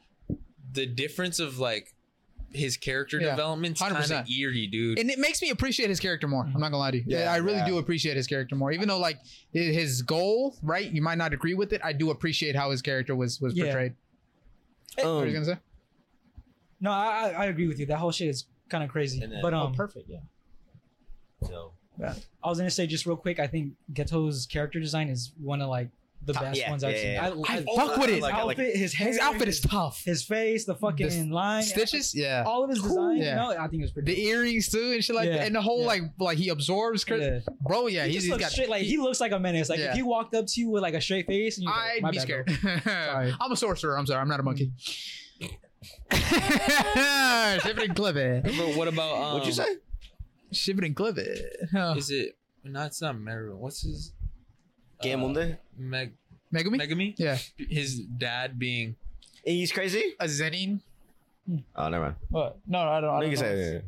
Speaker 4: the difference of like his character
Speaker 1: Yeah.
Speaker 4: development's kind of
Speaker 1: 100%.
Speaker 4: eerie, dude.
Speaker 1: and it makes me appreciate his character more. I'm not gonna lie to you.
Speaker 2: Yeah,
Speaker 1: I really
Speaker 2: yeah.
Speaker 1: do appreciate his character more, even though like i- his goal, right? You might not agree with it. I do appreciate how his character was was
Speaker 3: Yeah.
Speaker 1: portrayed. What are you
Speaker 2: Um,
Speaker 1: gonna say?
Speaker 3: No, I, I I agree with you. That whole shit is kind of crazy.
Speaker 2: And then- oh,
Speaker 1: Oh,
Speaker 3: but um,
Speaker 2: perfect. Yeah. So
Speaker 3: I was gonna say just real quick. I think Ghetto's character design is one of like the
Speaker 2: Top-
Speaker 3: best
Speaker 2: yeah,
Speaker 3: ones
Speaker 2: yeah,
Speaker 3: I've seen.
Speaker 2: yeah.
Speaker 3: I,
Speaker 1: I
Speaker 3: I,
Speaker 1: fuck with it.
Speaker 2: like-
Speaker 3: outfit, his hair,
Speaker 1: his outfit is tough.
Speaker 3: his face, the fucking
Speaker 1: The
Speaker 3: line,
Speaker 1: Stitches, yeah.
Speaker 3: all of his
Speaker 1: Cool.
Speaker 3: design.
Speaker 1: Yeah.
Speaker 3: You know, I think it was pretty.
Speaker 1: The earrings too, and shit like
Speaker 3: Oh. Yeah,
Speaker 1: that, and the whole
Speaker 3: yeah.
Speaker 1: like like he absorbs. Chris.
Speaker 3: Yeah.
Speaker 1: Bro, yeah, he's,
Speaker 3: he just
Speaker 1: he's
Speaker 3: looks
Speaker 1: got.
Speaker 3: straight, like he looks like a menace. Like
Speaker 1: Yeah.
Speaker 3: if he walked up to you with like a straight face, and you like,
Speaker 1: I'd
Speaker 3: "My
Speaker 1: be
Speaker 3: bad, bro."
Speaker 1: scared. *laughs* I'm a sorcerer. I'm sorry. I'm not a
Speaker 3: *laughs*
Speaker 1: monkey. Shiver and clip it.
Speaker 4: Bro, what about um,
Speaker 2: what'd you say?
Speaker 1: Shiver and clip it. Huh.
Speaker 4: Is it? No, it's not Meru. What's his? Uh,
Speaker 2: Gamunde.
Speaker 4: Meg-
Speaker 1: Megumi?
Speaker 4: Megami.
Speaker 1: yeah.
Speaker 4: His dad being
Speaker 2: He's crazy.
Speaker 1: A Zenin?
Speaker 2: Oh, never mind.
Speaker 1: What? No, I don't. I
Speaker 2: No,
Speaker 1: don't
Speaker 2: you
Speaker 1: know.
Speaker 2: can say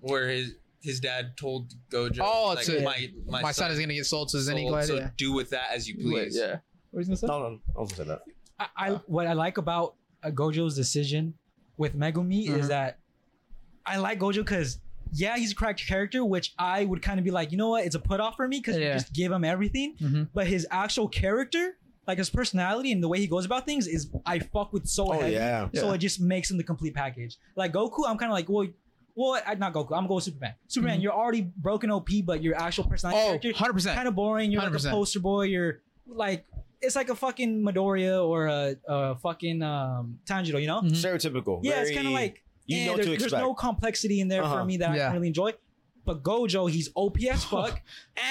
Speaker 4: where his his dad told Gojo.
Speaker 1: Oh, it's a-
Speaker 4: my,
Speaker 1: My, son, is gonna get sold to Zenin
Speaker 4: sold,
Speaker 1: Glad.
Speaker 4: so
Speaker 1: yeah.
Speaker 4: do with that as you please.
Speaker 1: Yeah. What was gonna say?
Speaker 2: no, no, I was gonna say that.
Speaker 3: I, I what I like about uh, Gojo's decision with Megumi
Speaker 1: Mhm.
Speaker 3: is that I like Gojo because yeah, he's a cracked character, which I would kind of be like, you know what, it's a put off for me because
Speaker 1: Yeah.
Speaker 3: you just give him everything.
Speaker 1: Mhm.
Speaker 3: But his actual character, like his personality and the way he goes about things, is I fuck with so
Speaker 2: Oh
Speaker 3: heavy.
Speaker 2: yeah.
Speaker 1: Yeah.
Speaker 3: So it just makes him the complete package. Like Goku, I'm kind of like, well, well, I- not Goku. I'm going with Superman. Superman, you're already broken OP, but your actual personality
Speaker 1: Oh,
Speaker 3: character
Speaker 1: 100%.
Speaker 3: kind of boring. You're like a
Speaker 1: 100%.
Speaker 3: poster boy. You're like it's like a fucking Midoriya or a, a fucking um, Tanjiro. You know?
Speaker 1: Mhm.
Speaker 2: Stereotypical.
Speaker 3: Yeah, it's
Speaker 2: Mm-hmm. very-
Speaker 3: kind of like
Speaker 2: you
Speaker 3: eh,
Speaker 2: know
Speaker 3: there-
Speaker 2: to
Speaker 3: there's
Speaker 2: expect.
Speaker 3: no complexity in there for
Speaker 2: Uh-huh.
Speaker 3: me that I
Speaker 1: Yeah.
Speaker 3: can really enjoy. But Gojo, he's OP as fuck,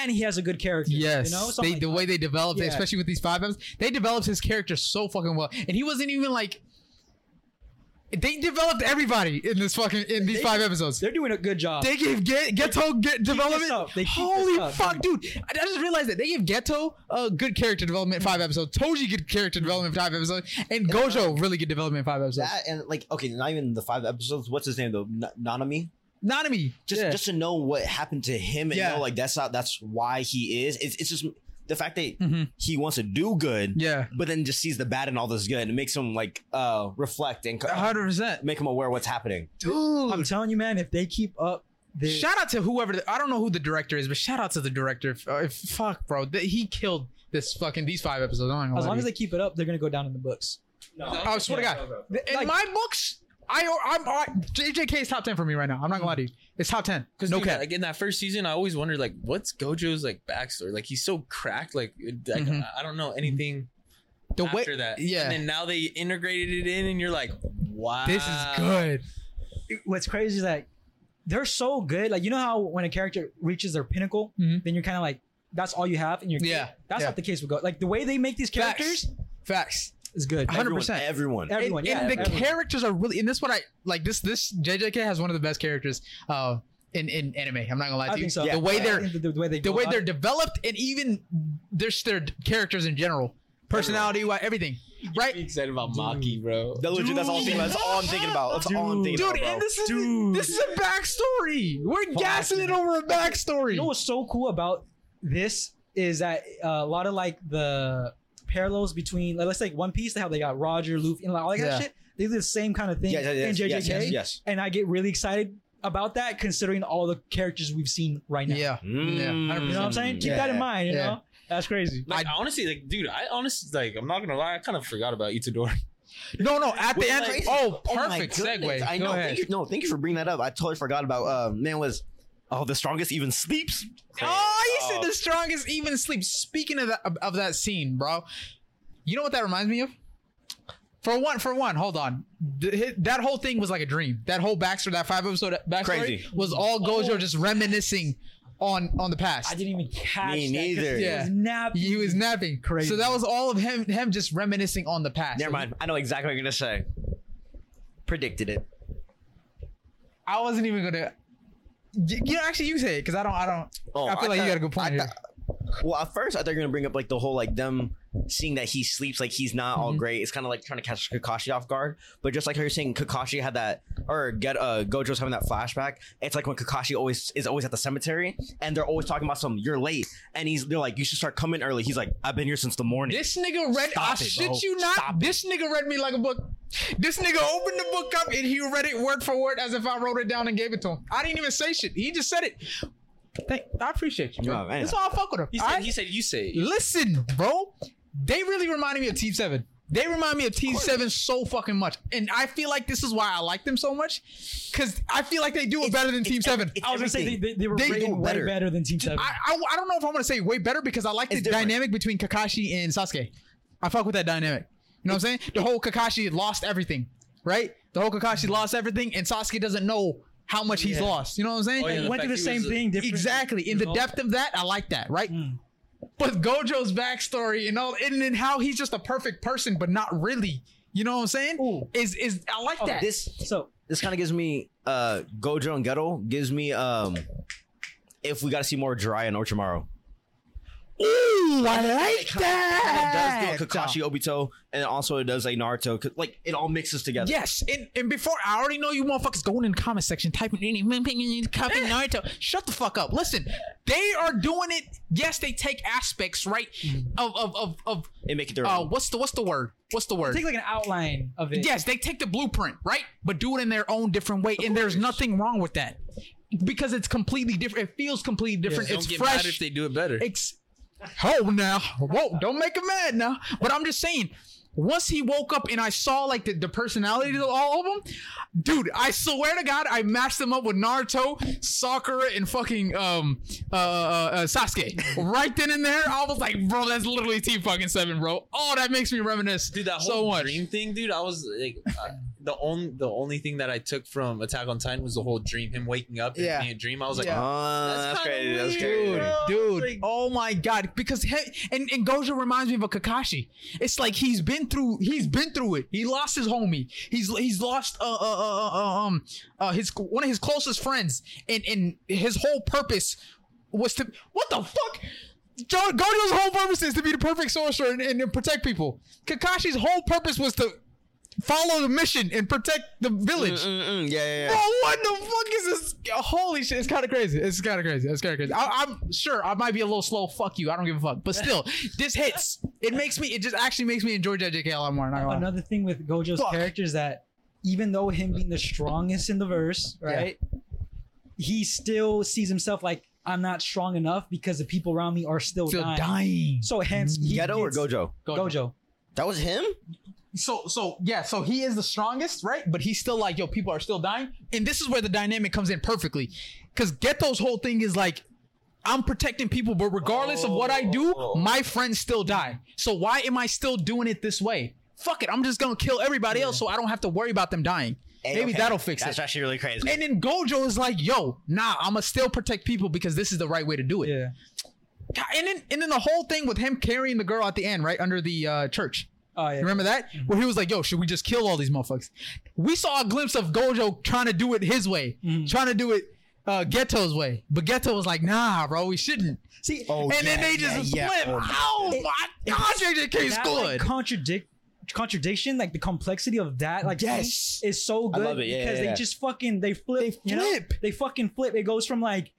Speaker 3: and he has a good character.
Speaker 1: Yes,
Speaker 3: you know, So I'm
Speaker 1: they,
Speaker 3: like,
Speaker 1: the way they developed it,
Speaker 3: Yeah.
Speaker 1: especially with these five M's, they developed his character so fucking well, and he wasn't even like. They developed everybody in this fucking in these
Speaker 3: They-
Speaker 1: five episodes.
Speaker 3: they're doing a good job.
Speaker 1: They gave get, Ghetto get development.
Speaker 3: up. They keep this
Speaker 1: Holy
Speaker 3: up.
Speaker 1: fuck, dude! I, I just realized that they gave Ghetto a uh, good character development five episodes. Toji good character development five episodes, and Gojo really good development five episodes.
Speaker 2: that and like okay, not even the five episodes. What's his name though? N- Nanami.
Speaker 1: Nanami,
Speaker 2: Just
Speaker 1: yeah.
Speaker 2: just to know what happened to him and
Speaker 1: Yeah.
Speaker 2: know like that's how that's why he is. It's, it's just the fact that
Speaker 1: Mhm.
Speaker 2: he wants to do good,
Speaker 1: yeah,
Speaker 2: but then just sees the bad in all this good. It makes him like uh reflect and co-
Speaker 1: hundred percent,
Speaker 2: make him aware of what's happening.
Speaker 1: dude.
Speaker 3: I'm telling you, man, if they keep up this
Speaker 1: Shout out to whoever the- I don't know who the director is, but shout out to the director. F- uh, fuck, bro, Th- he killed this fucking these five episodes. I'm not gonna
Speaker 3: As
Speaker 1: lie
Speaker 3: long
Speaker 1: to
Speaker 3: as
Speaker 1: you.
Speaker 3: they keep it up, they're gonna go down in the books.
Speaker 1: Oh, I swear to God, Th- in
Speaker 3: Like-
Speaker 1: my books, I I'm I, JJK is top ten for me right now. I'm not gonna lie to you, it's top ten.
Speaker 4: Because
Speaker 1: No
Speaker 4: no
Speaker 1: cap.
Speaker 4: like in that first season, I always wondered like, what's Gojo's like backstory? Like he's so cracked. Like, it- like,
Speaker 1: Mhm.
Speaker 4: I- I don't know anything
Speaker 1: The
Speaker 4: after
Speaker 1: way,
Speaker 4: that.
Speaker 1: yeah.
Speaker 4: And then now they integrated it in, and you're like, wow,
Speaker 1: this is good.
Speaker 3: What's crazy is that they're so good. Like you know how when a character reaches their pinnacle,
Speaker 1: Mhm.
Speaker 3: then you're kind of like, that's all you have, and you're good.
Speaker 1: Yeah,
Speaker 3: That's
Speaker 1: yeah.
Speaker 3: not the case with Go. Like the way they make these
Speaker 1: Facts.
Speaker 3: characters
Speaker 1: Facts.
Speaker 3: is good.
Speaker 1: I- 100%.
Speaker 2: Everyone. everyone.
Speaker 3: Everyone,
Speaker 1: and,
Speaker 3: yeah,
Speaker 1: and the
Speaker 3: everyone.
Speaker 1: characters are really, and this what I like. This this JJK has one of the best characters uh, in in anime. I'm not gonna lie to
Speaker 3: I
Speaker 1: you.
Speaker 3: think so.
Speaker 2: Yeah.
Speaker 1: The way
Speaker 3: I
Speaker 1: they're
Speaker 3: think the, the way they
Speaker 1: the
Speaker 3: go
Speaker 1: way
Speaker 3: about
Speaker 1: they're
Speaker 3: it.
Speaker 1: developed and even their their characters in general, personality, wise, everything, right?
Speaker 4: excited about Maki, bro.
Speaker 2: That legit, that's all I'm thinking about. That's all I'm thinking about. That's all I'm thinking
Speaker 1: Dude,
Speaker 2: about. bro.
Speaker 1: and this is
Speaker 3: Dude.
Speaker 1: this is a backstory. We're gassing it over a backstory.
Speaker 3: You know what's so cool about this is that uh, a lot of like the parallels between like, let's say One Piece, they have they got Roger, Luffy, and like all that kind
Speaker 1: Yeah.
Speaker 3: of shit. They do the same kind of thing
Speaker 2: yes, yes,
Speaker 3: in
Speaker 2: yes,
Speaker 3: JJK,
Speaker 2: yes, yes, yes.
Speaker 3: and I get really excited about that considering all the characters we've seen right now.
Speaker 1: yeah, yeah,
Speaker 3: You know
Speaker 2: Mm-hmm.
Speaker 3: what I'm
Speaker 2: Mm,
Speaker 3: saying? Keep that in mind, you
Speaker 1: Yeah.
Speaker 3: know? That's crazy.
Speaker 4: Like honestly, like dude, I honestly like I'm not gonna lie, I kind of forgot about Itadori.
Speaker 1: no, no. At the
Speaker 2: Which,
Speaker 1: end,
Speaker 2: like-
Speaker 1: oh,
Speaker 2: Oh my
Speaker 1: perfect
Speaker 2: goodness.
Speaker 1: segue.
Speaker 2: I
Speaker 1: Go
Speaker 2: know.
Speaker 1: ahead.
Speaker 2: Thank you, no, thank you for bringing that up. I totally forgot about. Uh, man was, oh, the strongest even sleeps.
Speaker 1: Oh, you said the strongest even sleep. Speaking of that of, of that scene, bro, you know what that reminds me of? For one, for one, hold on. Th- hi- that whole thing was like a dream. That whole backstory, that five episode backstory,
Speaker 2: Crazy.
Speaker 1: was all
Speaker 2: Oh.
Speaker 1: Gojo just reminiscing on on the past.
Speaker 3: I didn't even catch
Speaker 2: Me
Speaker 3: that 'cause
Speaker 2: neither.
Speaker 3: He
Speaker 1: Yeah.
Speaker 3: was napped.
Speaker 1: He was napping.
Speaker 3: Crazy.
Speaker 1: So that was all of him him just reminiscing on the past.
Speaker 2: Never mind. I know exactly what you're gonna say. Predicted it.
Speaker 1: I wasn't even gonna. You you know, actually, you say it because I don't. I don't.
Speaker 2: Oh,
Speaker 1: I feel like you got a good point
Speaker 2: I
Speaker 1: here.
Speaker 2: thought- well, at first I thought you were gonna bring up like the whole like them seeing that he sleeps like he's not all
Speaker 1: Mhm.
Speaker 2: great. It's kind of like trying to catch Kakashi off guard. But just like how you're saying, Kakashi had that or get uh Gojo's having that flashback. It's like when Kakashi always is always at the cemetery and they're always talking about something. You're late, and he's they're like you should start coming early. He's like I've been here since the morning.
Speaker 1: This nigga read.
Speaker 2: Stop
Speaker 1: I
Speaker 2: it,
Speaker 1: shit
Speaker 2: bro.
Speaker 1: you not.
Speaker 2: Stop
Speaker 1: this nigga read me like a book. This nigga opened the book up and he read it word for word as if I wrote it down and gave it to him. I didn't even say shit. He just said it. Thank, I appreciate you,
Speaker 2: No,
Speaker 1: bro.
Speaker 2: man.
Speaker 1: That's all I fuck with him.
Speaker 4: He
Speaker 1: all
Speaker 4: said,
Speaker 1: right?
Speaker 4: he said, you say. it."
Speaker 1: Listen, bro. They really reminded me of Team Seven. They remind me of Team Seven so fucking much, and I feel like this is why I like them so much, because I feel like they do it better than Team Seven.
Speaker 2: It's
Speaker 3: I was gonna say they,
Speaker 2: everything.
Speaker 3: they, they were
Speaker 1: They do
Speaker 3: rated way
Speaker 2: better.
Speaker 3: better. than Team Seven.
Speaker 1: I, I, I don't know if I'm gonna say way better because I like the
Speaker 2: It's different.
Speaker 1: dynamic between Kakashi and Sasuke. I fuck with that dynamic. You know what I'm saying? The whole Kakashi lost everything, right? The whole Kakashi lost everything, and Sasuke doesn't know how much he's
Speaker 4: Yeah.
Speaker 1: lost. You know what I'm saying?
Speaker 4: Oh, yeah,
Speaker 3: They
Speaker 4: the
Speaker 3: went
Speaker 4: fact
Speaker 3: through the
Speaker 4: he
Speaker 3: same
Speaker 4: was a-
Speaker 3: thing. Different. Mm.
Speaker 1: Exactly. In the
Speaker 3: results.
Speaker 1: depth of that, I like that, right? But Gojo's backstory and all, and then how he's just a perfect person, but not really. You know what I'm saying?
Speaker 3: Ooh.
Speaker 1: Is is I like that?
Speaker 2: this
Speaker 3: So
Speaker 2: this kind of gives me uh Gojo and Ghetto gives me um if we got to see more Jiraiya and Orochimaru.
Speaker 1: Ooh, I like
Speaker 2: It
Speaker 1: that.
Speaker 2: does do a Kakashi, Obito, and also it does like Naruto. 'cause, Like it all mixes together.
Speaker 1: Yes, and, and before I already know you motherfuckers going in the comment section typing any copy Naruto. Shut the fuck up. Listen, they are doing it. Yes, they take aspects right
Speaker 4: Mm-hmm.
Speaker 1: of of of of
Speaker 2: It make it their
Speaker 1: uh
Speaker 2: own.
Speaker 1: what's the what's the word? What's the word?
Speaker 3: take like an outline of it.
Speaker 1: Yes, they take the blueprint, right? But do it in their own different way, and there's nothing wrong with that because it's completely different. It feels completely different.
Speaker 4: Don't
Speaker 1: it's
Speaker 4: get
Speaker 1: fresh.
Speaker 4: mad if they do it better.
Speaker 1: Ex- oh now, whoa! Don't make him mad now. But I'm just saying, once he woke up and I saw like the, the personalities of all of them, dude, I swear to God, I matched them up with Naruto, Sakura, and fucking um uh, uh, uh
Speaker 4: *laughs*
Speaker 1: Sasuke. right then and there, I was like, bro, that's literally Team fucking Seven, bro. Oh, that makes me reminisce,
Speaker 4: dude that
Speaker 1: so
Speaker 4: whole
Speaker 1: much.
Speaker 4: dream thing dude i was like *laughs* uh, the only the only thing that i took from attack on titan was the whole dream him waking up and
Speaker 1: Yeah.
Speaker 4: being a dream i was like "Oh,
Speaker 1: Yeah.
Speaker 2: Uh, that's,
Speaker 4: That's kinda
Speaker 2: crazy. That's
Speaker 4: weird.
Speaker 2: crazy.
Speaker 1: Dude,
Speaker 4: Bro,
Speaker 1: dude,
Speaker 4: like-
Speaker 1: oh my god! Because he, and and Gojo reminds me of a Kakashi. It's like he's been through, he's been through it. He lost his homie. He's he's lost uh uh uh, uh um uh his one of his closest friends, and and his whole purpose was to what the fuck. Jo- Gojo's whole purpose is to be the perfect sorcerer and, and, and protect people. Kakashi's whole purpose was to follow the mission and protect the village.
Speaker 2: Mm-mm, yeah, yeah,
Speaker 1: Bro,
Speaker 2: yeah.
Speaker 1: what the Mm, fuck is this? Holy shit! It's kind of crazy. It's kind of crazy. It's kind of crazy. I, I'm sure I might be a little slow. Fuck you. I don't give a fuck. But
Speaker 3: *laughs*
Speaker 1: still, this hits. It makes me. It just actually makes me enjoy JJK a lot more. Not gonna lie.
Speaker 3: Another thing with Gojo's
Speaker 1: Fuck.
Speaker 3: character is that even though him being the strongest in the verse, right, he still sees himself like I'm not strong enough because the people around me are still,
Speaker 1: Still
Speaker 3: dying.
Speaker 1: dying.
Speaker 3: So hence he
Speaker 2: Ghetto or
Speaker 3: gets-
Speaker 2: Gojo?
Speaker 3: Gojo.
Speaker 2: That was him.
Speaker 1: So so yeah. So he is the strongest, right? But he's still like, yo, people are still dying, and this is where the dynamic comes in perfectly, because Ghetto's whole thing is like. I'm protecting people, but regardless of what I do,
Speaker 2: Oh.
Speaker 1: my friends still die. So why am I still doing it this way? Fuck it, I'm just gonna kill everybody else so I don't have to worry about them dying.
Speaker 2: Hey,
Speaker 1: Maybe
Speaker 2: okay.
Speaker 1: that'll fix
Speaker 2: That's
Speaker 1: it.
Speaker 2: actually really crazy.
Speaker 1: And then Gojo is like, "Yo, nah, I'ma still protect people because this is the right way to do it."
Speaker 3: Yeah.
Speaker 1: God, And then and then the whole thing with him carrying the girl at the end, right under the uh, church.
Speaker 3: Oh yeah.
Speaker 1: You remember that? Where he was like, yo, should we just kill all these motherfuckers? We saw a glimpse of Gojo trying to do it his way,
Speaker 3: Mm-hmm.
Speaker 1: trying to do it uh, Ghetto's way. But Ghetto was like, nah, bro, we shouldn't.
Speaker 3: See,
Speaker 2: Oh,
Speaker 1: and then
Speaker 2: yeah,
Speaker 1: they just
Speaker 2: yeah, yeah.
Speaker 1: flip.
Speaker 2: Oh,
Speaker 1: Oh,
Speaker 2: my
Speaker 1: my God, JJK
Speaker 3: that like,
Speaker 1: scored.
Speaker 3: contradict contradiction, like the complexity of that, like
Speaker 2: Oh,
Speaker 1: Yes.
Speaker 3: scene is so good
Speaker 2: love it. Yeah,
Speaker 3: because
Speaker 2: yeah, yeah.
Speaker 3: they just fucking they flip,
Speaker 1: They
Speaker 3: you know?
Speaker 1: flip.
Speaker 3: they fucking flip. It goes from like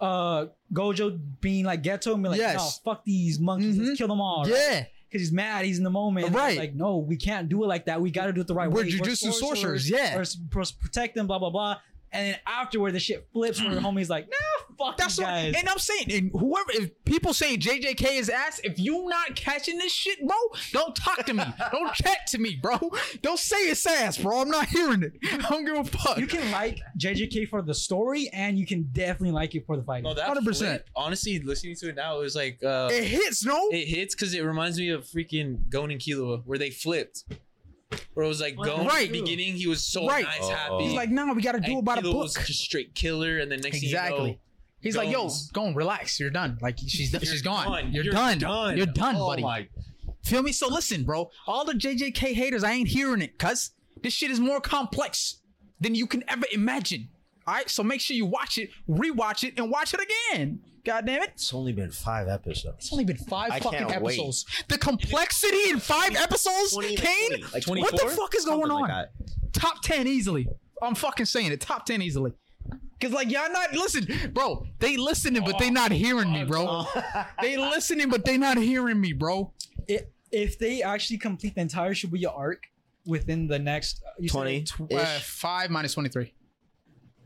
Speaker 3: uh Gojo being like ghetto and being like,
Speaker 1: Yes. Mm-hmm.
Speaker 3: no, fuck these monkeys, let's kill them all, right?
Speaker 1: yeah.
Speaker 3: because he's mad, he's in the moment, and
Speaker 1: Right.
Speaker 3: it's Like, no, we can't do it like that. We got to do it the right
Speaker 1: We're
Speaker 3: way.
Speaker 1: jujutsu sorcerers, yeah.
Speaker 3: We're s- we're s- protect them, blah blah blah. And then afterward, the shit flips where the homie's like, nah, fuck
Speaker 1: Mm. That's
Speaker 3: That's
Speaker 1: what,
Speaker 3: guys.
Speaker 1: and I'm saying, and whoever, if people saying JJK is ass, if you not catching this shit, bro, don't talk
Speaker 3: *laughs*
Speaker 1: to me. don't chat to me, bro. Don't say it's ass, bro. I'm not hearing it. I don't give a fuck.
Speaker 3: you can like JJK for the story, and you can definitely like it for the fight.
Speaker 4: no that
Speaker 1: 100%.
Speaker 4: flip, honestly listening to it now it was like uh
Speaker 1: it hits, no?
Speaker 4: it hits because it reminds me of freaking Gon and Killua where they flipped where it was like Gon
Speaker 1: Right.
Speaker 4: in the beginning he was so
Speaker 1: Right.
Speaker 4: nice
Speaker 2: Oh.
Speaker 4: happy
Speaker 1: He's like, nah, we got to do
Speaker 4: and
Speaker 1: about a
Speaker 4: Killua
Speaker 1: book.
Speaker 4: was just straight killer and then next thing
Speaker 1: Exactly.
Speaker 4: you know
Speaker 1: He's like, yo,
Speaker 4: Gones.
Speaker 1: go and relax. You're done. Like she's done.
Speaker 4: you're
Speaker 1: she's gone. You're, done. You're done,
Speaker 4: oh
Speaker 1: buddy.
Speaker 4: my
Speaker 1: Feel me? So listen, bro. All the JJK haters, I ain't hearing it, cuz this shit is more complex than you can ever imagine. All right, so make sure you watch it, rewatch it, and watch it again. God damn it.
Speaker 2: It's only been five episodes.
Speaker 1: It's only been five
Speaker 2: I
Speaker 1: fucking
Speaker 2: can't wait.
Speaker 1: episodes. The complexity in five episodes, Kane?
Speaker 2: like
Speaker 1: What the fuck is going
Speaker 2: Something
Speaker 1: on?
Speaker 2: like that.
Speaker 1: top 10 easily. I'm fucking saying it. Top 10 easily. Cause like y'all not listen, bro. They listening, but they
Speaker 4: Oh,
Speaker 1: not hearing me, bro. *laughs* they listening, but they not hearing me, bro.
Speaker 3: If, if they actually complete the entire Shibuya arc within the next you said
Speaker 2: 20
Speaker 1: Uh, five minus twenty three.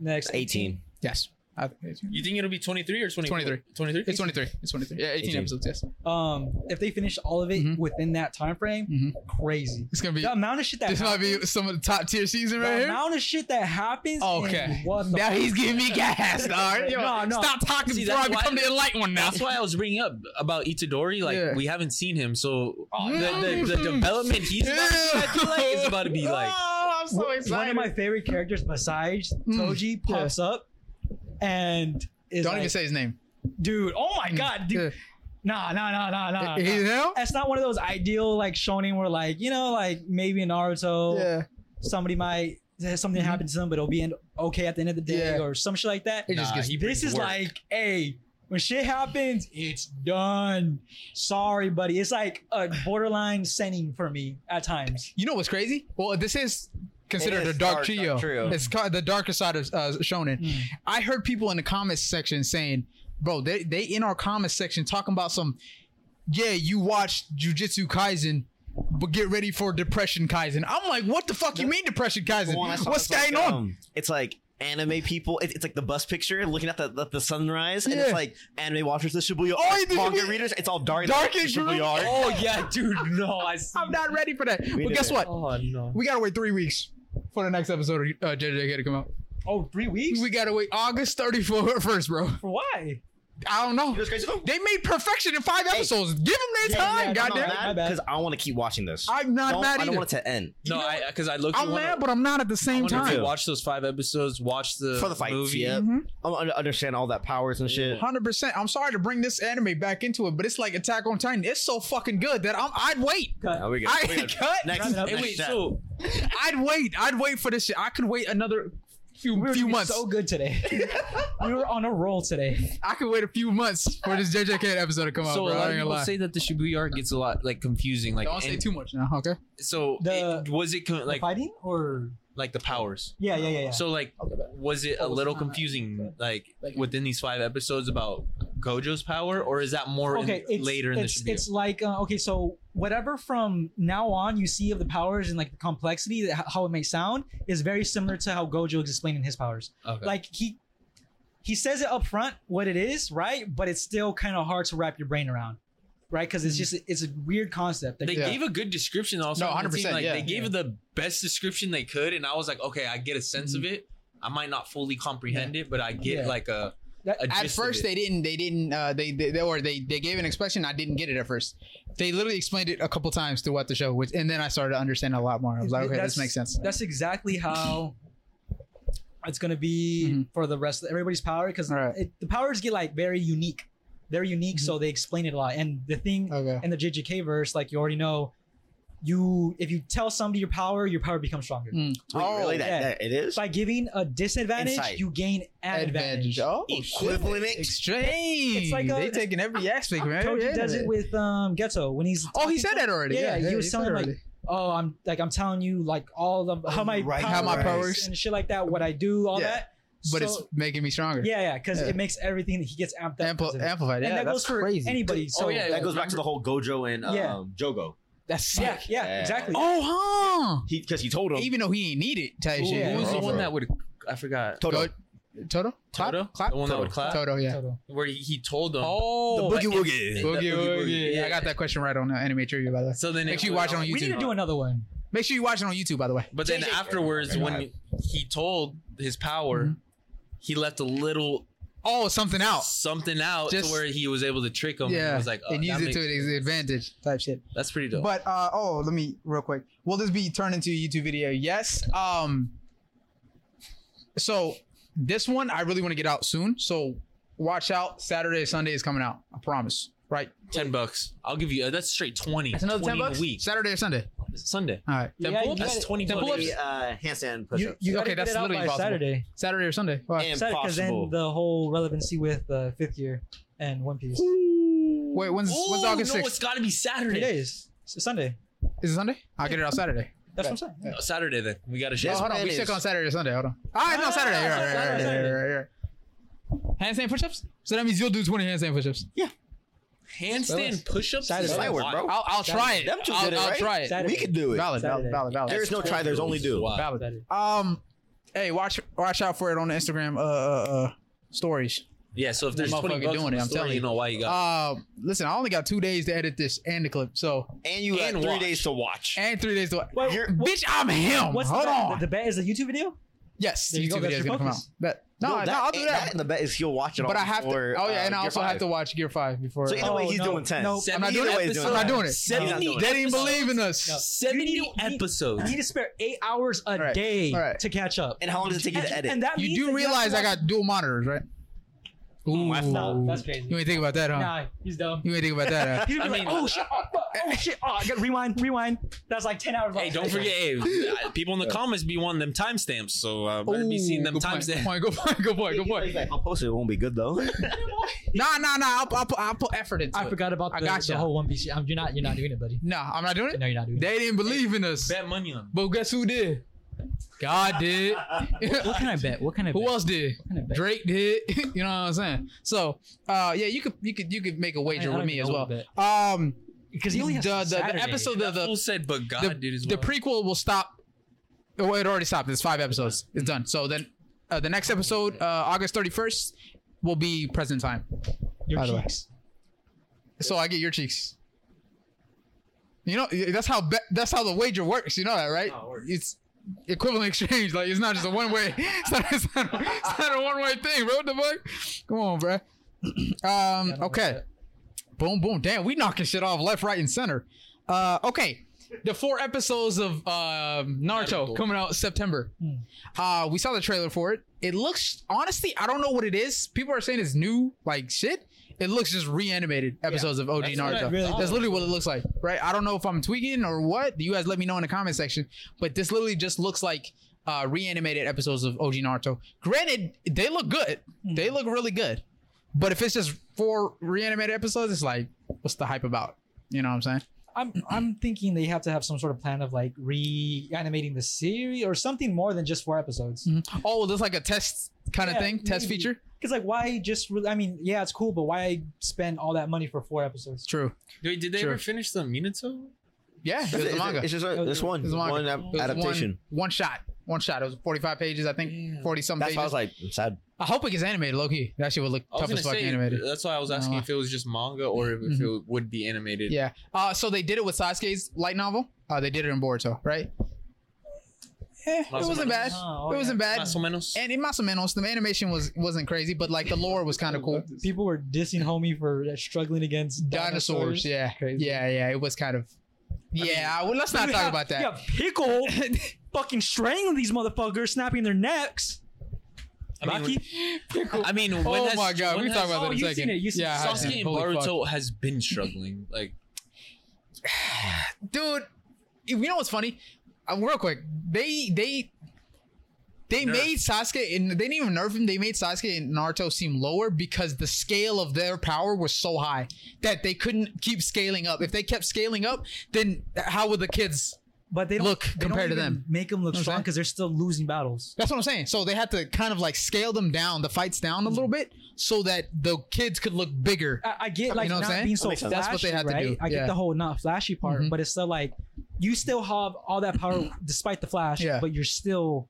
Speaker 3: next
Speaker 2: 18.
Speaker 1: Yes, I,
Speaker 4: You think it'll be 23 or 24?
Speaker 1: 23.
Speaker 4: 23?
Speaker 1: it's twenty three. It's twenty three. Yeah, eighteen
Speaker 2: 18.
Speaker 1: episodes. Yes,
Speaker 3: um if they finish all of it
Speaker 1: Mhm.
Speaker 3: within that time frame
Speaker 1: Mhm.
Speaker 3: crazy
Speaker 1: it's gonna be.
Speaker 3: the amount of shit that
Speaker 1: This might
Speaker 3: happens,
Speaker 1: be some of the top tier season right
Speaker 3: the
Speaker 1: here.
Speaker 3: amount of shit that happens
Speaker 1: Okay.
Speaker 3: and what the
Speaker 1: Now he's giving me gas. All
Speaker 4: *laughs*
Speaker 1: right, Yo,
Speaker 3: No, no.
Speaker 1: stop talking
Speaker 4: See,
Speaker 1: before I
Speaker 4: that's why-
Speaker 1: become the enlightened one now.
Speaker 4: That's why I was bringing up about Itadori. Like
Speaker 1: Yeah.
Speaker 4: we haven't seen him, so
Speaker 1: Oh,
Speaker 4: the, the, the
Speaker 1: no.
Speaker 4: development he's about, to, I feel like, is about
Speaker 1: *laughs*
Speaker 4: to be like.
Speaker 1: oh, I'm so
Speaker 3: one
Speaker 1: excited.
Speaker 3: of my favorite characters besides
Speaker 1: Mm.
Speaker 3: Toji pops up and is
Speaker 1: Don't
Speaker 3: like,
Speaker 1: even say Mm. his name.
Speaker 3: dude, oh my god, dude. Nah, nah, nah, nah, nah.
Speaker 1: Yeah. You
Speaker 3: nah.
Speaker 1: know?
Speaker 3: It's not one of those ideal like shonen where like, you know, like maybe in Naruto
Speaker 1: Yeah.
Speaker 3: somebody might something
Speaker 1: Mhm.
Speaker 3: happen to them, but it'll be in, okay at the end of the day
Speaker 1: Yeah.
Speaker 3: or some shit like that.
Speaker 1: It just
Speaker 4: Nah,
Speaker 1: gets
Speaker 4: he brings
Speaker 3: This is
Speaker 4: work.
Speaker 3: like, hey, when shit happens, it's done. Sorry, buddy. It's like a borderline sending for me at times.
Speaker 1: You know what's crazy? Well, this is considered
Speaker 2: It is
Speaker 1: the dark,
Speaker 2: dark-
Speaker 1: trio.
Speaker 2: dark trio.
Speaker 1: It's called the darker side of uh, Shonen.
Speaker 3: Mm.
Speaker 1: I heard people in the comments section saying, "Bro, they they in our comments section talking about some, yeah, you watched Jujutsu Kaisen." But get ready for depression, Kaisen. I'm like, what the fuck you mean, depression, Kaisen?
Speaker 2: Well, that's-
Speaker 1: What's
Speaker 2: that's like,
Speaker 1: going on?
Speaker 2: um, it's like anime people. It, it's like the bus picture looking at the the, the sunrise, and
Speaker 1: Yeah.
Speaker 2: it's like anime watchers, the Shibuya,
Speaker 1: Oh,
Speaker 2: like,
Speaker 1: it did-
Speaker 2: manga
Speaker 1: we-
Speaker 2: readers. It's all dark,
Speaker 1: Dark
Speaker 2: the
Speaker 1: and
Speaker 2: Shibuya.
Speaker 1: grim.
Speaker 2: art.
Speaker 4: Oh yeah, dude. No,
Speaker 3: *laughs*
Speaker 4: I. See
Speaker 1: I'm not ready for that. but
Speaker 2: did
Speaker 1: guess
Speaker 2: it.
Speaker 1: what?
Speaker 4: Oh no.
Speaker 1: We gotta wait three weeks for the next episode of uh, JJK to come out.
Speaker 3: Oh, three weeks?
Speaker 1: We gotta wait August 34st, first, bro.
Speaker 3: for why?
Speaker 1: I don't know.
Speaker 2: You know what's crazy though?
Speaker 1: They made perfection in five episodes. Give them their
Speaker 3: Yeah,
Speaker 1: time,
Speaker 3: yeah, no, no,
Speaker 1: goddamn.
Speaker 3: my bad.
Speaker 2: Because I want to keep watching this.
Speaker 1: I'm not
Speaker 2: Don't-
Speaker 1: mad
Speaker 2: I
Speaker 1: either.
Speaker 2: don't want it to end.
Speaker 4: No, I because I looked.
Speaker 1: I'm mad, but I'm not at the same time.
Speaker 4: Watch those five episodes. Watch the
Speaker 2: For the fights,
Speaker 4: movie.
Speaker 2: yeah. I don't understand all that powers and shit.
Speaker 1: Hundred percent. I'm sorry to bring this anime back into it, but it's like Attack on Titan. It's so fucking good that I'm. I'd wait.
Speaker 2: Now we good.
Speaker 1: I
Speaker 2: We good.
Speaker 1: *laughs* cut.
Speaker 2: *laughs* Next,
Speaker 3: Wrap it up.
Speaker 4: Hey,
Speaker 2: next
Speaker 4: wait,
Speaker 2: step.
Speaker 4: so
Speaker 1: I'd wait. I'd wait for this shit. I could wait another few
Speaker 3: We were
Speaker 1: few
Speaker 3: doing
Speaker 1: months.
Speaker 3: so good
Speaker 4: *laughs*
Speaker 3: today. we were on a roll today.
Speaker 1: I could wait a few months for this JJK episode to come out.
Speaker 4: so
Speaker 1: bro. I
Speaker 4: a lot of
Speaker 1: ain't
Speaker 4: people
Speaker 1: gonna lie.
Speaker 4: say that the Shibuya arc gets a lot like confusing. Like
Speaker 1: Don't say
Speaker 4: and
Speaker 1: too much now, okay?
Speaker 4: So
Speaker 3: The-
Speaker 4: it, was it co-
Speaker 3: Like
Speaker 4: like
Speaker 3: fighting or
Speaker 4: like the powers?
Speaker 3: yeah, yeah, yeah, yeah.
Speaker 4: So like, was it a
Speaker 3: Oh, it's
Speaker 4: little
Speaker 3: not-
Speaker 4: confusing like
Speaker 1: Like-
Speaker 4: within these five episodes about Gojo's power, or is that more
Speaker 3: okay,
Speaker 4: in,
Speaker 3: it's,
Speaker 4: later in the
Speaker 3: it's,
Speaker 4: Shibuya?
Speaker 3: it's like uh, okay, so whatever from now on you see of the powers and like the complexity, that, how it may sound, is very similar to how Gojo is explaining his powers.
Speaker 4: okay.
Speaker 3: Like he he says it up front what it is, right? But it's still kind of hard to wrap your brain around, right? Because it's just
Speaker 4: Mm-hmm.
Speaker 3: it's a weird concept. that
Speaker 4: they
Speaker 3: you-
Speaker 1: Yeah.
Speaker 4: gave a good description also.
Speaker 1: No,
Speaker 4: on the team,
Speaker 1: 100%,
Speaker 4: Like
Speaker 1: yeah.
Speaker 4: they gave
Speaker 1: Yeah.
Speaker 4: the best description they could, and I was like, okay, I get a sense
Speaker 1: Mm-hmm.
Speaker 4: of it. I might not fully comprehend it, but I get
Speaker 3: Yeah.
Speaker 4: like a.
Speaker 3: That-
Speaker 4: a
Speaker 1: at
Speaker 4: gist of
Speaker 1: first
Speaker 4: it.
Speaker 1: they didn't they didn't uh they, they, they or they they gave an expression i didn't get it at first they literally explained it a couple times throughout the show which and then i started to understand a lot more i was like okay this
Speaker 3: uh, That's-
Speaker 1: makes sense
Speaker 3: That's exactly how it's gonna be
Speaker 1: Mhm.
Speaker 3: for the rest of everybody's power because
Speaker 1: All right. Mm-hmm.
Speaker 3: the powers get like very unique. They're unique, so they explain it a lot. And the thing
Speaker 1: okay
Speaker 3: in the JJK verse, like you already know, you if you tell somebody your power, your power becomes stronger.
Speaker 1: Mm.
Speaker 2: Wait,
Speaker 1: Oh,
Speaker 2: really? That,
Speaker 3: yeah.
Speaker 2: that it is
Speaker 3: By giving a disadvantage,
Speaker 2: Insight.
Speaker 3: you gain an advantage.
Speaker 1: oh
Speaker 2: equivalent.
Speaker 1: extreme
Speaker 3: It's like a-
Speaker 1: they taking every aspect man
Speaker 3: Koji
Speaker 1: Yeah.
Speaker 3: does it with um Ghetto when he's
Speaker 1: oh he said that already
Speaker 3: Yeah,
Speaker 1: yeah,
Speaker 3: he was
Speaker 1: said
Speaker 3: telling, like,
Speaker 1: already.
Speaker 3: oh I'm like I'm telling you like all the how my
Speaker 2: Right,
Speaker 3: power
Speaker 1: Oh, how my
Speaker 3: works
Speaker 1: power works.
Speaker 3: and shit like that, what I do, all
Speaker 1: Yeah.
Speaker 3: that.
Speaker 1: but
Speaker 3: So-
Speaker 1: it's making me stronger
Speaker 3: Yeah, yeah, because
Speaker 1: Yeah.
Speaker 3: it makes everything he gets amped
Speaker 1: Ampli-
Speaker 3: up. because of it.
Speaker 1: amplified yeah
Speaker 3: and that
Speaker 1: that's
Speaker 3: goes for
Speaker 1: crazy
Speaker 3: anybody. So
Speaker 4: Oh, yeah,
Speaker 2: that goes back to the whole Gojo and um,
Speaker 3: Yeah.
Speaker 2: Jogo.
Speaker 1: that's
Speaker 3: yeah,
Speaker 1: sick
Speaker 3: yeah,
Speaker 2: Yeah.
Speaker 3: exactly.
Speaker 1: oh
Speaker 2: He because he told
Speaker 1: huh
Speaker 2: him
Speaker 1: even though he ain't need it type
Speaker 4: Ooh,
Speaker 1: shit
Speaker 3: yeah,
Speaker 4: who was the
Speaker 2: bro.
Speaker 4: one that would? I forgot.
Speaker 2: Toto.
Speaker 1: Go- Toto? Clap?
Speaker 4: Toto?
Speaker 1: Clap?
Speaker 4: The one that would clap?
Speaker 1: Toto, yeah.
Speaker 3: Total.
Speaker 4: Where he, he told them.
Speaker 1: Oh,
Speaker 2: the boogie woogie.
Speaker 4: Boogie
Speaker 1: Boogie
Speaker 4: Woogie,
Speaker 1: Woogie.
Speaker 4: yeah.
Speaker 1: I got that question right on uh, anime trivia, by the way.
Speaker 4: So then
Speaker 1: Make
Speaker 4: it
Speaker 1: sure you
Speaker 4: went
Speaker 1: watch it on
Speaker 4: on-
Speaker 1: YouTube.
Speaker 3: We need to do another one.
Speaker 1: Make sure you watch it on YouTube, by the way.
Speaker 4: But then
Speaker 2: JJ.
Speaker 4: afterwards,
Speaker 2: Okay,
Speaker 4: when
Speaker 2: go
Speaker 4: he told his power,
Speaker 1: Mhm.
Speaker 4: he left a little
Speaker 1: Oh, something out.
Speaker 4: something out
Speaker 1: Just-
Speaker 4: to where he was able to trick him. Yeah,
Speaker 1: Yeah,
Speaker 4: and was like, oh,
Speaker 1: and use
Speaker 4: that
Speaker 1: it
Speaker 4: makes-
Speaker 1: to his advantage type shit.
Speaker 4: That's pretty dope.
Speaker 1: But uh, oh, let me real quick. Will this be turned into a YouTube video? Yes. Um. So this one I really want to get out soon. So watch out. Saturday, Sunday is coming out. I promise. Right.
Speaker 4: Ten bucks. I'll give you. That's straight uh, twenty. 20 a week.
Speaker 1: Saturday or Sunday.
Speaker 4: Sunday.
Speaker 1: All right.
Speaker 3: Yeah,
Speaker 4: Then
Speaker 3: you
Speaker 4: pull
Speaker 3: got
Speaker 4: That's
Speaker 3: it.
Speaker 4: twenty
Speaker 1: Then
Speaker 4: pull
Speaker 1: pull-ups.
Speaker 4: ups.
Speaker 1: Yeah.
Speaker 2: uh, handstand
Speaker 3: You,
Speaker 2: push-ups.
Speaker 3: you gotta
Speaker 1: Okay,
Speaker 3: get
Speaker 1: that's
Speaker 3: it out
Speaker 1: literally
Speaker 3: by
Speaker 1: possible.
Speaker 3: Saturday.
Speaker 1: Saturday or Sunday. Why?
Speaker 3: because then
Speaker 2: Impossible.
Speaker 3: the whole relevancy with uh, fifth year and One Piece.
Speaker 1: Wait, when's, when's August
Speaker 4: no,
Speaker 1: 6th?
Speaker 4: it's got to be
Speaker 3: Three
Speaker 4: Saturday.
Speaker 3: days. It's Sunday.
Speaker 1: Is it Sunday? I'll get it on Saturday.
Speaker 3: That's what I'm saying.
Speaker 4: No, Oh, Saturday then. We got to shit.
Speaker 1: Oh,
Speaker 2: Yes,
Speaker 1: hold on.
Speaker 2: man,
Speaker 1: We
Speaker 2: it
Speaker 1: check
Speaker 2: is.
Speaker 1: on Saturday or Sunday. Hold on. All right,
Speaker 3: Ah,
Speaker 1: no, Saturday. You're right,
Speaker 3: Saturday,
Speaker 1: right, right,
Speaker 3: Saturday.
Speaker 1: right, right, right. Handstand push-ups? So that means you'll do 20 handstand push-ups.
Speaker 4: Handstand push-ups.
Speaker 3: Saturday.
Speaker 4: is
Speaker 2: That would work,
Speaker 4: wild.
Speaker 2: bro.
Speaker 1: I'll, I'll try it.
Speaker 2: Them two
Speaker 1: I'll,
Speaker 2: did it,
Speaker 1: I'll
Speaker 2: right?
Speaker 1: try it.
Speaker 3: Saturday.
Speaker 2: We could do it.
Speaker 1: Valid, valid,
Speaker 3: Saturday.
Speaker 1: valid, valid.
Speaker 2: There's no try. There's only do.
Speaker 4: Wow.
Speaker 1: Valid.
Speaker 3: Saturday.
Speaker 1: Um, hey, watch watch out for it on the Instagram uh, uh, uh stories.
Speaker 4: Yeah. So if there's
Speaker 1: Motherfucker
Speaker 4: twenty bucks
Speaker 1: doing
Speaker 4: doing
Speaker 1: it,
Speaker 4: it,
Speaker 1: I'm telling
Speaker 4: you
Speaker 1: you.
Speaker 4: know why you got.
Speaker 1: Uh, listen, I only got two days to edit this and the clip, so
Speaker 2: And you have
Speaker 4: And
Speaker 2: three
Speaker 4: watch.
Speaker 2: days to watch.
Speaker 1: and three days to.
Speaker 3: Wait,
Speaker 2: You're-
Speaker 3: what-
Speaker 1: Bitch, I'm him.
Speaker 3: what's
Speaker 1: Hold
Speaker 3: the bet?
Speaker 1: on.
Speaker 3: The, the bet is a YouTube video.
Speaker 1: yes,
Speaker 3: There you go,
Speaker 1: YouTube
Speaker 3: that's
Speaker 1: video's
Speaker 3: your
Speaker 1: gonna come out.
Speaker 3: focus.
Speaker 1: But no, no, I'll do that.
Speaker 2: And the bet is he'll watch it.
Speaker 1: but
Speaker 2: all
Speaker 1: I have to.
Speaker 2: before,
Speaker 1: Oh yeah, and
Speaker 2: uh,
Speaker 1: I
Speaker 2: Gear
Speaker 1: also
Speaker 2: five.
Speaker 1: have to watch Gear Five before.
Speaker 2: So
Speaker 1: Oh,
Speaker 2: either way,
Speaker 3: Oh,
Speaker 2: he's
Speaker 3: no,
Speaker 2: doing ten.
Speaker 3: no.
Speaker 1: I'm not doing
Speaker 2: either way, he's
Speaker 1: I'm not doing it.
Speaker 2: I'm not
Speaker 4: Seventy.
Speaker 2: doing it.
Speaker 1: They didn't believe in
Speaker 3: No.
Speaker 1: us.
Speaker 3: You
Speaker 4: 70
Speaker 3: need- You
Speaker 4: episodes.
Speaker 3: need to spare eight hours a
Speaker 1: Alright,
Speaker 3: day
Speaker 1: alright.
Speaker 3: to catch up.
Speaker 2: And how long does it take you to edit?
Speaker 3: And that
Speaker 1: You
Speaker 3: means that
Speaker 1: do realize
Speaker 3: have
Speaker 1: I
Speaker 3: to
Speaker 1: got dual monitors, right? Ooh,
Speaker 2: that's
Speaker 3: not- that's crazy.
Speaker 1: You ain't think about that, huh?
Speaker 3: Nah,
Speaker 1: *laughs*
Speaker 3: he's dumb.
Speaker 1: You ain't think about that. Huh?
Speaker 3: *laughs* He'd be
Speaker 4: I
Speaker 3: like,
Speaker 4: mean-
Speaker 3: oh shit, oh,
Speaker 2: uh,
Speaker 3: fuck, oh shit, oh, I gotta rewind, rewind. That's like ten hours.
Speaker 4: Hey,
Speaker 3: long.
Speaker 4: don't forget, hey, uh, people in the comments be wanting them timestamps, so uh, better be seeing them
Speaker 1: Ooh, good point,
Speaker 4: timestamps.
Speaker 1: Good point. Good point.
Speaker 3: *laughs*
Speaker 1: Good point.
Speaker 2: He's
Speaker 1: Good point.
Speaker 2: like, I'll post it. It won't be
Speaker 1: *laughs*
Speaker 2: good though.
Speaker 1: Nah, nah, nah. I'll, I'll, put, I'll put effort into
Speaker 3: I
Speaker 1: it.
Speaker 3: forgot about the,
Speaker 1: I gotcha.
Speaker 3: the whole One Piece. shit. Um, you're not, you're not doing it, buddy.
Speaker 1: Nah, I'm not doing it.
Speaker 3: No, you're not doing it.
Speaker 1: They didn't believe in us.
Speaker 4: Bet money on.
Speaker 1: But guess who did? God did.
Speaker 3: *laughs* What can I bet? What can I bet?
Speaker 1: who else did?
Speaker 3: What can I bet?
Speaker 1: Drake did. *laughs* you know what I'm saying? So, uh, yeah, you could you could you could make a wager
Speaker 3: don't
Speaker 1: with me
Speaker 3: even
Speaker 1: as
Speaker 3: know
Speaker 1: well.
Speaker 3: what
Speaker 1: Um,
Speaker 3: Because he only has
Speaker 1: the, the,
Speaker 3: till
Speaker 1: the
Speaker 3: Saturday.
Speaker 1: episode the
Speaker 4: The,
Speaker 1: the,
Speaker 4: fool said, "But God,
Speaker 1: the,
Speaker 4: dude, is
Speaker 1: the
Speaker 4: wild.
Speaker 1: prequel will stop. Well, it already stopped. It's five episodes. It's done. So then, uh, the next episode, uh, August 31st, will be present time.
Speaker 3: Your
Speaker 1: by the way.
Speaker 3: cheeks.
Speaker 1: So I get your cheeks. You know that's how be- that's how the wager works. You know that, right? It's equivalent exchange. Like it's not just a one way. *laughs* It's not, it's not, it's not a one way thing, bro. What The fuck? Come on, *clears throat* bro. Um. okay. Boom, boom. Damn, we knocking shit off left, right, and center. Uh. Okay. The four episodes of um, Naruto coming out September.
Speaker 4: Hmm.
Speaker 1: Uh, we saw the trailer for it. It looks honestly, I don't know what it is. People are saying it's new, like shit. It looks just reanimated episodes of OG
Speaker 4: That's what I
Speaker 1: Naruto.
Speaker 3: really
Speaker 1: That's literally what it looks like, right? I don't know if I'm tweaking or what. You guys let me know in the comment section. But this literally just looks like uh, reanimated episodes of OG Naruto. Granted, they look good.
Speaker 4: Hmm.
Speaker 1: They look really good. But if it's just four reanimated episodes, it's like, what's the hype about? You know what I'm saying?
Speaker 3: I'm I'm thinking they have to have some sort of plan of like reanimating the series or something more than just four episodes.
Speaker 1: Oh, there's like a test kind of
Speaker 3: Yeah,
Speaker 1: thing, test
Speaker 3: maybe.
Speaker 1: feature.
Speaker 3: Because like, why just? Re- I mean, yeah, it's cool, but why spend all that money for four episodes?
Speaker 1: True.
Speaker 4: Wait, did they
Speaker 1: Sure.
Speaker 4: ever finish the Minato?
Speaker 1: Yeah, it
Speaker 2: It's,
Speaker 1: was the
Speaker 2: it's-
Speaker 1: manga.
Speaker 2: it's just a, this one,
Speaker 1: It's a manga.
Speaker 2: one ap-
Speaker 1: It was
Speaker 2: adaptation.
Speaker 1: One, one shot. One shot. It was 45 pages, I think.
Speaker 4: Damn.
Speaker 1: 40 some
Speaker 2: That's
Speaker 1: pages.
Speaker 2: why I was like, I'm sad.
Speaker 1: I hope it gets animated, low key. That shit would look
Speaker 4: I was
Speaker 1: tough
Speaker 4: gonna
Speaker 1: as fuck
Speaker 4: say
Speaker 1: animated.
Speaker 4: that's why I was asking
Speaker 1: Uh,
Speaker 4: if it was just manga or if it would be animated.
Speaker 1: Yeah. Uh, so they did it with Sasuke's light novel. Uh, they did it in Boruto, right? Eh, it
Speaker 4: Más o
Speaker 1: wasn't
Speaker 4: menos.
Speaker 1: bad.
Speaker 3: Oh,
Speaker 1: it
Speaker 3: okay.
Speaker 1: wasn't bad.
Speaker 4: Más o menos.
Speaker 1: And in Masomenos, the animation was wasn't crazy, but like the lore was kind of cool.
Speaker 3: People were dissing homie for uh, struggling against
Speaker 1: Dinosaurs,
Speaker 3: *laughs* dinosaurs.
Speaker 1: yeah,
Speaker 3: Crazy.
Speaker 1: yeah, yeah. It was kind of, yeah. well, let's not
Speaker 3: You
Speaker 1: talk
Speaker 3: have-
Speaker 1: about that.
Speaker 3: You have
Speaker 1: *laughs*
Speaker 3: pickle fucking strangling these motherfuckers, snapping their necks.
Speaker 4: I mean,
Speaker 3: Rocky,
Speaker 4: when- I mean, when
Speaker 1: oh
Speaker 4: has-
Speaker 1: my god,
Speaker 4: when
Speaker 1: we
Speaker 4: has-
Speaker 1: talk about that
Speaker 3: oh,
Speaker 1: in a
Speaker 3: you've
Speaker 1: second.
Speaker 3: seen it, you've seen
Speaker 1: yeah,
Speaker 3: it.
Speaker 1: I have seen
Speaker 4: Sasuke
Speaker 1: it.
Speaker 4: and
Speaker 1: Holy fuck.
Speaker 4: Boruto has been struggling. Like,
Speaker 1: dude. You know what's funny? Um, real quick, they they they
Speaker 4: Nerf.
Speaker 1: made Sasuke and they didn't even nerf him. They made Sasuke and Naruto seem lower because the scale of their power was so high that they couldn't keep scaling up. If they kept scaling up, then how would the kids?
Speaker 3: but they don't
Speaker 1: Look,
Speaker 3: they don't
Speaker 1: compared to
Speaker 3: even
Speaker 1: them.
Speaker 3: Make them look
Speaker 1: I'm
Speaker 3: strong
Speaker 1: saying?
Speaker 3: because they're still losing battles.
Speaker 1: That's what I'm saying. So they had to kind of like scale them down, the fights down a
Speaker 3: Mm.
Speaker 1: little bit, so that the kids could look bigger.
Speaker 3: I, I get like
Speaker 1: know what I'm
Speaker 3: not
Speaker 1: saying?
Speaker 3: being
Speaker 1: That
Speaker 3: so
Speaker 2: makes
Speaker 3: flashy,
Speaker 2: sense.
Speaker 1: That's what they had to
Speaker 3: right?
Speaker 1: do,
Speaker 3: I
Speaker 1: yeah.
Speaker 3: get the whole not flashy part,
Speaker 1: Mhm.
Speaker 3: but it's still like you still have all that power despite the flash,
Speaker 1: Mm-hmm. Yeah.
Speaker 3: but you're still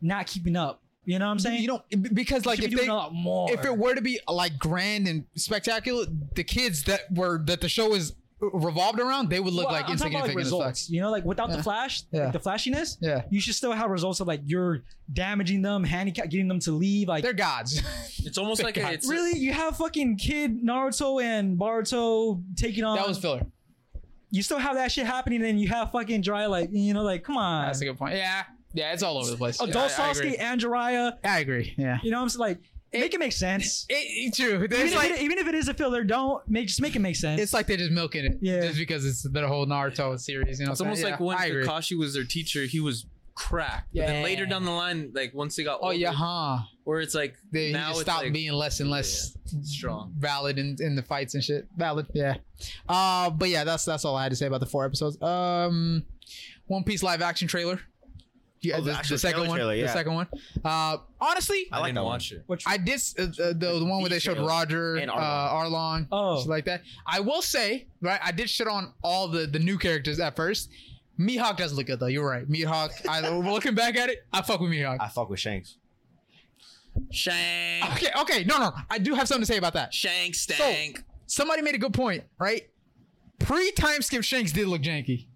Speaker 3: not keeping up. You know what I'm saying?
Speaker 1: You don't because like
Speaker 3: should
Speaker 1: if
Speaker 3: be doing
Speaker 1: they
Speaker 3: a lot more.
Speaker 1: if it were to be like grand and spectacular, the kids that were that the show is revolved around, they would look
Speaker 3: Well,
Speaker 1: like
Speaker 3: I'm talking about,
Speaker 1: insignificant as fuck.
Speaker 3: results, you know, like without
Speaker 1: Yeah.
Speaker 3: the flash,
Speaker 1: Yeah.
Speaker 3: like the flashiness,
Speaker 1: Yeah,
Speaker 3: you should still have results of like you're damaging them, handicap, getting them to leave. Like
Speaker 1: they're gods. *laughs*
Speaker 4: it's almost like a, it's
Speaker 3: really, you have fucking kid Naruto and Baruto taking on.
Speaker 1: that
Speaker 5: Um,
Speaker 1: was filler.
Speaker 3: you still have that shit happening, and you have fucking dry like you know, like come on,
Speaker 1: That's a good point. Yeah, yeah, it's all over the place.
Speaker 3: adult
Speaker 1: I, I
Speaker 3: Sasuke
Speaker 1: agree.
Speaker 3: and Jiraiya.
Speaker 1: I agree. Yeah,
Speaker 3: You know, what I'm saying? like Make it make sense.
Speaker 1: It, it- true. *laughs*
Speaker 3: Even
Speaker 1: It's
Speaker 3: if, it,
Speaker 1: like
Speaker 3: even if it is a filler, don't make just make it make sense.
Speaker 1: it's like they're just milking it.
Speaker 3: Yeah.
Speaker 1: Just because it's the whole Naruto series. You know,
Speaker 4: It's
Speaker 1: what I'm
Speaker 4: almost
Speaker 1: saying?
Speaker 4: like
Speaker 1: Yeah,
Speaker 4: when
Speaker 1: I agree.
Speaker 4: Kakashi was their teacher, he was cracked. But
Speaker 1: Yeah.
Speaker 4: then later down the line, like once they got
Speaker 1: Oh
Speaker 4: older,
Speaker 1: yeah, huh?
Speaker 4: where it's like
Speaker 1: They he
Speaker 4: now
Speaker 1: just
Speaker 4: it's
Speaker 1: stopped
Speaker 4: like,
Speaker 1: being less and less
Speaker 4: strong.
Speaker 1: valid in, in the fights and shit. Valid, yeah. Uh, but yeah, that's that's all I had to say about the four episodes. Um, One Piece live action trailer. Yeah,
Speaker 2: Oh, the
Speaker 1: the, the
Speaker 2: actual
Speaker 1: second
Speaker 2: trailer
Speaker 1: one.
Speaker 2: trailer,
Speaker 1: The
Speaker 2: yeah.
Speaker 1: second one. Uh, honestly,
Speaker 4: I,
Speaker 2: I like
Speaker 4: didn't
Speaker 2: that one.
Speaker 4: watch it.
Speaker 3: Which
Speaker 1: I did s- uh, uh, the, the one where they showed
Speaker 2: Details.
Speaker 1: Roger
Speaker 2: And
Speaker 1: and Arlong,
Speaker 2: Arlong.
Speaker 3: Oh.
Speaker 1: shit like that. I will say, right, I did shit on all the the new characters at first. Mihawk does look good though. You're right, Mihawk. I *laughs* looking back at it, I fuck with Mihawk.
Speaker 2: I fuck with Shanks.
Speaker 4: Shank,
Speaker 1: Okay, okay, no, no, I do have something to say about that.
Speaker 4: shank, stank.
Speaker 1: Somebody made a good point, right? Pre time skip Shanks did look janky.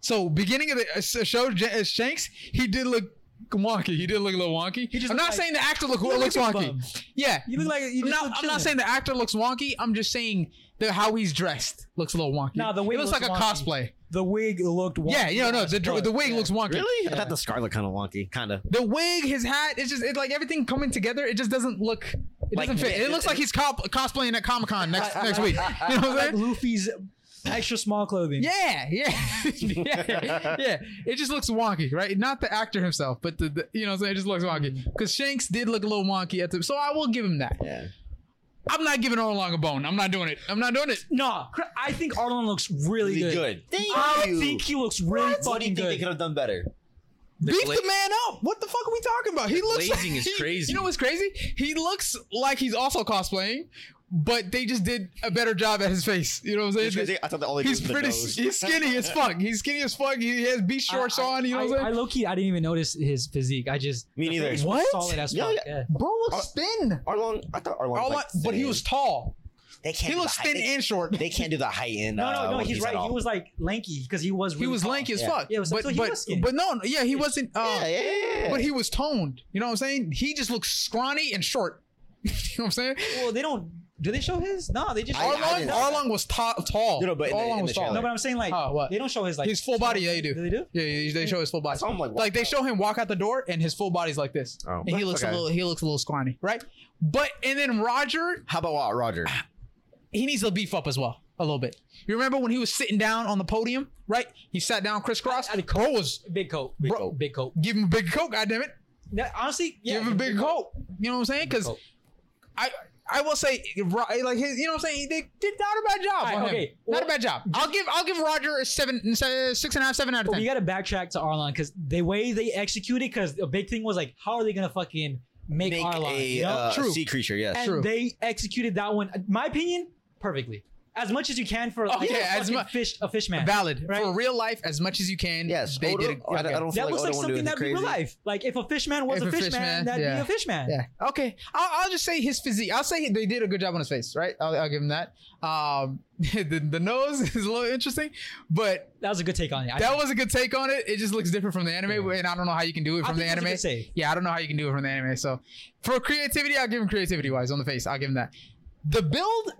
Speaker 1: So beginning of the uh, s- show, J- uh, Shanks he did look wonky. He did look a little wonky.
Speaker 3: just
Speaker 1: I'm
Speaker 3: looked
Speaker 1: not
Speaker 3: like-
Speaker 1: saying the actor look,
Speaker 3: You look
Speaker 1: looks
Speaker 3: like a
Speaker 1: wonky.
Speaker 3: bum.
Speaker 1: Yeah,
Speaker 3: you look like you
Speaker 1: I'm
Speaker 3: just
Speaker 1: not,
Speaker 3: look
Speaker 1: I'm not
Speaker 3: chillin'.
Speaker 1: saying the actor looks wonky. I'm just saying the how he's dressed looks a little wonky.
Speaker 3: Nah, the wig
Speaker 1: it looks,
Speaker 3: looks
Speaker 1: like a
Speaker 3: wonky.
Speaker 1: cosplay.
Speaker 3: the wig looked. Wonky
Speaker 1: yeah, you know, no, the, dr- the wig looks wonky.
Speaker 2: I thought the Scarlet kind of wonky, kind of.
Speaker 1: The wig, his hat, it's just it's like everything coming together. It just doesn't look. It
Speaker 2: Like,
Speaker 1: doesn't fit.
Speaker 2: yeah,
Speaker 1: It looks like he's cop- cosplaying at Comic Con next next week. *laughs* You know what I'm
Speaker 3: like
Speaker 1: saying?
Speaker 3: Luffy's extra small clothing.
Speaker 1: Yeah, *laughs* yeah, yeah, yeah. It just looks wonky, right? Not the actor himself, but the, the you know, what I'm saying? it just looks wonky
Speaker 4: Mm.
Speaker 1: because Shanks did look a little wonky at the. So I will give him that.
Speaker 2: Yeah.
Speaker 1: I'm not giving Arlong a bone. I'm not doing it. I'm not doing it.
Speaker 3: No, cr- I think Arlon looks really
Speaker 2: Really
Speaker 3: good.
Speaker 2: good. Thank
Speaker 3: I
Speaker 2: you.
Speaker 3: think he looks really
Speaker 2: What do you
Speaker 3: fucking
Speaker 2: think they
Speaker 3: good.
Speaker 2: could have done better?
Speaker 4: The
Speaker 1: Beef
Speaker 4: gla-
Speaker 1: the man up. What the fuck are we talking about? He looks
Speaker 4: glazing
Speaker 1: like,
Speaker 4: is
Speaker 1: he-
Speaker 4: crazy.
Speaker 1: You know what's crazy? He looks like he's also cosplaying, but they just did a better job at his face. You know what I'm
Speaker 2: It's
Speaker 1: saying?
Speaker 2: crazy. I thought the only
Speaker 1: He's
Speaker 2: the
Speaker 1: pretty.
Speaker 2: nose.
Speaker 1: He's skinny as fuck. He's skinny as fuck. He has beach shorts
Speaker 3: I, I,
Speaker 1: on. You know
Speaker 3: I,
Speaker 1: what I'm
Speaker 3: I
Speaker 1: saying?
Speaker 3: low key, I didn't even notice his physique. I just
Speaker 2: Me neither.
Speaker 3: he's
Speaker 1: What?
Speaker 3: solid as
Speaker 2: Yeah,
Speaker 3: fuck.
Speaker 2: yeah.
Speaker 3: Yeah.
Speaker 1: Bro looks thin.
Speaker 2: Arlong, I thought Arlong. was,
Speaker 1: Uh, All I,
Speaker 2: like,
Speaker 1: but he
Speaker 2: thin.
Speaker 1: was tall.
Speaker 2: They can't.
Speaker 1: He
Speaker 2: do the
Speaker 1: looks
Speaker 2: height-
Speaker 1: thin
Speaker 2: they-
Speaker 1: and short.
Speaker 2: They can't do the height in.
Speaker 3: No, no,
Speaker 2: uh,
Speaker 3: no.
Speaker 2: One
Speaker 3: He's
Speaker 2: Piece at
Speaker 3: right. He
Speaker 2: all.
Speaker 3: was like lanky because he was.
Speaker 1: He
Speaker 3: really
Speaker 1: was
Speaker 3: tall.
Speaker 1: lanky as
Speaker 2: Yeah.
Speaker 1: fuck.
Speaker 3: Yeah, so-
Speaker 1: but,
Speaker 3: so he
Speaker 1: but,
Speaker 3: was skinny.
Speaker 1: but no, yeah, he wasn't. Uh,
Speaker 2: Yeah, yeah.
Speaker 1: But he was toned. You know what I'm saying? He just looks scrawny and short. *laughs* you know what I'm saying?
Speaker 3: Well, they don't. Do they show his? No, they just.
Speaker 2: I- I
Speaker 1: Arlong,
Speaker 2: didn't-
Speaker 1: Arlong was ta- tall.
Speaker 2: No, no, but in the-
Speaker 1: Arlong
Speaker 2: in
Speaker 1: was
Speaker 2: the trailer.
Speaker 1: tall.
Speaker 3: no, but I'm saying like
Speaker 1: Oh, what?
Speaker 3: they don't show his like
Speaker 1: His full body, yeah, you do.
Speaker 3: Do they do?
Speaker 1: Yeah, yeah, they show his full body.
Speaker 2: So I'm like,
Speaker 1: Like they show him walk out the door, and his full body's like this,
Speaker 2: Oh.
Speaker 1: and he looks a
Speaker 2: Okay.
Speaker 1: little, he looks a little scrawny, right? But and then Roger,
Speaker 2: How about what, Roger?
Speaker 1: he needs to beef up as well a little bit. You remember when he was sitting down on the podium, right? He sat down crisscross.
Speaker 3: I- I-
Speaker 1: Bro was
Speaker 3: Big coat,
Speaker 1: Big
Speaker 3: bro,
Speaker 1: coat.
Speaker 3: big coat.
Speaker 1: give him a big coat, goddammit.
Speaker 3: That, honestly, yeah,
Speaker 1: give him a big coat. You know what I'm saying? Because
Speaker 3: coat.
Speaker 1: I I will say Ro- like his, you know what I'm saying. They did not a bad job.
Speaker 3: right,
Speaker 1: on him.
Speaker 3: okay.
Speaker 1: not a bad job. I'll give I'll give Roger a seven, se- six and a half, seven out of
Speaker 3: But
Speaker 1: ten.
Speaker 3: we got to backtrack to Arlon because the way they executed, because the big thing was like, how are they gonna fucking make,
Speaker 2: Make
Speaker 3: Arlon?
Speaker 2: a
Speaker 3: you know?
Speaker 2: uh,
Speaker 1: True.
Speaker 2: sea creature.
Speaker 3: and
Speaker 2: Yes.
Speaker 1: true.
Speaker 3: they executed that one, in my opinion, perfectly. As much as you can for like,
Speaker 1: Oh, yeah,
Speaker 3: a
Speaker 1: as
Speaker 3: fucking
Speaker 1: mu-
Speaker 3: fish, a fish man.
Speaker 1: Valid
Speaker 3: Right.
Speaker 1: for real life as much as you can.
Speaker 2: Yes.
Speaker 1: they
Speaker 2: Oda-
Speaker 1: did. It,
Speaker 2: I, I don't feel
Speaker 3: that
Speaker 2: like Oda
Speaker 3: looks like
Speaker 2: won't do
Speaker 3: something
Speaker 2: anything
Speaker 3: that'd be real
Speaker 2: crazy.
Speaker 3: life. Like if a fish man was
Speaker 1: If
Speaker 3: a fish, man, that'd
Speaker 1: yeah.
Speaker 3: be a fish man.
Speaker 1: Yeah. Okay. I'll, I'll just say his physique. I'll say they did a good job on his face, right? I'll, I'll give him that. Um, *laughs* the, the nose is a little interesting, but
Speaker 3: That was a good take on it. I
Speaker 1: that
Speaker 3: think.
Speaker 1: was a good take on it. It just looks different from the anime, and I don't know how you can do it
Speaker 3: I
Speaker 1: from the
Speaker 3: think that's a
Speaker 1: anime.
Speaker 3: good save.
Speaker 1: Yeah, I don't know how you can do it from the anime. So for creativity, I'll give him creativity wise on the face. I'll give him that. The build,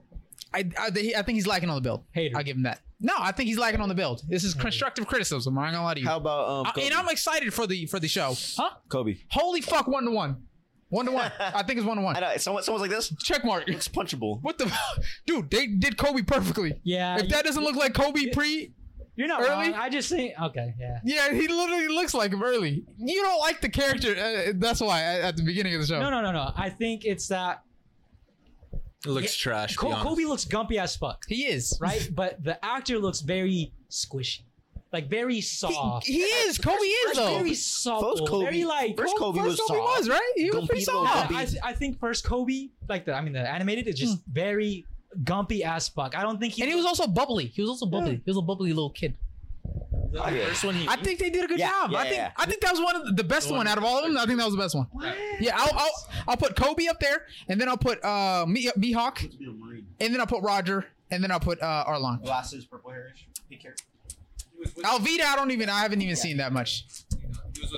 Speaker 1: I I, they- I think he's lacking on the build.
Speaker 3: Hater.
Speaker 1: I'll give him that. No, I think he's lacking on the build. This is constructive criticism. I'm not gonna lie to you.
Speaker 2: How about um?
Speaker 1: I-
Speaker 2: Kobe?
Speaker 1: and I'm excited for the for the show. Huh?
Speaker 2: Kobe.
Speaker 1: Holy fuck! One to one. One to one. I think it's one to
Speaker 3: *laughs*
Speaker 1: one.
Speaker 2: I know. Someone, someone's like this.
Speaker 1: Check mark.
Speaker 2: It's punchable.
Speaker 1: What the dude? They did Kobe perfectly.
Speaker 3: Yeah,
Speaker 1: If that doesn't look like Kobe pre,
Speaker 3: you're not
Speaker 1: early?
Speaker 3: wrong. I just think okay, yeah.
Speaker 1: yeah, he literally looks like him early. You don't like the character. Uh, that's why at, at the beginning of the show.
Speaker 3: No, no, no, no. I think it's that
Speaker 4: It looks trash.
Speaker 3: Ko-
Speaker 4: be honest.
Speaker 3: Kobe looks gumpy as fuck,
Speaker 1: He is *laughs*
Speaker 3: right? but the actor looks very squishy, like very
Speaker 1: He,
Speaker 3: soft.
Speaker 1: he is. Kobe is though.
Speaker 3: very soft.
Speaker 2: First Kobe-
Speaker 3: very like
Speaker 2: first Kobe-
Speaker 1: First
Speaker 2: was
Speaker 1: Kobe
Speaker 2: soft.
Speaker 1: was right. He was
Speaker 2: Don't
Speaker 1: pretty
Speaker 2: beat Lil
Speaker 1: soft.
Speaker 3: No,
Speaker 2: Kobe.
Speaker 3: I, I think first Kobe, like the I mean the animated is just very gumpy as fuck. I don't think he
Speaker 1: Hmm. And he was also bubbly. He was also bubbly. He was a bubbly little kid.
Speaker 4: the
Speaker 2: Okay.
Speaker 4: first one he
Speaker 1: I think they did a good
Speaker 2: Yeah,
Speaker 1: job.
Speaker 2: yeah,
Speaker 1: I think
Speaker 2: yeah.
Speaker 1: I think that was one of the, the best
Speaker 4: The
Speaker 1: one
Speaker 4: one-
Speaker 1: out of all of them. I think that was the best one. Yeah, I'll, I'll I'll put Kobe up there, and then I'll put uh Me- Mihawk, and then I'll put Roger, and then I'll put uh Arlon.
Speaker 6: Glasses, purple hairish. Be careful.
Speaker 1: Alvida, I don't even I haven't even seen that much.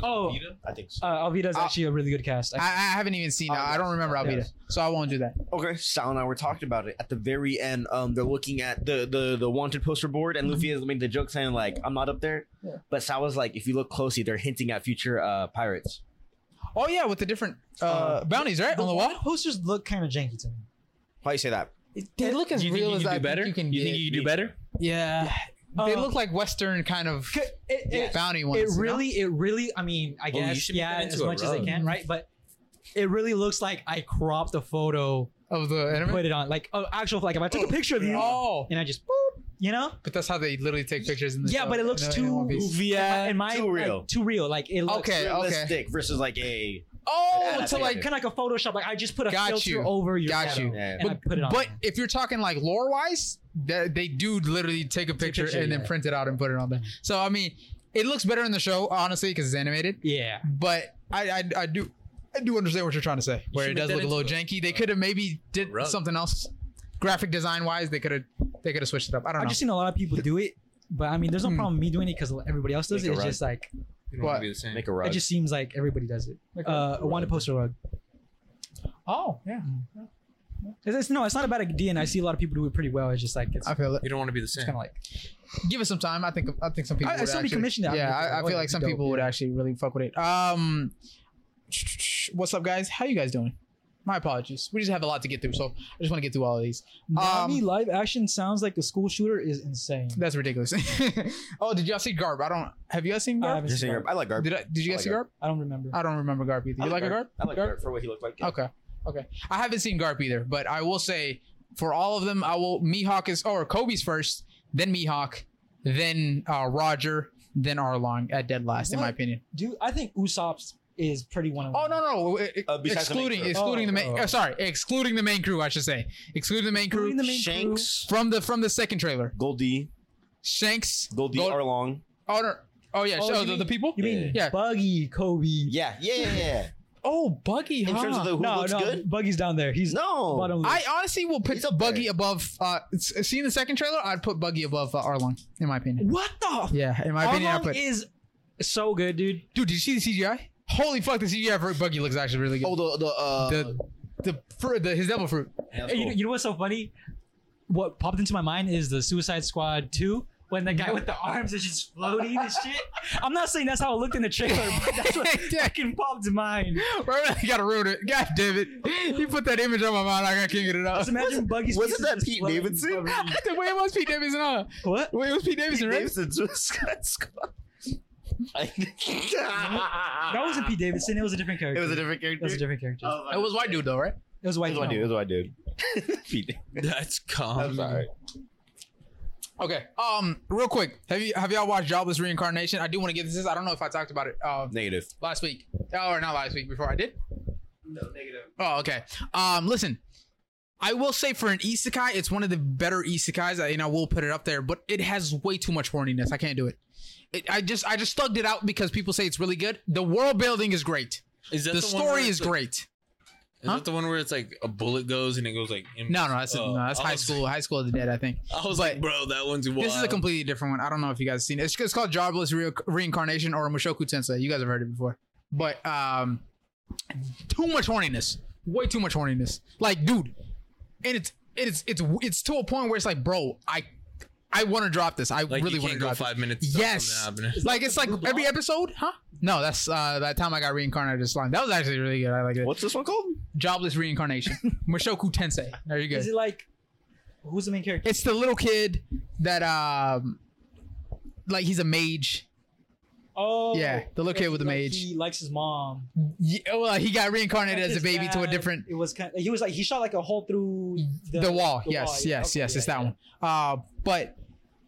Speaker 3: Oh.
Speaker 6: I think so.
Speaker 3: uh, Alvida's
Speaker 1: Uh,
Speaker 3: actually a really good cast.
Speaker 1: I,
Speaker 3: I,
Speaker 1: I haven't even seen. uh, I don't remember Alvida,
Speaker 2: Yes.
Speaker 1: so I won't do that.
Speaker 2: Okay, Sal and I were talking about it at the very end. Um, they're looking at the the the wanted poster board, and Luffy has made the joke saying like, "I'm not up there." But Sal was like, "If you look closely, they're hinting at future uh pirates."
Speaker 1: Oh yeah, with the different uh,
Speaker 3: Uh,
Speaker 1: bounties, right?
Speaker 3: The
Speaker 1: On the
Speaker 3: wall
Speaker 1: wall.
Speaker 3: posters look kind of janky to me.
Speaker 2: Why you say that?
Speaker 1: They look as
Speaker 4: you
Speaker 1: real
Speaker 4: think you
Speaker 1: as
Speaker 4: can
Speaker 1: I
Speaker 4: do better?
Speaker 1: think you can get.
Speaker 4: think you can do better?
Speaker 1: yeah. they
Speaker 3: Um,
Speaker 1: look like Western kind of
Speaker 3: C- It, it,
Speaker 1: bounty ones.
Speaker 3: it
Speaker 1: you know?
Speaker 3: really, it really. I mean, I
Speaker 4: Ooh, Oh, you
Speaker 3: guess
Speaker 4: should make
Speaker 3: yeah,
Speaker 4: that
Speaker 3: as
Speaker 4: into a
Speaker 3: much as I
Speaker 4: rug.
Speaker 3: can, right? But it really looks like I cropped a photo,
Speaker 1: of the anime.
Speaker 3: put it on like an actual like if I took a picture of you
Speaker 1: oh,
Speaker 3: and I just, boop, you know,
Speaker 1: but that's how they literally take pictures in the
Speaker 3: Yeah,
Speaker 1: show.
Speaker 3: but it looks
Speaker 1: You know,
Speaker 3: too-
Speaker 1: in One Piece.
Speaker 4: Yeah.
Speaker 3: and my
Speaker 2: too
Speaker 3: like,
Speaker 2: real.
Speaker 3: too real, like it looks
Speaker 1: Okay, okay.
Speaker 2: Realistic versus like a
Speaker 1: Oh,
Speaker 2: Yeah,
Speaker 1: to
Speaker 2: yeah,
Speaker 1: like,
Speaker 2: yeah.
Speaker 3: kind of like a Photoshop. Like I just put a
Speaker 1: Got
Speaker 3: filter
Speaker 1: you.
Speaker 3: over your
Speaker 1: Got
Speaker 3: shadow
Speaker 1: you.
Speaker 2: Yeah.
Speaker 3: and I put it on.
Speaker 1: but if you're talking like lore wise, that they do literally take a picture,
Speaker 3: picture,
Speaker 1: and then
Speaker 3: yeah.
Speaker 1: print it out and put it on there. So I mean, it looks better in the show honestly because it's animated.
Speaker 3: yeah,
Speaker 1: But I, I I do I do understand what you're trying to say. Where
Speaker 4: should
Speaker 1: it
Speaker 4: make
Speaker 1: does
Speaker 4: that
Speaker 1: look a little
Speaker 4: into
Speaker 1: janky. They could have maybe did
Speaker 4: rug.
Speaker 1: something else. Graphic design wise, they could have they could have switched it up. I don't
Speaker 3: I've
Speaker 1: know.
Speaker 3: just seen a lot of people do it. But I mean, there's no
Speaker 1: Hmm.
Speaker 3: problem with me doing it because everybody else does
Speaker 4: Make
Speaker 3: it.
Speaker 4: a
Speaker 3: It's
Speaker 4: rug.
Speaker 3: just like
Speaker 1: What?
Speaker 4: Be the same.
Speaker 2: make a rug.
Speaker 3: it just seems like everybody does it. Uh, I want to post a rug.
Speaker 1: oh, yeah.
Speaker 3: It's, it's- no, it's not a bad idea, and I see a lot of people do it pretty well. It's just like it's
Speaker 1: I feel it.
Speaker 4: You don't want to be the
Speaker 3: it's
Speaker 4: same.
Speaker 3: kind of like
Speaker 1: Give it some time. I think I think some people.
Speaker 3: I- I
Speaker 1: would
Speaker 3: somebody
Speaker 1: actually-
Speaker 3: commissioned it.
Speaker 1: Yeah,
Speaker 3: I'm like,
Speaker 1: I, I
Speaker 3: oh,
Speaker 1: feel
Speaker 3: that'd
Speaker 1: like
Speaker 3: be
Speaker 1: some
Speaker 3: dope,
Speaker 1: people would
Speaker 3: yeah.
Speaker 1: actually really fuck with it. Um, what's up, guys? How you guys doing? My apologies. We just have a lot to get through, so I just want to get through all of these.
Speaker 3: Nami
Speaker 1: Um,
Speaker 3: live action sounds like a school shooter is insane.
Speaker 1: That's ridiculous. *laughs* oh, did y'all see Garb? I don't. Have you guys seen
Speaker 3: I
Speaker 1: Garb?
Speaker 3: haven't
Speaker 2: Just
Speaker 3: seen
Speaker 2: saying,
Speaker 3: Garp.
Speaker 2: I like Garb.
Speaker 1: Did I, Did you
Speaker 2: I
Speaker 1: guys
Speaker 2: like
Speaker 1: see Garb?
Speaker 3: I don't remember.
Speaker 1: I don't remember Garb either. You
Speaker 2: I
Speaker 1: like, a
Speaker 2: like
Speaker 1: Garb?
Speaker 2: Garp. I like Garp for what he looked like.
Speaker 1: Okay. Okay. I haven't seen Garp either, but I will say for all of them, I will Mihawk is or Kobe's first, then Mihawk, then uh, Roger, then Arlong at dead last, in my
Speaker 3: What?
Speaker 1: opinion.
Speaker 3: Dude, I think Usopp's is pretty one of
Speaker 1: Oh no no, it- it-
Speaker 2: Uh, besides the main
Speaker 1: excluding
Speaker 2: crew.
Speaker 1: excluding the main
Speaker 3: Oh,
Speaker 1: uh,
Speaker 3: oh.
Speaker 1: sorry excluding the main crew I should say excluding the main crew
Speaker 3: Including the main
Speaker 2: Shanks,
Speaker 1: from the from the second trailer
Speaker 2: Goldie,
Speaker 1: Shanks
Speaker 2: Goldie
Speaker 1: Gold-
Speaker 2: Arlong.
Speaker 1: oh, no. oh yeah
Speaker 3: Oh,
Speaker 1: so
Speaker 3: you
Speaker 1: the, the
Speaker 3: mean-
Speaker 1: people
Speaker 3: crew. You mean
Speaker 1: Yeah.
Speaker 3: Buggy, Kobe?
Speaker 2: Yeah, yeah, yeah. yeah.
Speaker 1: *laughs* oh Buggy
Speaker 2: In
Speaker 1: huh?
Speaker 2: terms of the who
Speaker 3: no,
Speaker 2: looks
Speaker 3: no,
Speaker 2: good, Oh.
Speaker 3: Buggy's down there. He's
Speaker 2: no.
Speaker 3: bottom.
Speaker 1: I honestly will put
Speaker 2: He's up
Speaker 1: Buggy
Speaker 2: there.
Speaker 1: above. Uh, s- seeing the second trailer, I'd put Buggy above uh, Arlong, in my opinion.
Speaker 3: what the?
Speaker 1: Yeah, in my opinion, I
Speaker 3: Arlong
Speaker 1: put.
Speaker 3: is so good, dude.
Speaker 1: Dude, did you see the CGI? Holy fuck, the CGI for Buggy looks actually really good.
Speaker 2: Oh, the the uh,
Speaker 1: the the, fruit, the his devil
Speaker 2: *laughs*
Speaker 1: fruit.
Speaker 2: yeah, that's
Speaker 3: Hey, you,
Speaker 2: cool.
Speaker 3: know- you know what's so funny? What popped into my mind is the Suicide Squad 2 when the guy with the arms is just floating and shit. I'm not saying that's how it looked in the trailer, but
Speaker 1: *laughs*
Speaker 3: that's what
Speaker 1: Yeah.
Speaker 3: fucking popped to mind.
Speaker 1: Bro, I gotta ruin it. God damn it! *laughs* You put that image on my mind. I can't get it out. *laughs*
Speaker 3: Just imagine Buggy's
Speaker 2: wasn't
Speaker 3: pieces
Speaker 2: that
Speaker 3: just
Speaker 2: Pete
Speaker 3: floating.
Speaker 2: Davidson?
Speaker 3: *laughs*
Speaker 1: Wait, it was Pete Davidson. Huh?
Speaker 3: What?
Speaker 1: Wait, it was Pete Davidson, right? *laughs*
Speaker 2: *laughs*
Speaker 3: That wasn't Pete Davidson. It was a different
Speaker 2: It
Speaker 3: character.
Speaker 2: was a different
Speaker 3: It was a
Speaker 2: character.
Speaker 3: different character.
Speaker 2: Oh, my
Speaker 1: It was white dude though, right?
Speaker 3: it was a white.
Speaker 2: That's what I do.
Speaker 3: girl.
Speaker 2: That's what I do. *laughs* Pete.
Speaker 4: That's calm.
Speaker 1: Um,
Speaker 2: I'm sorry.
Speaker 1: Okay. Um, real quick, have you have y'all watched Jobless Reincarnation? I do want to get this. I don't know if I talked about it. Uh,
Speaker 2: Negative.
Speaker 1: last week. Oh, or not last week, before I did? No, negative. Oh, okay. Um, listen, I will say for an isekai, it's one of the better isekais, and I will put it up there, but it has way too much horniness. I can't do it. it I just I just thugged it out because people say it's really good. The world building is great.
Speaker 4: Is that
Speaker 1: the
Speaker 4: one where
Speaker 1: story
Speaker 4: it's
Speaker 1: is
Speaker 4: like-
Speaker 1: great.
Speaker 4: Is
Speaker 1: Huh?
Speaker 4: that the one where it's like a bullet goes and it goes like? in-
Speaker 1: No, no, that's
Speaker 4: Oh,
Speaker 1: no, that's
Speaker 4: I
Speaker 1: high
Speaker 4: was-
Speaker 1: school, high school of the dead, I think.
Speaker 4: I was like, bro, that one's wild.
Speaker 1: This is a completely different one. I don't know if you guys seen it. It's, it's called Jobless Re- Reincarnation or Mushoku Tensei. You guys have heard it before. But um too much horniness. Way too much horniness. Like, dude, and it's it's it's it's to a point where it's like, bro, I I want to drop this. I
Speaker 4: like
Speaker 1: really
Speaker 4: you
Speaker 1: want to
Speaker 4: can't go
Speaker 1: drop this.
Speaker 4: five minutes. without
Speaker 1: Yes.
Speaker 4: something happening.
Speaker 1: Like it's like
Speaker 3: Blue
Speaker 1: every
Speaker 3: Block?
Speaker 1: episode, huh? No, that's uh that time I got reincarnated as slime. That was actually really good. I like it.
Speaker 2: What's this one called?
Speaker 1: Jobless
Speaker 4: *laughs*
Speaker 1: reincarnation. Mushoku Tensei. There you go.
Speaker 3: Is it like who's the main character?
Speaker 1: It's the little kid that um like he's a mage.
Speaker 3: Oh,
Speaker 1: Yeah, the little kid with the
Speaker 3: like,
Speaker 1: mage.
Speaker 3: He likes his mom.
Speaker 1: Ye- well, he got reincarnated
Speaker 3: His
Speaker 1: as a baby to a
Speaker 3: dad,
Speaker 1: different
Speaker 3: It was kind. Of, he was like he shot like a hole through
Speaker 1: the, wall. yes,
Speaker 3: yeah.
Speaker 1: yes,
Speaker 3: Okay,
Speaker 1: yes.
Speaker 3: yeah,
Speaker 1: it's that
Speaker 3: yeah.
Speaker 1: one. Uh, but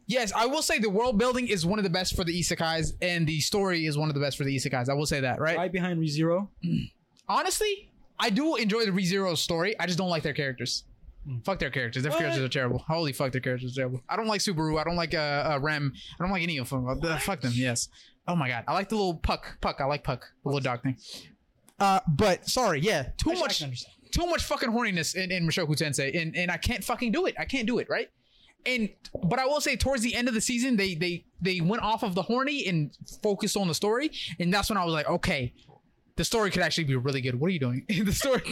Speaker 1: yes, I will say the world building is one of the best for the isekais, and the story is one of the best for the isekais. I will say that, right?
Speaker 3: Right behind ReZero.
Speaker 1: Honestly, I do enjoy the ReZero story. I just don't like their characters. Fuck their characters. Their
Speaker 3: Hmm. What?
Speaker 1: characters are terrible. Holy fuck, their characters are terrible. I don't like Subaru. I don't like uh, uh Rem. I don't like any of them. Uh, Fuck them. Yes. Oh my god. I like the little puck. Puck. I like puck. The little dog thing. Uh, but sorry, yeah, too
Speaker 3: Actually, I
Speaker 1: much
Speaker 3: can understand.
Speaker 1: too much fucking horniness in, in Mushoku Tensei, and, and I can't fucking do it. I can't do it, right? And but I will say towards the end of the season, they they they went off of the horny and focused on the story, and that's when I was like, okay, the story could actually be really good. What are you doing? *laughs* the story,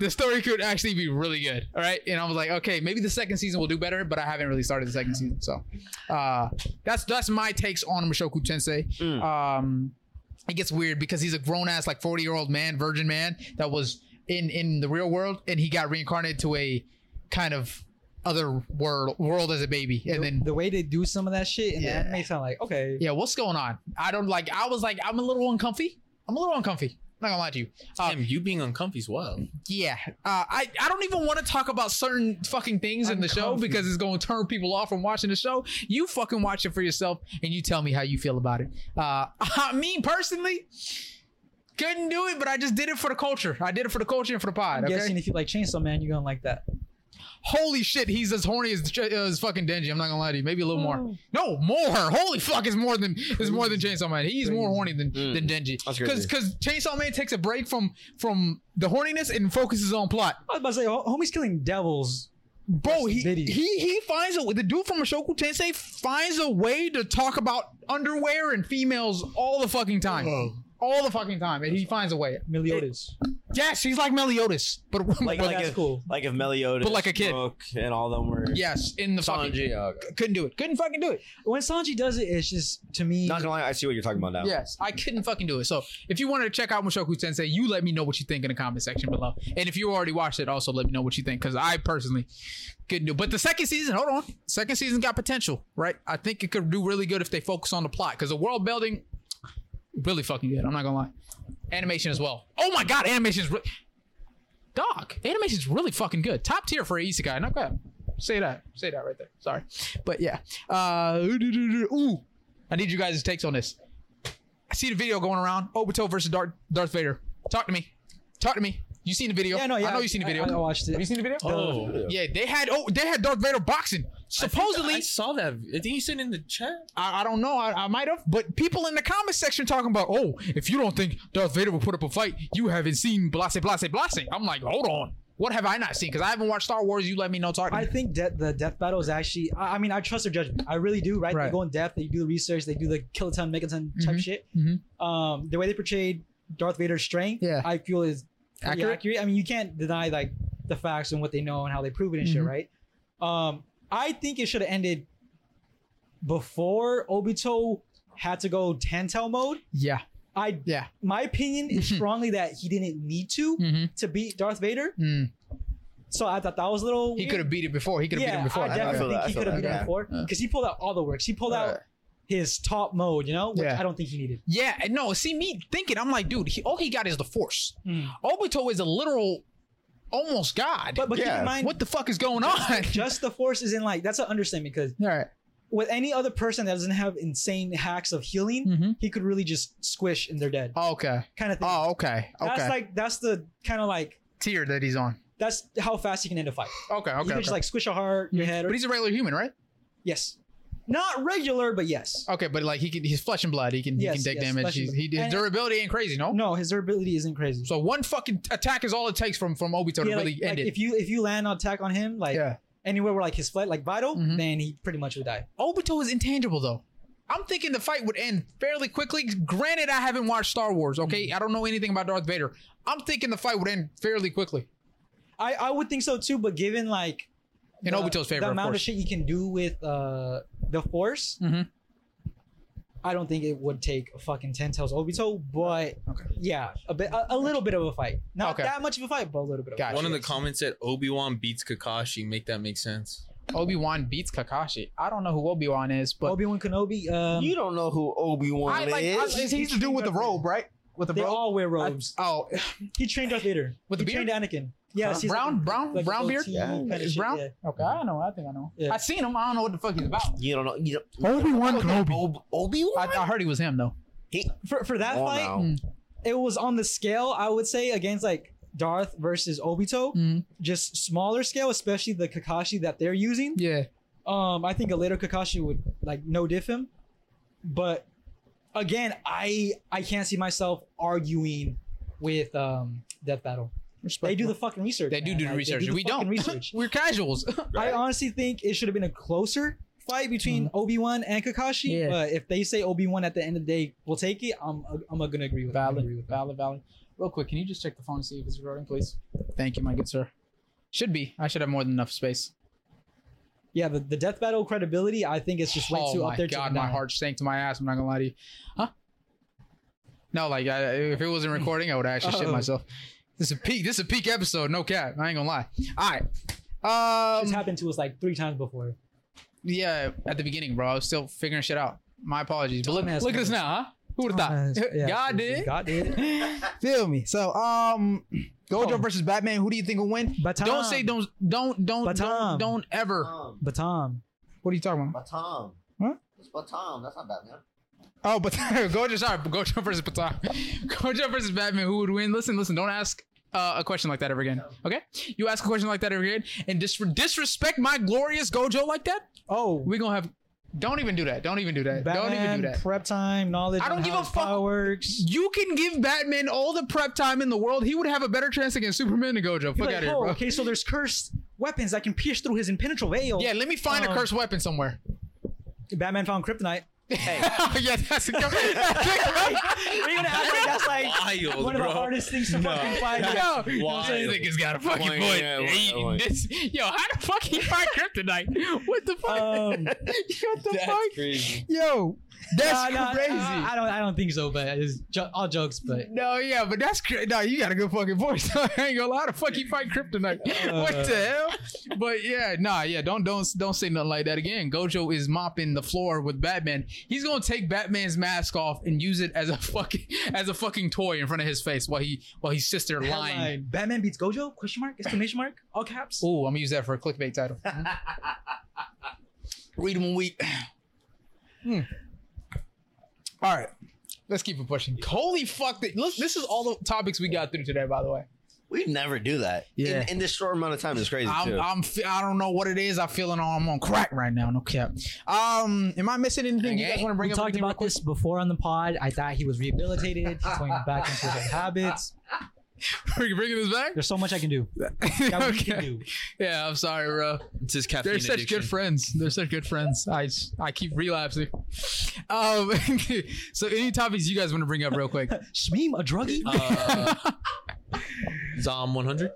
Speaker 1: the story could actually be really good. All right, and I was like, okay, maybe the second season will do better, but I haven't really started the second season, so uh, that's that's my takes on Mushoku Tensei.
Speaker 2: Mm.
Speaker 1: Um, it gets weird because he's a grown ass like 40 year old man, virgin man that was in in the real world and he got reincarnated to a kind of other world world as a baby and
Speaker 3: the,
Speaker 1: then
Speaker 3: the way they do some of that shit in
Speaker 1: Yeah.
Speaker 3: the anime sound like okay.
Speaker 1: yeah, what's going on? I don't like. I was like, I'm a little uncomfy. I'm a little uncomfy. Not gonna lie to you. Uh,
Speaker 4: Damn, you being uncomfy is wild.
Speaker 1: yeah, uh, I I don't even want to talk about certain fucking things in the show
Speaker 3: Uncomfy.
Speaker 1: because it's gonna turn people off from watching the show. You fucking watch it for yourself and you tell me how you feel about it. Uh, *laughs* I mean, personally, couldn't do it, but I just did it for the culture. I did it for the culture and for the pod.
Speaker 3: I'm
Speaker 1: Okay?
Speaker 3: guessing if you like Chainsaw Man, you're gonna like that.
Speaker 1: Holy shit, he's as horny as, as fucking Denji. I'm not gonna lie to you. Maybe a little more.
Speaker 3: Mm.
Speaker 1: No, more. Holy fuck, is more than is more than Chainsaw Man. He's more horny than
Speaker 2: Mm.
Speaker 1: than Denji.
Speaker 2: That's
Speaker 1: Because
Speaker 2: crazy.
Speaker 1: because Chainsaw Man takes a break from from the horniness and focuses on plot.
Speaker 3: I was about to say, ho- homie's killing devils.
Speaker 1: Bro,
Speaker 3: That's
Speaker 1: he, he
Speaker 3: video.
Speaker 1: he finds a the dude from Shoku Tensei finds a way to talk about underwear and females all the fucking time. All the fucking time, and he finds a way.
Speaker 3: Meliodas.
Speaker 1: Yes, he's like Meliodas, but, *laughs*
Speaker 2: Like,
Speaker 1: but-
Speaker 2: like
Speaker 3: that's
Speaker 2: if,
Speaker 3: cool.
Speaker 2: Like if Meliodas,
Speaker 1: But like a kid.
Speaker 2: Brooke, and all them were.
Speaker 1: yes, in the fucking
Speaker 2: uh,
Speaker 1: couldn't do it, couldn't fucking do it.
Speaker 3: When Sanji does it, it's just to me.
Speaker 2: Not gonna lie, I see what you're talking about now.
Speaker 1: Yes, I couldn't fucking do it. So if you wanted to check out Mushoku Tensei, you let me know what you think in the comment section below. And if you already watched it, also let me know what you think because I personally couldn't do. it. But the second season, hold on, second season got potential, right? I think it could do really good if they focus on the plot because the world building really fucking good. I'm not gonna lie. Animation as well. Oh my god, animation is re- dog. Animation is really fucking good. Top tier for an isekai. Not bad. Say that. Say that right there. Sorry, but yeah. Uh, ooh, I need you guys' takes on this. I see the video going around. Obito versus Darth, Darth Vader. Talk to me. Talk to me. You seen the video?
Speaker 3: yeah, no, yeah.
Speaker 1: I know you seen the video.
Speaker 3: I, I watched it.
Speaker 1: Have you seen the video?
Speaker 4: Oh,
Speaker 1: Yeah, they had oh they had Darth Vader boxing. Supposedly,
Speaker 4: I saw that. I think you said in the chat.
Speaker 1: I, I don't know. I, I might have, but people in the comment section talking about, oh, if you don't think Darth Vader will put up a fight, you haven't seen blase blase blase. I'm like, hold on, what have I not seen? Because I haven't watched Star Wars. You let me know. Talk. To me.
Speaker 3: I think that the death battle is actually. I, I mean, I trust their judgment. I really do. Right?
Speaker 1: Right.
Speaker 3: They go in depth. They do the research. They do the kill a ton, make a ton type
Speaker 1: Mhm,
Speaker 3: shit.
Speaker 1: mhm.
Speaker 3: Um, the way they portrayed Darth Vader's strength,
Speaker 1: Yeah.
Speaker 3: I feel is pretty
Speaker 1: Accurate?
Speaker 3: accurate. I mean, you can't deny like the facts and what they know and how they prove it and shit,
Speaker 1: Mhm.
Speaker 3: right? Um, I think it should have ended before Obito had to go Tantel mode.
Speaker 1: Yeah.
Speaker 3: I
Speaker 1: Yeah.
Speaker 3: my opinion is
Speaker 1: Mhm.
Speaker 3: strongly that he didn't need to
Speaker 1: Mm-hmm.
Speaker 3: to beat Darth Vader. So I thought that was a little.
Speaker 1: He
Speaker 3: weird.
Speaker 1: could have beat it before. He could have
Speaker 3: yeah,
Speaker 1: beat him before.
Speaker 3: I
Speaker 2: I
Speaker 3: definitely
Speaker 2: feel that,
Speaker 3: think
Speaker 2: I
Speaker 3: he
Speaker 2: feel
Speaker 3: could have
Speaker 2: that,
Speaker 3: beat him
Speaker 1: yeah.
Speaker 3: before
Speaker 1: Yeah.
Speaker 3: because he pulled out all the works. He pulled out his top mode, you know, which
Speaker 1: Yeah.
Speaker 3: I don't think he needed.
Speaker 1: Yeah, and no, see me thinking, I'm like, dude, he, all he got is the force. Obito is a literal, almost god.
Speaker 3: Mm. But but keep
Speaker 2: Yeah.
Speaker 3: in mind,
Speaker 1: what the fuck is going on? *laughs*
Speaker 3: just the force isn't like that's an understatement because
Speaker 1: all right.
Speaker 3: with any other person that doesn't have insane hacks of healing,
Speaker 1: Mm-hmm.
Speaker 3: he could really just squish and they're dead,
Speaker 1: Okay.
Speaker 3: kind of thing.
Speaker 1: Oh, okay. Okay.
Speaker 3: That's like that's the kind of like
Speaker 1: tier that he's on.
Speaker 3: that's how fast he can end a fight.
Speaker 1: Okay. Okay.
Speaker 3: you can
Speaker 1: okay. Mm-hmm.
Speaker 3: just like squish a heart, your head, or
Speaker 1: but he's a regular human, right?
Speaker 3: yes, not regular, but yes.
Speaker 1: Okay, but like he can, he's flesh and blood. He can,
Speaker 3: Yes,
Speaker 1: he can take
Speaker 3: yes,
Speaker 1: damage.
Speaker 3: flesh and
Speaker 1: He's,
Speaker 3: blood.
Speaker 1: he, his
Speaker 3: And-
Speaker 1: durability ain't crazy, no.
Speaker 3: No, his durability isn't crazy.
Speaker 1: So one fucking attack is all it takes from from Obito to
Speaker 3: yeah, like,
Speaker 1: really
Speaker 3: like,
Speaker 1: end it.
Speaker 3: if you if you land an attack on him, like
Speaker 1: yeah.
Speaker 3: anywhere where like his flight, like vital,
Speaker 1: Mhm.
Speaker 3: then he pretty much would die.
Speaker 1: Obito is intangible though. I'm thinking the fight would end fairly quickly. Granted, I haven't watched Star
Speaker 3: Mm.
Speaker 1: Wars. Okay, I don't know anything about Darth Vader. I'm thinking the fight would end fairly quickly.
Speaker 3: I I would think so too, but given like
Speaker 1: In
Speaker 3: the-
Speaker 1: Obito's favor,
Speaker 3: the
Speaker 1: of
Speaker 3: amount of
Speaker 1: course.
Speaker 3: shit you can do with uh the force,
Speaker 1: Mhm.
Speaker 3: I don't think it would take a fucking ten tails Obito, but
Speaker 1: Okay.
Speaker 3: yeah, a bit a, a little bit of a fight, not
Speaker 1: Okay.
Speaker 3: that much of a fight, but a little bit. Of a
Speaker 1: Gotcha.
Speaker 3: fight.
Speaker 4: One of the comments said Obi Wan beats Kakashi. Make that
Speaker 1: *laughs*
Speaker 4: make sense.
Speaker 1: Obi Wan beats Kakashi. I don't know who Obi Wan is, but
Speaker 3: Obi Wan Kenobi, um,
Speaker 2: You don't know who Obi
Speaker 1: I
Speaker 2: Wan
Speaker 1: like. I,
Speaker 2: is.
Speaker 1: he's, the dude with the robe, right? With the
Speaker 3: they
Speaker 1: robe.
Speaker 3: all wear
Speaker 1: I-
Speaker 3: robes.
Speaker 1: oh,
Speaker 3: he trained Darth Vader
Speaker 1: With
Speaker 3: he
Speaker 1: the
Speaker 3: trained Anakin. Yeah,
Speaker 1: Huh? Brown- brown- brown beard?
Speaker 2: Yeah.
Speaker 1: Is brown? okay. I don't know. I think I know.
Speaker 3: Yeah.
Speaker 1: I seen him. I don't know what the fuck he's about.
Speaker 2: you don't know. You don't,
Speaker 1: Obi Wan
Speaker 2: Obi
Speaker 1: I,
Speaker 2: Wan.
Speaker 1: I heard he was him though.
Speaker 3: For for that
Speaker 2: Oh,
Speaker 3: fight,
Speaker 2: no.
Speaker 1: Mm.
Speaker 3: it was on the scale I would say against like Darth versus Obito,
Speaker 1: Mhm.
Speaker 3: just smaller scale, especially the Kakashi that they're using.
Speaker 1: Yeah.
Speaker 3: Um, I think a later Kakashi would like no diff him, but again, I I can't see myself arguing with um Death Battle. They do the fucking research.
Speaker 1: They do
Speaker 3: man.
Speaker 1: do the
Speaker 3: Like, they
Speaker 1: research.
Speaker 3: the
Speaker 1: we
Speaker 3: fucking
Speaker 1: don't.
Speaker 3: research.
Speaker 1: *laughs* We're casuals.
Speaker 3: I honestly think it should have been a closer fight between
Speaker 1: Mm-hmm.
Speaker 3: Obi Wan and Kakashi.
Speaker 1: Yeah.
Speaker 3: But if they say Obi Wan at the end of the day, we'll take it. I'm I'm gonna agree with. I'm gonna agree
Speaker 1: *laughs* valid,
Speaker 3: with that.
Speaker 1: valid, valid. Real quick, can you just check the phone and see if it's recording, please? Thank you, my good sir. Should be. I should have more than enough space.
Speaker 3: Yeah, the, the death battle credibility, I think it's just way
Speaker 1: oh
Speaker 3: too
Speaker 1: my
Speaker 3: up there. to
Speaker 1: god,
Speaker 3: deny.
Speaker 1: my heart sank to my ass. I'm not gonna lie to you. Huh? No, like I, if it wasn't recording, I would actually
Speaker 3: *laughs*
Speaker 1: shit
Speaker 3: Oh.
Speaker 1: myself. This is a peak. This is a peak episode. No cap. I ain't gonna lie. All right.
Speaker 3: This
Speaker 1: Um.
Speaker 3: happened to us like three times before.
Speaker 1: Yeah. At the beginning, bro, I was still figuring shit out. My apologies. But look,
Speaker 3: Dumbass
Speaker 1: look at us
Speaker 3: niggas.
Speaker 1: now, huh? Who would have *laughs* thought? God did.
Speaker 3: God did.
Speaker 1: Feel me. So, um, Gojo
Speaker 3: Oh.
Speaker 1: versus Batman. Who do you think will win?
Speaker 3: Batam.
Speaker 1: Don't say don't don't don't don't,
Speaker 3: Batam.
Speaker 1: don't ever.
Speaker 7: Tom.
Speaker 3: Batam.
Speaker 1: What are you talking about?
Speaker 7: Batam.
Speaker 1: Huh?
Speaker 7: It's Batam. That's not Batman.
Speaker 1: Oh, but *laughs* Gojo. Sorry, Gojo versus Batam. *laughs* Gojo versus Batman. Who would win? Listen, listen. Don't ask. Uh, a question like that ever again. Okay, you ask a question like that ever again, and dis- disrespect my glorious Gojo like that.
Speaker 3: Oh,
Speaker 1: We gonna have. Don't even do that. Don't even do that.
Speaker 3: Batman,
Speaker 1: don't even do that.
Speaker 3: prep time, knowledge.
Speaker 1: I don't
Speaker 3: on
Speaker 1: give
Speaker 3: how
Speaker 1: a
Speaker 3: his
Speaker 1: fuck.
Speaker 3: power Works.
Speaker 1: You can give Batman all the prep time in the world. He would have a better chance against Superman than Gojo. Fuck
Speaker 3: You're like,
Speaker 1: out of here,
Speaker 3: oh,
Speaker 1: bro.
Speaker 3: Okay, so there's cursed weapons that can pierce through his impenetrable veil.
Speaker 1: Yeah, let me find a
Speaker 3: Um,
Speaker 1: cursed weapon somewhere.
Speaker 3: Batman
Speaker 1: *laughs*
Speaker 3: found kryptonite.
Speaker 1: yeah, that's a *laughs*
Speaker 3: *laughs*
Speaker 1: yo,
Speaker 3: Are you gonna act like that's like
Speaker 4: Wild,
Speaker 3: one of
Speaker 4: bro.
Speaker 3: the hardest things to
Speaker 1: *laughs*
Speaker 3: fucking find?
Speaker 4: Wild.
Speaker 1: this nigga's got a fucking
Speaker 4: Why-
Speaker 1: point.
Speaker 4: yeah, why- why?
Speaker 1: yo, how the fuck he find kryptonite? *laughs* What the fuck? *laughs*
Speaker 3: Um,
Speaker 1: what the
Speaker 4: That's
Speaker 1: fuck?
Speaker 4: crazy.
Speaker 1: Yo, that's
Speaker 3: nah, nah,
Speaker 1: crazy.
Speaker 3: I don't. I don't think so. But it's jo- all jokes. But
Speaker 1: no, yeah, but that's crazy. No, you got a good fucking voice. *laughs* I ain't gonna lie. How the fuck you fight kryptonite? *laughs* what the hell? But yeah, nah, yeah. Don't don't don't say nothing like that again. Gojo is mopping the floor with Batman. He's gonna take Batman's mask off and use it as a fucking *laughs* as a fucking toy in front of his face while he while his sister lying.
Speaker 3: Headline, Batman beats Gojo? Question mark? Exclamation mark? All caps.
Speaker 1: Ooh, I'm gonna use that for a clickbait title. Read them weep. Hmm. All right, let's keep it pushing. Holy fuck! That, look, this is all the topics we got through today. By the way,
Speaker 2: We never do that.
Speaker 1: Yeah.
Speaker 2: In, in this short amount of time, it's crazy
Speaker 1: I'm,
Speaker 2: too.
Speaker 1: I'm fe- I don't know what it is. I'm feeling all, I'm on crack right now. No cap. Um, am I missing anything? You guys want to bring
Speaker 3: we
Speaker 1: up?
Speaker 3: talked
Speaker 1: anything real
Speaker 3: about
Speaker 1: quick?
Speaker 3: this before on the pod. I thought he was rehabilitated. He's *laughs* going back into his old habits.
Speaker 1: *laughs* Bring- bringing this back?
Speaker 3: There's so much I can do.
Speaker 1: *laughs*
Speaker 3: That we can
Speaker 1: okay.
Speaker 3: do.
Speaker 1: Yeah, I'm sorry, bro.
Speaker 4: It's his caffeine
Speaker 1: They're such
Speaker 4: addiction.
Speaker 1: good *laughs* friends. They're such good friends. I s- I keep relapsing. Um, *laughs* so any topics you guys want to bring up real
Speaker 3: *laughs*
Speaker 1: quick?
Speaker 3: Shmeem, a druggie?
Speaker 4: Uh, Zom 100.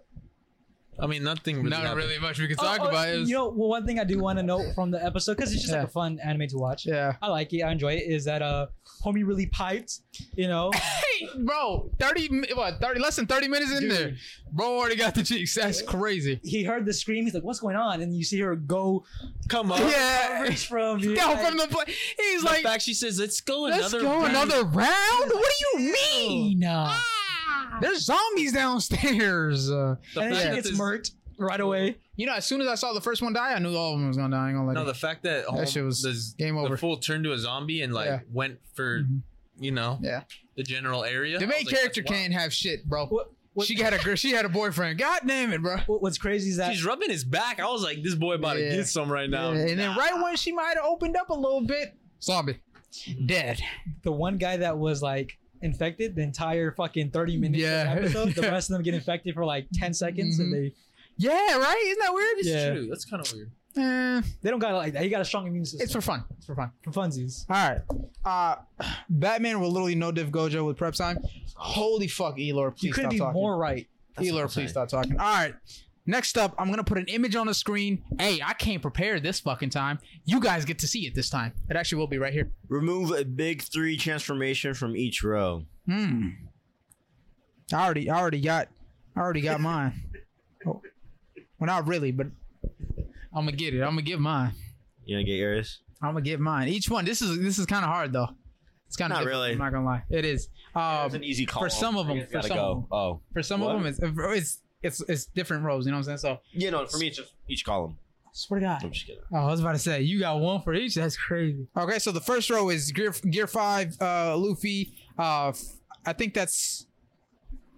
Speaker 4: I mean, nothing. Really
Speaker 1: Not
Speaker 4: happened.
Speaker 1: really much we can
Speaker 3: Oh,
Speaker 1: talk
Speaker 3: oh,
Speaker 1: about. It was-
Speaker 3: You know, well, one thing I do want to note from the episode because it's just
Speaker 1: Yeah.
Speaker 3: like a fun anime to watch.
Speaker 1: yeah,
Speaker 3: I like it. I enjoy it. Is that uh, homie really piped? You know,
Speaker 1: hey, bro, thirty mi- what thirty less than thirty minutes in there, bro already got the cheeks. That's crazy.
Speaker 3: he heard the scream. He's like, "What's going on?" And you see her go
Speaker 4: Come
Speaker 3: Oh,
Speaker 4: on.
Speaker 1: Yeah,
Speaker 3: reach from you.
Speaker 1: *laughs* yo,
Speaker 3: like,
Speaker 1: from the play, he's
Speaker 4: The
Speaker 1: like,
Speaker 4: fact she says, "Let's go
Speaker 1: let's
Speaker 4: another.
Speaker 1: go
Speaker 4: round."
Speaker 1: another round. What do you mean?
Speaker 3: no.
Speaker 4: Ah.
Speaker 1: There's zombies downstairs. *laughs* Uh,
Speaker 4: The
Speaker 3: and then
Speaker 4: fact that
Speaker 3: she gets
Speaker 4: this-
Speaker 3: murked right away.
Speaker 1: you know, as soon as I saw the first one die, I knew all of them was gonna die. I ain't gonna lie.
Speaker 4: No,
Speaker 1: to
Speaker 4: the
Speaker 1: you.
Speaker 4: fact that home-
Speaker 1: shit was
Speaker 4: this-
Speaker 1: *laughs* game
Speaker 4: the
Speaker 1: over.
Speaker 4: fool turned to a zombie and like
Speaker 1: Yeah.
Speaker 4: went for
Speaker 1: Mhm.
Speaker 4: you know
Speaker 1: Yeah.
Speaker 4: the general area.
Speaker 1: The
Speaker 4: I
Speaker 1: main
Speaker 4: was like,
Speaker 1: character
Speaker 4: that's wild.
Speaker 1: can't have shit, bro.
Speaker 3: What- what-
Speaker 1: she had a girl. She had a boyfriend. God damn it, bro.
Speaker 3: What- What's crazy is that
Speaker 4: He's rubbing his back. I was like, this boy about
Speaker 1: Yeah.
Speaker 4: to get some right now.
Speaker 1: Yeah, and then right when she might have opened up a little bit, zombie, dead.
Speaker 3: the one guy that was like infected the entire fucking 30
Speaker 1: *laughs*
Speaker 3: minutes
Speaker 1: Yeah. Mm-hmm.
Speaker 3: of the episode, the rest of them get infected for like 10 seconds and they
Speaker 1: Yeah, right? Isn't that weird?
Speaker 4: It's
Speaker 3: Yeah.
Speaker 4: true. That's kind of weird.
Speaker 1: Eh,
Speaker 3: they don't got like that. He got a strong immune system.
Speaker 1: it's for fun. It's for fun.
Speaker 3: for funsies.
Speaker 1: All right. Uh, *sighs* Batman will literally no diff Gojo with prep time. Holy fuck, Elor,
Speaker 3: You
Speaker 1: please
Speaker 3: couldn't
Speaker 1: stop
Speaker 3: be
Speaker 1: talking.
Speaker 3: more right.
Speaker 1: Elor, please stop talking. All right. Next up, I'm gonna put an image on the screen. Hey, I can't prepare this fucking time. You guys get to see it this time. It actually will be right here.
Speaker 2: Remove a big three transformation from each row.
Speaker 1: Hmm. I already, I already got, I already
Speaker 2: *laughs*
Speaker 1: got mine. Oh. Well, not really, but I'm gonna get it. I'm gonna get mine.
Speaker 2: You gonna get yours?
Speaker 1: I'm gonna get mine. Each one. This is this is kind of hard though. It's kind of
Speaker 2: Not really.
Speaker 1: I'm not gonna lie. It is. Um,
Speaker 2: That's an easy call.
Speaker 1: for some of 'em,
Speaker 2: You guys
Speaker 1: for
Speaker 2: gotta
Speaker 1: some
Speaker 2: go.
Speaker 1: of 'em.
Speaker 2: Oh,
Speaker 1: for some
Speaker 2: What?
Speaker 1: of them, it's, it's it's it's different rows. You know what I'm saying? So
Speaker 2: you know, for me, it's just each column.
Speaker 3: Swear to God.
Speaker 2: I'm just kidding.
Speaker 1: oh, I was about to say you got one for each. That's crazy. Okay, so the first row is Gear Gear Five, uh, Luffy. Uh, f- I think that's.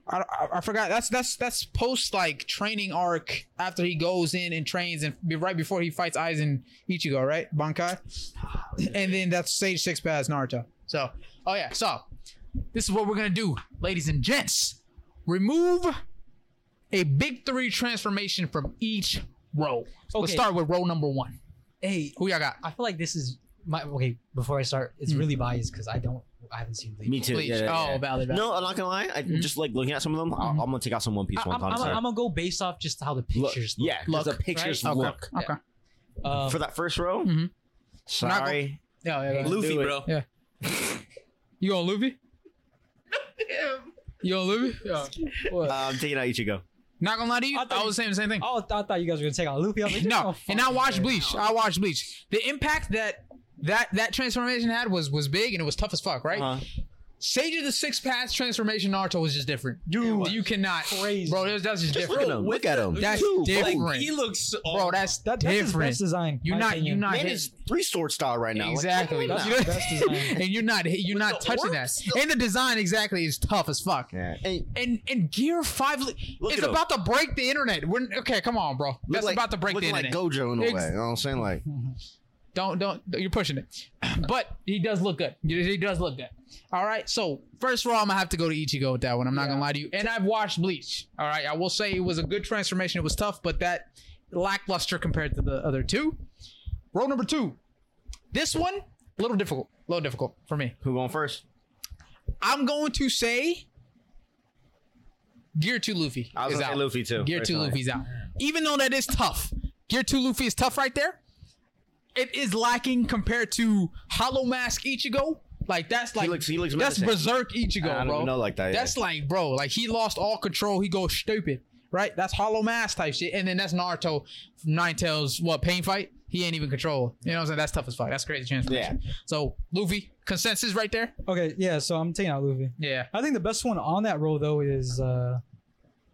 Speaker 1: I, I- I forgot that's that's that's post like training arc after he goes in and trains and be right before he fights Aizen Ichigo right Bankai and then that's stage six past Naruto. So, oh yeah, so this is what we're gonna do, ladies and gents. Remove a big three transformation from each row. Let's
Speaker 3: Okay.
Speaker 1: start with row number one.
Speaker 3: Hey,
Speaker 1: Who y'all got?
Speaker 3: I feel like this is my okay. Before I start, it's
Speaker 1: Hmm.
Speaker 3: really biased because I don't, I haven't seen Bleach.
Speaker 2: Me too.
Speaker 1: Bleach.
Speaker 2: Yeah, yeah,
Speaker 1: oh,
Speaker 2: yeah.
Speaker 1: valid. valid.
Speaker 2: No, I'm not gonna lie. I
Speaker 1: Mhm.
Speaker 2: just like looking at some of them. I'll,
Speaker 1: Mhm.
Speaker 2: I'm gonna take out some One Piece
Speaker 3: I,
Speaker 2: ones.
Speaker 3: am
Speaker 2: honestly.
Speaker 3: gonna go based off just how the
Speaker 2: Look,
Speaker 3: pictures look.
Speaker 2: yeah, 'cause
Speaker 1: Look,
Speaker 2: the pictures
Speaker 1: right? Okay.
Speaker 2: look
Speaker 1: Okay.
Speaker 3: Um,
Speaker 2: for that first row.
Speaker 1: Mhm.
Speaker 2: Sorry,
Speaker 1: Yeah, yeah, yeah.
Speaker 4: Luffy,
Speaker 2: do it.
Speaker 4: bro.
Speaker 1: You on Luffy?
Speaker 4: him.
Speaker 1: You don't live
Speaker 3: What?
Speaker 2: Uh, I'm taking out Ichigo.
Speaker 1: Not gonna lie to you,
Speaker 3: I
Speaker 1: I,
Speaker 3: thought
Speaker 1: was saying the same thing.
Speaker 3: oh, I thought you guys were gonna take out Luffy. I was like, "You're
Speaker 1: no,
Speaker 3: gonna
Speaker 1: and I
Speaker 3: fucking
Speaker 1: watched
Speaker 3: say it."
Speaker 1: Bleach. I watched Bleach. The impact that that that transformation had was was big and it was tough as fuck, right?
Speaker 2: Uh-huh.
Speaker 1: Sage of the Six Paths transformation Naruto was just differerent.
Speaker 3: Dude,
Speaker 1: You cannot,
Speaker 3: Crazy.
Speaker 1: bro. That's, that's just,
Speaker 4: Just
Speaker 1: different,
Speaker 2: Look at him. Look at him.
Speaker 1: That's
Speaker 2: Dude,
Speaker 1: different.
Speaker 4: Like, he looks. Oh,
Speaker 1: bro. That's
Speaker 3: that, that's his
Speaker 1: different.
Speaker 3: best design.
Speaker 1: you're
Speaker 3: my
Speaker 1: not. You're
Speaker 3: opinion.
Speaker 1: not.
Speaker 2: Man
Speaker 1: hit-
Speaker 2: is three sword style right now. Like,
Speaker 1: exactly. *laughs*
Speaker 3: That's
Speaker 1: You know-
Speaker 3: the best design.
Speaker 1: and you're not. You're not
Speaker 4: the
Speaker 1: touching that.
Speaker 4: orbs?
Speaker 1: And the design exactly is tough as fuck.
Speaker 2: yeah. And
Speaker 1: And and Gear Five, li-
Speaker 2: Look
Speaker 1: it's
Speaker 2: at him.
Speaker 1: about to break the internet. We're okay. Come on, bro.
Speaker 2: look
Speaker 1: That's
Speaker 2: like-
Speaker 1: about to break the
Speaker 2: looking
Speaker 1: internet.
Speaker 2: like Gojo in a way. You
Speaker 1: Ex-
Speaker 2: know what I'm saying? Like,
Speaker 1: Don't don't you're pushing it. *clears throat* But he does look good. He does look good. All right. So first of all, I'm gonna have to go to Ichigo with that one. I'm not gonna lie to you. And I've watched Bleach. All right. I will say it was a good transformation. It was tough, but that lackluster compared to the other two. Roll number two. This one, a little difficult. A little difficult for me.
Speaker 2: who going first?
Speaker 1: I'm going to say Gear 2 Luffy.
Speaker 2: I was
Speaker 1: is
Speaker 2: gonna
Speaker 1: out.
Speaker 2: say Luffy too.
Speaker 1: Gear 2
Speaker 2: personally.
Speaker 1: Luffy's out. Even though that is tough, Gear 2 Luffy is tough right there. It is lacking compared to Hollow Mask Ichigo. Like that's like
Speaker 2: looks- he looks
Speaker 1: that's
Speaker 2: menacing.
Speaker 1: berserk Ichigo,
Speaker 2: I don't
Speaker 1: bro.
Speaker 2: even know like that. yeah.
Speaker 1: That's like, bro, like he lost all control. He goes stupid, right? That's Hollow Mask type shit. And then that's Naruto, Nine Tails, what pain fight? He ain't even control. You know what I'm saying? That's tough as fuck. That's crazy transformation. So Luffy consensus right there.
Speaker 3: Okay, yeah. So I'm taking out Luffy.
Speaker 1: Yeah,
Speaker 3: I think the best one on that roll though is uh,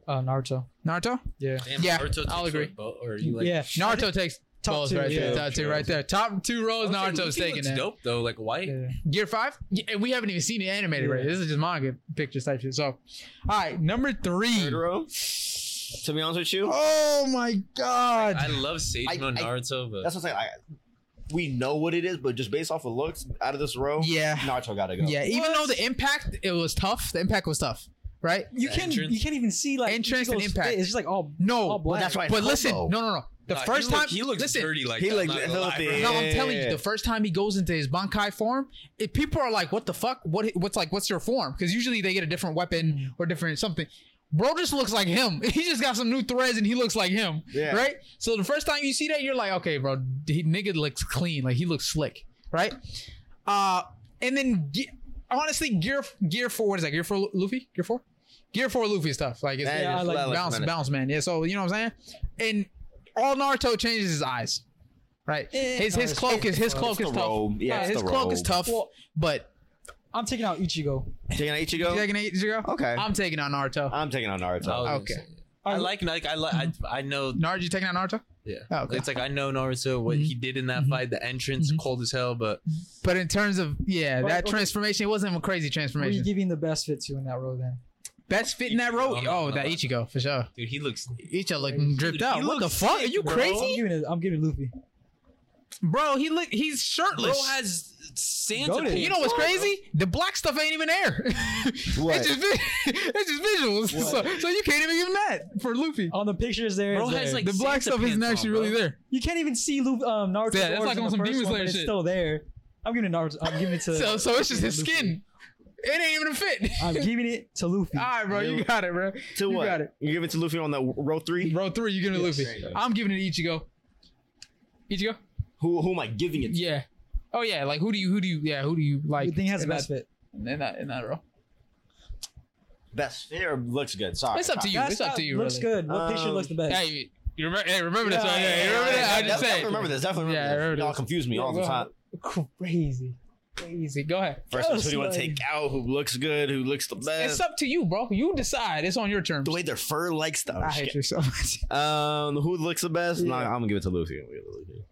Speaker 3: uh Naruto.
Speaker 1: Naruto.
Speaker 3: Yeah.
Speaker 4: Damn,
Speaker 1: Yeah,
Speaker 4: Naruto
Speaker 1: I'll
Speaker 4: takes
Speaker 1: agree.
Speaker 4: a boat, Or you like,
Speaker 3: yeah.
Speaker 1: Naruto takes
Speaker 3: Top
Speaker 1: both
Speaker 3: two,
Speaker 1: right there.
Speaker 3: yeah.
Speaker 1: Top two right there. Top two rows.
Speaker 4: I was like,
Speaker 1: Naruto's
Speaker 4: Luffy
Speaker 1: taking
Speaker 4: looks
Speaker 1: it.
Speaker 4: dope though, like white.
Speaker 3: Yeah.
Speaker 1: Gear five, yeah, and we haven't even seen it animated right.
Speaker 3: Yeah.
Speaker 1: This is just manga pictures type shit. So, all right, number three.
Speaker 2: Naruto, To be honest with you,
Speaker 1: Oh my god!
Speaker 4: I love Sage
Speaker 2: I-
Speaker 4: Mode
Speaker 2: I-
Speaker 4: Naruto, but
Speaker 2: that's what I'm saying. I, we know what it is, but just based off of looks, out of this row,
Speaker 1: yeah,
Speaker 2: Naruto gotta go.
Speaker 1: yeah. Even though the impact it was tough, the impact was tough, right?
Speaker 3: You
Speaker 4: The
Speaker 3: can
Speaker 4: entrance.
Speaker 3: you can't even see like
Speaker 1: Entrance and
Speaker 3: Ichigo's
Speaker 1: impact.
Speaker 3: face. It's just like oh, all
Speaker 1: No,
Speaker 3: all
Speaker 1: but
Speaker 3: black.
Speaker 2: that's why- Like,
Speaker 1: listen, no,
Speaker 2: Hobo.
Speaker 1: no, no. The
Speaker 4: Nah,
Speaker 1: first
Speaker 4: he look-
Speaker 1: time
Speaker 4: he looks
Speaker 1: listen,
Speaker 4: dirty like
Speaker 2: he
Speaker 4: that.
Speaker 2: looked
Speaker 4: I'm not gonna lie,
Speaker 2: filthy.
Speaker 4: bro.
Speaker 1: No, I'm telling you,
Speaker 2: Yeah.
Speaker 1: the first time he goes into his Bankai form, it, people are like, "What the fuck? What? What's like? What's your form?" Because usually they get a different weapon or different something. Bro just looks like him. *laughs* He just got some new threads and he looks like him,
Speaker 2: Yeah.
Speaker 1: right? So the first time you see that, you're like, "Okay, bro, he, nigga looks clean. Like he looks slick, right?" Uh, and then ge- honestly, gear gear four. What is that? Gear four, Lu- Luffy? Gear four? Gear four, Luffy stuff. Like it's
Speaker 2: Yeah,
Speaker 3: Yeah, I like
Speaker 2: that
Speaker 1: bounce,
Speaker 2: looks menace.
Speaker 1: bounce, man. Yeah. So you know what I'm saying? And all Naruto changes his eyes, right?
Speaker 3: Eh,
Speaker 1: his
Speaker 3: no,
Speaker 1: his
Speaker 3: it's-
Speaker 1: cloak is his
Speaker 2: It's
Speaker 1: cloak
Speaker 2: the
Speaker 1: is tough.
Speaker 2: robe. Yeah,
Speaker 1: Yeah,
Speaker 2: it's
Speaker 1: his
Speaker 2: the
Speaker 1: cloak is
Speaker 2: robe.
Speaker 1: tough.
Speaker 3: Well-
Speaker 1: But
Speaker 3: I'm taking out Ichigo.
Speaker 2: Taking out
Speaker 1: you
Speaker 2: Ichigo.
Speaker 1: taking eight Ichigo?
Speaker 2: Okay, Uh,
Speaker 1: I'm taking out Naruto.
Speaker 2: I'm taking out Naruto.
Speaker 4: I was gonna
Speaker 1: Okay. Mm-hmm.
Speaker 4: say. Oh, I like like I like I, I know
Speaker 1: Naruto, you taking out Naruto?
Speaker 4: yeah.
Speaker 1: Oh, okay.
Speaker 4: It's like I know Naruto what
Speaker 1: Mhm.
Speaker 4: he did in that
Speaker 1: Mhm.
Speaker 4: fight, the entrance
Speaker 1: Mhm.
Speaker 4: cold as hell, but
Speaker 1: But in terms of yeah,
Speaker 3: Well,
Speaker 1: that
Speaker 3: okay.
Speaker 1: transformation, it wasn't a crazy
Speaker 3: Who are you
Speaker 1: transformation.
Speaker 3: giving the best fit to in that row then?
Speaker 1: Best fit in that
Speaker 4: Ichigo,
Speaker 1: role?
Speaker 4: I'm not
Speaker 1: Oh,
Speaker 4: gonna
Speaker 1: that
Speaker 4: lie.
Speaker 1: Ichigo for sure.
Speaker 4: dude, he looks
Speaker 1: Ichigo looking dripped
Speaker 4: Dude,
Speaker 1: out.
Speaker 4: he
Speaker 1: What the
Speaker 4: looks
Speaker 1: fuck? Are
Speaker 4: sick,
Speaker 1: you
Speaker 4: bro.
Speaker 3: I'm
Speaker 1: crazy,
Speaker 3: giving it. I'm giving Luffy.
Speaker 1: bro? He look. He's
Speaker 4: Bro
Speaker 1: shirtless.
Speaker 4: has Santa
Speaker 3: Goated.
Speaker 4: pants.
Speaker 1: you know what's
Speaker 4: on,
Speaker 1: crazy? The black stuff ain't even there. *laughs* It's
Speaker 2: What?
Speaker 1: Oh. just, vi- *laughs* it's just visuals. So, so you can't even give him that for Luffy.
Speaker 3: On the pictures there,
Speaker 4: Bro
Speaker 3: it's
Speaker 4: has
Speaker 3: there.
Speaker 4: like
Speaker 1: the black
Speaker 4: Santa
Speaker 1: stuff isn't
Speaker 4: pants
Speaker 1: actually
Speaker 4: on,
Speaker 1: really
Speaker 4: bro.
Speaker 1: there.
Speaker 3: you can't even see Luffy, um, Naruto.
Speaker 1: Yeah, that's like on some Demon Slayer
Speaker 3: It's
Speaker 1: shit.
Speaker 3: still there. I'm giving it Naruto. I'm giving it to.
Speaker 1: *laughs* So, so it's just his
Speaker 3: Luffy.
Speaker 1: skin. Ah, It ain't even a fit. *laughs*
Speaker 3: I'm giving it to Luffy.
Speaker 1: All right, bro, you got it, bro.
Speaker 2: to
Speaker 1: you
Speaker 2: what?
Speaker 1: got it.
Speaker 2: You give it to Luffy on the row three.
Speaker 1: Row three, you giving it Luffy. I'm giving it Ichigo. Ichigo?
Speaker 2: Who who am I giving it? to?
Speaker 1: Yeah. Oh yeah, like who do you who do you yeah who do you like?
Speaker 3: you think has the
Speaker 1: in
Speaker 3: best fit?
Speaker 1: that, in that in that row?
Speaker 2: Best fair looks good. Sorry,
Speaker 1: It's up to you.
Speaker 3: That's
Speaker 1: it's up
Speaker 3: not-
Speaker 1: to you.
Speaker 3: Looks
Speaker 1: really.
Speaker 3: good. What picture
Speaker 2: Um,
Speaker 3: looks the best?
Speaker 1: Hey, you, you remember? Hey, remember this?
Speaker 3: Yeah,
Speaker 1: right? Yeah,
Speaker 3: yeah,
Speaker 1: you remember
Speaker 3: yeah,
Speaker 1: that? I
Speaker 2: Definitely-
Speaker 1: just
Speaker 2: definitely
Speaker 1: said.
Speaker 2: remember this. Definitely remember
Speaker 1: Yeah, I
Speaker 2: this.
Speaker 1: remember
Speaker 2: Y'all
Speaker 1: this.
Speaker 2: confuse me all the
Speaker 3: Yeah,
Speaker 2: time.
Speaker 3: Crazy, crazy.
Speaker 1: Go ahead.
Speaker 2: Versus who do you want to
Speaker 3: Personally.
Speaker 2: take out? Who looks good? Who looks the
Speaker 3: Uh,
Speaker 2: best?
Speaker 1: It's up to you, bro. You decide. It's on your terms.
Speaker 2: the way their fur likes them.
Speaker 1: I hate you so much. *laughs*
Speaker 2: Um, who looks the best? Nah,
Speaker 3: Yeah.
Speaker 2: I'm gonna give it to Luffy. I'm gonna give it to Luffy.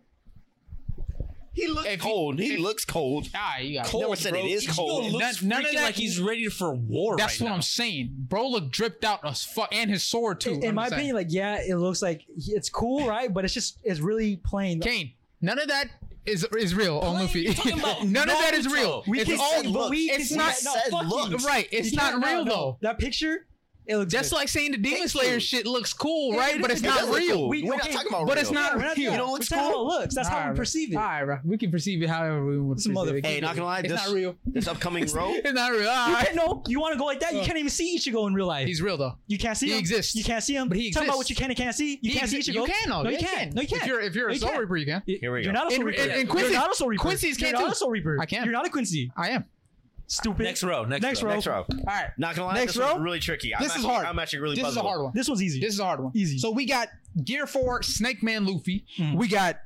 Speaker 2: He looks
Speaker 1: If he-
Speaker 2: cold. He
Speaker 1: if-
Speaker 2: looks cold.
Speaker 1: All right, you got it.
Speaker 2: Cold, said it is
Speaker 4: Ichigo
Speaker 2: cold.
Speaker 4: looks
Speaker 1: None- none of
Speaker 4: freaking
Speaker 1: that-
Speaker 4: like he's ready for war.
Speaker 1: That's
Speaker 4: right
Speaker 1: what
Speaker 4: now.
Speaker 1: I'm saying. Bro look dripped out as fuck and his sword too.
Speaker 3: In, in
Speaker 1: I'm
Speaker 3: my
Speaker 1: just saying.
Speaker 3: opinion, like yeah, it looks like he- it's cool, right? But it's just it's really plain.
Speaker 1: Kane, none of that is is real on
Speaker 4: Plain,
Speaker 1: Luffy.
Speaker 4: you're talking
Speaker 1: *laughs*
Speaker 4: about
Speaker 1: none of that is
Speaker 4: Naruto.
Speaker 1: real.
Speaker 3: We
Speaker 1: it's
Speaker 3: can
Speaker 1: all
Speaker 3: see- but we can
Speaker 1: it's
Speaker 3: see
Speaker 1: not
Speaker 3: that- no,
Speaker 2: said
Speaker 3: fuck you.
Speaker 1: *laughs*
Speaker 2: looks.
Speaker 1: right. It's
Speaker 3: You
Speaker 1: not
Speaker 3: can't- no,
Speaker 1: real
Speaker 3: no.
Speaker 1: though.
Speaker 3: That picture, it looks
Speaker 1: Just
Speaker 3: good.
Speaker 1: like saying the Demon
Speaker 2: Thank
Speaker 1: Slayer
Speaker 2: you.
Speaker 1: shit looks cool,
Speaker 3: Yeah,
Speaker 1: right?
Speaker 3: it
Speaker 1: but it's
Speaker 3: is.
Speaker 1: not
Speaker 2: does look
Speaker 1: real.
Speaker 2: cool.
Speaker 3: We-
Speaker 2: We're not
Speaker 3: okay,
Speaker 2: talking about
Speaker 1: but
Speaker 2: real.
Speaker 1: it's not
Speaker 3: we're not
Speaker 1: real.
Speaker 3: doing
Speaker 1: You know
Speaker 3: that.
Speaker 2: what's
Speaker 3: We're saying how
Speaker 2: cool?
Speaker 3: it looks. That's how we perceive it.
Speaker 1: All right, bro. We can perceive it however we want.
Speaker 3: This
Speaker 1: to perceive it.
Speaker 3: motherfucker.
Speaker 2: Hey, not gonna lie,
Speaker 1: It's
Speaker 2: this,
Speaker 1: not real. *laughs*
Speaker 2: this upcoming row,
Speaker 1: It's not real. All
Speaker 3: Oh. You
Speaker 1: right.
Speaker 3: can't know. You want to go like that? You can't even see Ichigo in real life.
Speaker 1: He's real though.
Speaker 3: you can't see
Speaker 1: he
Speaker 3: him.
Speaker 1: exists.
Speaker 3: You can't see him.
Speaker 1: But he
Speaker 3: Talking
Speaker 1: exists.
Speaker 3: about what you can and can't see. You
Speaker 1: He
Speaker 3: can't see
Speaker 1: exi-
Speaker 3: Ichigo.
Speaker 1: You can though.
Speaker 3: No,
Speaker 1: Yeah,
Speaker 3: you can't. No, you can't.
Speaker 1: If you're if you're a
Speaker 3: No, you
Speaker 1: Soul
Speaker 3: can't.
Speaker 1: Reaper, you can.
Speaker 2: Here we
Speaker 3: You're
Speaker 2: go.
Speaker 3: not a Soul
Speaker 1: And-
Speaker 3: Reaper.
Speaker 1: and- and
Speaker 3: You're
Speaker 1: Quincy-
Speaker 3: not a Soul Reaper.
Speaker 1: Quincy's
Speaker 3: You're
Speaker 1: can
Speaker 3: not
Speaker 1: too.
Speaker 3: a Soul Reaper.
Speaker 1: I can.
Speaker 3: You're not a Quincy.
Speaker 1: I am.
Speaker 3: Stupid.
Speaker 4: Next row. Next,
Speaker 3: Next
Speaker 4: row.
Speaker 3: row.
Speaker 2: Next row.
Speaker 1: All right.
Speaker 2: Not gonna lie,
Speaker 1: Next
Speaker 2: this one's
Speaker 1: row?
Speaker 2: really tricky. I'm
Speaker 1: This is
Speaker 2: actually-
Speaker 1: hard.
Speaker 2: I'm actually really
Speaker 1: This is a
Speaker 2: puzzled.
Speaker 1: hard one.
Speaker 3: This was easy.
Speaker 1: This is a hard one.
Speaker 3: Easy.
Speaker 1: So we got Gear 4, Snake Man Luffy.
Speaker 3: Mm.
Speaker 1: We got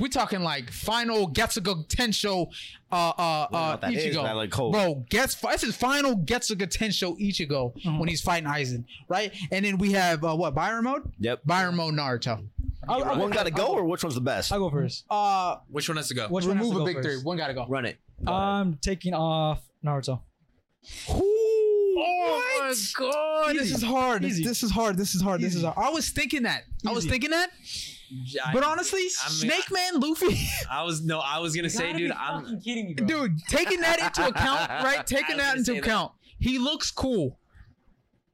Speaker 1: we're talking like final Getsuga Tensho uh uh
Speaker 2: know
Speaker 1: uh
Speaker 2: what that
Speaker 1: Ichigo.
Speaker 2: is, but I like cold.
Speaker 1: Bro, gets this is final Getsuga Tensho Ichigo when he's fighting Aizen, right? And then we have uh, what Byron mode?
Speaker 2: Yep.
Speaker 1: Byron mode Naruto.
Speaker 3: I'll, I'll-
Speaker 2: One gotta go, or which one's the best?
Speaker 3: I'll go first.
Speaker 1: Uh
Speaker 4: Which one has to go?
Speaker 3: Which one has
Speaker 1: remove
Speaker 3: to
Speaker 1: a
Speaker 3: go
Speaker 1: big
Speaker 3: first?
Speaker 1: three. One gotta go.
Speaker 2: Run it.
Speaker 3: I'm taking off Naruto.
Speaker 1: Oh my god, this
Speaker 3: Easy.
Speaker 1: is hard.
Speaker 3: Easy.
Speaker 1: This is hard. This is hard. This is
Speaker 3: Easy.
Speaker 1: hard. I was thinking that. I was
Speaker 3: Easy.
Speaker 1: thinking that.
Speaker 4: I,
Speaker 1: But honestly,
Speaker 4: I mean,
Speaker 1: Snake Man Luffy
Speaker 3: *laughs*
Speaker 1: *laughs*
Speaker 4: I was no. I was gonna say, dude. I'm.
Speaker 3: kidding me,
Speaker 1: dude taking that into account right taking
Speaker 4: I
Speaker 1: that
Speaker 4: was gonna
Speaker 1: into
Speaker 4: say that.
Speaker 1: account he looks cool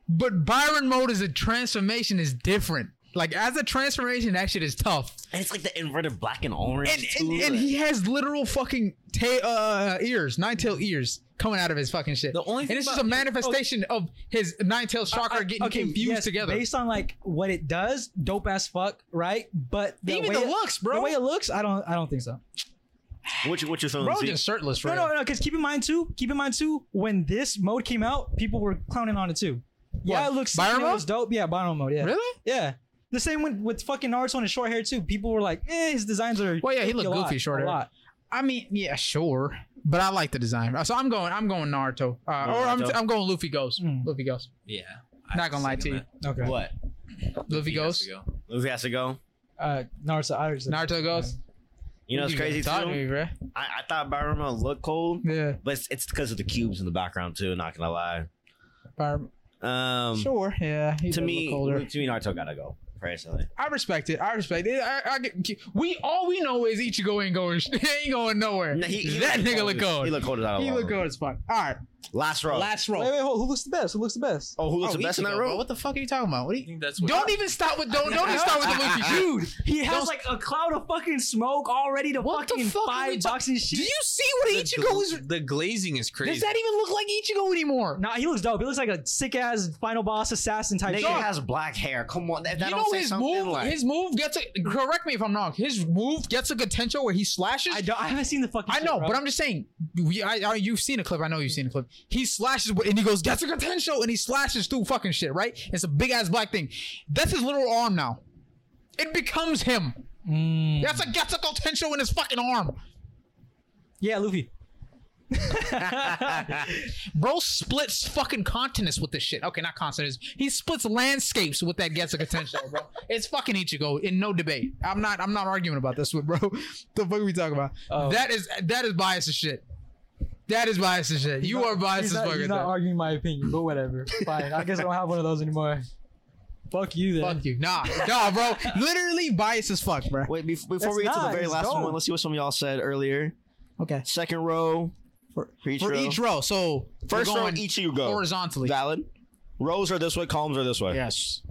Speaker 1: but byron mode is a transformation is different like as a transformation that shit is tough
Speaker 2: And it's like the inverted black and orange.
Speaker 1: and and, and he has literal fucking ta- uh, ears nine tail ears coming out of his fucking shit
Speaker 4: The only
Speaker 1: and
Speaker 4: thing
Speaker 1: it's just a
Speaker 4: about-
Speaker 1: manifestation
Speaker 3: oh,
Speaker 1: of his nine tail chakra getting confused
Speaker 3: yes,
Speaker 1: together
Speaker 3: Based on like what it does, dope as fuck, right? But the
Speaker 1: even
Speaker 3: way
Speaker 1: the
Speaker 3: it,
Speaker 1: looks bro
Speaker 3: the way it looks, I don't, I don't think so.
Speaker 2: which which is
Speaker 1: bro just shirtless for
Speaker 3: No,
Speaker 1: real.
Speaker 3: no, no. Because keep in mind too, keep in mind too, when this mode came out, people were clowning on it too. Yeah,
Speaker 1: What,
Speaker 3: it looks
Speaker 1: Byron
Speaker 3: you know,
Speaker 1: mode?
Speaker 3: It's dope. Yeah, Byron mode. Yeah,
Speaker 1: really
Speaker 3: yeah. The same with with fucking Naruto and his short hair too. People were like, eh, his designs are.
Speaker 1: Well, yeah, he
Speaker 3: a
Speaker 1: looked
Speaker 3: lot,
Speaker 1: goofy short
Speaker 3: a
Speaker 1: hair.
Speaker 3: lot.
Speaker 1: I mean, yeah, sure, but I like the design. So I'm going, I'm going Naruto, uh, or I'm,
Speaker 2: Naruto. Hmm.
Speaker 1: I'm going Luffy Ghost.
Speaker 3: Mm.
Speaker 1: Luffy Ghost.
Speaker 4: Yeah.
Speaker 1: Not gonna lie to you.
Speaker 3: Okay.
Speaker 2: What?
Speaker 1: Luffy Ghost.
Speaker 2: Luffy has to go.
Speaker 3: Uh, Naruto. I already said-
Speaker 1: Naruto Ghost.
Speaker 2: You know, it's crazy too.
Speaker 1: Talk to
Speaker 2: I,
Speaker 1: me, bro.
Speaker 2: I thought Barama looked cold,
Speaker 1: Yeah,
Speaker 2: but it's, it's because of the cubes in the background too. Not gonna lie.
Speaker 1: Byron-
Speaker 2: Um,
Speaker 1: sure. Yeah, he
Speaker 2: to
Speaker 1: does look
Speaker 2: me,
Speaker 1: colder.
Speaker 2: to me, Naruto gotta go. Personally,
Speaker 1: I respect it. I respect it. I, I get, we all we know is Ichigo ain't going, *laughs* he ain't going nowhere.
Speaker 2: Nah, he- he
Speaker 1: that
Speaker 2: looked
Speaker 1: nigga
Speaker 2: cold.
Speaker 1: look cold.
Speaker 2: He looked cold as hell.
Speaker 1: He look good as fuck. All right,
Speaker 2: Last row.
Speaker 1: last roll.
Speaker 3: Wait, wait, hold, who looks the best? Who looks the best?
Speaker 2: oh, who looks
Speaker 1: Oh,
Speaker 2: the best in
Speaker 1: Ichigo,
Speaker 2: that
Speaker 1: bro.
Speaker 2: row?
Speaker 1: What the fuck are you talking about? What
Speaker 4: I
Speaker 1: do you,
Speaker 4: think that's what.
Speaker 1: don't even start with don't don't even
Speaker 2: *laughs*
Speaker 1: start with the Luffy, dude.
Speaker 3: He has
Speaker 1: Those-
Speaker 3: like a cloud of fucking smoke already to
Speaker 1: What the
Speaker 3: fucking
Speaker 1: fuck are we
Speaker 3: buy
Speaker 1: talk-
Speaker 3: boxing
Speaker 1: Do
Speaker 3: shit.
Speaker 1: you see what
Speaker 4: The
Speaker 1: Ichigo
Speaker 4: gla-
Speaker 1: is?
Speaker 4: The glazing is crazy.
Speaker 1: Does that even look like Ichigo anymore?
Speaker 3: Nah, he looks dope. He looks like a sick ass final boss assassin type.
Speaker 2: Nigga
Speaker 3: shit.
Speaker 2: has black hair. Come on, that, that
Speaker 1: you
Speaker 2: don't
Speaker 1: know
Speaker 2: say
Speaker 1: his
Speaker 2: something
Speaker 1: move.
Speaker 2: like.
Speaker 1: His move gets a. Correct me if I'm wrong. His move gets a potential where he slashes.
Speaker 3: I
Speaker 1: I,
Speaker 3: don't. I haven't seen the fucking. shit,
Speaker 1: know,
Speaker 3: bro.
Speaker 1: but I'm just saying. We, I, I, you've seen a clip. I know you've seen a clip. He slashes with- and he goes gets a potential and he slashes through fucking shit. Right? It's a big ass black thing. That's his little arm now. It becomes him.
Speaker 3: Mm.
Speaker 1: That's a Getsuko Tensho in his fucking arm.
Speaker 3: Yeah, Luffy.
Speaker 1: Bro splits fucking continents with this shit. Okay, not continents. He splits landscapes with that Getsuka Tensho,
Speaker 3: *laughs*
Speaker 1: bro. It's fucking Ichigo in no debate. I'm not I'm not arguing about this one, bro. *laughs* the fuck are we talking about?
Speaker 3: Oh.
Speaker 1: That is that is bias as shit. That is bias as shit. *laughs* You are biased
Speaker 3: he's
Speaker 1: as
Speaker 3: not,
Speaker 1: fuck.
Speaker 3: he's
Speaker 1: at
Speaker 3: not
Speaker 1: that.
Speaker 3: arguing my opinion, but *laughs* whatever. Fine. I guess I don't have one of those anymore. Fuck you then.
Speaker 1: Fuck you. Nah, nah,
Speaker 3: *laughs*
Speaker 1: bro. Literally bias as fuck, bro.
Speaker 2: Wait, bef- before
Speaker 3: That's
Speaker 2: we get to the
Speaker 3: not,
Speaker 2: very
Speaker 3: it's
Speaker 2: last
Speaker 3: dope.
Speaker 2: one, let's see what some of y'all said earlier.
Speaker 3: Okay.
Speaker 2: Second row
Speaker 3: For-
Speaker 2: each
Speaker 1: For each row. So we're
Speaker 2: First row,
Speaker 1: going
Speaker 2: each you go.
Speaker 1: horizontally.
Speaker 2: Valid. Rows are this way, columns are this way.
Speaker 1: yes.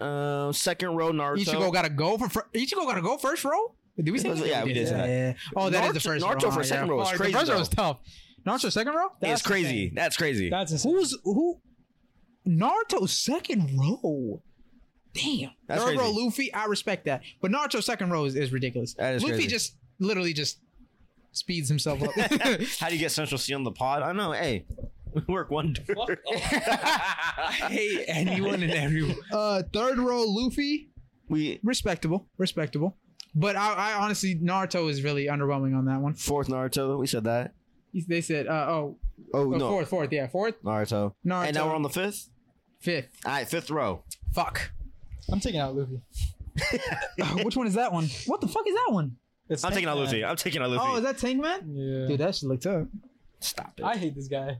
Speaker 2: Um, second row, Naruto.
Speaker 1: Ichigo gotta go for fir- Ichigo gotta go first row? Did we say that?
Speaker 2: Yeah, we did say
Speaker 1: Yeah.
Speaker 2: that.
Speaker 1: Oh, that is the
Speaker 2: Naruto-
Speaker 1: first
Speaker 2: Naruto
Speaker 1: row.
Speaker 2: for
Speaker 1: Oh,
Speaker 2: second
Speaker 1: yeah.
Speaker 2: row is
Speaker 1: Oh,
Speaker 2: crazy,
Speaker 1: The first row
Speaker 2: though.
Speaker 1: is tough. Naruto second row?
Speaker 2: It's crazy. That's crazy.
Speaker 3: That's insane.
Speaker 1: Who's who? Naruto second row. Damn.
Speaker 2: That's
Speaker 1: Third row
Speaker 2: crazy.
Speaker 1: Luffy, I respect that. But Naruto second row is, is ridiculous.
Speaker 2: That is
Speaker 1: Luffy
Speaker 2: crazy.
Speaker 1: just literally just speeds himself up. *laughs*
Speaker 2: How do you get Central C on the pod? I know. Hey, *laughs* we work one *laughs* door.
Speaker 4: I hate anyone and everyone.
Speaker 1: uh third row Luffy,
Speaker 2: *laughs* we
Speaker 1: respectable. Respectable. But I, I honestly Naruto is really underwhelming on that one.
Speaker 2: fourth Naruto. We said that.
Speaker 1: They said uh oh,
Speaker 2: Oh
Speaker 1: oh,
Speaker 2: no,
Speaker 1: fourth, fourth, yeah, fourth.
Speaker 2: Naruto.
Speaker 1: Naruto
Speaker 2: And now we're on the fifth.
Speaker 1: fifth.
Speaker 2: All right, fifth row.
Speaker 1: Fuck.
Speaker 3: I'm taking out Luffy.
Speaker 1: *laughs* Which one is that one? What the fuck is that one?
Speaker 3: It's
Speaker 2: I'm taking out
Speaker 3: Tank
Speaker 2: Luffy. I'm taking out Luffy.
Speaker 1: Oh, is that Tank Man?
Speaker 3: Man. Yeah.
Speaker 1: Dude, that shit looked tough.
Speaker 2: Stop it.
Speaker 3: I hate this guy.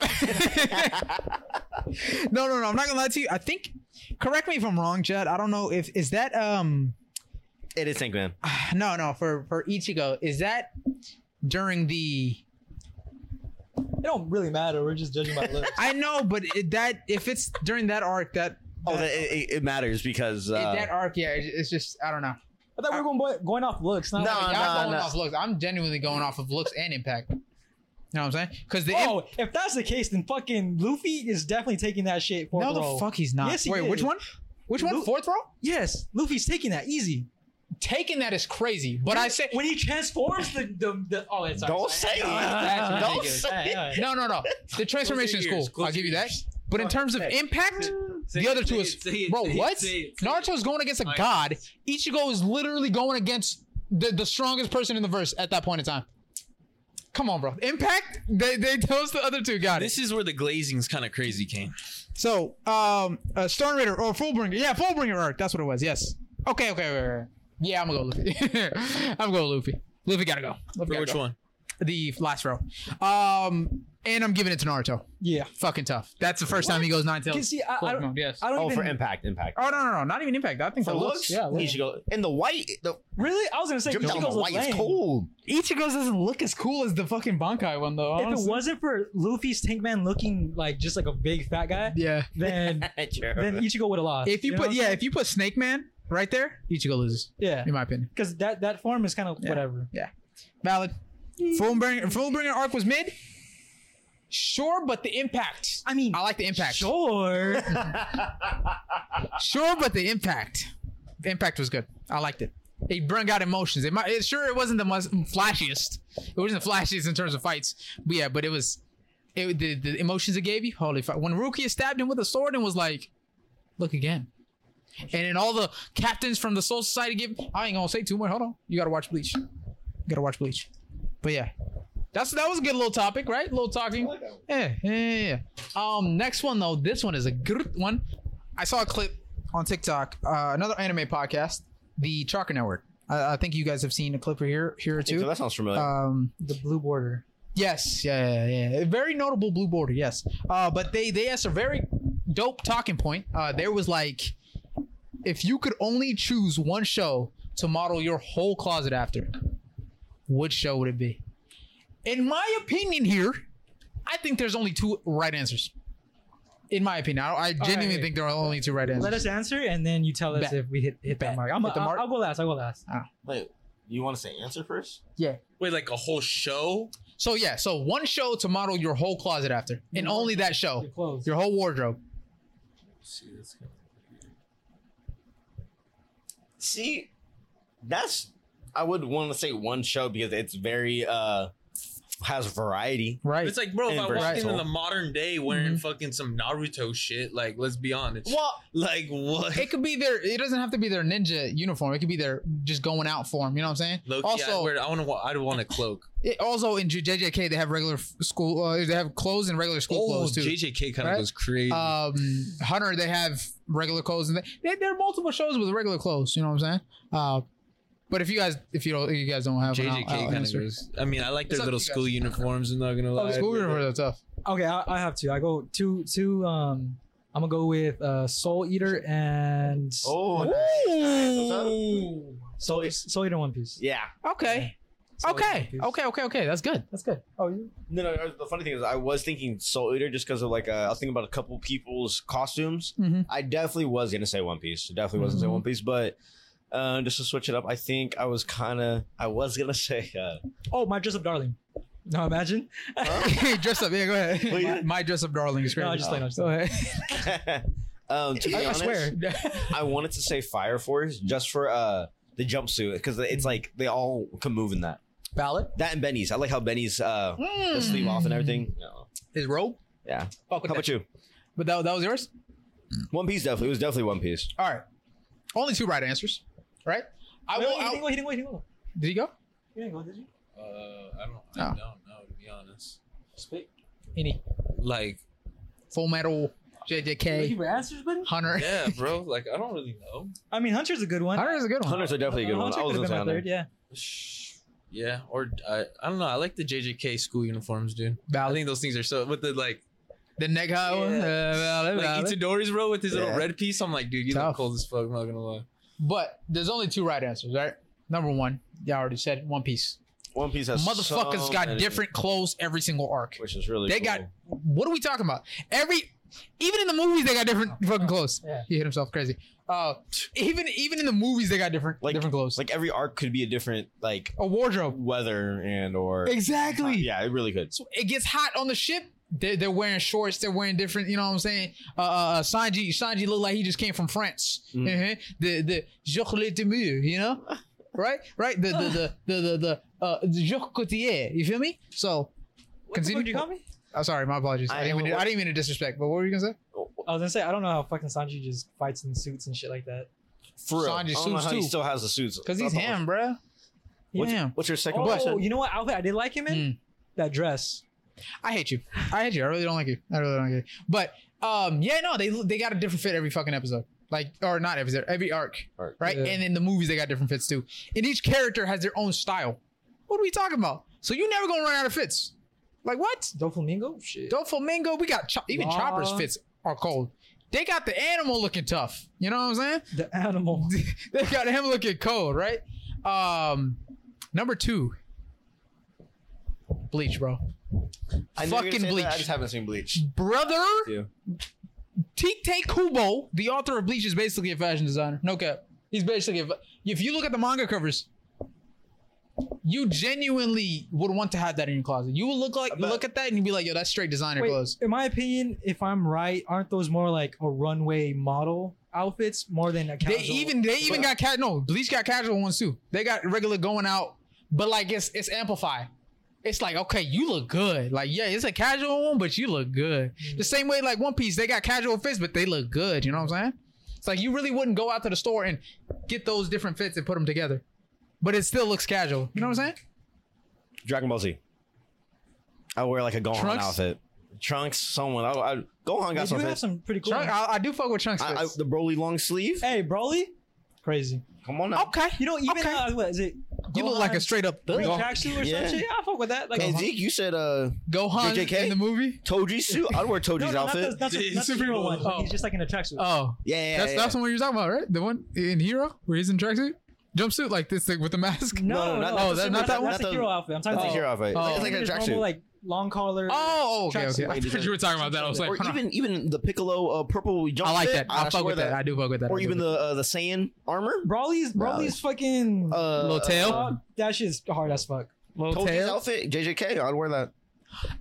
Speaker 1: *laughs* no, no, no. I'm not gonna lie to you. I think. Correct me if I'm wrong, Judd. I don't know if is that um.
Speaker 2: *laughs*
Speaker 1: *sighs*
Speaker 2: it is Tank Man.
Speaker 1: No, no. For for Ichigo, is that during the?
Speaker 3: It don't really matter. We're
Speaker 1: *laughs*
Speaker 3: just judging by looks.
Speaker 1: I know, but it, that if it's during that arc, that
Speaker 2: Oh, that, it, it- it matters because. Uh,
Speaker 1: that arc, yeah, it, it's just I don't know.
Speaker 3: I thought we were going boy, going off looks. Not
Speaker 2: No,
Speaker 3: like,
Speaker 1: Y'all going
Speaker 2: no.
Speaker 1: off looks. I'm genuinely going off of looks and impact. You know what I'm saying? Because the
Speaker 3: oh, if that's the case, then fucking Luffy is definitely taking that shit. fourth
Speaker 1: no,
Speaker 3: row.
Speaker 1: the fuck he's not.
Speaker 3: Yes, he
Speaker 1: Wait, which
Speaker 3: is.
Speaker 1: one? Which one?
Speaker 3: Lu-
Speaker 1: Fourth row?
Speaker 3: Yes, Luffy's taking that easy.
Speaker 1: taking that is crazy. But I say
Speaker 3: when he transforms the the, the oh, it's
Speaker 2: Don't say it.
Speaker 3: *laughs*
Speaker 2: *laughs*
Speaker 3: That's
Speaker 2: Don't
Speaker 3: ridiculous.
Speaker 2: say
Speaker 1: *laughs*
Speaker 2: it.
Speaker 1: no, no, no. The transformation is
Speaker 4: your ears,
Speaker 1: cool.
Speaker 4: close
Speaker 1: I'll give
Speaker 4: your
Speaker 1: you that.
Speaker 4: ears.
Speaker 1: But in terms of impact,
Speaker 4: Say
Speaker 1: The
Speaker 4: it,
Speaker 1: other two
Speaker 4: say
Speaker 1: is-
Speaker 4: it, say it,
Speaker 1: bro,
Speaker 4: say it,
Speaker 1: what?
Speaker 4: say it, say it.
Speaker 1: Naruto is going against a
Speaker 4: Alright.
Speaker 1: god. Ichigo is literally going against the, the strongest person in the verse at that point in time. Come on, bro. Impact. They they toast the other two. Got it.
Speaker 4: This is where the glazing's kind of crazy came.
Speaker 1: So, um, uh, Storm Raider or Fullbringer. Yeah, Fullbringer arc. That's what it was. Yes. Okay. Okay. okay, okay. Yeah, I'm gonna go Luffy. *laughs* I'm gonna go Luffy. Luffy gotta go. Luffy
Speaker 4: For
Speaker 1: gotta
Speaker 4: which
Speaker 1: go.
Speaker 4: one?
Speaker 1: The last row. Um, and I'm giving it to Naruto.
Speaker 3: Yeah.
Speaker 1: Fucking tough. That's the first time he goes nine
Speaker 3: Can
Speaker 1: tails.
Speaker 3: see, I, I
Speaker 1: Cloak
Speaker 3: don't,
Speaker 1: mode, yes.
Speaker 3: I don't
Speaker 2: Oh,
Speaker 3: even
Speaker 2: for impact, impact.
Speaker 1: Oh no no no! Not even impact. I think
Speaker 2: For
Speaker 1: the looks.
Speaker 2: looks,
Speaker 1: Yeah,
Speaker 2: he should go in the white. The
Speaker 3: really. I was gonna say
Speaker 2: Jim down the
Speaker 3: Ichigo's
Speaker 2: white is
Speaker 3: lame.
Speaker 2: cold.
Speaker 1: Ichigo's doesn't look as cool as the fucking Bankai one though.
Speaker 3: If it wasn't for Luffy's tank man looking like just like a big fat *laughs* guy,
Speaker 1: yeah.
Speaker 3: then *laughs* then Ichigo would have lost.
Speaker 1: If you
Speaker 3: know
Speaker 1: put
Speaker 3: what I'm
Speaker 1: yeah,
Speaker 3: saying?
Speaker 1: if you put Snake Man right there, Ichigo loses,
Speaker 3: yeah,
Speaker 1: in my opinion.
Speaker 3: because that that form is kind of
Speaker 1: Yeah.
Speaker 3: whatever.
Speaker 1: Valid. Fullbringer Fullbringer arc was mid. Sure, but the impact.
Speaker 3: I mean,
Speaker 1: I like the impact. Sure,
Speaker 3: *laughs* sure.
Speaker 1: but the impact. The impact was good. I liked it. It brought out emotions. It might it, sure it wasn't the most flashiest. It wasn't the flashiest in terms of fights. But yeah, but it was it the, the emotions it gave you, holy fuck. When Rukia stabbed him with a sword and was like, look again. And then all the captains from the Soul Society give I ain't gonna say too much. Hold on. You gotta watch Bleach. You gotta watch Bleach. But yeah. That's that was a good little topic, right? little talking. yeah, yeah, yeah, yeah. Um, next one though, this one is a good one. I saw a clip on TikTok, uh, another anime podcast, the Chakra Network. I, I think you guys have seen a clip here here or two.
Speaker 2: that sounds familiar.
Speaker 1: Um
Speaker 3: the blue border.
Speaker 1: Yes, yeah, yeah, yeah. A very notable blue border, yes. Uh, but they they asked a very dope talking point. Uh, there was like, if you could only choose one show to model your whole closet after, which show would it be? In my opinion, here, I think there's only two right answers. In my opinion, I, I genuinely
Speaker 3: right.
Speaker 1: think there are only two right answers.
Speaker 3: Let us answer, and then you tell us
Speaker 1: Bet.
Speaker 3: if we hit hit
Speaker 1: Bet.
Speaker 3: that mark. I'm,
Speaker 1: Hit the
Speaker 3: I'll-
Speaker 1: mark.
Speaker 3: I'll go last. I'll go last.
Speaker 2: Wait, you want to say answer first?
Speaker 4: Wait, like a whole show?
Speaker 1: so yeah, so one show to model your whole closet after, and only that show,
Speaker 3: You're close.
Speaker 1: your whole wardrobe.
Speaker 2: See, that's I would want to say one show because it's very uh has variety.
Speaker 1: Right.
Speaker 4: It's like, bro, if I walk
Speaker 2: Right.
Speaker 4: into the modern day
Speaker 1: Mm-hmm.
Speaker 4: wearing fucking some Naruto shit, like, let's be honest.
Speaker 2: Well,
Speaker 4: Like, what?
Speaker 1: It could be their. It doesn't have to be their ninja uniform. It could be their just going out form. You know what I'm saying?
Speaker 4: Loki, I,
Speaker 1: also,
Speaker 4: wear, I want to. I'd want
Speaker 1: *laughs*
Speaker 4: a cloak.
Speaker 1: it, also in J- JJK they have regular f- school. Uh, they have clothes and regular school
Speaker 4: Oh,
Speaker 1: clothes too.
Speaker 4: JJK kind
Speaker 1: Right?
Speaker 4: of goes crazy.
Speaker 1: um, Hunter they have regular clothes and they, they, there are multiple shows with regular clothes. You know what I'm saying? Uh, but if you guys if you don't if you guys don't have
Speaker 4: JJK
Speaker 1: an,
Speaker 4: kind of goes. I mean, I like
Speaker 1: It's
Speaker 4: their
Speaker 1: up
Speaker 4: little
Speaker 1: to you
Speaker 4: school
Speaker 1: guys. Oh,
Speaker 4: uniforms. I'm not gonna lie.
Speaker 1: school uniforms are tough.
Speaker 3: Okay, I, I have two. I go two two. Um, I'm gonna go with uh, Soul Eater and
Speaker 2: oh,
Speaker 3: Soul, Soul Eater One Piece.
Speaker 2: yeah.
Speaker 1: Okay.
Speaker 3: Soul Eater One
Speaker 1: Okay.
Speaker 3: Piece.
Speaker 1: Okay. Okay. Okay. That's good.
Speaker 3: That's good. Oh, you-
Speaker 2: No, no. no, The funny thing is, I was thinking Soul Eater just because of like uh, I was thinking about a couple people's costumes.
Speaker 1: Mhm.
Speaker 2: I definitely was gonna say One Piece. Definitely wasn't say One Piece, but uh, just to switch it up, I think I was kind of I was gonna *laughs* say uh,
Speaker 3: oh, my dress up, darling. No, imagine.
Speaker 1: dress up. Yeah. Go
Speaker 2: Wait.
Speaker 1: ahead. My, my dress up, darling. Is great.
Speaker 3: No, I just played. I just
Speaker 1: go
Speaker 3: played.
Speaker 1: ahead.
Speaker 2: *laughs* um, to be
Speaker 3: I, I
Speaker 2: honest,
Speaker 3: swear.
Speaker 1: *laughs*
Speaker 2: I wanted to say Fire Force just for uh the jumpsuit because it's like they all can move in that.
Speaker 1: Ballot.
Speaker 2: That and Benny's. I like how Benny's uh
Speaker 1: Mm.
Speaker 2: the sleeve off and everything. No.
Speaker 1: His robe.
Speaker 2: Yeah.
Speaker 1: Fuck with that.
Speaker 2: How about you?
Speaker 1: But that, that was yours?
Speaker 2: One Piece definitely. It was definitely One Piece.
Speaker 1: All right. Only two right answers, right? I
Speaker 3: Wait,
Speaker 1: will.
Speaker 3: wait, he didn't
Speaker 1: I,
Speaker 3: go. He didn't go. He didn't go.
Speaker 1: did he go?
Speaker 3: He didn't go. Did you?
Speaker 4: Uh, I don't. I
Speaker 1: Oh.
Speaker 4: don't know to be honest.
Speaker 1: Any
Speaker 4: Like,
Speaker 1: Full Metal,
Speaker 3: Looking
Speaker 1: JJK,
Speaker 3: for answers, buddy.
Speaker 1: *laughs* Hunter.
Speaker 4: yeah, bro. Like, I don't really know.
Speaker 3: I mean, Hunter's a good one.
Speaker 1: Hunter is a good one.
Speaker 2: Hunters are definitely a good
Speaker 3: Uh,
Speaker 2: one.
Speaker 3: Hunter
Speaker 2: I was
Speaker 3: could've
Speaker 2: gonna say
Speaker 3: been my
Speaker 2: Hunter.
Speaker 3: third. Yeah.
Speaker 4: Shh. Yeah, or I, I don't know. I like the JJK school uniforms, dude. I
Speaker 1: Valid.
Speaker 4: think those things are so with the like
Speaker 1: The neck high one.
Speaker 4: Yeah.
Speaker 1: Uh, valid,
Speaker 4: like
Speaker 1: valid.
Speaker 4: Itadori's bro with his
Speaker 2: Yeah.
Speaker 4: little red piece. I'm like, dude, you
Speaker 1: Tough.
Speaker 4: look cold as fuck. I'm not gonna lie.
Speaker 1: But there's only two right answers, right? Number one, you already said it, One Piece.
Speaker 2: One Piece has
Speaker 1: Motherfuckers
Speaker 2: so
Speaker 1: got
Speaker 2: many,
Speaker 1: different clothes every single arc.
Speaker 2: which is really.
Speaker 1: They
Speaker 2: cool.
Speaker 1: got. What are we talking about? Every, even in the movies, they got different *laughs* fucking clothes.
Speaker 3: Yeah.
Speaker 1: He hit himself crazy. Uh, even even in the movies, they got different
Speaker 2: Like-
Speaker 1: different clothes.
Speaker 2: It's like every arc could be a different like
Speaker 1: a wardrobe.
Speaker 2: weather and or.
Speaker 1: Exactly.
Speaker 2: Yeah, it really could.
Speaker 1: So it gets hot on the ship. They're, they're wearing shorts. They're wearing different. You know what I'm saying? Uh, uh, Sanji, Sanji looked like he just came from France.
Speaker 2: Mm.
Speaker 1: Mhm.
Speaker 2: *laughs*
Speaker 1: The the Chocolat de Mur, you know. right? Right? The the the the the, the uh the Jacques Coutier. You feel me? So
Speaker 8: What the fuck
Speaker 1: Continue.
Speaker 8: did you call me?
Speaker 1: I'm sorry, my apologies. I,
Speaker 2: I-
Speaker 1: didn't mean to, I didn't mean to disrespect, but what were you gonna say?
Speaker 2: Oh,
Speaker 3: I was gonna say I don't know how fucking Sanji just fights in suits and shit like that.
Speaker 2: For real.
Speaker 1: Sanji
Speaker 2: I don't know
Speaker 1: suits
Speaker 2: how he
Speaker 1: too.
Speaker 2: still has the suits.
Speaker 1: Because he's
Speaker 2: That's all.
Speaker 1: him, bruh.
Speaker 2: What's,
Speaker 1: Yeah.
Speaker 2: what's your second
Speaker 3: Oh,
Speaker 2: question?
Speaker 3: you know what outfit I did like him in?
Speaker 1: Mm.
Speaker 3: That dress.
Speaker 1: I hate you. I hate you. I really don't like you. I really don't like you. But um, yeah, no, they they got a different fit every fucking episode. Like or not episode, every arc,
Speaker 2: Arc.
Speaker 1: right?
Speaker 3: Yeah.
Speaker 1: And in the movies, they got different fits too. And each character has their own style. What are we talking about? So you never gonna run out of fits. Like what?
Speaker 3: Doflamingo? Shit.
Speaker 1: Doflamingo, we got chop even
Speaker 3: Law.
Speaker 1: Chopper's fits are cold. They got the animal looking tough. You know what I'm saying? *laughs*
Speaker 3: the animal.
Speaker 1: they got him looking cold, right? Um, number two, Bleach, bro.
Speaker 2: I knew you
Speaker 1: fucking
Speaker 2: were gonna say that, I
Speaker 1: Bleach.
Speaker 2: just haven't seen Bleach.
Speaker 1: Brother
Speaker 2: Yeah.
Speaker 1: Tite Kubo, the author of Bleach, is basically a fashion designer. No cap. He's basically a. fa- If you look at the manga covers, you genuinely would want to have that in your closet. You would look like
Speaker 2: But-
Speaker 1: look at that and you'd be like, "Yo, that's straight designer
Speaker 3: Wait,
Speaker 1: clothes."
Speaker 3: in my opinion, if I'm right, aren't those more like a runway model outfits more than a casual?
Speaker 1: They even they even got cat. No, Bleach got casual ones too. They got regular going out, but like it's it's amplified. It's like okay, you look good. Like yeah, it's a casual one, but you look good. The same way like One Piece, they got casual fits, but they look good. You know what I'm saying? It's like you really wouldn't go out to the store and get those different fits and put them together, but it still looks casual. You know what I'm saying?
Speaker 2: Dragon Ball Z. I wear like a Gohan
Speaker 1: Trunks?
Speaker 2: outfit. Trunks, someone. I, I, Gohan got
Speaker 3: They do
Speaker 2: something.
Speaker 3: have some pretty cool.
Speaker 1: Trunk, I, I do fuck with Trunks
Speaker 2: I, I,
Speaker 1: fits.
Speaker 2: the Broly long sleeve.
Speaker 3: hey, Broly, crazy.
Speaker 2: Come on now.
Speaker 1: okay,
Speaker 3: You know, even
Speaker 1: Okay.
Speaker 3: uh, what is it?
Speaker 1: you look like a straight up thug.
Speaker 2: Go-
Speaker 3: Jackson or
Speaker 2: Yeah.
Speaker 3: some shit. Yeah, I fuck with that. Like uh-huh.
Speaker 2: Hey Zeke, you said uh
Speaker 1: Gohan
Speaker 2: JJK?
Speaker 1: in the movie.
Speaker 2: Toji suit. I'd
Speaker 1: *laughs*
Speaker 2: wear Toji's
Speaker 3: no, no, not
Speaker 2: outfit.
Speaker 3: the, not the, not the hero one.
Speaker 1: Oh.
Speaker 3: He's just like in a tracksuit.
Speaker 1: Oh,
Speaker 2: yeah, yeah,
Speaker 1: that's
Speaker 2: yeah.
Speaker 1: that's the one you're talking about, right? The one in Hero where he's in tracksuit, jumpsuit like this thing with the mask.
Speaker 2: no,
Speaker 3: no,
Speaker 2: not-
Speaker 3: no,
Speaker 1: oh,
Speaker 3: that's
Speaker 1: that-
Speaker 3: the-
Speaker 1: not that
Speaker 2: one?
Speaker 3: That's the hero outfit. I'm talking
Speaker 2: That's
Speaker 3: about
Speaker 2: a hero outfit.
Speaker 1: Oh.
Speaker 2: It's like a
Speaker 3: His
Speaker 2: tracksuit.
Speaker 3: normal, like long collar.
Speaker 1: *laughs* Oh, okay,
Speaker 3: Tracksuit.
Speaker 1: okay. I thought you were talking about that. I was like,
Speaker 2: or
Speaker 1: huh.
Speaker 2: even even the Piccolo uh, purple jump.
Speaker 1: I like that.
Speaker 2: fit,
Speaker 1: I, fuck
Speaker 2: swear
Speaker 1: with that. I do fuck with that.
Speaker 2: Or
Speaker 1: I do
Speaker 2: even
Speaker 1: fuck
Speaker 2: the uh, the Saiyan armor.
Speaker 3: Broly's Broly's fucking
Speaker 2: Uh,
Speaker 1: Little tail?
Speaker 2: uh,
Speaker 3: that shit's hard as fuck.
Speaker 1: with that.
Speaker 2: Toji's
Speaker 1: Tail.
Speaker 2: outfit. JJK. I'd wear that.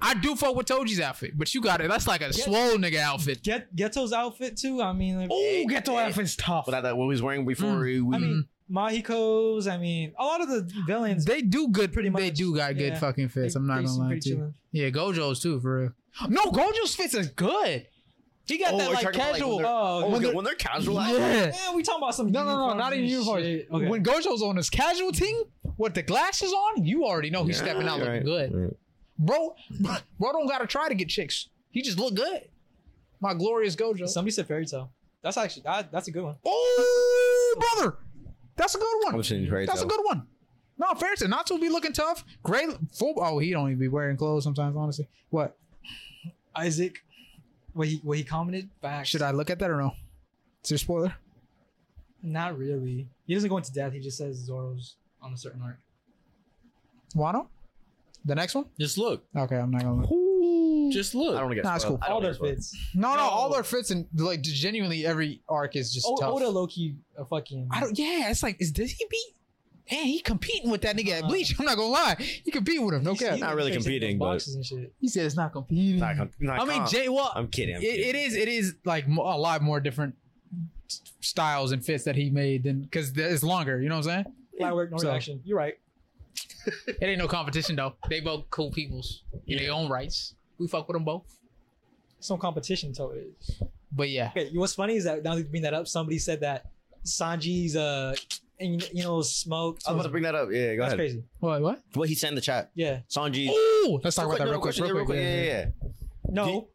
Speaker 1: I do fuck with Toji's outfit, but you got it. That's like a swole nigga outfit.
Speaker 3: Get Ghetto's outfit too. I mean, like,
Speaker 1: Oh, Ghetto outfit's tough.
Speaker 2: But that, that what he was wearing before
Speaker 1: Hmm.
Speaker 2: we.
Speaker 3: I mean Mahiko's. I mean, a lot of the villains.
Speaker 1: They do good.
Speaker 3: Pretty
Speaker 1: They
Speaker 3: much,
Speaker 1: do got good
Speaker 3: yeah.
Speaker 1: fucking fits. I'm not
Speaker 3: they
Speaker 1: gonna
Speaker 3: seem
Speaker 1: lie to
Speaker 3: pretty
Speaker 1: you.
Speaker 3: chillin'.
Speaker 1: Yeah, Gojo's too for real. No, Gojo's fits is good. He got
Speaker 2: Oh,
Speaker 1: that
Speaker 2: are you
Speaker 1: like
Speaker 2: talking about, like,
Speaker 1: casual.
Speaker 2: when they're-
Speaker 3: Oh,
Speaker 2: Oh,
Speaker 1: when
Speaker 2: when,
Speaker 1: they're-
Speaker 2: they're, when they're casual. outfit?
Speaker 1: yeah.
Speaker 3: man, we talking about some.
Speaker 1: No, no, no, not in uniform.
Speaker 3: uniforms. and shit. Okay.
Speaker 1: When Gojo's on his casual team with the glasses on, you already know he's
Speaker 2: Yeah,
Speaker 1: stepping out
Speaker 2: you're
Speaker 1: looking
Speaker 2: right.
Speaker 1: good.
Speaker 2: Right.
Speaker 1: Bro, *laughs* bro don't gotta try to get chicks. He just look good. My glorious Gojo.
Speaker 3: Somebody said fairy tale. That's actually that, that's a good one.
Speaker 1: Oh, brother, that's a good one.
Speaker 2: I'm seeing Fairy
Speaker 1: That's a
Speaker 2: Tail.
Speaker 1: good one. No, fair to not to be looking tough. Great. Full, oh, he don't even be wearing clothes sometimes. Honestly, what
Speaker 3: Isaac, what he what he commented back.
Speaker 1: should I look at that or no? Is there a spoiler?
Speaker 3: Not really. He doesn't go into death. He just says Zoro's on a certain arc.
Speaker 1: Wano, the next one.
Speaker 4: Just look.
Speaker 1: Okay, I'm not gonna. Look.
Speaker 4: Just look.
Speaker 2: I don't get.
Speaker 1: Nah, it's
Speaker 2: spoiled.
Speaker 1: cool.
Speaker 2: I don't
Speaker 3: All
Speaker 2: get
Speaker 3: their
Speaker 2: spoiled.
Speaker 3: fits.
Speaker 1: No, no,
Speaker 3: No.
Speaker 1: all their fits and like genuinely every arc is just
Speaker 3: O-
Speaker 1: tough.
Speaker 3: Oda Loki, a fucking.
Speaker 1: I don't. Yeah, it's like, is does he beat? Man, he competing with that nigga at Bleach. *laughs* I'm not gonna lie, Uh-huh. he competing with him. No
Speaker 3: he's-
Speaker 1: cap.
Speaker 3: he's
Speaker 2: Not really
Speaker 3: fixing those
Speaker 2: competing, but-
Speaker 3: boxes and shit.
Speaker 1: He said it's not competing.
Speaker 2: Nah, com- nah,
Speaker 1: I mean,
Speaker 2: com-
Speaker 1: Jay. Well,
Speaker 2: I'm kidding. I'm kidding.
Speaker 1: it, it is it is like mo- a lot more different s- styles and fits that he made than because it's longer you know what i'm *laughs* saying
Speaker 3: Light work, no
Speaker 1: So-
Speaker 3: reaction. You're right.
Speaker 1: it ain't no competition though they both cool peoples in their own rights we fuck with them both
Speaker 3: Some competition to it.
Speaker 1: but yeah
Speaker 3: Okay, what's funny is that now that you bring that up, somebody said that Sanji's uh, and you know, smoke.
Speaker 2: I was about to bring that up. Yeah, go
Speaker 3: That's
Speaker 2: ahead.
Speaker 3: crazy.
Speaker 1: what what
Speaker 2: What he said in the chat.
Speaker 3: Yeah.
Speaker 2: Sanji.
Speaker 1: Ooh, Oh, let's talk
Speaker 2: Real
Speaker 1: about that
Speaker 2: no,
Speaker 1: real
Speaker 2: no,
Speaker 1: quick,
Speaker 2: question,
Speaker 1: real quick.
Speaker 2: Yeah, yeah, yeah.
Speaker 3: No.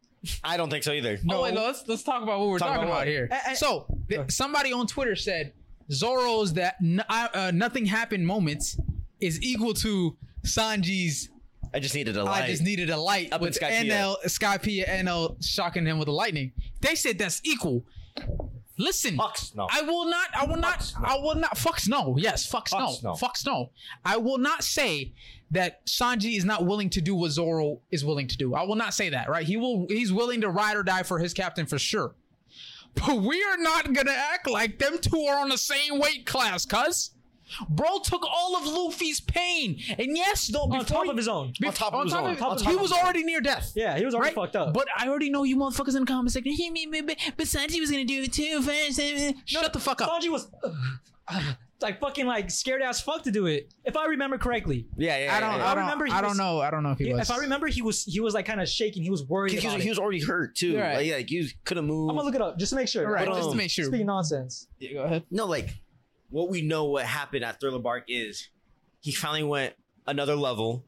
Speaker 2: I don't think so either.
Speaker 1: No. Oh, wait, no, let's let's talk about what we're
Speaker 2: Talk
Speaker 1: talking
Speaker 2: about
Speaker 1: about,
Speaker 2: what?
Speaker 1: here.
Speaker 3: Eh, eh.
Speaker 1: so th-
Speaker 3: Sorry.
Speaker 1: somebody on Twitter said Zoro's that n- I- uh, nothing happened moments is equal to Sanji's
Speaker 2: I just needed a
Speaker 1: I
Speaker 2: light.
Speaker 1: just needed a light
Speaker 2: Up in
Speaker 1: with
Speaker 2: Skypea.
Speaker 1: NL Skypea NL shocking him with a lightning. They said that's equal. Listen,
Speaker 2: Fucks. No.
Speaker 1: I will not. I will not. I will not. Fuck snow. Yes, fuck snow.
Speaker 2: Fuck no.
Speaker 1: Fuck snow. I will not say that Sanji is not willing to do what Zoro is willing to do. I will not say that. Right? He will. He's willing to ride or die for his captain for sure. But we are not gonna act like them two are on the same weight class, cuz. Bro took all of Luffy's pain, and yes, though
Speaker 3: On
Speaker 1: before
Speaker 3: top
Speaker 1: he-
Speaker 3: of his own.
Speaker 1: Bef-
Speaker 2: top of his own.
Speaker 1: it-
Speaker 3: On top
Speaker 1: he
Speaker 3: of
Speaker 1: was
Speaker 3: his own.
Speaker 1: already near death.
Speaker 3: Yeah, he was already
Speaker 1: Right,
Speaker 3: fucked up.
Speaker 1: but I already know you motherfuckers in the comment section. He me, me, but but Sanji was gonna do it too. First. Shut the fuck up.
Speaker 3: Sanji was. *sighs* like fucking like scared as fuck to do it. If I remember correctly,
Speaker 2: Yeah, yeah.
Speaker 1: I don't.
Speaker 2: yeah,
Speaker 1: I,
Speaker 2: yeah.
Speaker 1: don't
Speaker 3: remember he
Speaker 1: I don't
Speaker 3: was-
Speaker 1: know. I don't know if he
Speaker 3: He-
Speaker 1: was.
Speaker 3: if I remember, he was he was like kind of shaking. He was worried.
Speaker 2: 'Cause He
Speaker 3: about
Speaker 2: was,
Speaker 3: it.
Speaker 2: he was already hurt too.
Speaker 1: Right.
Speaker 2: Like, yeah, like, he was, couldn't move.
Speaker 3: I'm gonna look it up just to make sure. uh,
Speaker 1: right,
Speaker 2: but,
Speaker 1: just to
Speaker 2: um,
Speaker 1: make sure.
Speaker 3: Speaking nonsense.
Speaker 1: Yeah, go ahead.
Speaker 2: No, like what we know what happened at Thriller Bark is he finally went another level.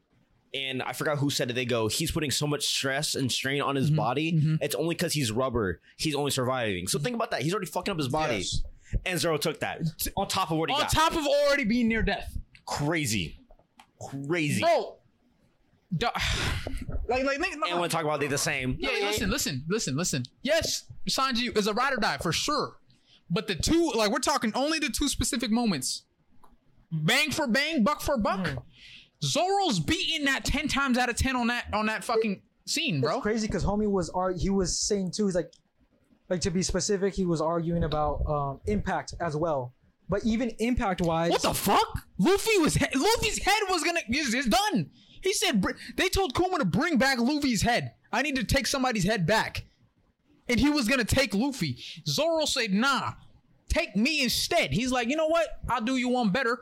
Speaker 2: And I forgot who said it. They go, he's putting so much stress and strain on his
Speaker 1: Mhm,
Speaker 2: body.
Speaker 1: mhm.
Speaker 2: It's only because he's rubber. He's only surviving. So think about that. He's already fucking up his body.
Speaker 1: Yes.
Speaker 2: And Zero took that on top of what he
Speaker 1: On
Speaker 2: got.
Speaker 1: top of already being near death,
Speaker 2: Crazy, crazy.
Speaker 1: bro. Duh. *sighs* Like, like, like,
Speaker 2: And when talk about they the same.
Speaker 1: Yeah, listen, listen, listen, listen. Yes, Sanji is a ride or die for sure. But the two, like we're talking only the two specific moments. Bang for bang, buck for buck. Zoro's beating that ten times out of ten on that on that fucking scene, bro.
Speaker 5: It's crazy because homie was ar- he was saying too. He's like, like to be specific, he was arguing about um, impact as well. But even impact wise,
Speaker 1: What the fuck? Luffy was he- Luffy's head was gonna is, is done. He said br- they told Kuma to bring back Luffy's head. I need to take somebody's head back, and he was gonna take Luffy. Zoro said, "Nah, take me instead." He's like, "You know what? I'll do you one better.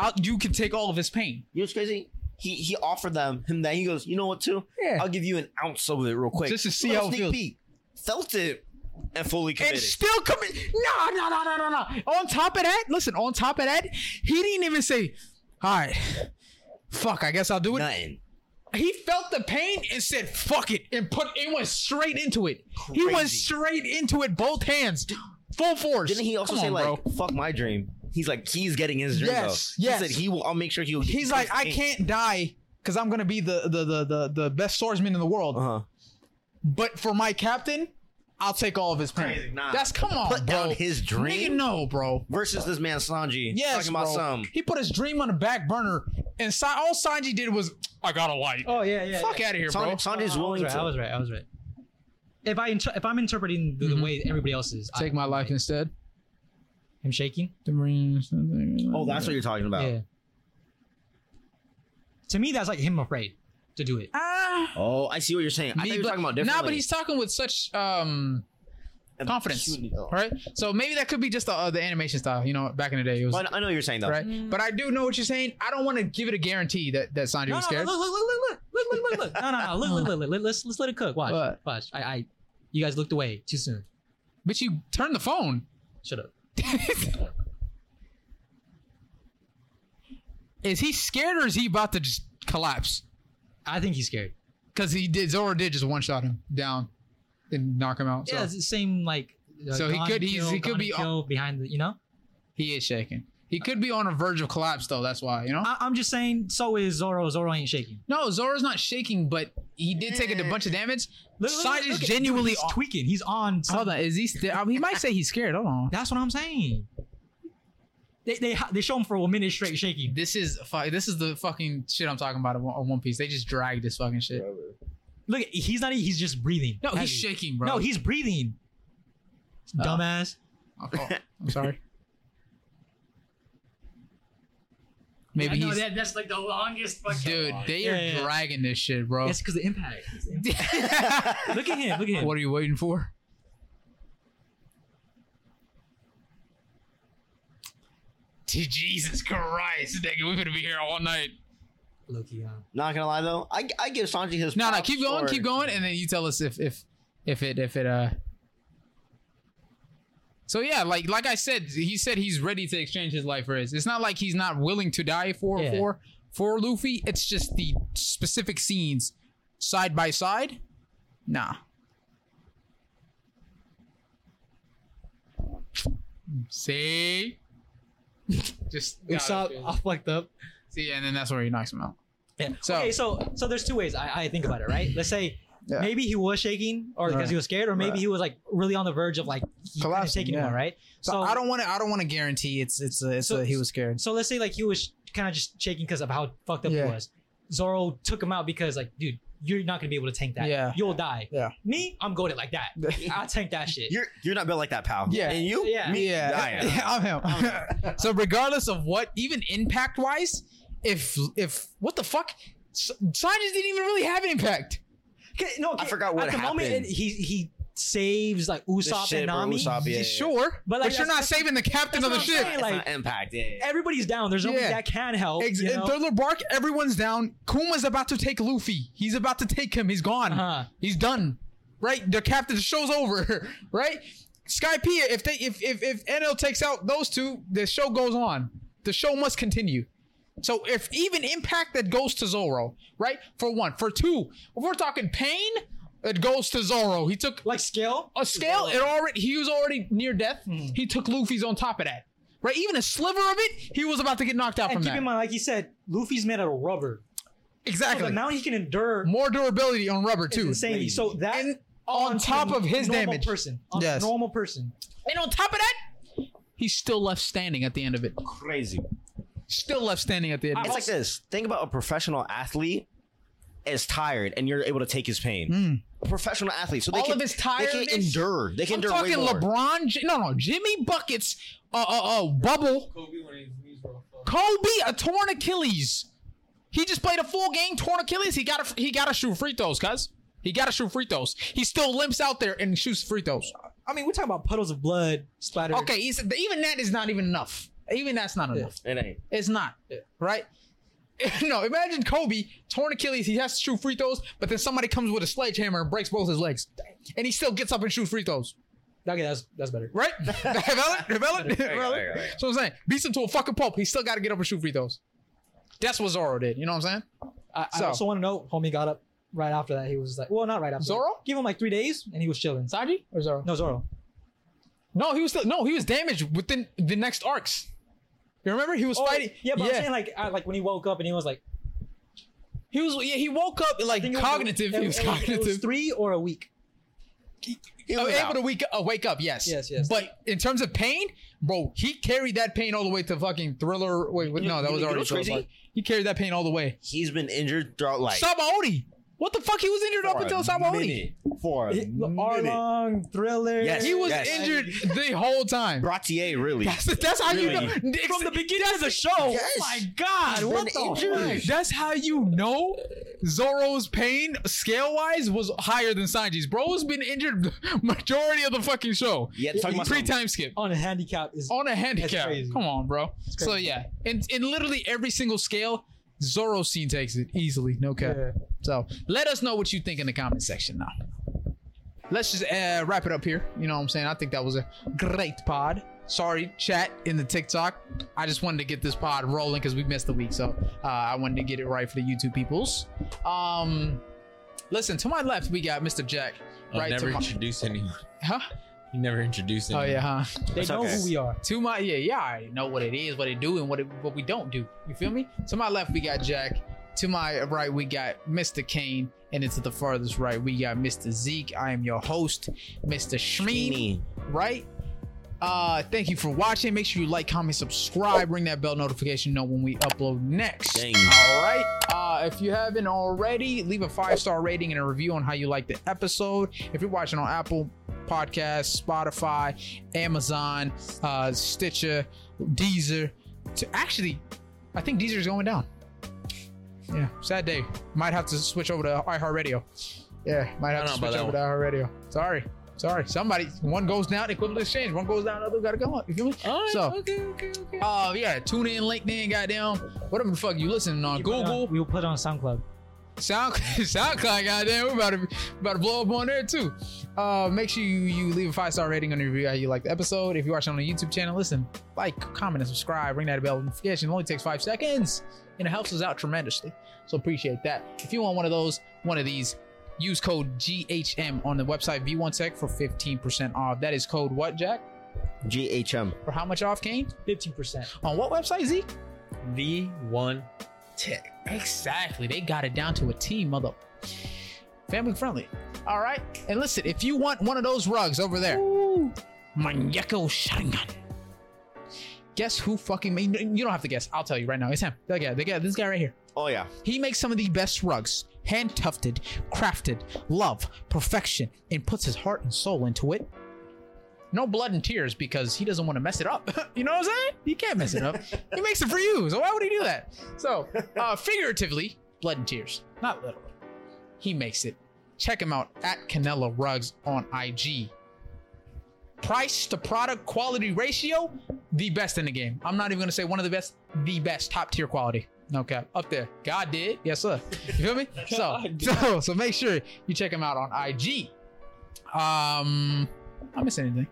Speaker 1: I'll, you can take all of his pain."
Speaker 2: You know what's crazy? He he offered them him that. He goes, you know what, too?
Speaker 1: Yeah.
Speaker 2: I'll give you an ounce of it real quick.
Speaker 1: Just to see
Speaker 2: Little
Speaker 1: how it
Speaker 2: sneak
Speaker 1: feels.
Speaker 2: peek. Felt it and fully committed.
Speaker 1: and still commit. No, no, no, no, no, no. On top of that, listen. On top of that, he didn't even say, "All right, fuck. I guess I'll do it."
Speaker 2: Nothing.
Speaker 1: he felt the pain and said fuck it and put it went straight into it he went
Speaker 2: Crazy.
Speaker 1: straight into it both hands full force
Speaker 2: Didn't he also
Speaker 1: Come
Speaker 2: say
Speaker 1: on,
Speaker 2: like,
Speaker 1: bro.
Speaker 2: "Fuck my dream"? He's like, he's getting his dream.
Speaker 1: Yes,
Speaker 2: though.
Speaker 1: yes.
Speaker 2: He said he will. I'll make sure he'll.
Speaker 1: he's like i can't die because i'm gonna be the the, the the the best swordsman in the world
Speaker 2: Uh huh.
Speaker 1: but for my captain i'll take all of his
Speaker 2: Crazy,
Speaker 1: pain
Speaker 2: nah.
Speaker 1: that's come on
Speaker 2: Put
Speaker 1: bro
Speaker 2: down his
Speaker 1: Nigga,
Speaker 2: dream
Speaker 1: no bro
Speaker 2: versus this man Sanji.
Speaker 1: yes
Speaker 2: talking about
Speaker 1: bro.
Speaker 2: some.
Speaker 1: he put his dream on the back burner and Sa- all sanji did was i got a light
Speaker 3: Oh yeah, yeah.
Speaker 1: fuck out of here bro
Speaker 2: Sanji, Sanji's willing to.
Speaker 3: right. I was right. If I inter- if I'm interpreting the,
Speaker 1: Mhm.
Speaker 3: the way everybody else is, I-
Speaker 1: take my life instead
Speaker 3: I'm shaking.
Speaker 1: the marines
Speaker 2: oh, that's what you're talking about.
Speaker 3: Yeah. To me, that's like him afraid to do it.
Speaker 1: ah
Speaker 2: Oh, I see what you're saying. I
Speaker 1: Me,
Speaker 2: thought you were
Speaker 1: but-
Speaker 2: talking about differently.
Speaker 1: Nah, but he's talking with such um
Speaker 2: And-
Speaker 1: confidence, right? So maybe that could be just the uh, the animation style. You know, back in the day, it was
Speaker 2: Well, I know what you're saying though.
Speaker 1: right. But I do know what you're saying. I don't want to give it a guarantee that that Sanji
Speaker 3: No,
Speaker 1: was
Speaker 3: no, no,
Speaker 1: scared.
Speaker 3: look, look, look, look, look, look, look, look. No, no, no. Look, look, look, look. Let- Let's let's let it cook. Watch,
Speaker 1: What?
Speaker 3: watch. I, I, you guys looked away too soon.
Speaker 1: But you turned the phone. *laughs*
Speaker 3: Shut up.
Speaker 1: is he scared or is he about to just collapse?
Speaker 3: I think he's scared.
Speaker 1: Because he did Zoro did just one shot him down and knock him out. So
Speaker 3: Yeah, it's the same like. uh,
Speaker 1: So he
Speaker 3: gone
Speaker 1: could-
Speaker 3: and
Speaker 1: he's- he
Speaker 3: kill,
Speaker 1: could
Speaker 3: gone
Speaker 1: be
Speaker 3: and
Speaker 1: on-
Speaker 3: kill behind the you know.
Speaker 1: he is shaking. He could be on a verge of collapse though. That's why you know.
Speaker 3: I, I'm just saying. So is Zoro. Zoro ain't shaking.
Speaker 1: no, Zoro's not shaking, but he did take a bunch of damage.
Speaker 3: Look, look, look,
Speaker 1: Sanji's
Speaker 3: look at-
Speaker 1: genuinely
Speaker 3: he's
Speaker 1: on-
Speaker 3: tweaking. He's on. some-
Speaker 1: Hold on, is he still? I mean, he might say he's scared. Hold on.
Speaker 3: That's what I'm saying. They they they show him for a minute straight shaking.
Speaker 1: This is fu- this is the fucking shit I'm talking about on One- on One Piece. They just drag this fucking shit.
Speaker 3: Look, he's not. even- He's just breathing.
Speaker 1: No, he's
Speaker 3: Heavy.
Speaker 1: shaking, bro.
Speaker 3: No, he's breathing.
Speaker 1: Oh.
Speaker 3: Dumbass.
Speaker 1: Oh, oh, I'm sorry.
Speaker 6: I
Speaker 1: Maybe
Speaker 6: know
Speaker 1: he's
Speaker 6: that, that's like the longest fucking.
Speaker 1: dude. They are
Speaker 3: Yeah, yeah, yeah.
Speaker 1: dragging this shit, bro. *laughs*
Speaker 3: That's because of impact. Look at him. Look at him.
Speaker 1: what are you waiting for? Jesus Christ, nigga, we're gonna be here all night.
Speaker 3: Look, uh, yeah.
Speaker 2: Not gonna lie though, I, I give Sanji his.
Speaker 1: No, no,
Speaker 2: props
Speaker 1: keep going,
Speaker 2: for-
Speaker 1: keep going, and then you tell us if if if it if it uh. So yeah, like like I said, he said he's ready to exchange his life for his. It's not like he's not willing to die for
Speaker 3: Yeah.
Speaker 1: for for Luffy. It's just the specific scenes side by side. Nah. See. just
Speaker 5: Usopp, I fucked up.
Speaker 1: see, and then that's where he knocks him out.
Speaker 3: Yeah.
Speaker 1: So-
Speaker 3: okay, so so there's two ways I, I think about it, right? Let's say
Speaker 1: Yeah.
Speaker 3: maybe he was shaking or because
Speaker 1: Right.
Speaker 3: he was scared, or maybe
Speaker 1: Right.
Speaker 3: he was like really on the verge of like he couldn't
Speaker 1: Collapsing,
Speaker 3: take
Speaker 1: yeah.
Speaker 3: anymore, right?
Speaker 1: So, I don't want to. I don't want to guarantee it's it's a, it's
Speaker 3: So-
Speaker 1: a, he was scared.
Speaker 3: So let's say like he was kind of just shaking because of how fucked up
Speaker 1: Yeah.
Speaker 3: he was. Zoro took him out because like, dude, you're not gonna be able to tank that.
Speaker 1: Yeah.
Speaker 3: You'll die.
Speaker 1: Yeah.
Speaker 3: Me, I'm goaded like
Speaker 1: *laughs*
Speaker 3: that. I'll tank that shit.
Speaker 2: You're you're not built like that, pal.
Speaker 1: Yeah.
Speaker 2: And you?
Speaker 3: Yeah.
Speaker 2: Me?
Speaker 1: *laughs* Yeah,
Speaker 2: I am.
Speaker 1: I'm him. *laughs* so regardless of what, even impact wise, if if what the fuck, S- Sanji didn't even really have an impact.
Speaker 3: Okay, no, okay,
Speaker 2: forgot what
Speaker 3: at the moment
Speaker 2: happened.
Speaker 3: it- he he saves like Usopp
Speaker 2: ship
Speaker 3: and
Speaker 2: or
Speaker 3: Nami.
Speaker 2: Usopp, yeah, yeah, yeah.
Speaker 1: Sure,
Speaker 3: But,
Speaker 1: but,
Speaker 3: like,
Speaker 1: you're
Speaker 3: that's-
Speaker 1: not saving the captain
Speaker 3: that's
Speaker 1: of the
Speaker 3: what
Speaker 1: ship.
Speaker 3: I'm saying,
Speaker 2: It's
Speaker 3: like-
Speaker 2: not impact. Yeah, yeah, yeah.
Speaker 3: Everybody's down. There's nobody
Speaker 1: Yeah.
Speaker 3: that can help.
Speaker 1: Ex-
Speaker 3: you know?
Speaker 1: Thriller Bark, everyone's down. Kuma's about to take Luffy. He's about to take him. He's gone.
Speaker 3: Uh-huh.
Speaker 1: He's done. Right? The captain, the show's over. *laughs* Right? Sky P, if they if if if NL takes out those two, the show goes on. The show must continue. So if even impact that goes to Zoro, right? For one. For two, if we're talking pain, it goes to Zoro. He took
Speaker 3: like skill.
Speaker 1: a scale, it already he was already near death.
Speaker 3: Hmm.
Speaker 1: He took Luffy's on top of that. Right? Even a sliver of it, he was about to get knocked out
Speaker 3: And
Speaker 1: from
Speaker 3: keep
Speaker 1: that.
Speaker 3: in mind, like he said, Luffy's made out of rubber. So
Speaker 1: exactly.
Speaker 3: the amount he can endure
Speaker 1: more durability on rubber
Speaker 3: is
Speaker 1: too.
Speaker 3: insanely. So that
Speaker 1: And on
Speaker 3: onto
Speaker 1: top
Speaker 3: a
Speaker 1: of his
Speaker 3: normal
Speaker 1: damage.
Speaker 3: person, on
Speaker 1: Yes.
Speaker 3: a normal person.
Speaker 1: And on top of that, he's still left standing at the end of it.
Speaker 2: Crazy.
Speaker 1: Still left standing at the end.
Speaker 2: It's like this. Think about a professional athlete is tired and you're able to take his pain. A professional athlete. So they
Speaker 1: Hmm. All
Speaker 2: can,
Speaker 1: of his
Speaker 2: They
Speaker 1: tiredness-
Speaker 2: can endure. They can
Speaker 1: I'm
Speaker 2: endure way
Speaker 1: talking
Speaker 2: more.
Speaker 1: LeBron. J- No, no, Jimmy buckets. Uh, uh, uh, bubble.
Speaker 4: Kobe when his knees were all fucked.
Speaker 1: Kobe a torn Achilles. He just played a full game torn Achilles. He got to he got to shoot free throws, cuz. He got to shoot free throws. He still limps out there and shoots free throws.
Speaker 3: I mean, we're talking about puddles of blood splattered.
Speaker 1: Okay, he's, even that is not even enough. Even that's not enough.
Speaker 2: It ain't.
Speaker 1: It's not. Right? *laughs* no, imagine Kobe, torn Achilles, he has to shoot free throws, but then somebody comes with a sledgehammer and breaks both his legs. And he still gets up and shoots free throws.
Speaker 3: Okay, that's that's better.
Speaker 1: Right? *laughs* Valid? Valid?
Speaker 2: There you go, there you go, there
Speaker 1: Valid?
Speaker 2: you
Speaker 1: So I'm saying, beats him to a fucking pulp. He still got to get up and shoot free throws. That's what Zoro did. You know what I'm saying?
Speaker 3: I, I
Speaker 1: So-
Speaker 3: also want to know, homie got up right after that. He was like, well, not right after.
Speaker 1: Zoro?
Speaker 3: Give him like three days, and he was chilling.
Speaker 1: Saji or Zoro?
Speaker 3: No, Zoro.
Speaker 1: No, he was still no. He was damaged within the next arcs. You remember? He was fighting.
Speaker 3: Oh, yeah, but I'm saying like, I, like when he woke up and he was like,
Speaker 1: he was. Yeah, he woke up like
Speaker 3: I think it was-
Speaker 1: cognitive.
Speaker 3: it-
Speaker 1: he was
Speaker 3: it
Speaker 1: cognitive.
Speaker 3: It was three or a week.
Speaker 1: Oh,
Speaker 2: was
Speaker 1: able
Speaker 2: out.
Speaker 1: to wake, uh, wake up, yes.
Speaker 3: Yes, yes.
Speaker 1: But in terms of pain, bro, he carried that pain all the way to fucking Thriller. Wait, wait, no, that
Speaker 2: you-
Speaker 1: was
Speaker 2: you know
Speaker 1: already
Speaker 2: what's
Speaker 1: Thriller
Speaker 2: crazy?
Speaker 1: Bark. He carried that pain all the way.
Speaker 2: He's been injured throughout life.
Speaker 1: Sabaody. What the fuck? He was injured up
Speaker 2: For a
Speaker 1: until Sabaody.
Speaker 2: minute. For a minute.
Speaker 3: Arlong, Thriller.
Speaker 2: Yes.
Speaker 1: He was
Speaker 2: Yes. *laughs*
Speaker 1: injured the whole time.
Speaker 2: Bratier, really.
Speaker 1: That's, that's how
Speaker 2: Really?
Speaker 1: you know.
Speaker 3: From the beginning of the show.
Speaker 2: Yes.
Speaker 3: Oh my God.
Speaker 2: He's
Speaker 3: What
Speaker 2: been
Speaker 3: the
Speaker 2: injured.
Speaker 1: That's how you know Zoro's pain scale wise was higher than Sanji's. Bro's been injured the *laughs* majority of the fucking show.
Speaker 2: Yeah, talking about
Speaker 1: Pre
Speaker 2: something.
Speaker 1: time skip.
Speaker 3: On a handicap is
Speaker 1: on a handicap.
Speaker 3: crazy.
Speaker 1: Come on, bro. So yeah, in in literally every single scale, Zoro scene takes it easily. No cap.
Speaker 5: Yeah.
Speaker 1: So let us know what you think in the comment section now. Let's just uh, wrap it up here. You know what I'm saying? I think that was a great pod. Sorry, chat in the TikTok. I just wanted to get this pod rolling because we missed the week, so uh, I wanted to get it right for the YouTube peoples. Um, listen to my left, we got Mr. Jack.
Speaker 4: I'll
Speaker 1: Right
Speaker 4: never
Speaker 1: to my,
Speaker 4: introduce anyone.
Speaker 1: huh?
Speaker 4: You never introduce
Speaker 1: Oh
Speaker 4: anyone.
Speaker 1: yeah, huh?
Speaker 3: they
Speaker 2: It's
Speaker 3: know
Speaker 2: okay.
Speaker 3: who we are.
Speaker 1: To my yeah, yeah, I already know what it is, what it do, and what it what we don't do. You feel me? To my left we got Jack. To my right we got Mr. Kane, and then to the farthest right we got Mr. Zeke. I am your host, Mr. Shmeeny.
Speaker 2: Meanie.
Speaker 1: Right? Uh, thank you for watching. Make sure you like, comment, subscribe, ring that bell notification, know when we upload next.
Speaker 2: Dang.
Speaker 1: All right. Uh, if you haven't already, leave a five star rating and a review on how you like the episode. If you're watching on Apple Podcasts, Spotify, Amazon, uh, Stitcher, Deezer, to actually, I think Deezer's going down. Yeah, sad day. Might have to switch over to iHeartRadio. Yeah, might have to
Speaker 4: I don't know
Speaker 1: switch
Speaker 4: about
Speaker 1: over to iHeartRadio. Sorry, sorry. Somebody, one goes down, equivalent exchange. One goes down, other gotta go up. You feel me? so,
Speaker 4: okay, okay, okay.
Speaker 1: uh, yeah, tune in, LinkedIn, goddamn, whatever the fuck you listening on,
Speaker 3: We
Speaker 5: uh,
Speaker 3: put it
Speaker 1: Google,
Speaker 3: on- We will put it on SoundCloud.
Speaker 1: Sound, *laughs* SoundCloud, goddamn, we're about to about to blow up on there too. Uh, make sure you, you leave a five star rating on the review how you like the episode. If you're watching on the YouTube channel, listen, like, comment, and subscribe. Ring that bell notification. It only takes five seconds, and it helps us out tremendously. So appreciate that. If you want one of those, one of these, use code GHM on the website V1Tech for 15% off. That is code what, Jack?
Speaker 2: GHM.
Speaker 1: For how much off, Kane?
Speaker 3: 15%.
Speaker 1: On what website, Zeke?
Speaker 4: V1
Speaker 1: Tech. Exactly. They got it down to a T, mother. Family friendly. All right. And listen, if you want one of those rugs over there, Manyeko Sharingan. Guess who fucking made? You don't have to guess. I'll tell you right now. It's him. That guy. That guy. This guy right here.
Speaker 2: Oh, yeah.
Speaker 1: He makes some of the best rugs, hand tufted, crafted, love, perfection, and puts his heart and soul into it. No blood and tears because he doesn't want to mess it up. *laughs* you know what I'm saying? He can't mess it up. he makes it for you, so why would he do that? So, uh, figuratively, blood and tears, not literally. He makes it Check him out at Canelo Rugs on IG. Price to product quality ratio, the best in the game. I'm not even gonna say one of the best, the best, top tier quality. No cap, up there. God did, yes sir. You feel me? So, so, so make sure you check him out on IG. Um, I miss anything?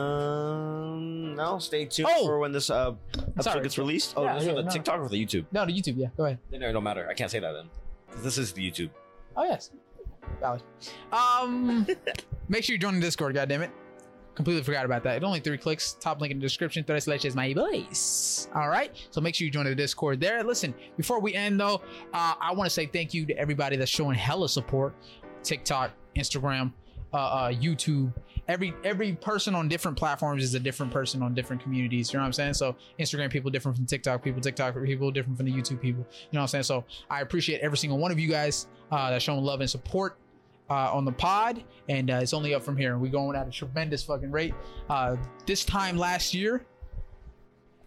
Speaker 2: Um, no, stay tuned
Speaker 1: Oh!
Speaker 2: for when this uh, episode
Speaker 1: Sorry.
Speaker 2: gets released. Oh,
Speaker 5: Yeah,
Speaker 2: this is for
Speaker 5: yeah,
Speaker 2: the
Speaker 5: no.
Speaker 2: TikTok or for the YouTube?
Speaker 1: No, the YouTube. Yeah, go ahead.
Speaker 2: Then it don't matter. I can't say that then. 'Cause This is the YouTube.
Speaker 1: Oh yes, valid. Um, make sure you join the Discord. God damn it, completely forgot about that. It only three clicks. Top link in the description. Thread slash is my voice. All right, so make sure you join the Discord there. Listen, before we end though, uh, I want to say thank you to everybody that's showing hella support. TikTok, Instagram, uh, uh, YouTube. Every every person on different platforms is a different person on different communities. You know what I'm saying? So Instagram people different from TikTok people, TikTok people different from the YouTube people. You know what I'm saying? So I appreciate every single one of you guys uh, that's showing love and support uh, on the pod, and uh, it's only up from here. We're going at a tremendous fucking rate. Uh, this time last year,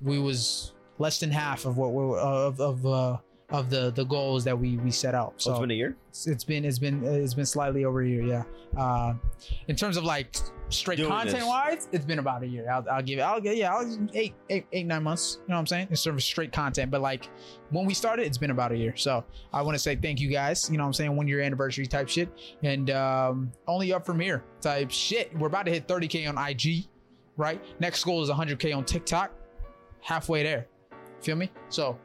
Speaker 1: we was less than half of what we're of of uh, of the the goals that we we set out.
Speaker 2: So
Speaker 1: So
Speaker 2: it's been a year.
Speaker 1: it's it's been it's been it's been slightly over a year yeah uh in terms of like straight
Speaker 2: Doing
Speaker 1: content
Speaker 2: this.
Speaker 1: wise it's been about a year i'll, I'll give it i'll get yeah I'll, eight eight eight nine months you know what i'm saying in terms of straight content but like when we started it's been about a year so i want to say thank you guys you know what i'm saying one year anniversary type shit and um only up from here type shit we're about to hit 30k on ig right next goal is 100k on tiktok halfway there feel me so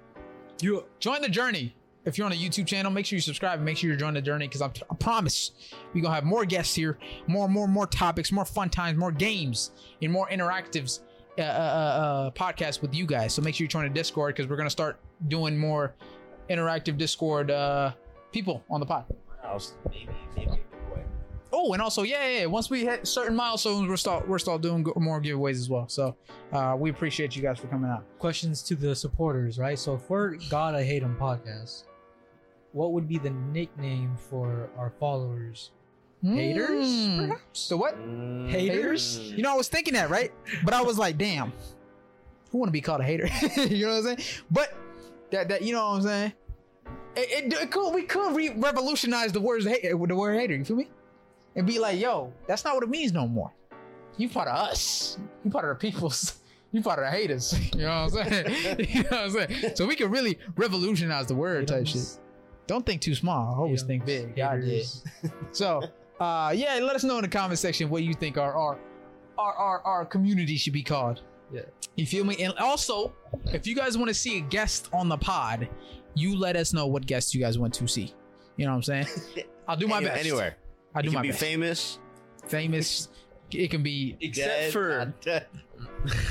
Speaker 1: you join the journey if you're on a YouTube channel, make sure you subscribe and make sure you're joining the journey because I promise we're going to have more guests here, more, more, more topics, more fun times, more games, and more interactives uh, uh, uh, uh, podcasts with you guys. So make sure you join the Discord because we're going to start doing more interactive Discord uh, people on the pod.
Speaker 2: Maybe, maybe.
Speaker 1: Oh, and also, yeah, yeah, yeah, once we hit certain milestones, we're start, we're start doing go- more giveaways as well. So uh, we appreciate you guys for coming out.
Speaker 5: Questions to the supporters, right? So if we're God I Hate Him podcast, what would be the nickname for our followers? Haters,
Speaker 1: Mm. So what?
Speaker 2: Mm.
Speaker 5: Haters?
Speaker 1: You know, I was thinking that, right? But I was like, damn, who want to be called a hater? *laughs* you know what I'm saying? But that that you know what I'm saying? It, it, it could we could re- revolutionize the words hate the word hater. You feel me? And be like, yo, that's not what it means no more. You part of us. You part of the peoples. *laughs* You part of the haters. *laughs* You know what I'm saying? *laughs* you know what I'm saying? So we could really revolutionize the word type shit. Don't think too small. Always think big. God, yeah. *laughs* So, uh, yeah, let us know in the comment section what you think our our our our, our community should be called.
Speaker 5: Yeah.
Speaker 1: You feel me? And also, if you guys want to see a guest on the pod, you let us know what guests you guys want to see. You know what I'm saying?
Speaker 2: *laughs*
Speaker 1: I'll do my
Speaker 2: Any-
Speaker 1: best.
Speaker 2: Anywhere.
Speaker 1: I'll do
Speaker 2: you can
Speaker 1: my
Speaker 2: be
Speaker 1: best.
Speaker 2: famous.
Speaker 1: Famous. It can be
Speaker 4: Except
Speaker 2: dead,
Speaker 4: for
Speaker 2: not dead,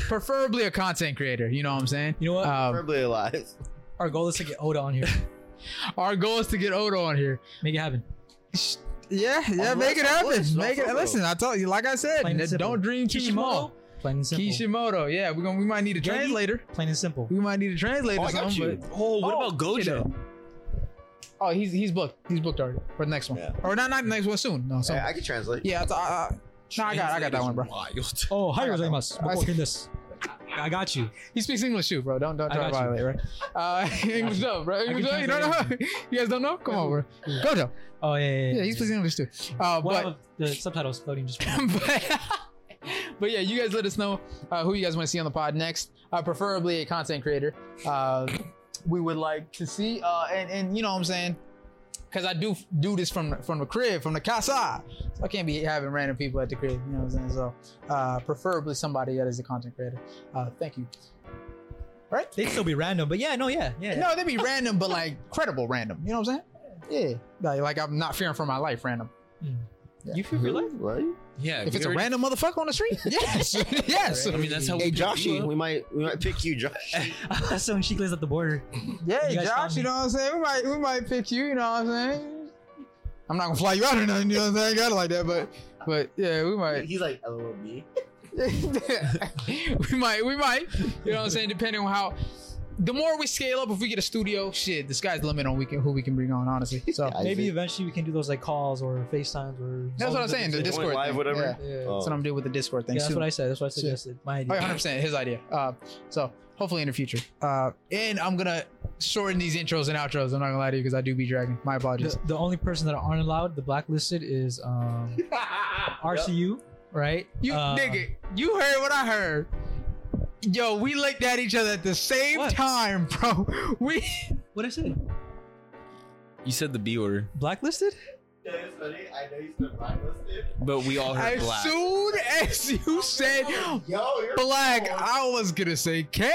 Speaker 1: preferably a content creator. You know what I'm saying?
Speaker 5: You know what?
Speaker 1: Um, *laughs*
Speaker 2: preferably alive.
Speaker 5: our goal is to get Oda on here.
Speaker 1: our goal is to get Odo on here.
Speaker 5: Make it happen.
Speaker 1: Yeah, yeah,
Speaker 2: Unless
Speaker 1: make it
Speaker 2: I
Speaker 1: happen.
Speaker 2: was, no
Speaker 1: Make it.
Speaker 2: photo.
Speaker 1: Listen, I told you, like I said,
Speaker 5: Plain and simple.
Speaker 1: don't dream too small.
Speaker 5: Plain and simple.
Speaker 1: Kishimoto, yeah, we're gonna we might need a
Speaker 5: Get it?
Speaker 1: translator.
Speaker 5: Plain and simple.
Speaker 1: We might need a translator.
Speaker 2: Oh, I
Speaker 1: or
Speaker 2: got
Speaker 1: something,
Speaker 2: you.
Speaker 1: but-
Speaker 4: Oh, what
Speaker 1: Oh,
Speaker 4: about
Speaker 1: shit.
Speaker 4: Gojo?
Speaker 1: Oh, he's he's booked. He's booked already for the next one,
Speaker 2: Yeah.
Speaker 1: or not not the next one soon. No, so
Speaker 2: I, I can
Speaker 1: *laughs*
Speaker 2: translate.
Speaker 1: yeah, it's, uh, uh, no, I got I got that one, bro.
Speaker 4: Wild.
Speaker 5: Oh, hi,
Speaker 1: I got that
Speaker 5: Rosaimas.
Speaker 1: one.
Speaker 5: Before doing this, I got you.
Speaker 1: He speaks English too, bro. Don't don't
Speaker 5: I
Speaker 1: try to
Speaker 5: got you.
Speaker 1: violate, right? Uh, *laughs* English though, bro. English
Speaker 5: can
Speaker 1: dub, you don't know.
Speaker 5: translate
Speaker 1: *laughs* you guys don't know? Come on, bro. Go Gojo.
Speaker 5: Oh yeah, yeah.
Speaker 1: Yeah, he speaks English too. Uh,
Speaker 5: One
Speaker 1: but
Speaker 5: of the subtitles floating just.
Speaker 1: *laughs* but, but yeah, you guys let us know uh, who you guys want to see on the pod next. Uh, preferably a content creator. Uh, we would like to see, uh, and and you know what I'm saying, because I do do this from from the crib, from the casa. So I can't be having random people at the crib. You know what I'm saying? So uh, preferably somebody that is a content creator. Uh, thank you.
Speaker 5: They'd still be random, but yeah, no, yeah, yeah.
Speaker 1: No, they'd be random, but like credible random. You know what I'm saying? Yeah, like, like I'm not fearing for my life, random.
Speaker 5: You feel real?
Speaker 4: *laughs* Yeah.
Speaker 1: If
Speaker 4: we
Speaker 1: it's a
Speaker 4: already-
Speaker 1: random motherfucker on the street, *laughs* yes, yes.
Speaker 4: I mean, that's how
Speaker 2: Hey,
Speaker 4: pick you
Speaker 2: Joshy,
Speaker 4: up.
Speaker 2: we might we might pick you, Josh.
Speaker 1: *laughs*
Speaker 5: *laughs* I saw when she glares at the border.
Speaker 1: Yeah,
Speaker 5: You guys found
Speaker 1: Josh, you
Speaker 5: me.
Speaker 1: know what I'm saying? We might we might pick you, you know what I'm saying? I'm not gonna fly you out or nothing, you know what I'm saying? I got it like that, but but yeah, we might *laughs*
Speaker 7: He's like LOB.
Speaker 1: we might we might. You know what I'm saying? Depending on how the more we scale up, if we get a studio, shit, the sky's the limit on we can, who we can bring on, honestly. So
Speaker 5: Maybe eventually we can do those like calls or FaceTimes or.
Speaker 1: that's what I'm saying. The
Speaker 2: Going
Speaker 1: Discord
Speaker 2: live,
Speaker 1: thing.
Speaker 2: whatever?
Speaker 1: Yeah.
Speaker 5: Yeah.
Speaker 2: Oh.
Speaker 1: That's what I'm doing with the Discord thing.
Speaker 5: Yeah, that's
Speaker 1: soon.
Speaker 5: what I said. That's what I
Speaker 1: Soon.
Speaker 5: suggested. My
Speaker 1: Oh,
Speaker 5: idea.
Speaker 1: yeah, 100% his idea. Uh, so Hopefully in the future. Uh, and I'm gonna shorten these intros and outros. I'm not gonna lie to you because I do be dragging. My apologies.
Speaker 3: The, the only person that aren't allowed, the blacklisted, is
Speaker 1: *laughs*
Speaker 3: um, RCU, right?
Speaker 1: You
Speaker 3: Uh,
Speaker 1: nigga, you heard what I heard. Yo, we looked at each other at the same
Speaker 9: What?
Speaker 1: time, bro. *laughs* We
Speaker 9: What is it?
Speaker 4: You said the B word,
Speaker 1: *laughs*
Speaker 9: Blacklisted?
Speaker 10: I know he's been blacklisted.
Speaker 4: but we all heard
Speaker 1: as
Speaker 4: black.
Speaker 1: soon as you said
Speaker 10: Yo, you're
Speaker 1: black, I was gonna say Kane.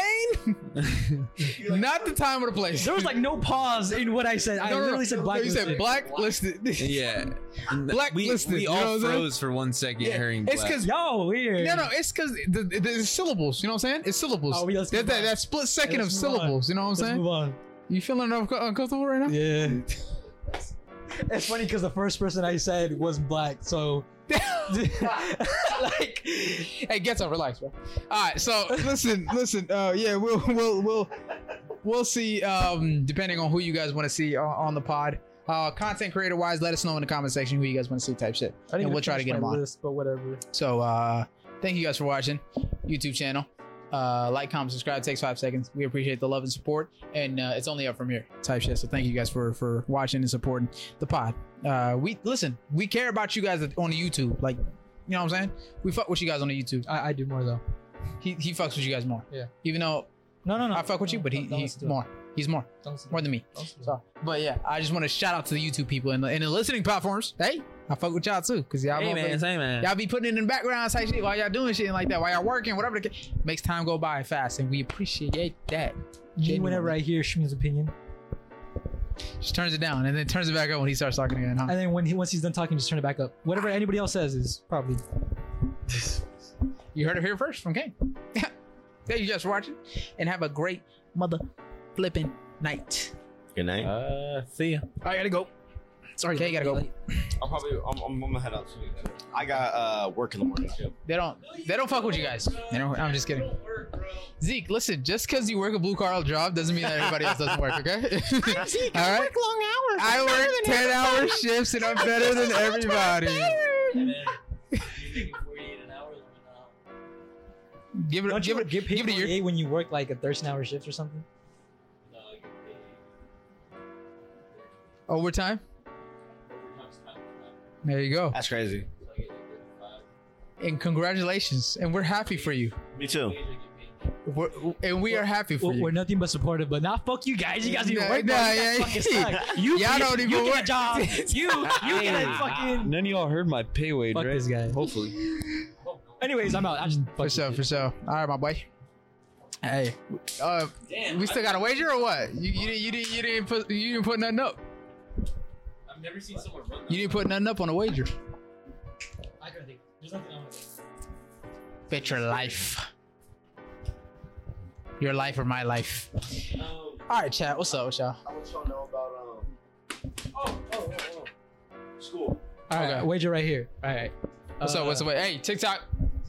Speaker 1: Not the time or the place.
Speaker 9: There was like no pause in what I said. I
Speaker 1: *laughs* No, no, no.
Speaker 9: literally said
Speaker 1: No, you
Speaker 9: blacklisted.
Speaker 1: said blacklisted. *laughs*
Speaker 4: yeah,
Speaker 1: Blacklisted,
Speaker 4: We, we
Speaker 1: you know what
Speaker 4: all
Speaker 1: I'm saying?
Speaker 4: froze for one second
Speaker 1: Yeah,
Speaker 4: hearing
Speaker 1: it's
Speaker 4: black.
Speaker 1: because
Speaker 9: Yo, weird.
Speaker 1: No, no, it's because the, the, the syllables. You know what I'm saying? It's syllables.
Speaker 3: Oh, we- let's
Speaker 1: that,
Speaker 3: move
Speaker 1: that,
Speaker 3: on.
Speaker 1: that split second
Speaker 3: Let's
Speaker 1: of
Speaker 3: move on.
Speaker 1: syllables. You know what I'm
Speaker 3: Let's
Speaker 1: saying?
Speaker 3: move on.
Speaker 1: You feeling unco- uncomfortable right now?
Speaker 3: Yeah. *laughs* it's funny because the first person I said was black, so
Speaker 1: *laughs*
Speaker 3: like
Speaker 1: Hey, get up, relax, bro. All right, so listen, listen. Uh, yeah, we'll we'll we'll we'll see. Um, depending on who you guys want to see on, on the pod. Uh, content creator wise, let us know in the comment section who you guys want to see type shit.
Speaker 3: I
Speaker 1: And
Speaker 3: even
Speaker 1: we'll try to
Speaker 3: finish
Speaker 1: get
Speaker 3: my
Speaker 1: him on.
Speaker 3: List, but whatever.
Speaker 1: So uh thank you guys for watching YouTube channel. Uh like, comment, subscribe, it takes five seconds. We appreciate the love and support. And uh, it's only up from here type shit. So thank you guys for for watching and supporting the pod. Uh we listen, we care about you guys on the YouTube. Like, you know what I'm saying? We fuck with you guys on the YouTube.
Speaker 3: I, I do more though.
Speaker 1: He he fucks with you guys more.
Speaker 3: Yeah.
Speaker 1: Even though
Speaker 3: No, no, no.
Speaker 1: I fuck with
Speaker 3: no,
Speaker 1: you, but he,
Speaker 3: don't- don't
Speaker 1: he's
Speaker 3: listen to it.
Speaker 1: more. He's more.
Speaker 3: Don't listen to
Speaker 1: More
Speaker 3: it.
Speaker 1: than me.
Speaker 3: Don't listen to it.
Speaker 1: So, but yeah, I just want to shout out to the YouTube people and the, and the listening platforms. Hey, I fuck with y'all too. Cause y'all
Speaker 4: hey
Speaker 1: motherfuckers-
Speaker 4: man, hey man.
Speaker 1: Y'all be putting it in the background type shit while y'all doing shit like that, while y'all working, whatever the ca- makes time go by fast, and we appreciate that.
Speaker 3: Me, whenever I hear Shmi's opinion,
Speaker 1: Just turns it down and then turns it back up when he starts talking again. Huh?
Speaker 3: and then when he once he's done talking, just turn it back up. Whatever anybody else says is probably
Speaker 1: You heard it here first from Kane. *laughs* Thank you guys for watching, and have a great mother flipping night.
Speaker 2: Good night.
Speaker 4: Uh, see ya.
Speaker 1: I gotta go. Sorry, Kane gotta go.
Speaker 2: I'll probably. I'm, I'm, gonna head out soon. I got uh work in the morning too.
Speaker 1: They don't. They don't fuck with you guys. They don't, I'm just kidding. Zeke, listen. Just because you work a blue collar job doesn't mean that everybody else doesn't work. Okay. *laughs* Zeke, I work long hours. I work ten hour shifts, and I'm better than everybody. Give it.
Speaker 3: Don't
Speaker 1: Give
Speaker 3: you
Speaker 1: it.
Speaker 3: get paid
Speaker 1: give it a year.
Speaker 3: 48 when you work like a 13 hour shift or something?
Speaker 1: Overtime? There you go.
Speaker 2: That's crazy.
Speaker 1: And congratulations. And we're happy for you.
Speaker 2: Me too.
Speaker 1: We're, and we are happy for
Speaker 3: We're, we're
Speaker 1: you.
Speaker 3: nothing but supportive, but not fuck you guys. You guys need to
Speaker 1: Nah,
Speaker 3: work.
Speaker 1: nah,
Speaker 3: more. You guys
Speaker 1: yeah,
Speaker 3: fucking
Speaker 1: yeah.
Speaker 3: suck. You
Speaker 1: Y'all
Speaker 3: get-
Speaker 1: don't even
Speaker 3: you get
Speaker 1: work. *laughs*
Speaker 3: a job. You you get a fucking.
Speaker 4: None of y'all heard my pay wage,
Speaker 3: Fuck
Speaker 4: right?
Speaker 3: this guy.
Speaker 4: Hopefully.
Speaker 3: Anyways, I'm out. I just
Speaker 1: For
Speaker 3: fuck
Speaker 1: sure,
Speaker 3: you.
Speaker 1: for sure. All right, my boy. Hey, uh,
Speaker 5: Damn,
Speaker 1: we still got a wager or what? You, you, didn't- you didn't you didn't put you didn't put nothing up.
Speaker 5: I've never seen someone run
Speaker 1: You didn't put nothing up on a wager.
Speaker 3: I couldn't think. There's nothing I want to say.
Speaker 1: Bet your life. Your life or my life.
Speaker 5: Oh,
Speaker 1: All right, chat. What's up, with y'all?
Speaker 10: I want y'all to know about um.
Speaker 5: oh, oh, oh.
Speaker 10: School.
Speaker 3: All right,
Speaker 1: Okay.
Speaker 3: wager right here. All right.
Speaker 1: What's up? What's up? Hey, TikTok.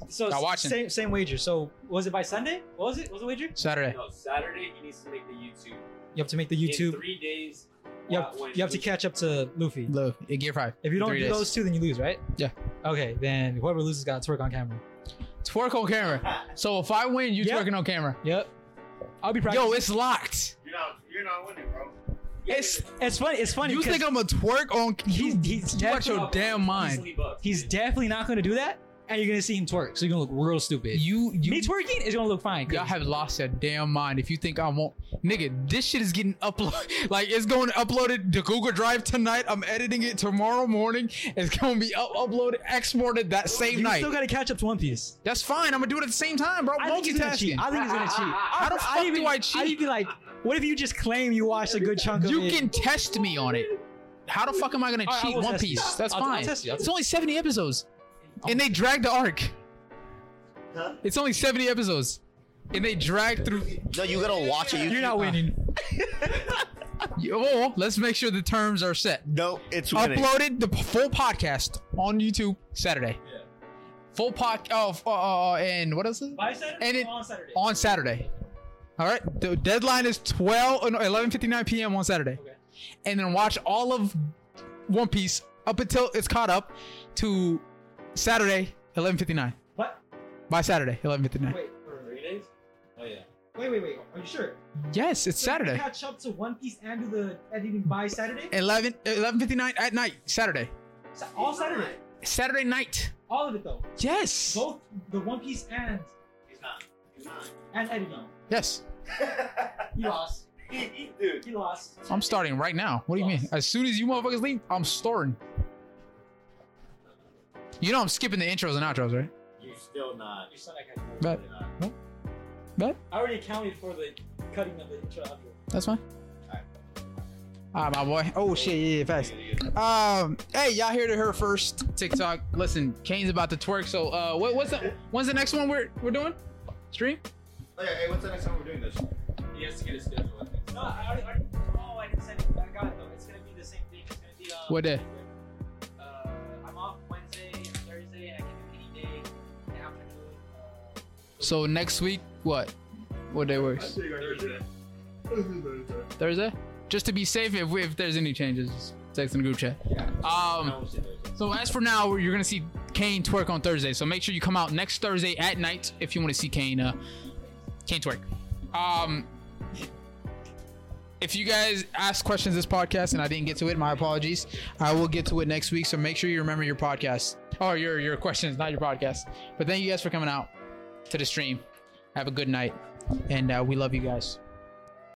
Speaker 3: So
Speaker 1: Y'all watching.
Speaker 3: same same wager. So was it by Sunday? What was it? What was the wager?
Speaker 1: Saturday.
Speaker 5: No, Saturday he needs to make the YouTube.
Speaker 3: You have to make the
Speaker 5: In
Speaker 3: YouTube.
Speaker 5: three days.
Speaker 3: You
Speaker 5: uh,
Speaker 3: have,
Speaker 5: when
Speaker 3: you have to
Speaker 5: we-
Speaker 3: catch up to Luffy.
Speaker 1: Look, it gear five.
Speaker 3: If you don't
Speaker 1: Three
Speaker 3: do
Speaker 1: days.
Speaker 3: those two, then you lose, right?
Speaker 1: Yeah.
Speaker 3: Okay, then whoever loses got to twerk on camera.
Speaker 1: Twerk on camera. So if I win, you
Speaker 3: Yeah.
Speaker 1: twerking on camera.
Speaker 3: Yep. I'll be practicing.
Speaker 1: Yo, it's locked.
Speaker 10: You're not. You're not winning, bro.
Speaker 3: It's it's funny. It's funny.
Speaker 1: You
Speaker 3: 'cause
Speaker 1: think I'm a twerk on?
Speaker 3: he's
Speaker 1: You,
Speaker 3: he's
Speaker 1: you watch
Speaker 3: definitely,
Speaker 1: your damn mind.
Speaker 5: Easily bucks.
Speaker 3: he's definitely not going to do that, and you're going to see him twerk. So you're going to look real stupid.
Speaker 1: You
Speaker 3: Me
Speaker 1: you
Speaker 3: twerking is going to look fine. 'cause
Speaker 1: y'all have lost your damn mind if you think I won't. Nigga, this shit is getting uploaded. *laughs* Like it's going uploaded to Google Drive tonight. I'm editing it tomorrow morning. It's going to be up- uploaded, exported that same
Speaker 3: you
Speaker 1: night.
Speaker 3: still got to catch up to One Piece.
Speaker 1: That's fine. I'm gonna do it at the same time, bro.
Speaker 3: I think he's gonna cheat.
Speaker 1: Multitasking.
Speaker 3: I think he's gonna cheat.
Speaker 1: How the fuck
Speaker 3: I'd even,
Speaker 1: do I
Speaker 3: I'd
Speaker 1: cheat?
Speaker 3: even like, what if you just claim you watched a good chunk of
Speaker 1: You
Speaker 3: it?
Speaker 1: can test me on it. How the fuck am I gonna
Speaker 3: All right, I
Speaker 1: cheat
Speaker 3: will
Speaker 1: One
Speaker 3: test you.
Speaker 1: Piece? That's
Speaker 3: I'll- I'll
Speaker 1: fine.
Speaker 3: test you. I'll
Speaker 1: It's only 70 episodes. And they dragged the arc.
Speaker 10: Huh?
Speaker 1: It's only 70 episodes. And they dragged through.
Speaker 2: No, you gotta watch it. You,
Speaker 3: You're not winning.
Speaker 2: *laughs*
Speaker 1: Oh, let's make sure the terms are set.
Speaker 2: No, it's winning.
Speaker 1: Uploaded the p- full podcast on YouTube Saturday. Full pod. Oh, f- uh, uh, and what else is it?
Speaker 3: By Saturday
Speaker 1: And it-
Speaker 3: or on Saturday.
Speaker 1: on Saturday. All right. The deadline is 12 no, 11:59 p.m. on Saturday. And then watch all of One Piece up until it's caught up to Saturday 11:59.
Speaker 3: What?
Speaker 1: By Saturday 11:59.
Speaker 3: Wait,
Speaker 5: Three days? Oh yeah.
Speaker 3: wait,
Speaker 5: Wait, wait, wait. Are you sure?
Speaker 1: Yes, it's
Speaker 5: So you can
Speaker 1: Saturday.
Speaker 5: Catch up to One Piece and do the editing by Saturday.
Speaker 1: 11 11:59 at night, Saturday.
Speaker 5: Sa- all Saturday.
Speaker 1: Saturday night.
Speaker 5: All of it though.
Speaker 1: Yes.
Speaker 5: Both the One Piece and and editing.
Speaker 1: Yes.
Speaker 5: He lost.
Speaker 7: Dude,
Speaker 5: He lost.
Speaker 1: I'm starting right now. What do you mean? As soon as you motherfuckers leave, I'm starting. You know I'm skipping the intros and outros, right?
Speaker 7: you still not.
Speaker 5: Your son, I got-
Speaker 1: Bet. Bet.
Speaker 5: I already accounted for the cutting of the intro. outro.
Speaker 1: That's fine. All right, my boy. Oh shit, yeah, yeah, facts. Um, hey, y'all here to her first TikTok. Listen, Kane's about to twerk. So, uh, what, what's the when's the next one we're we're doing? Stream?
Speaker 7: Oh, yeah, hey, what's the next time we're doing this?
Speaker 6: He has to get a schedule. I think.
Speaker 5: No, I already. I already oh, I didn't send it. I got it though. It's gonna be the same thing. It's gonna be. Um,
Speaker 1: What day?
Speaker 5: Uh, I'm off Wednesday and Thursday, and I can do any day in the afternoon. Uh,
Speaker 1: So next week, what? What day works?
Speaker 6: Thursday.
Speaker 1: Thursday? Just to be safe, if, we, if there's any changes, just text in the group chat. Um, so as for now, you're gonna see Kane twerk on Thursday. So make sure you come out next Thursday at night if you want to see Kane. Uh, Kane twerk. Um, if you guys ask questions this podcast and I didn't get to it, my apologies. I will get to it next week. So make sure you remember your podcast or your your questions, not your podcast. But thank you guys for coming out to the stream. Have a good night, and uh, we love you guys.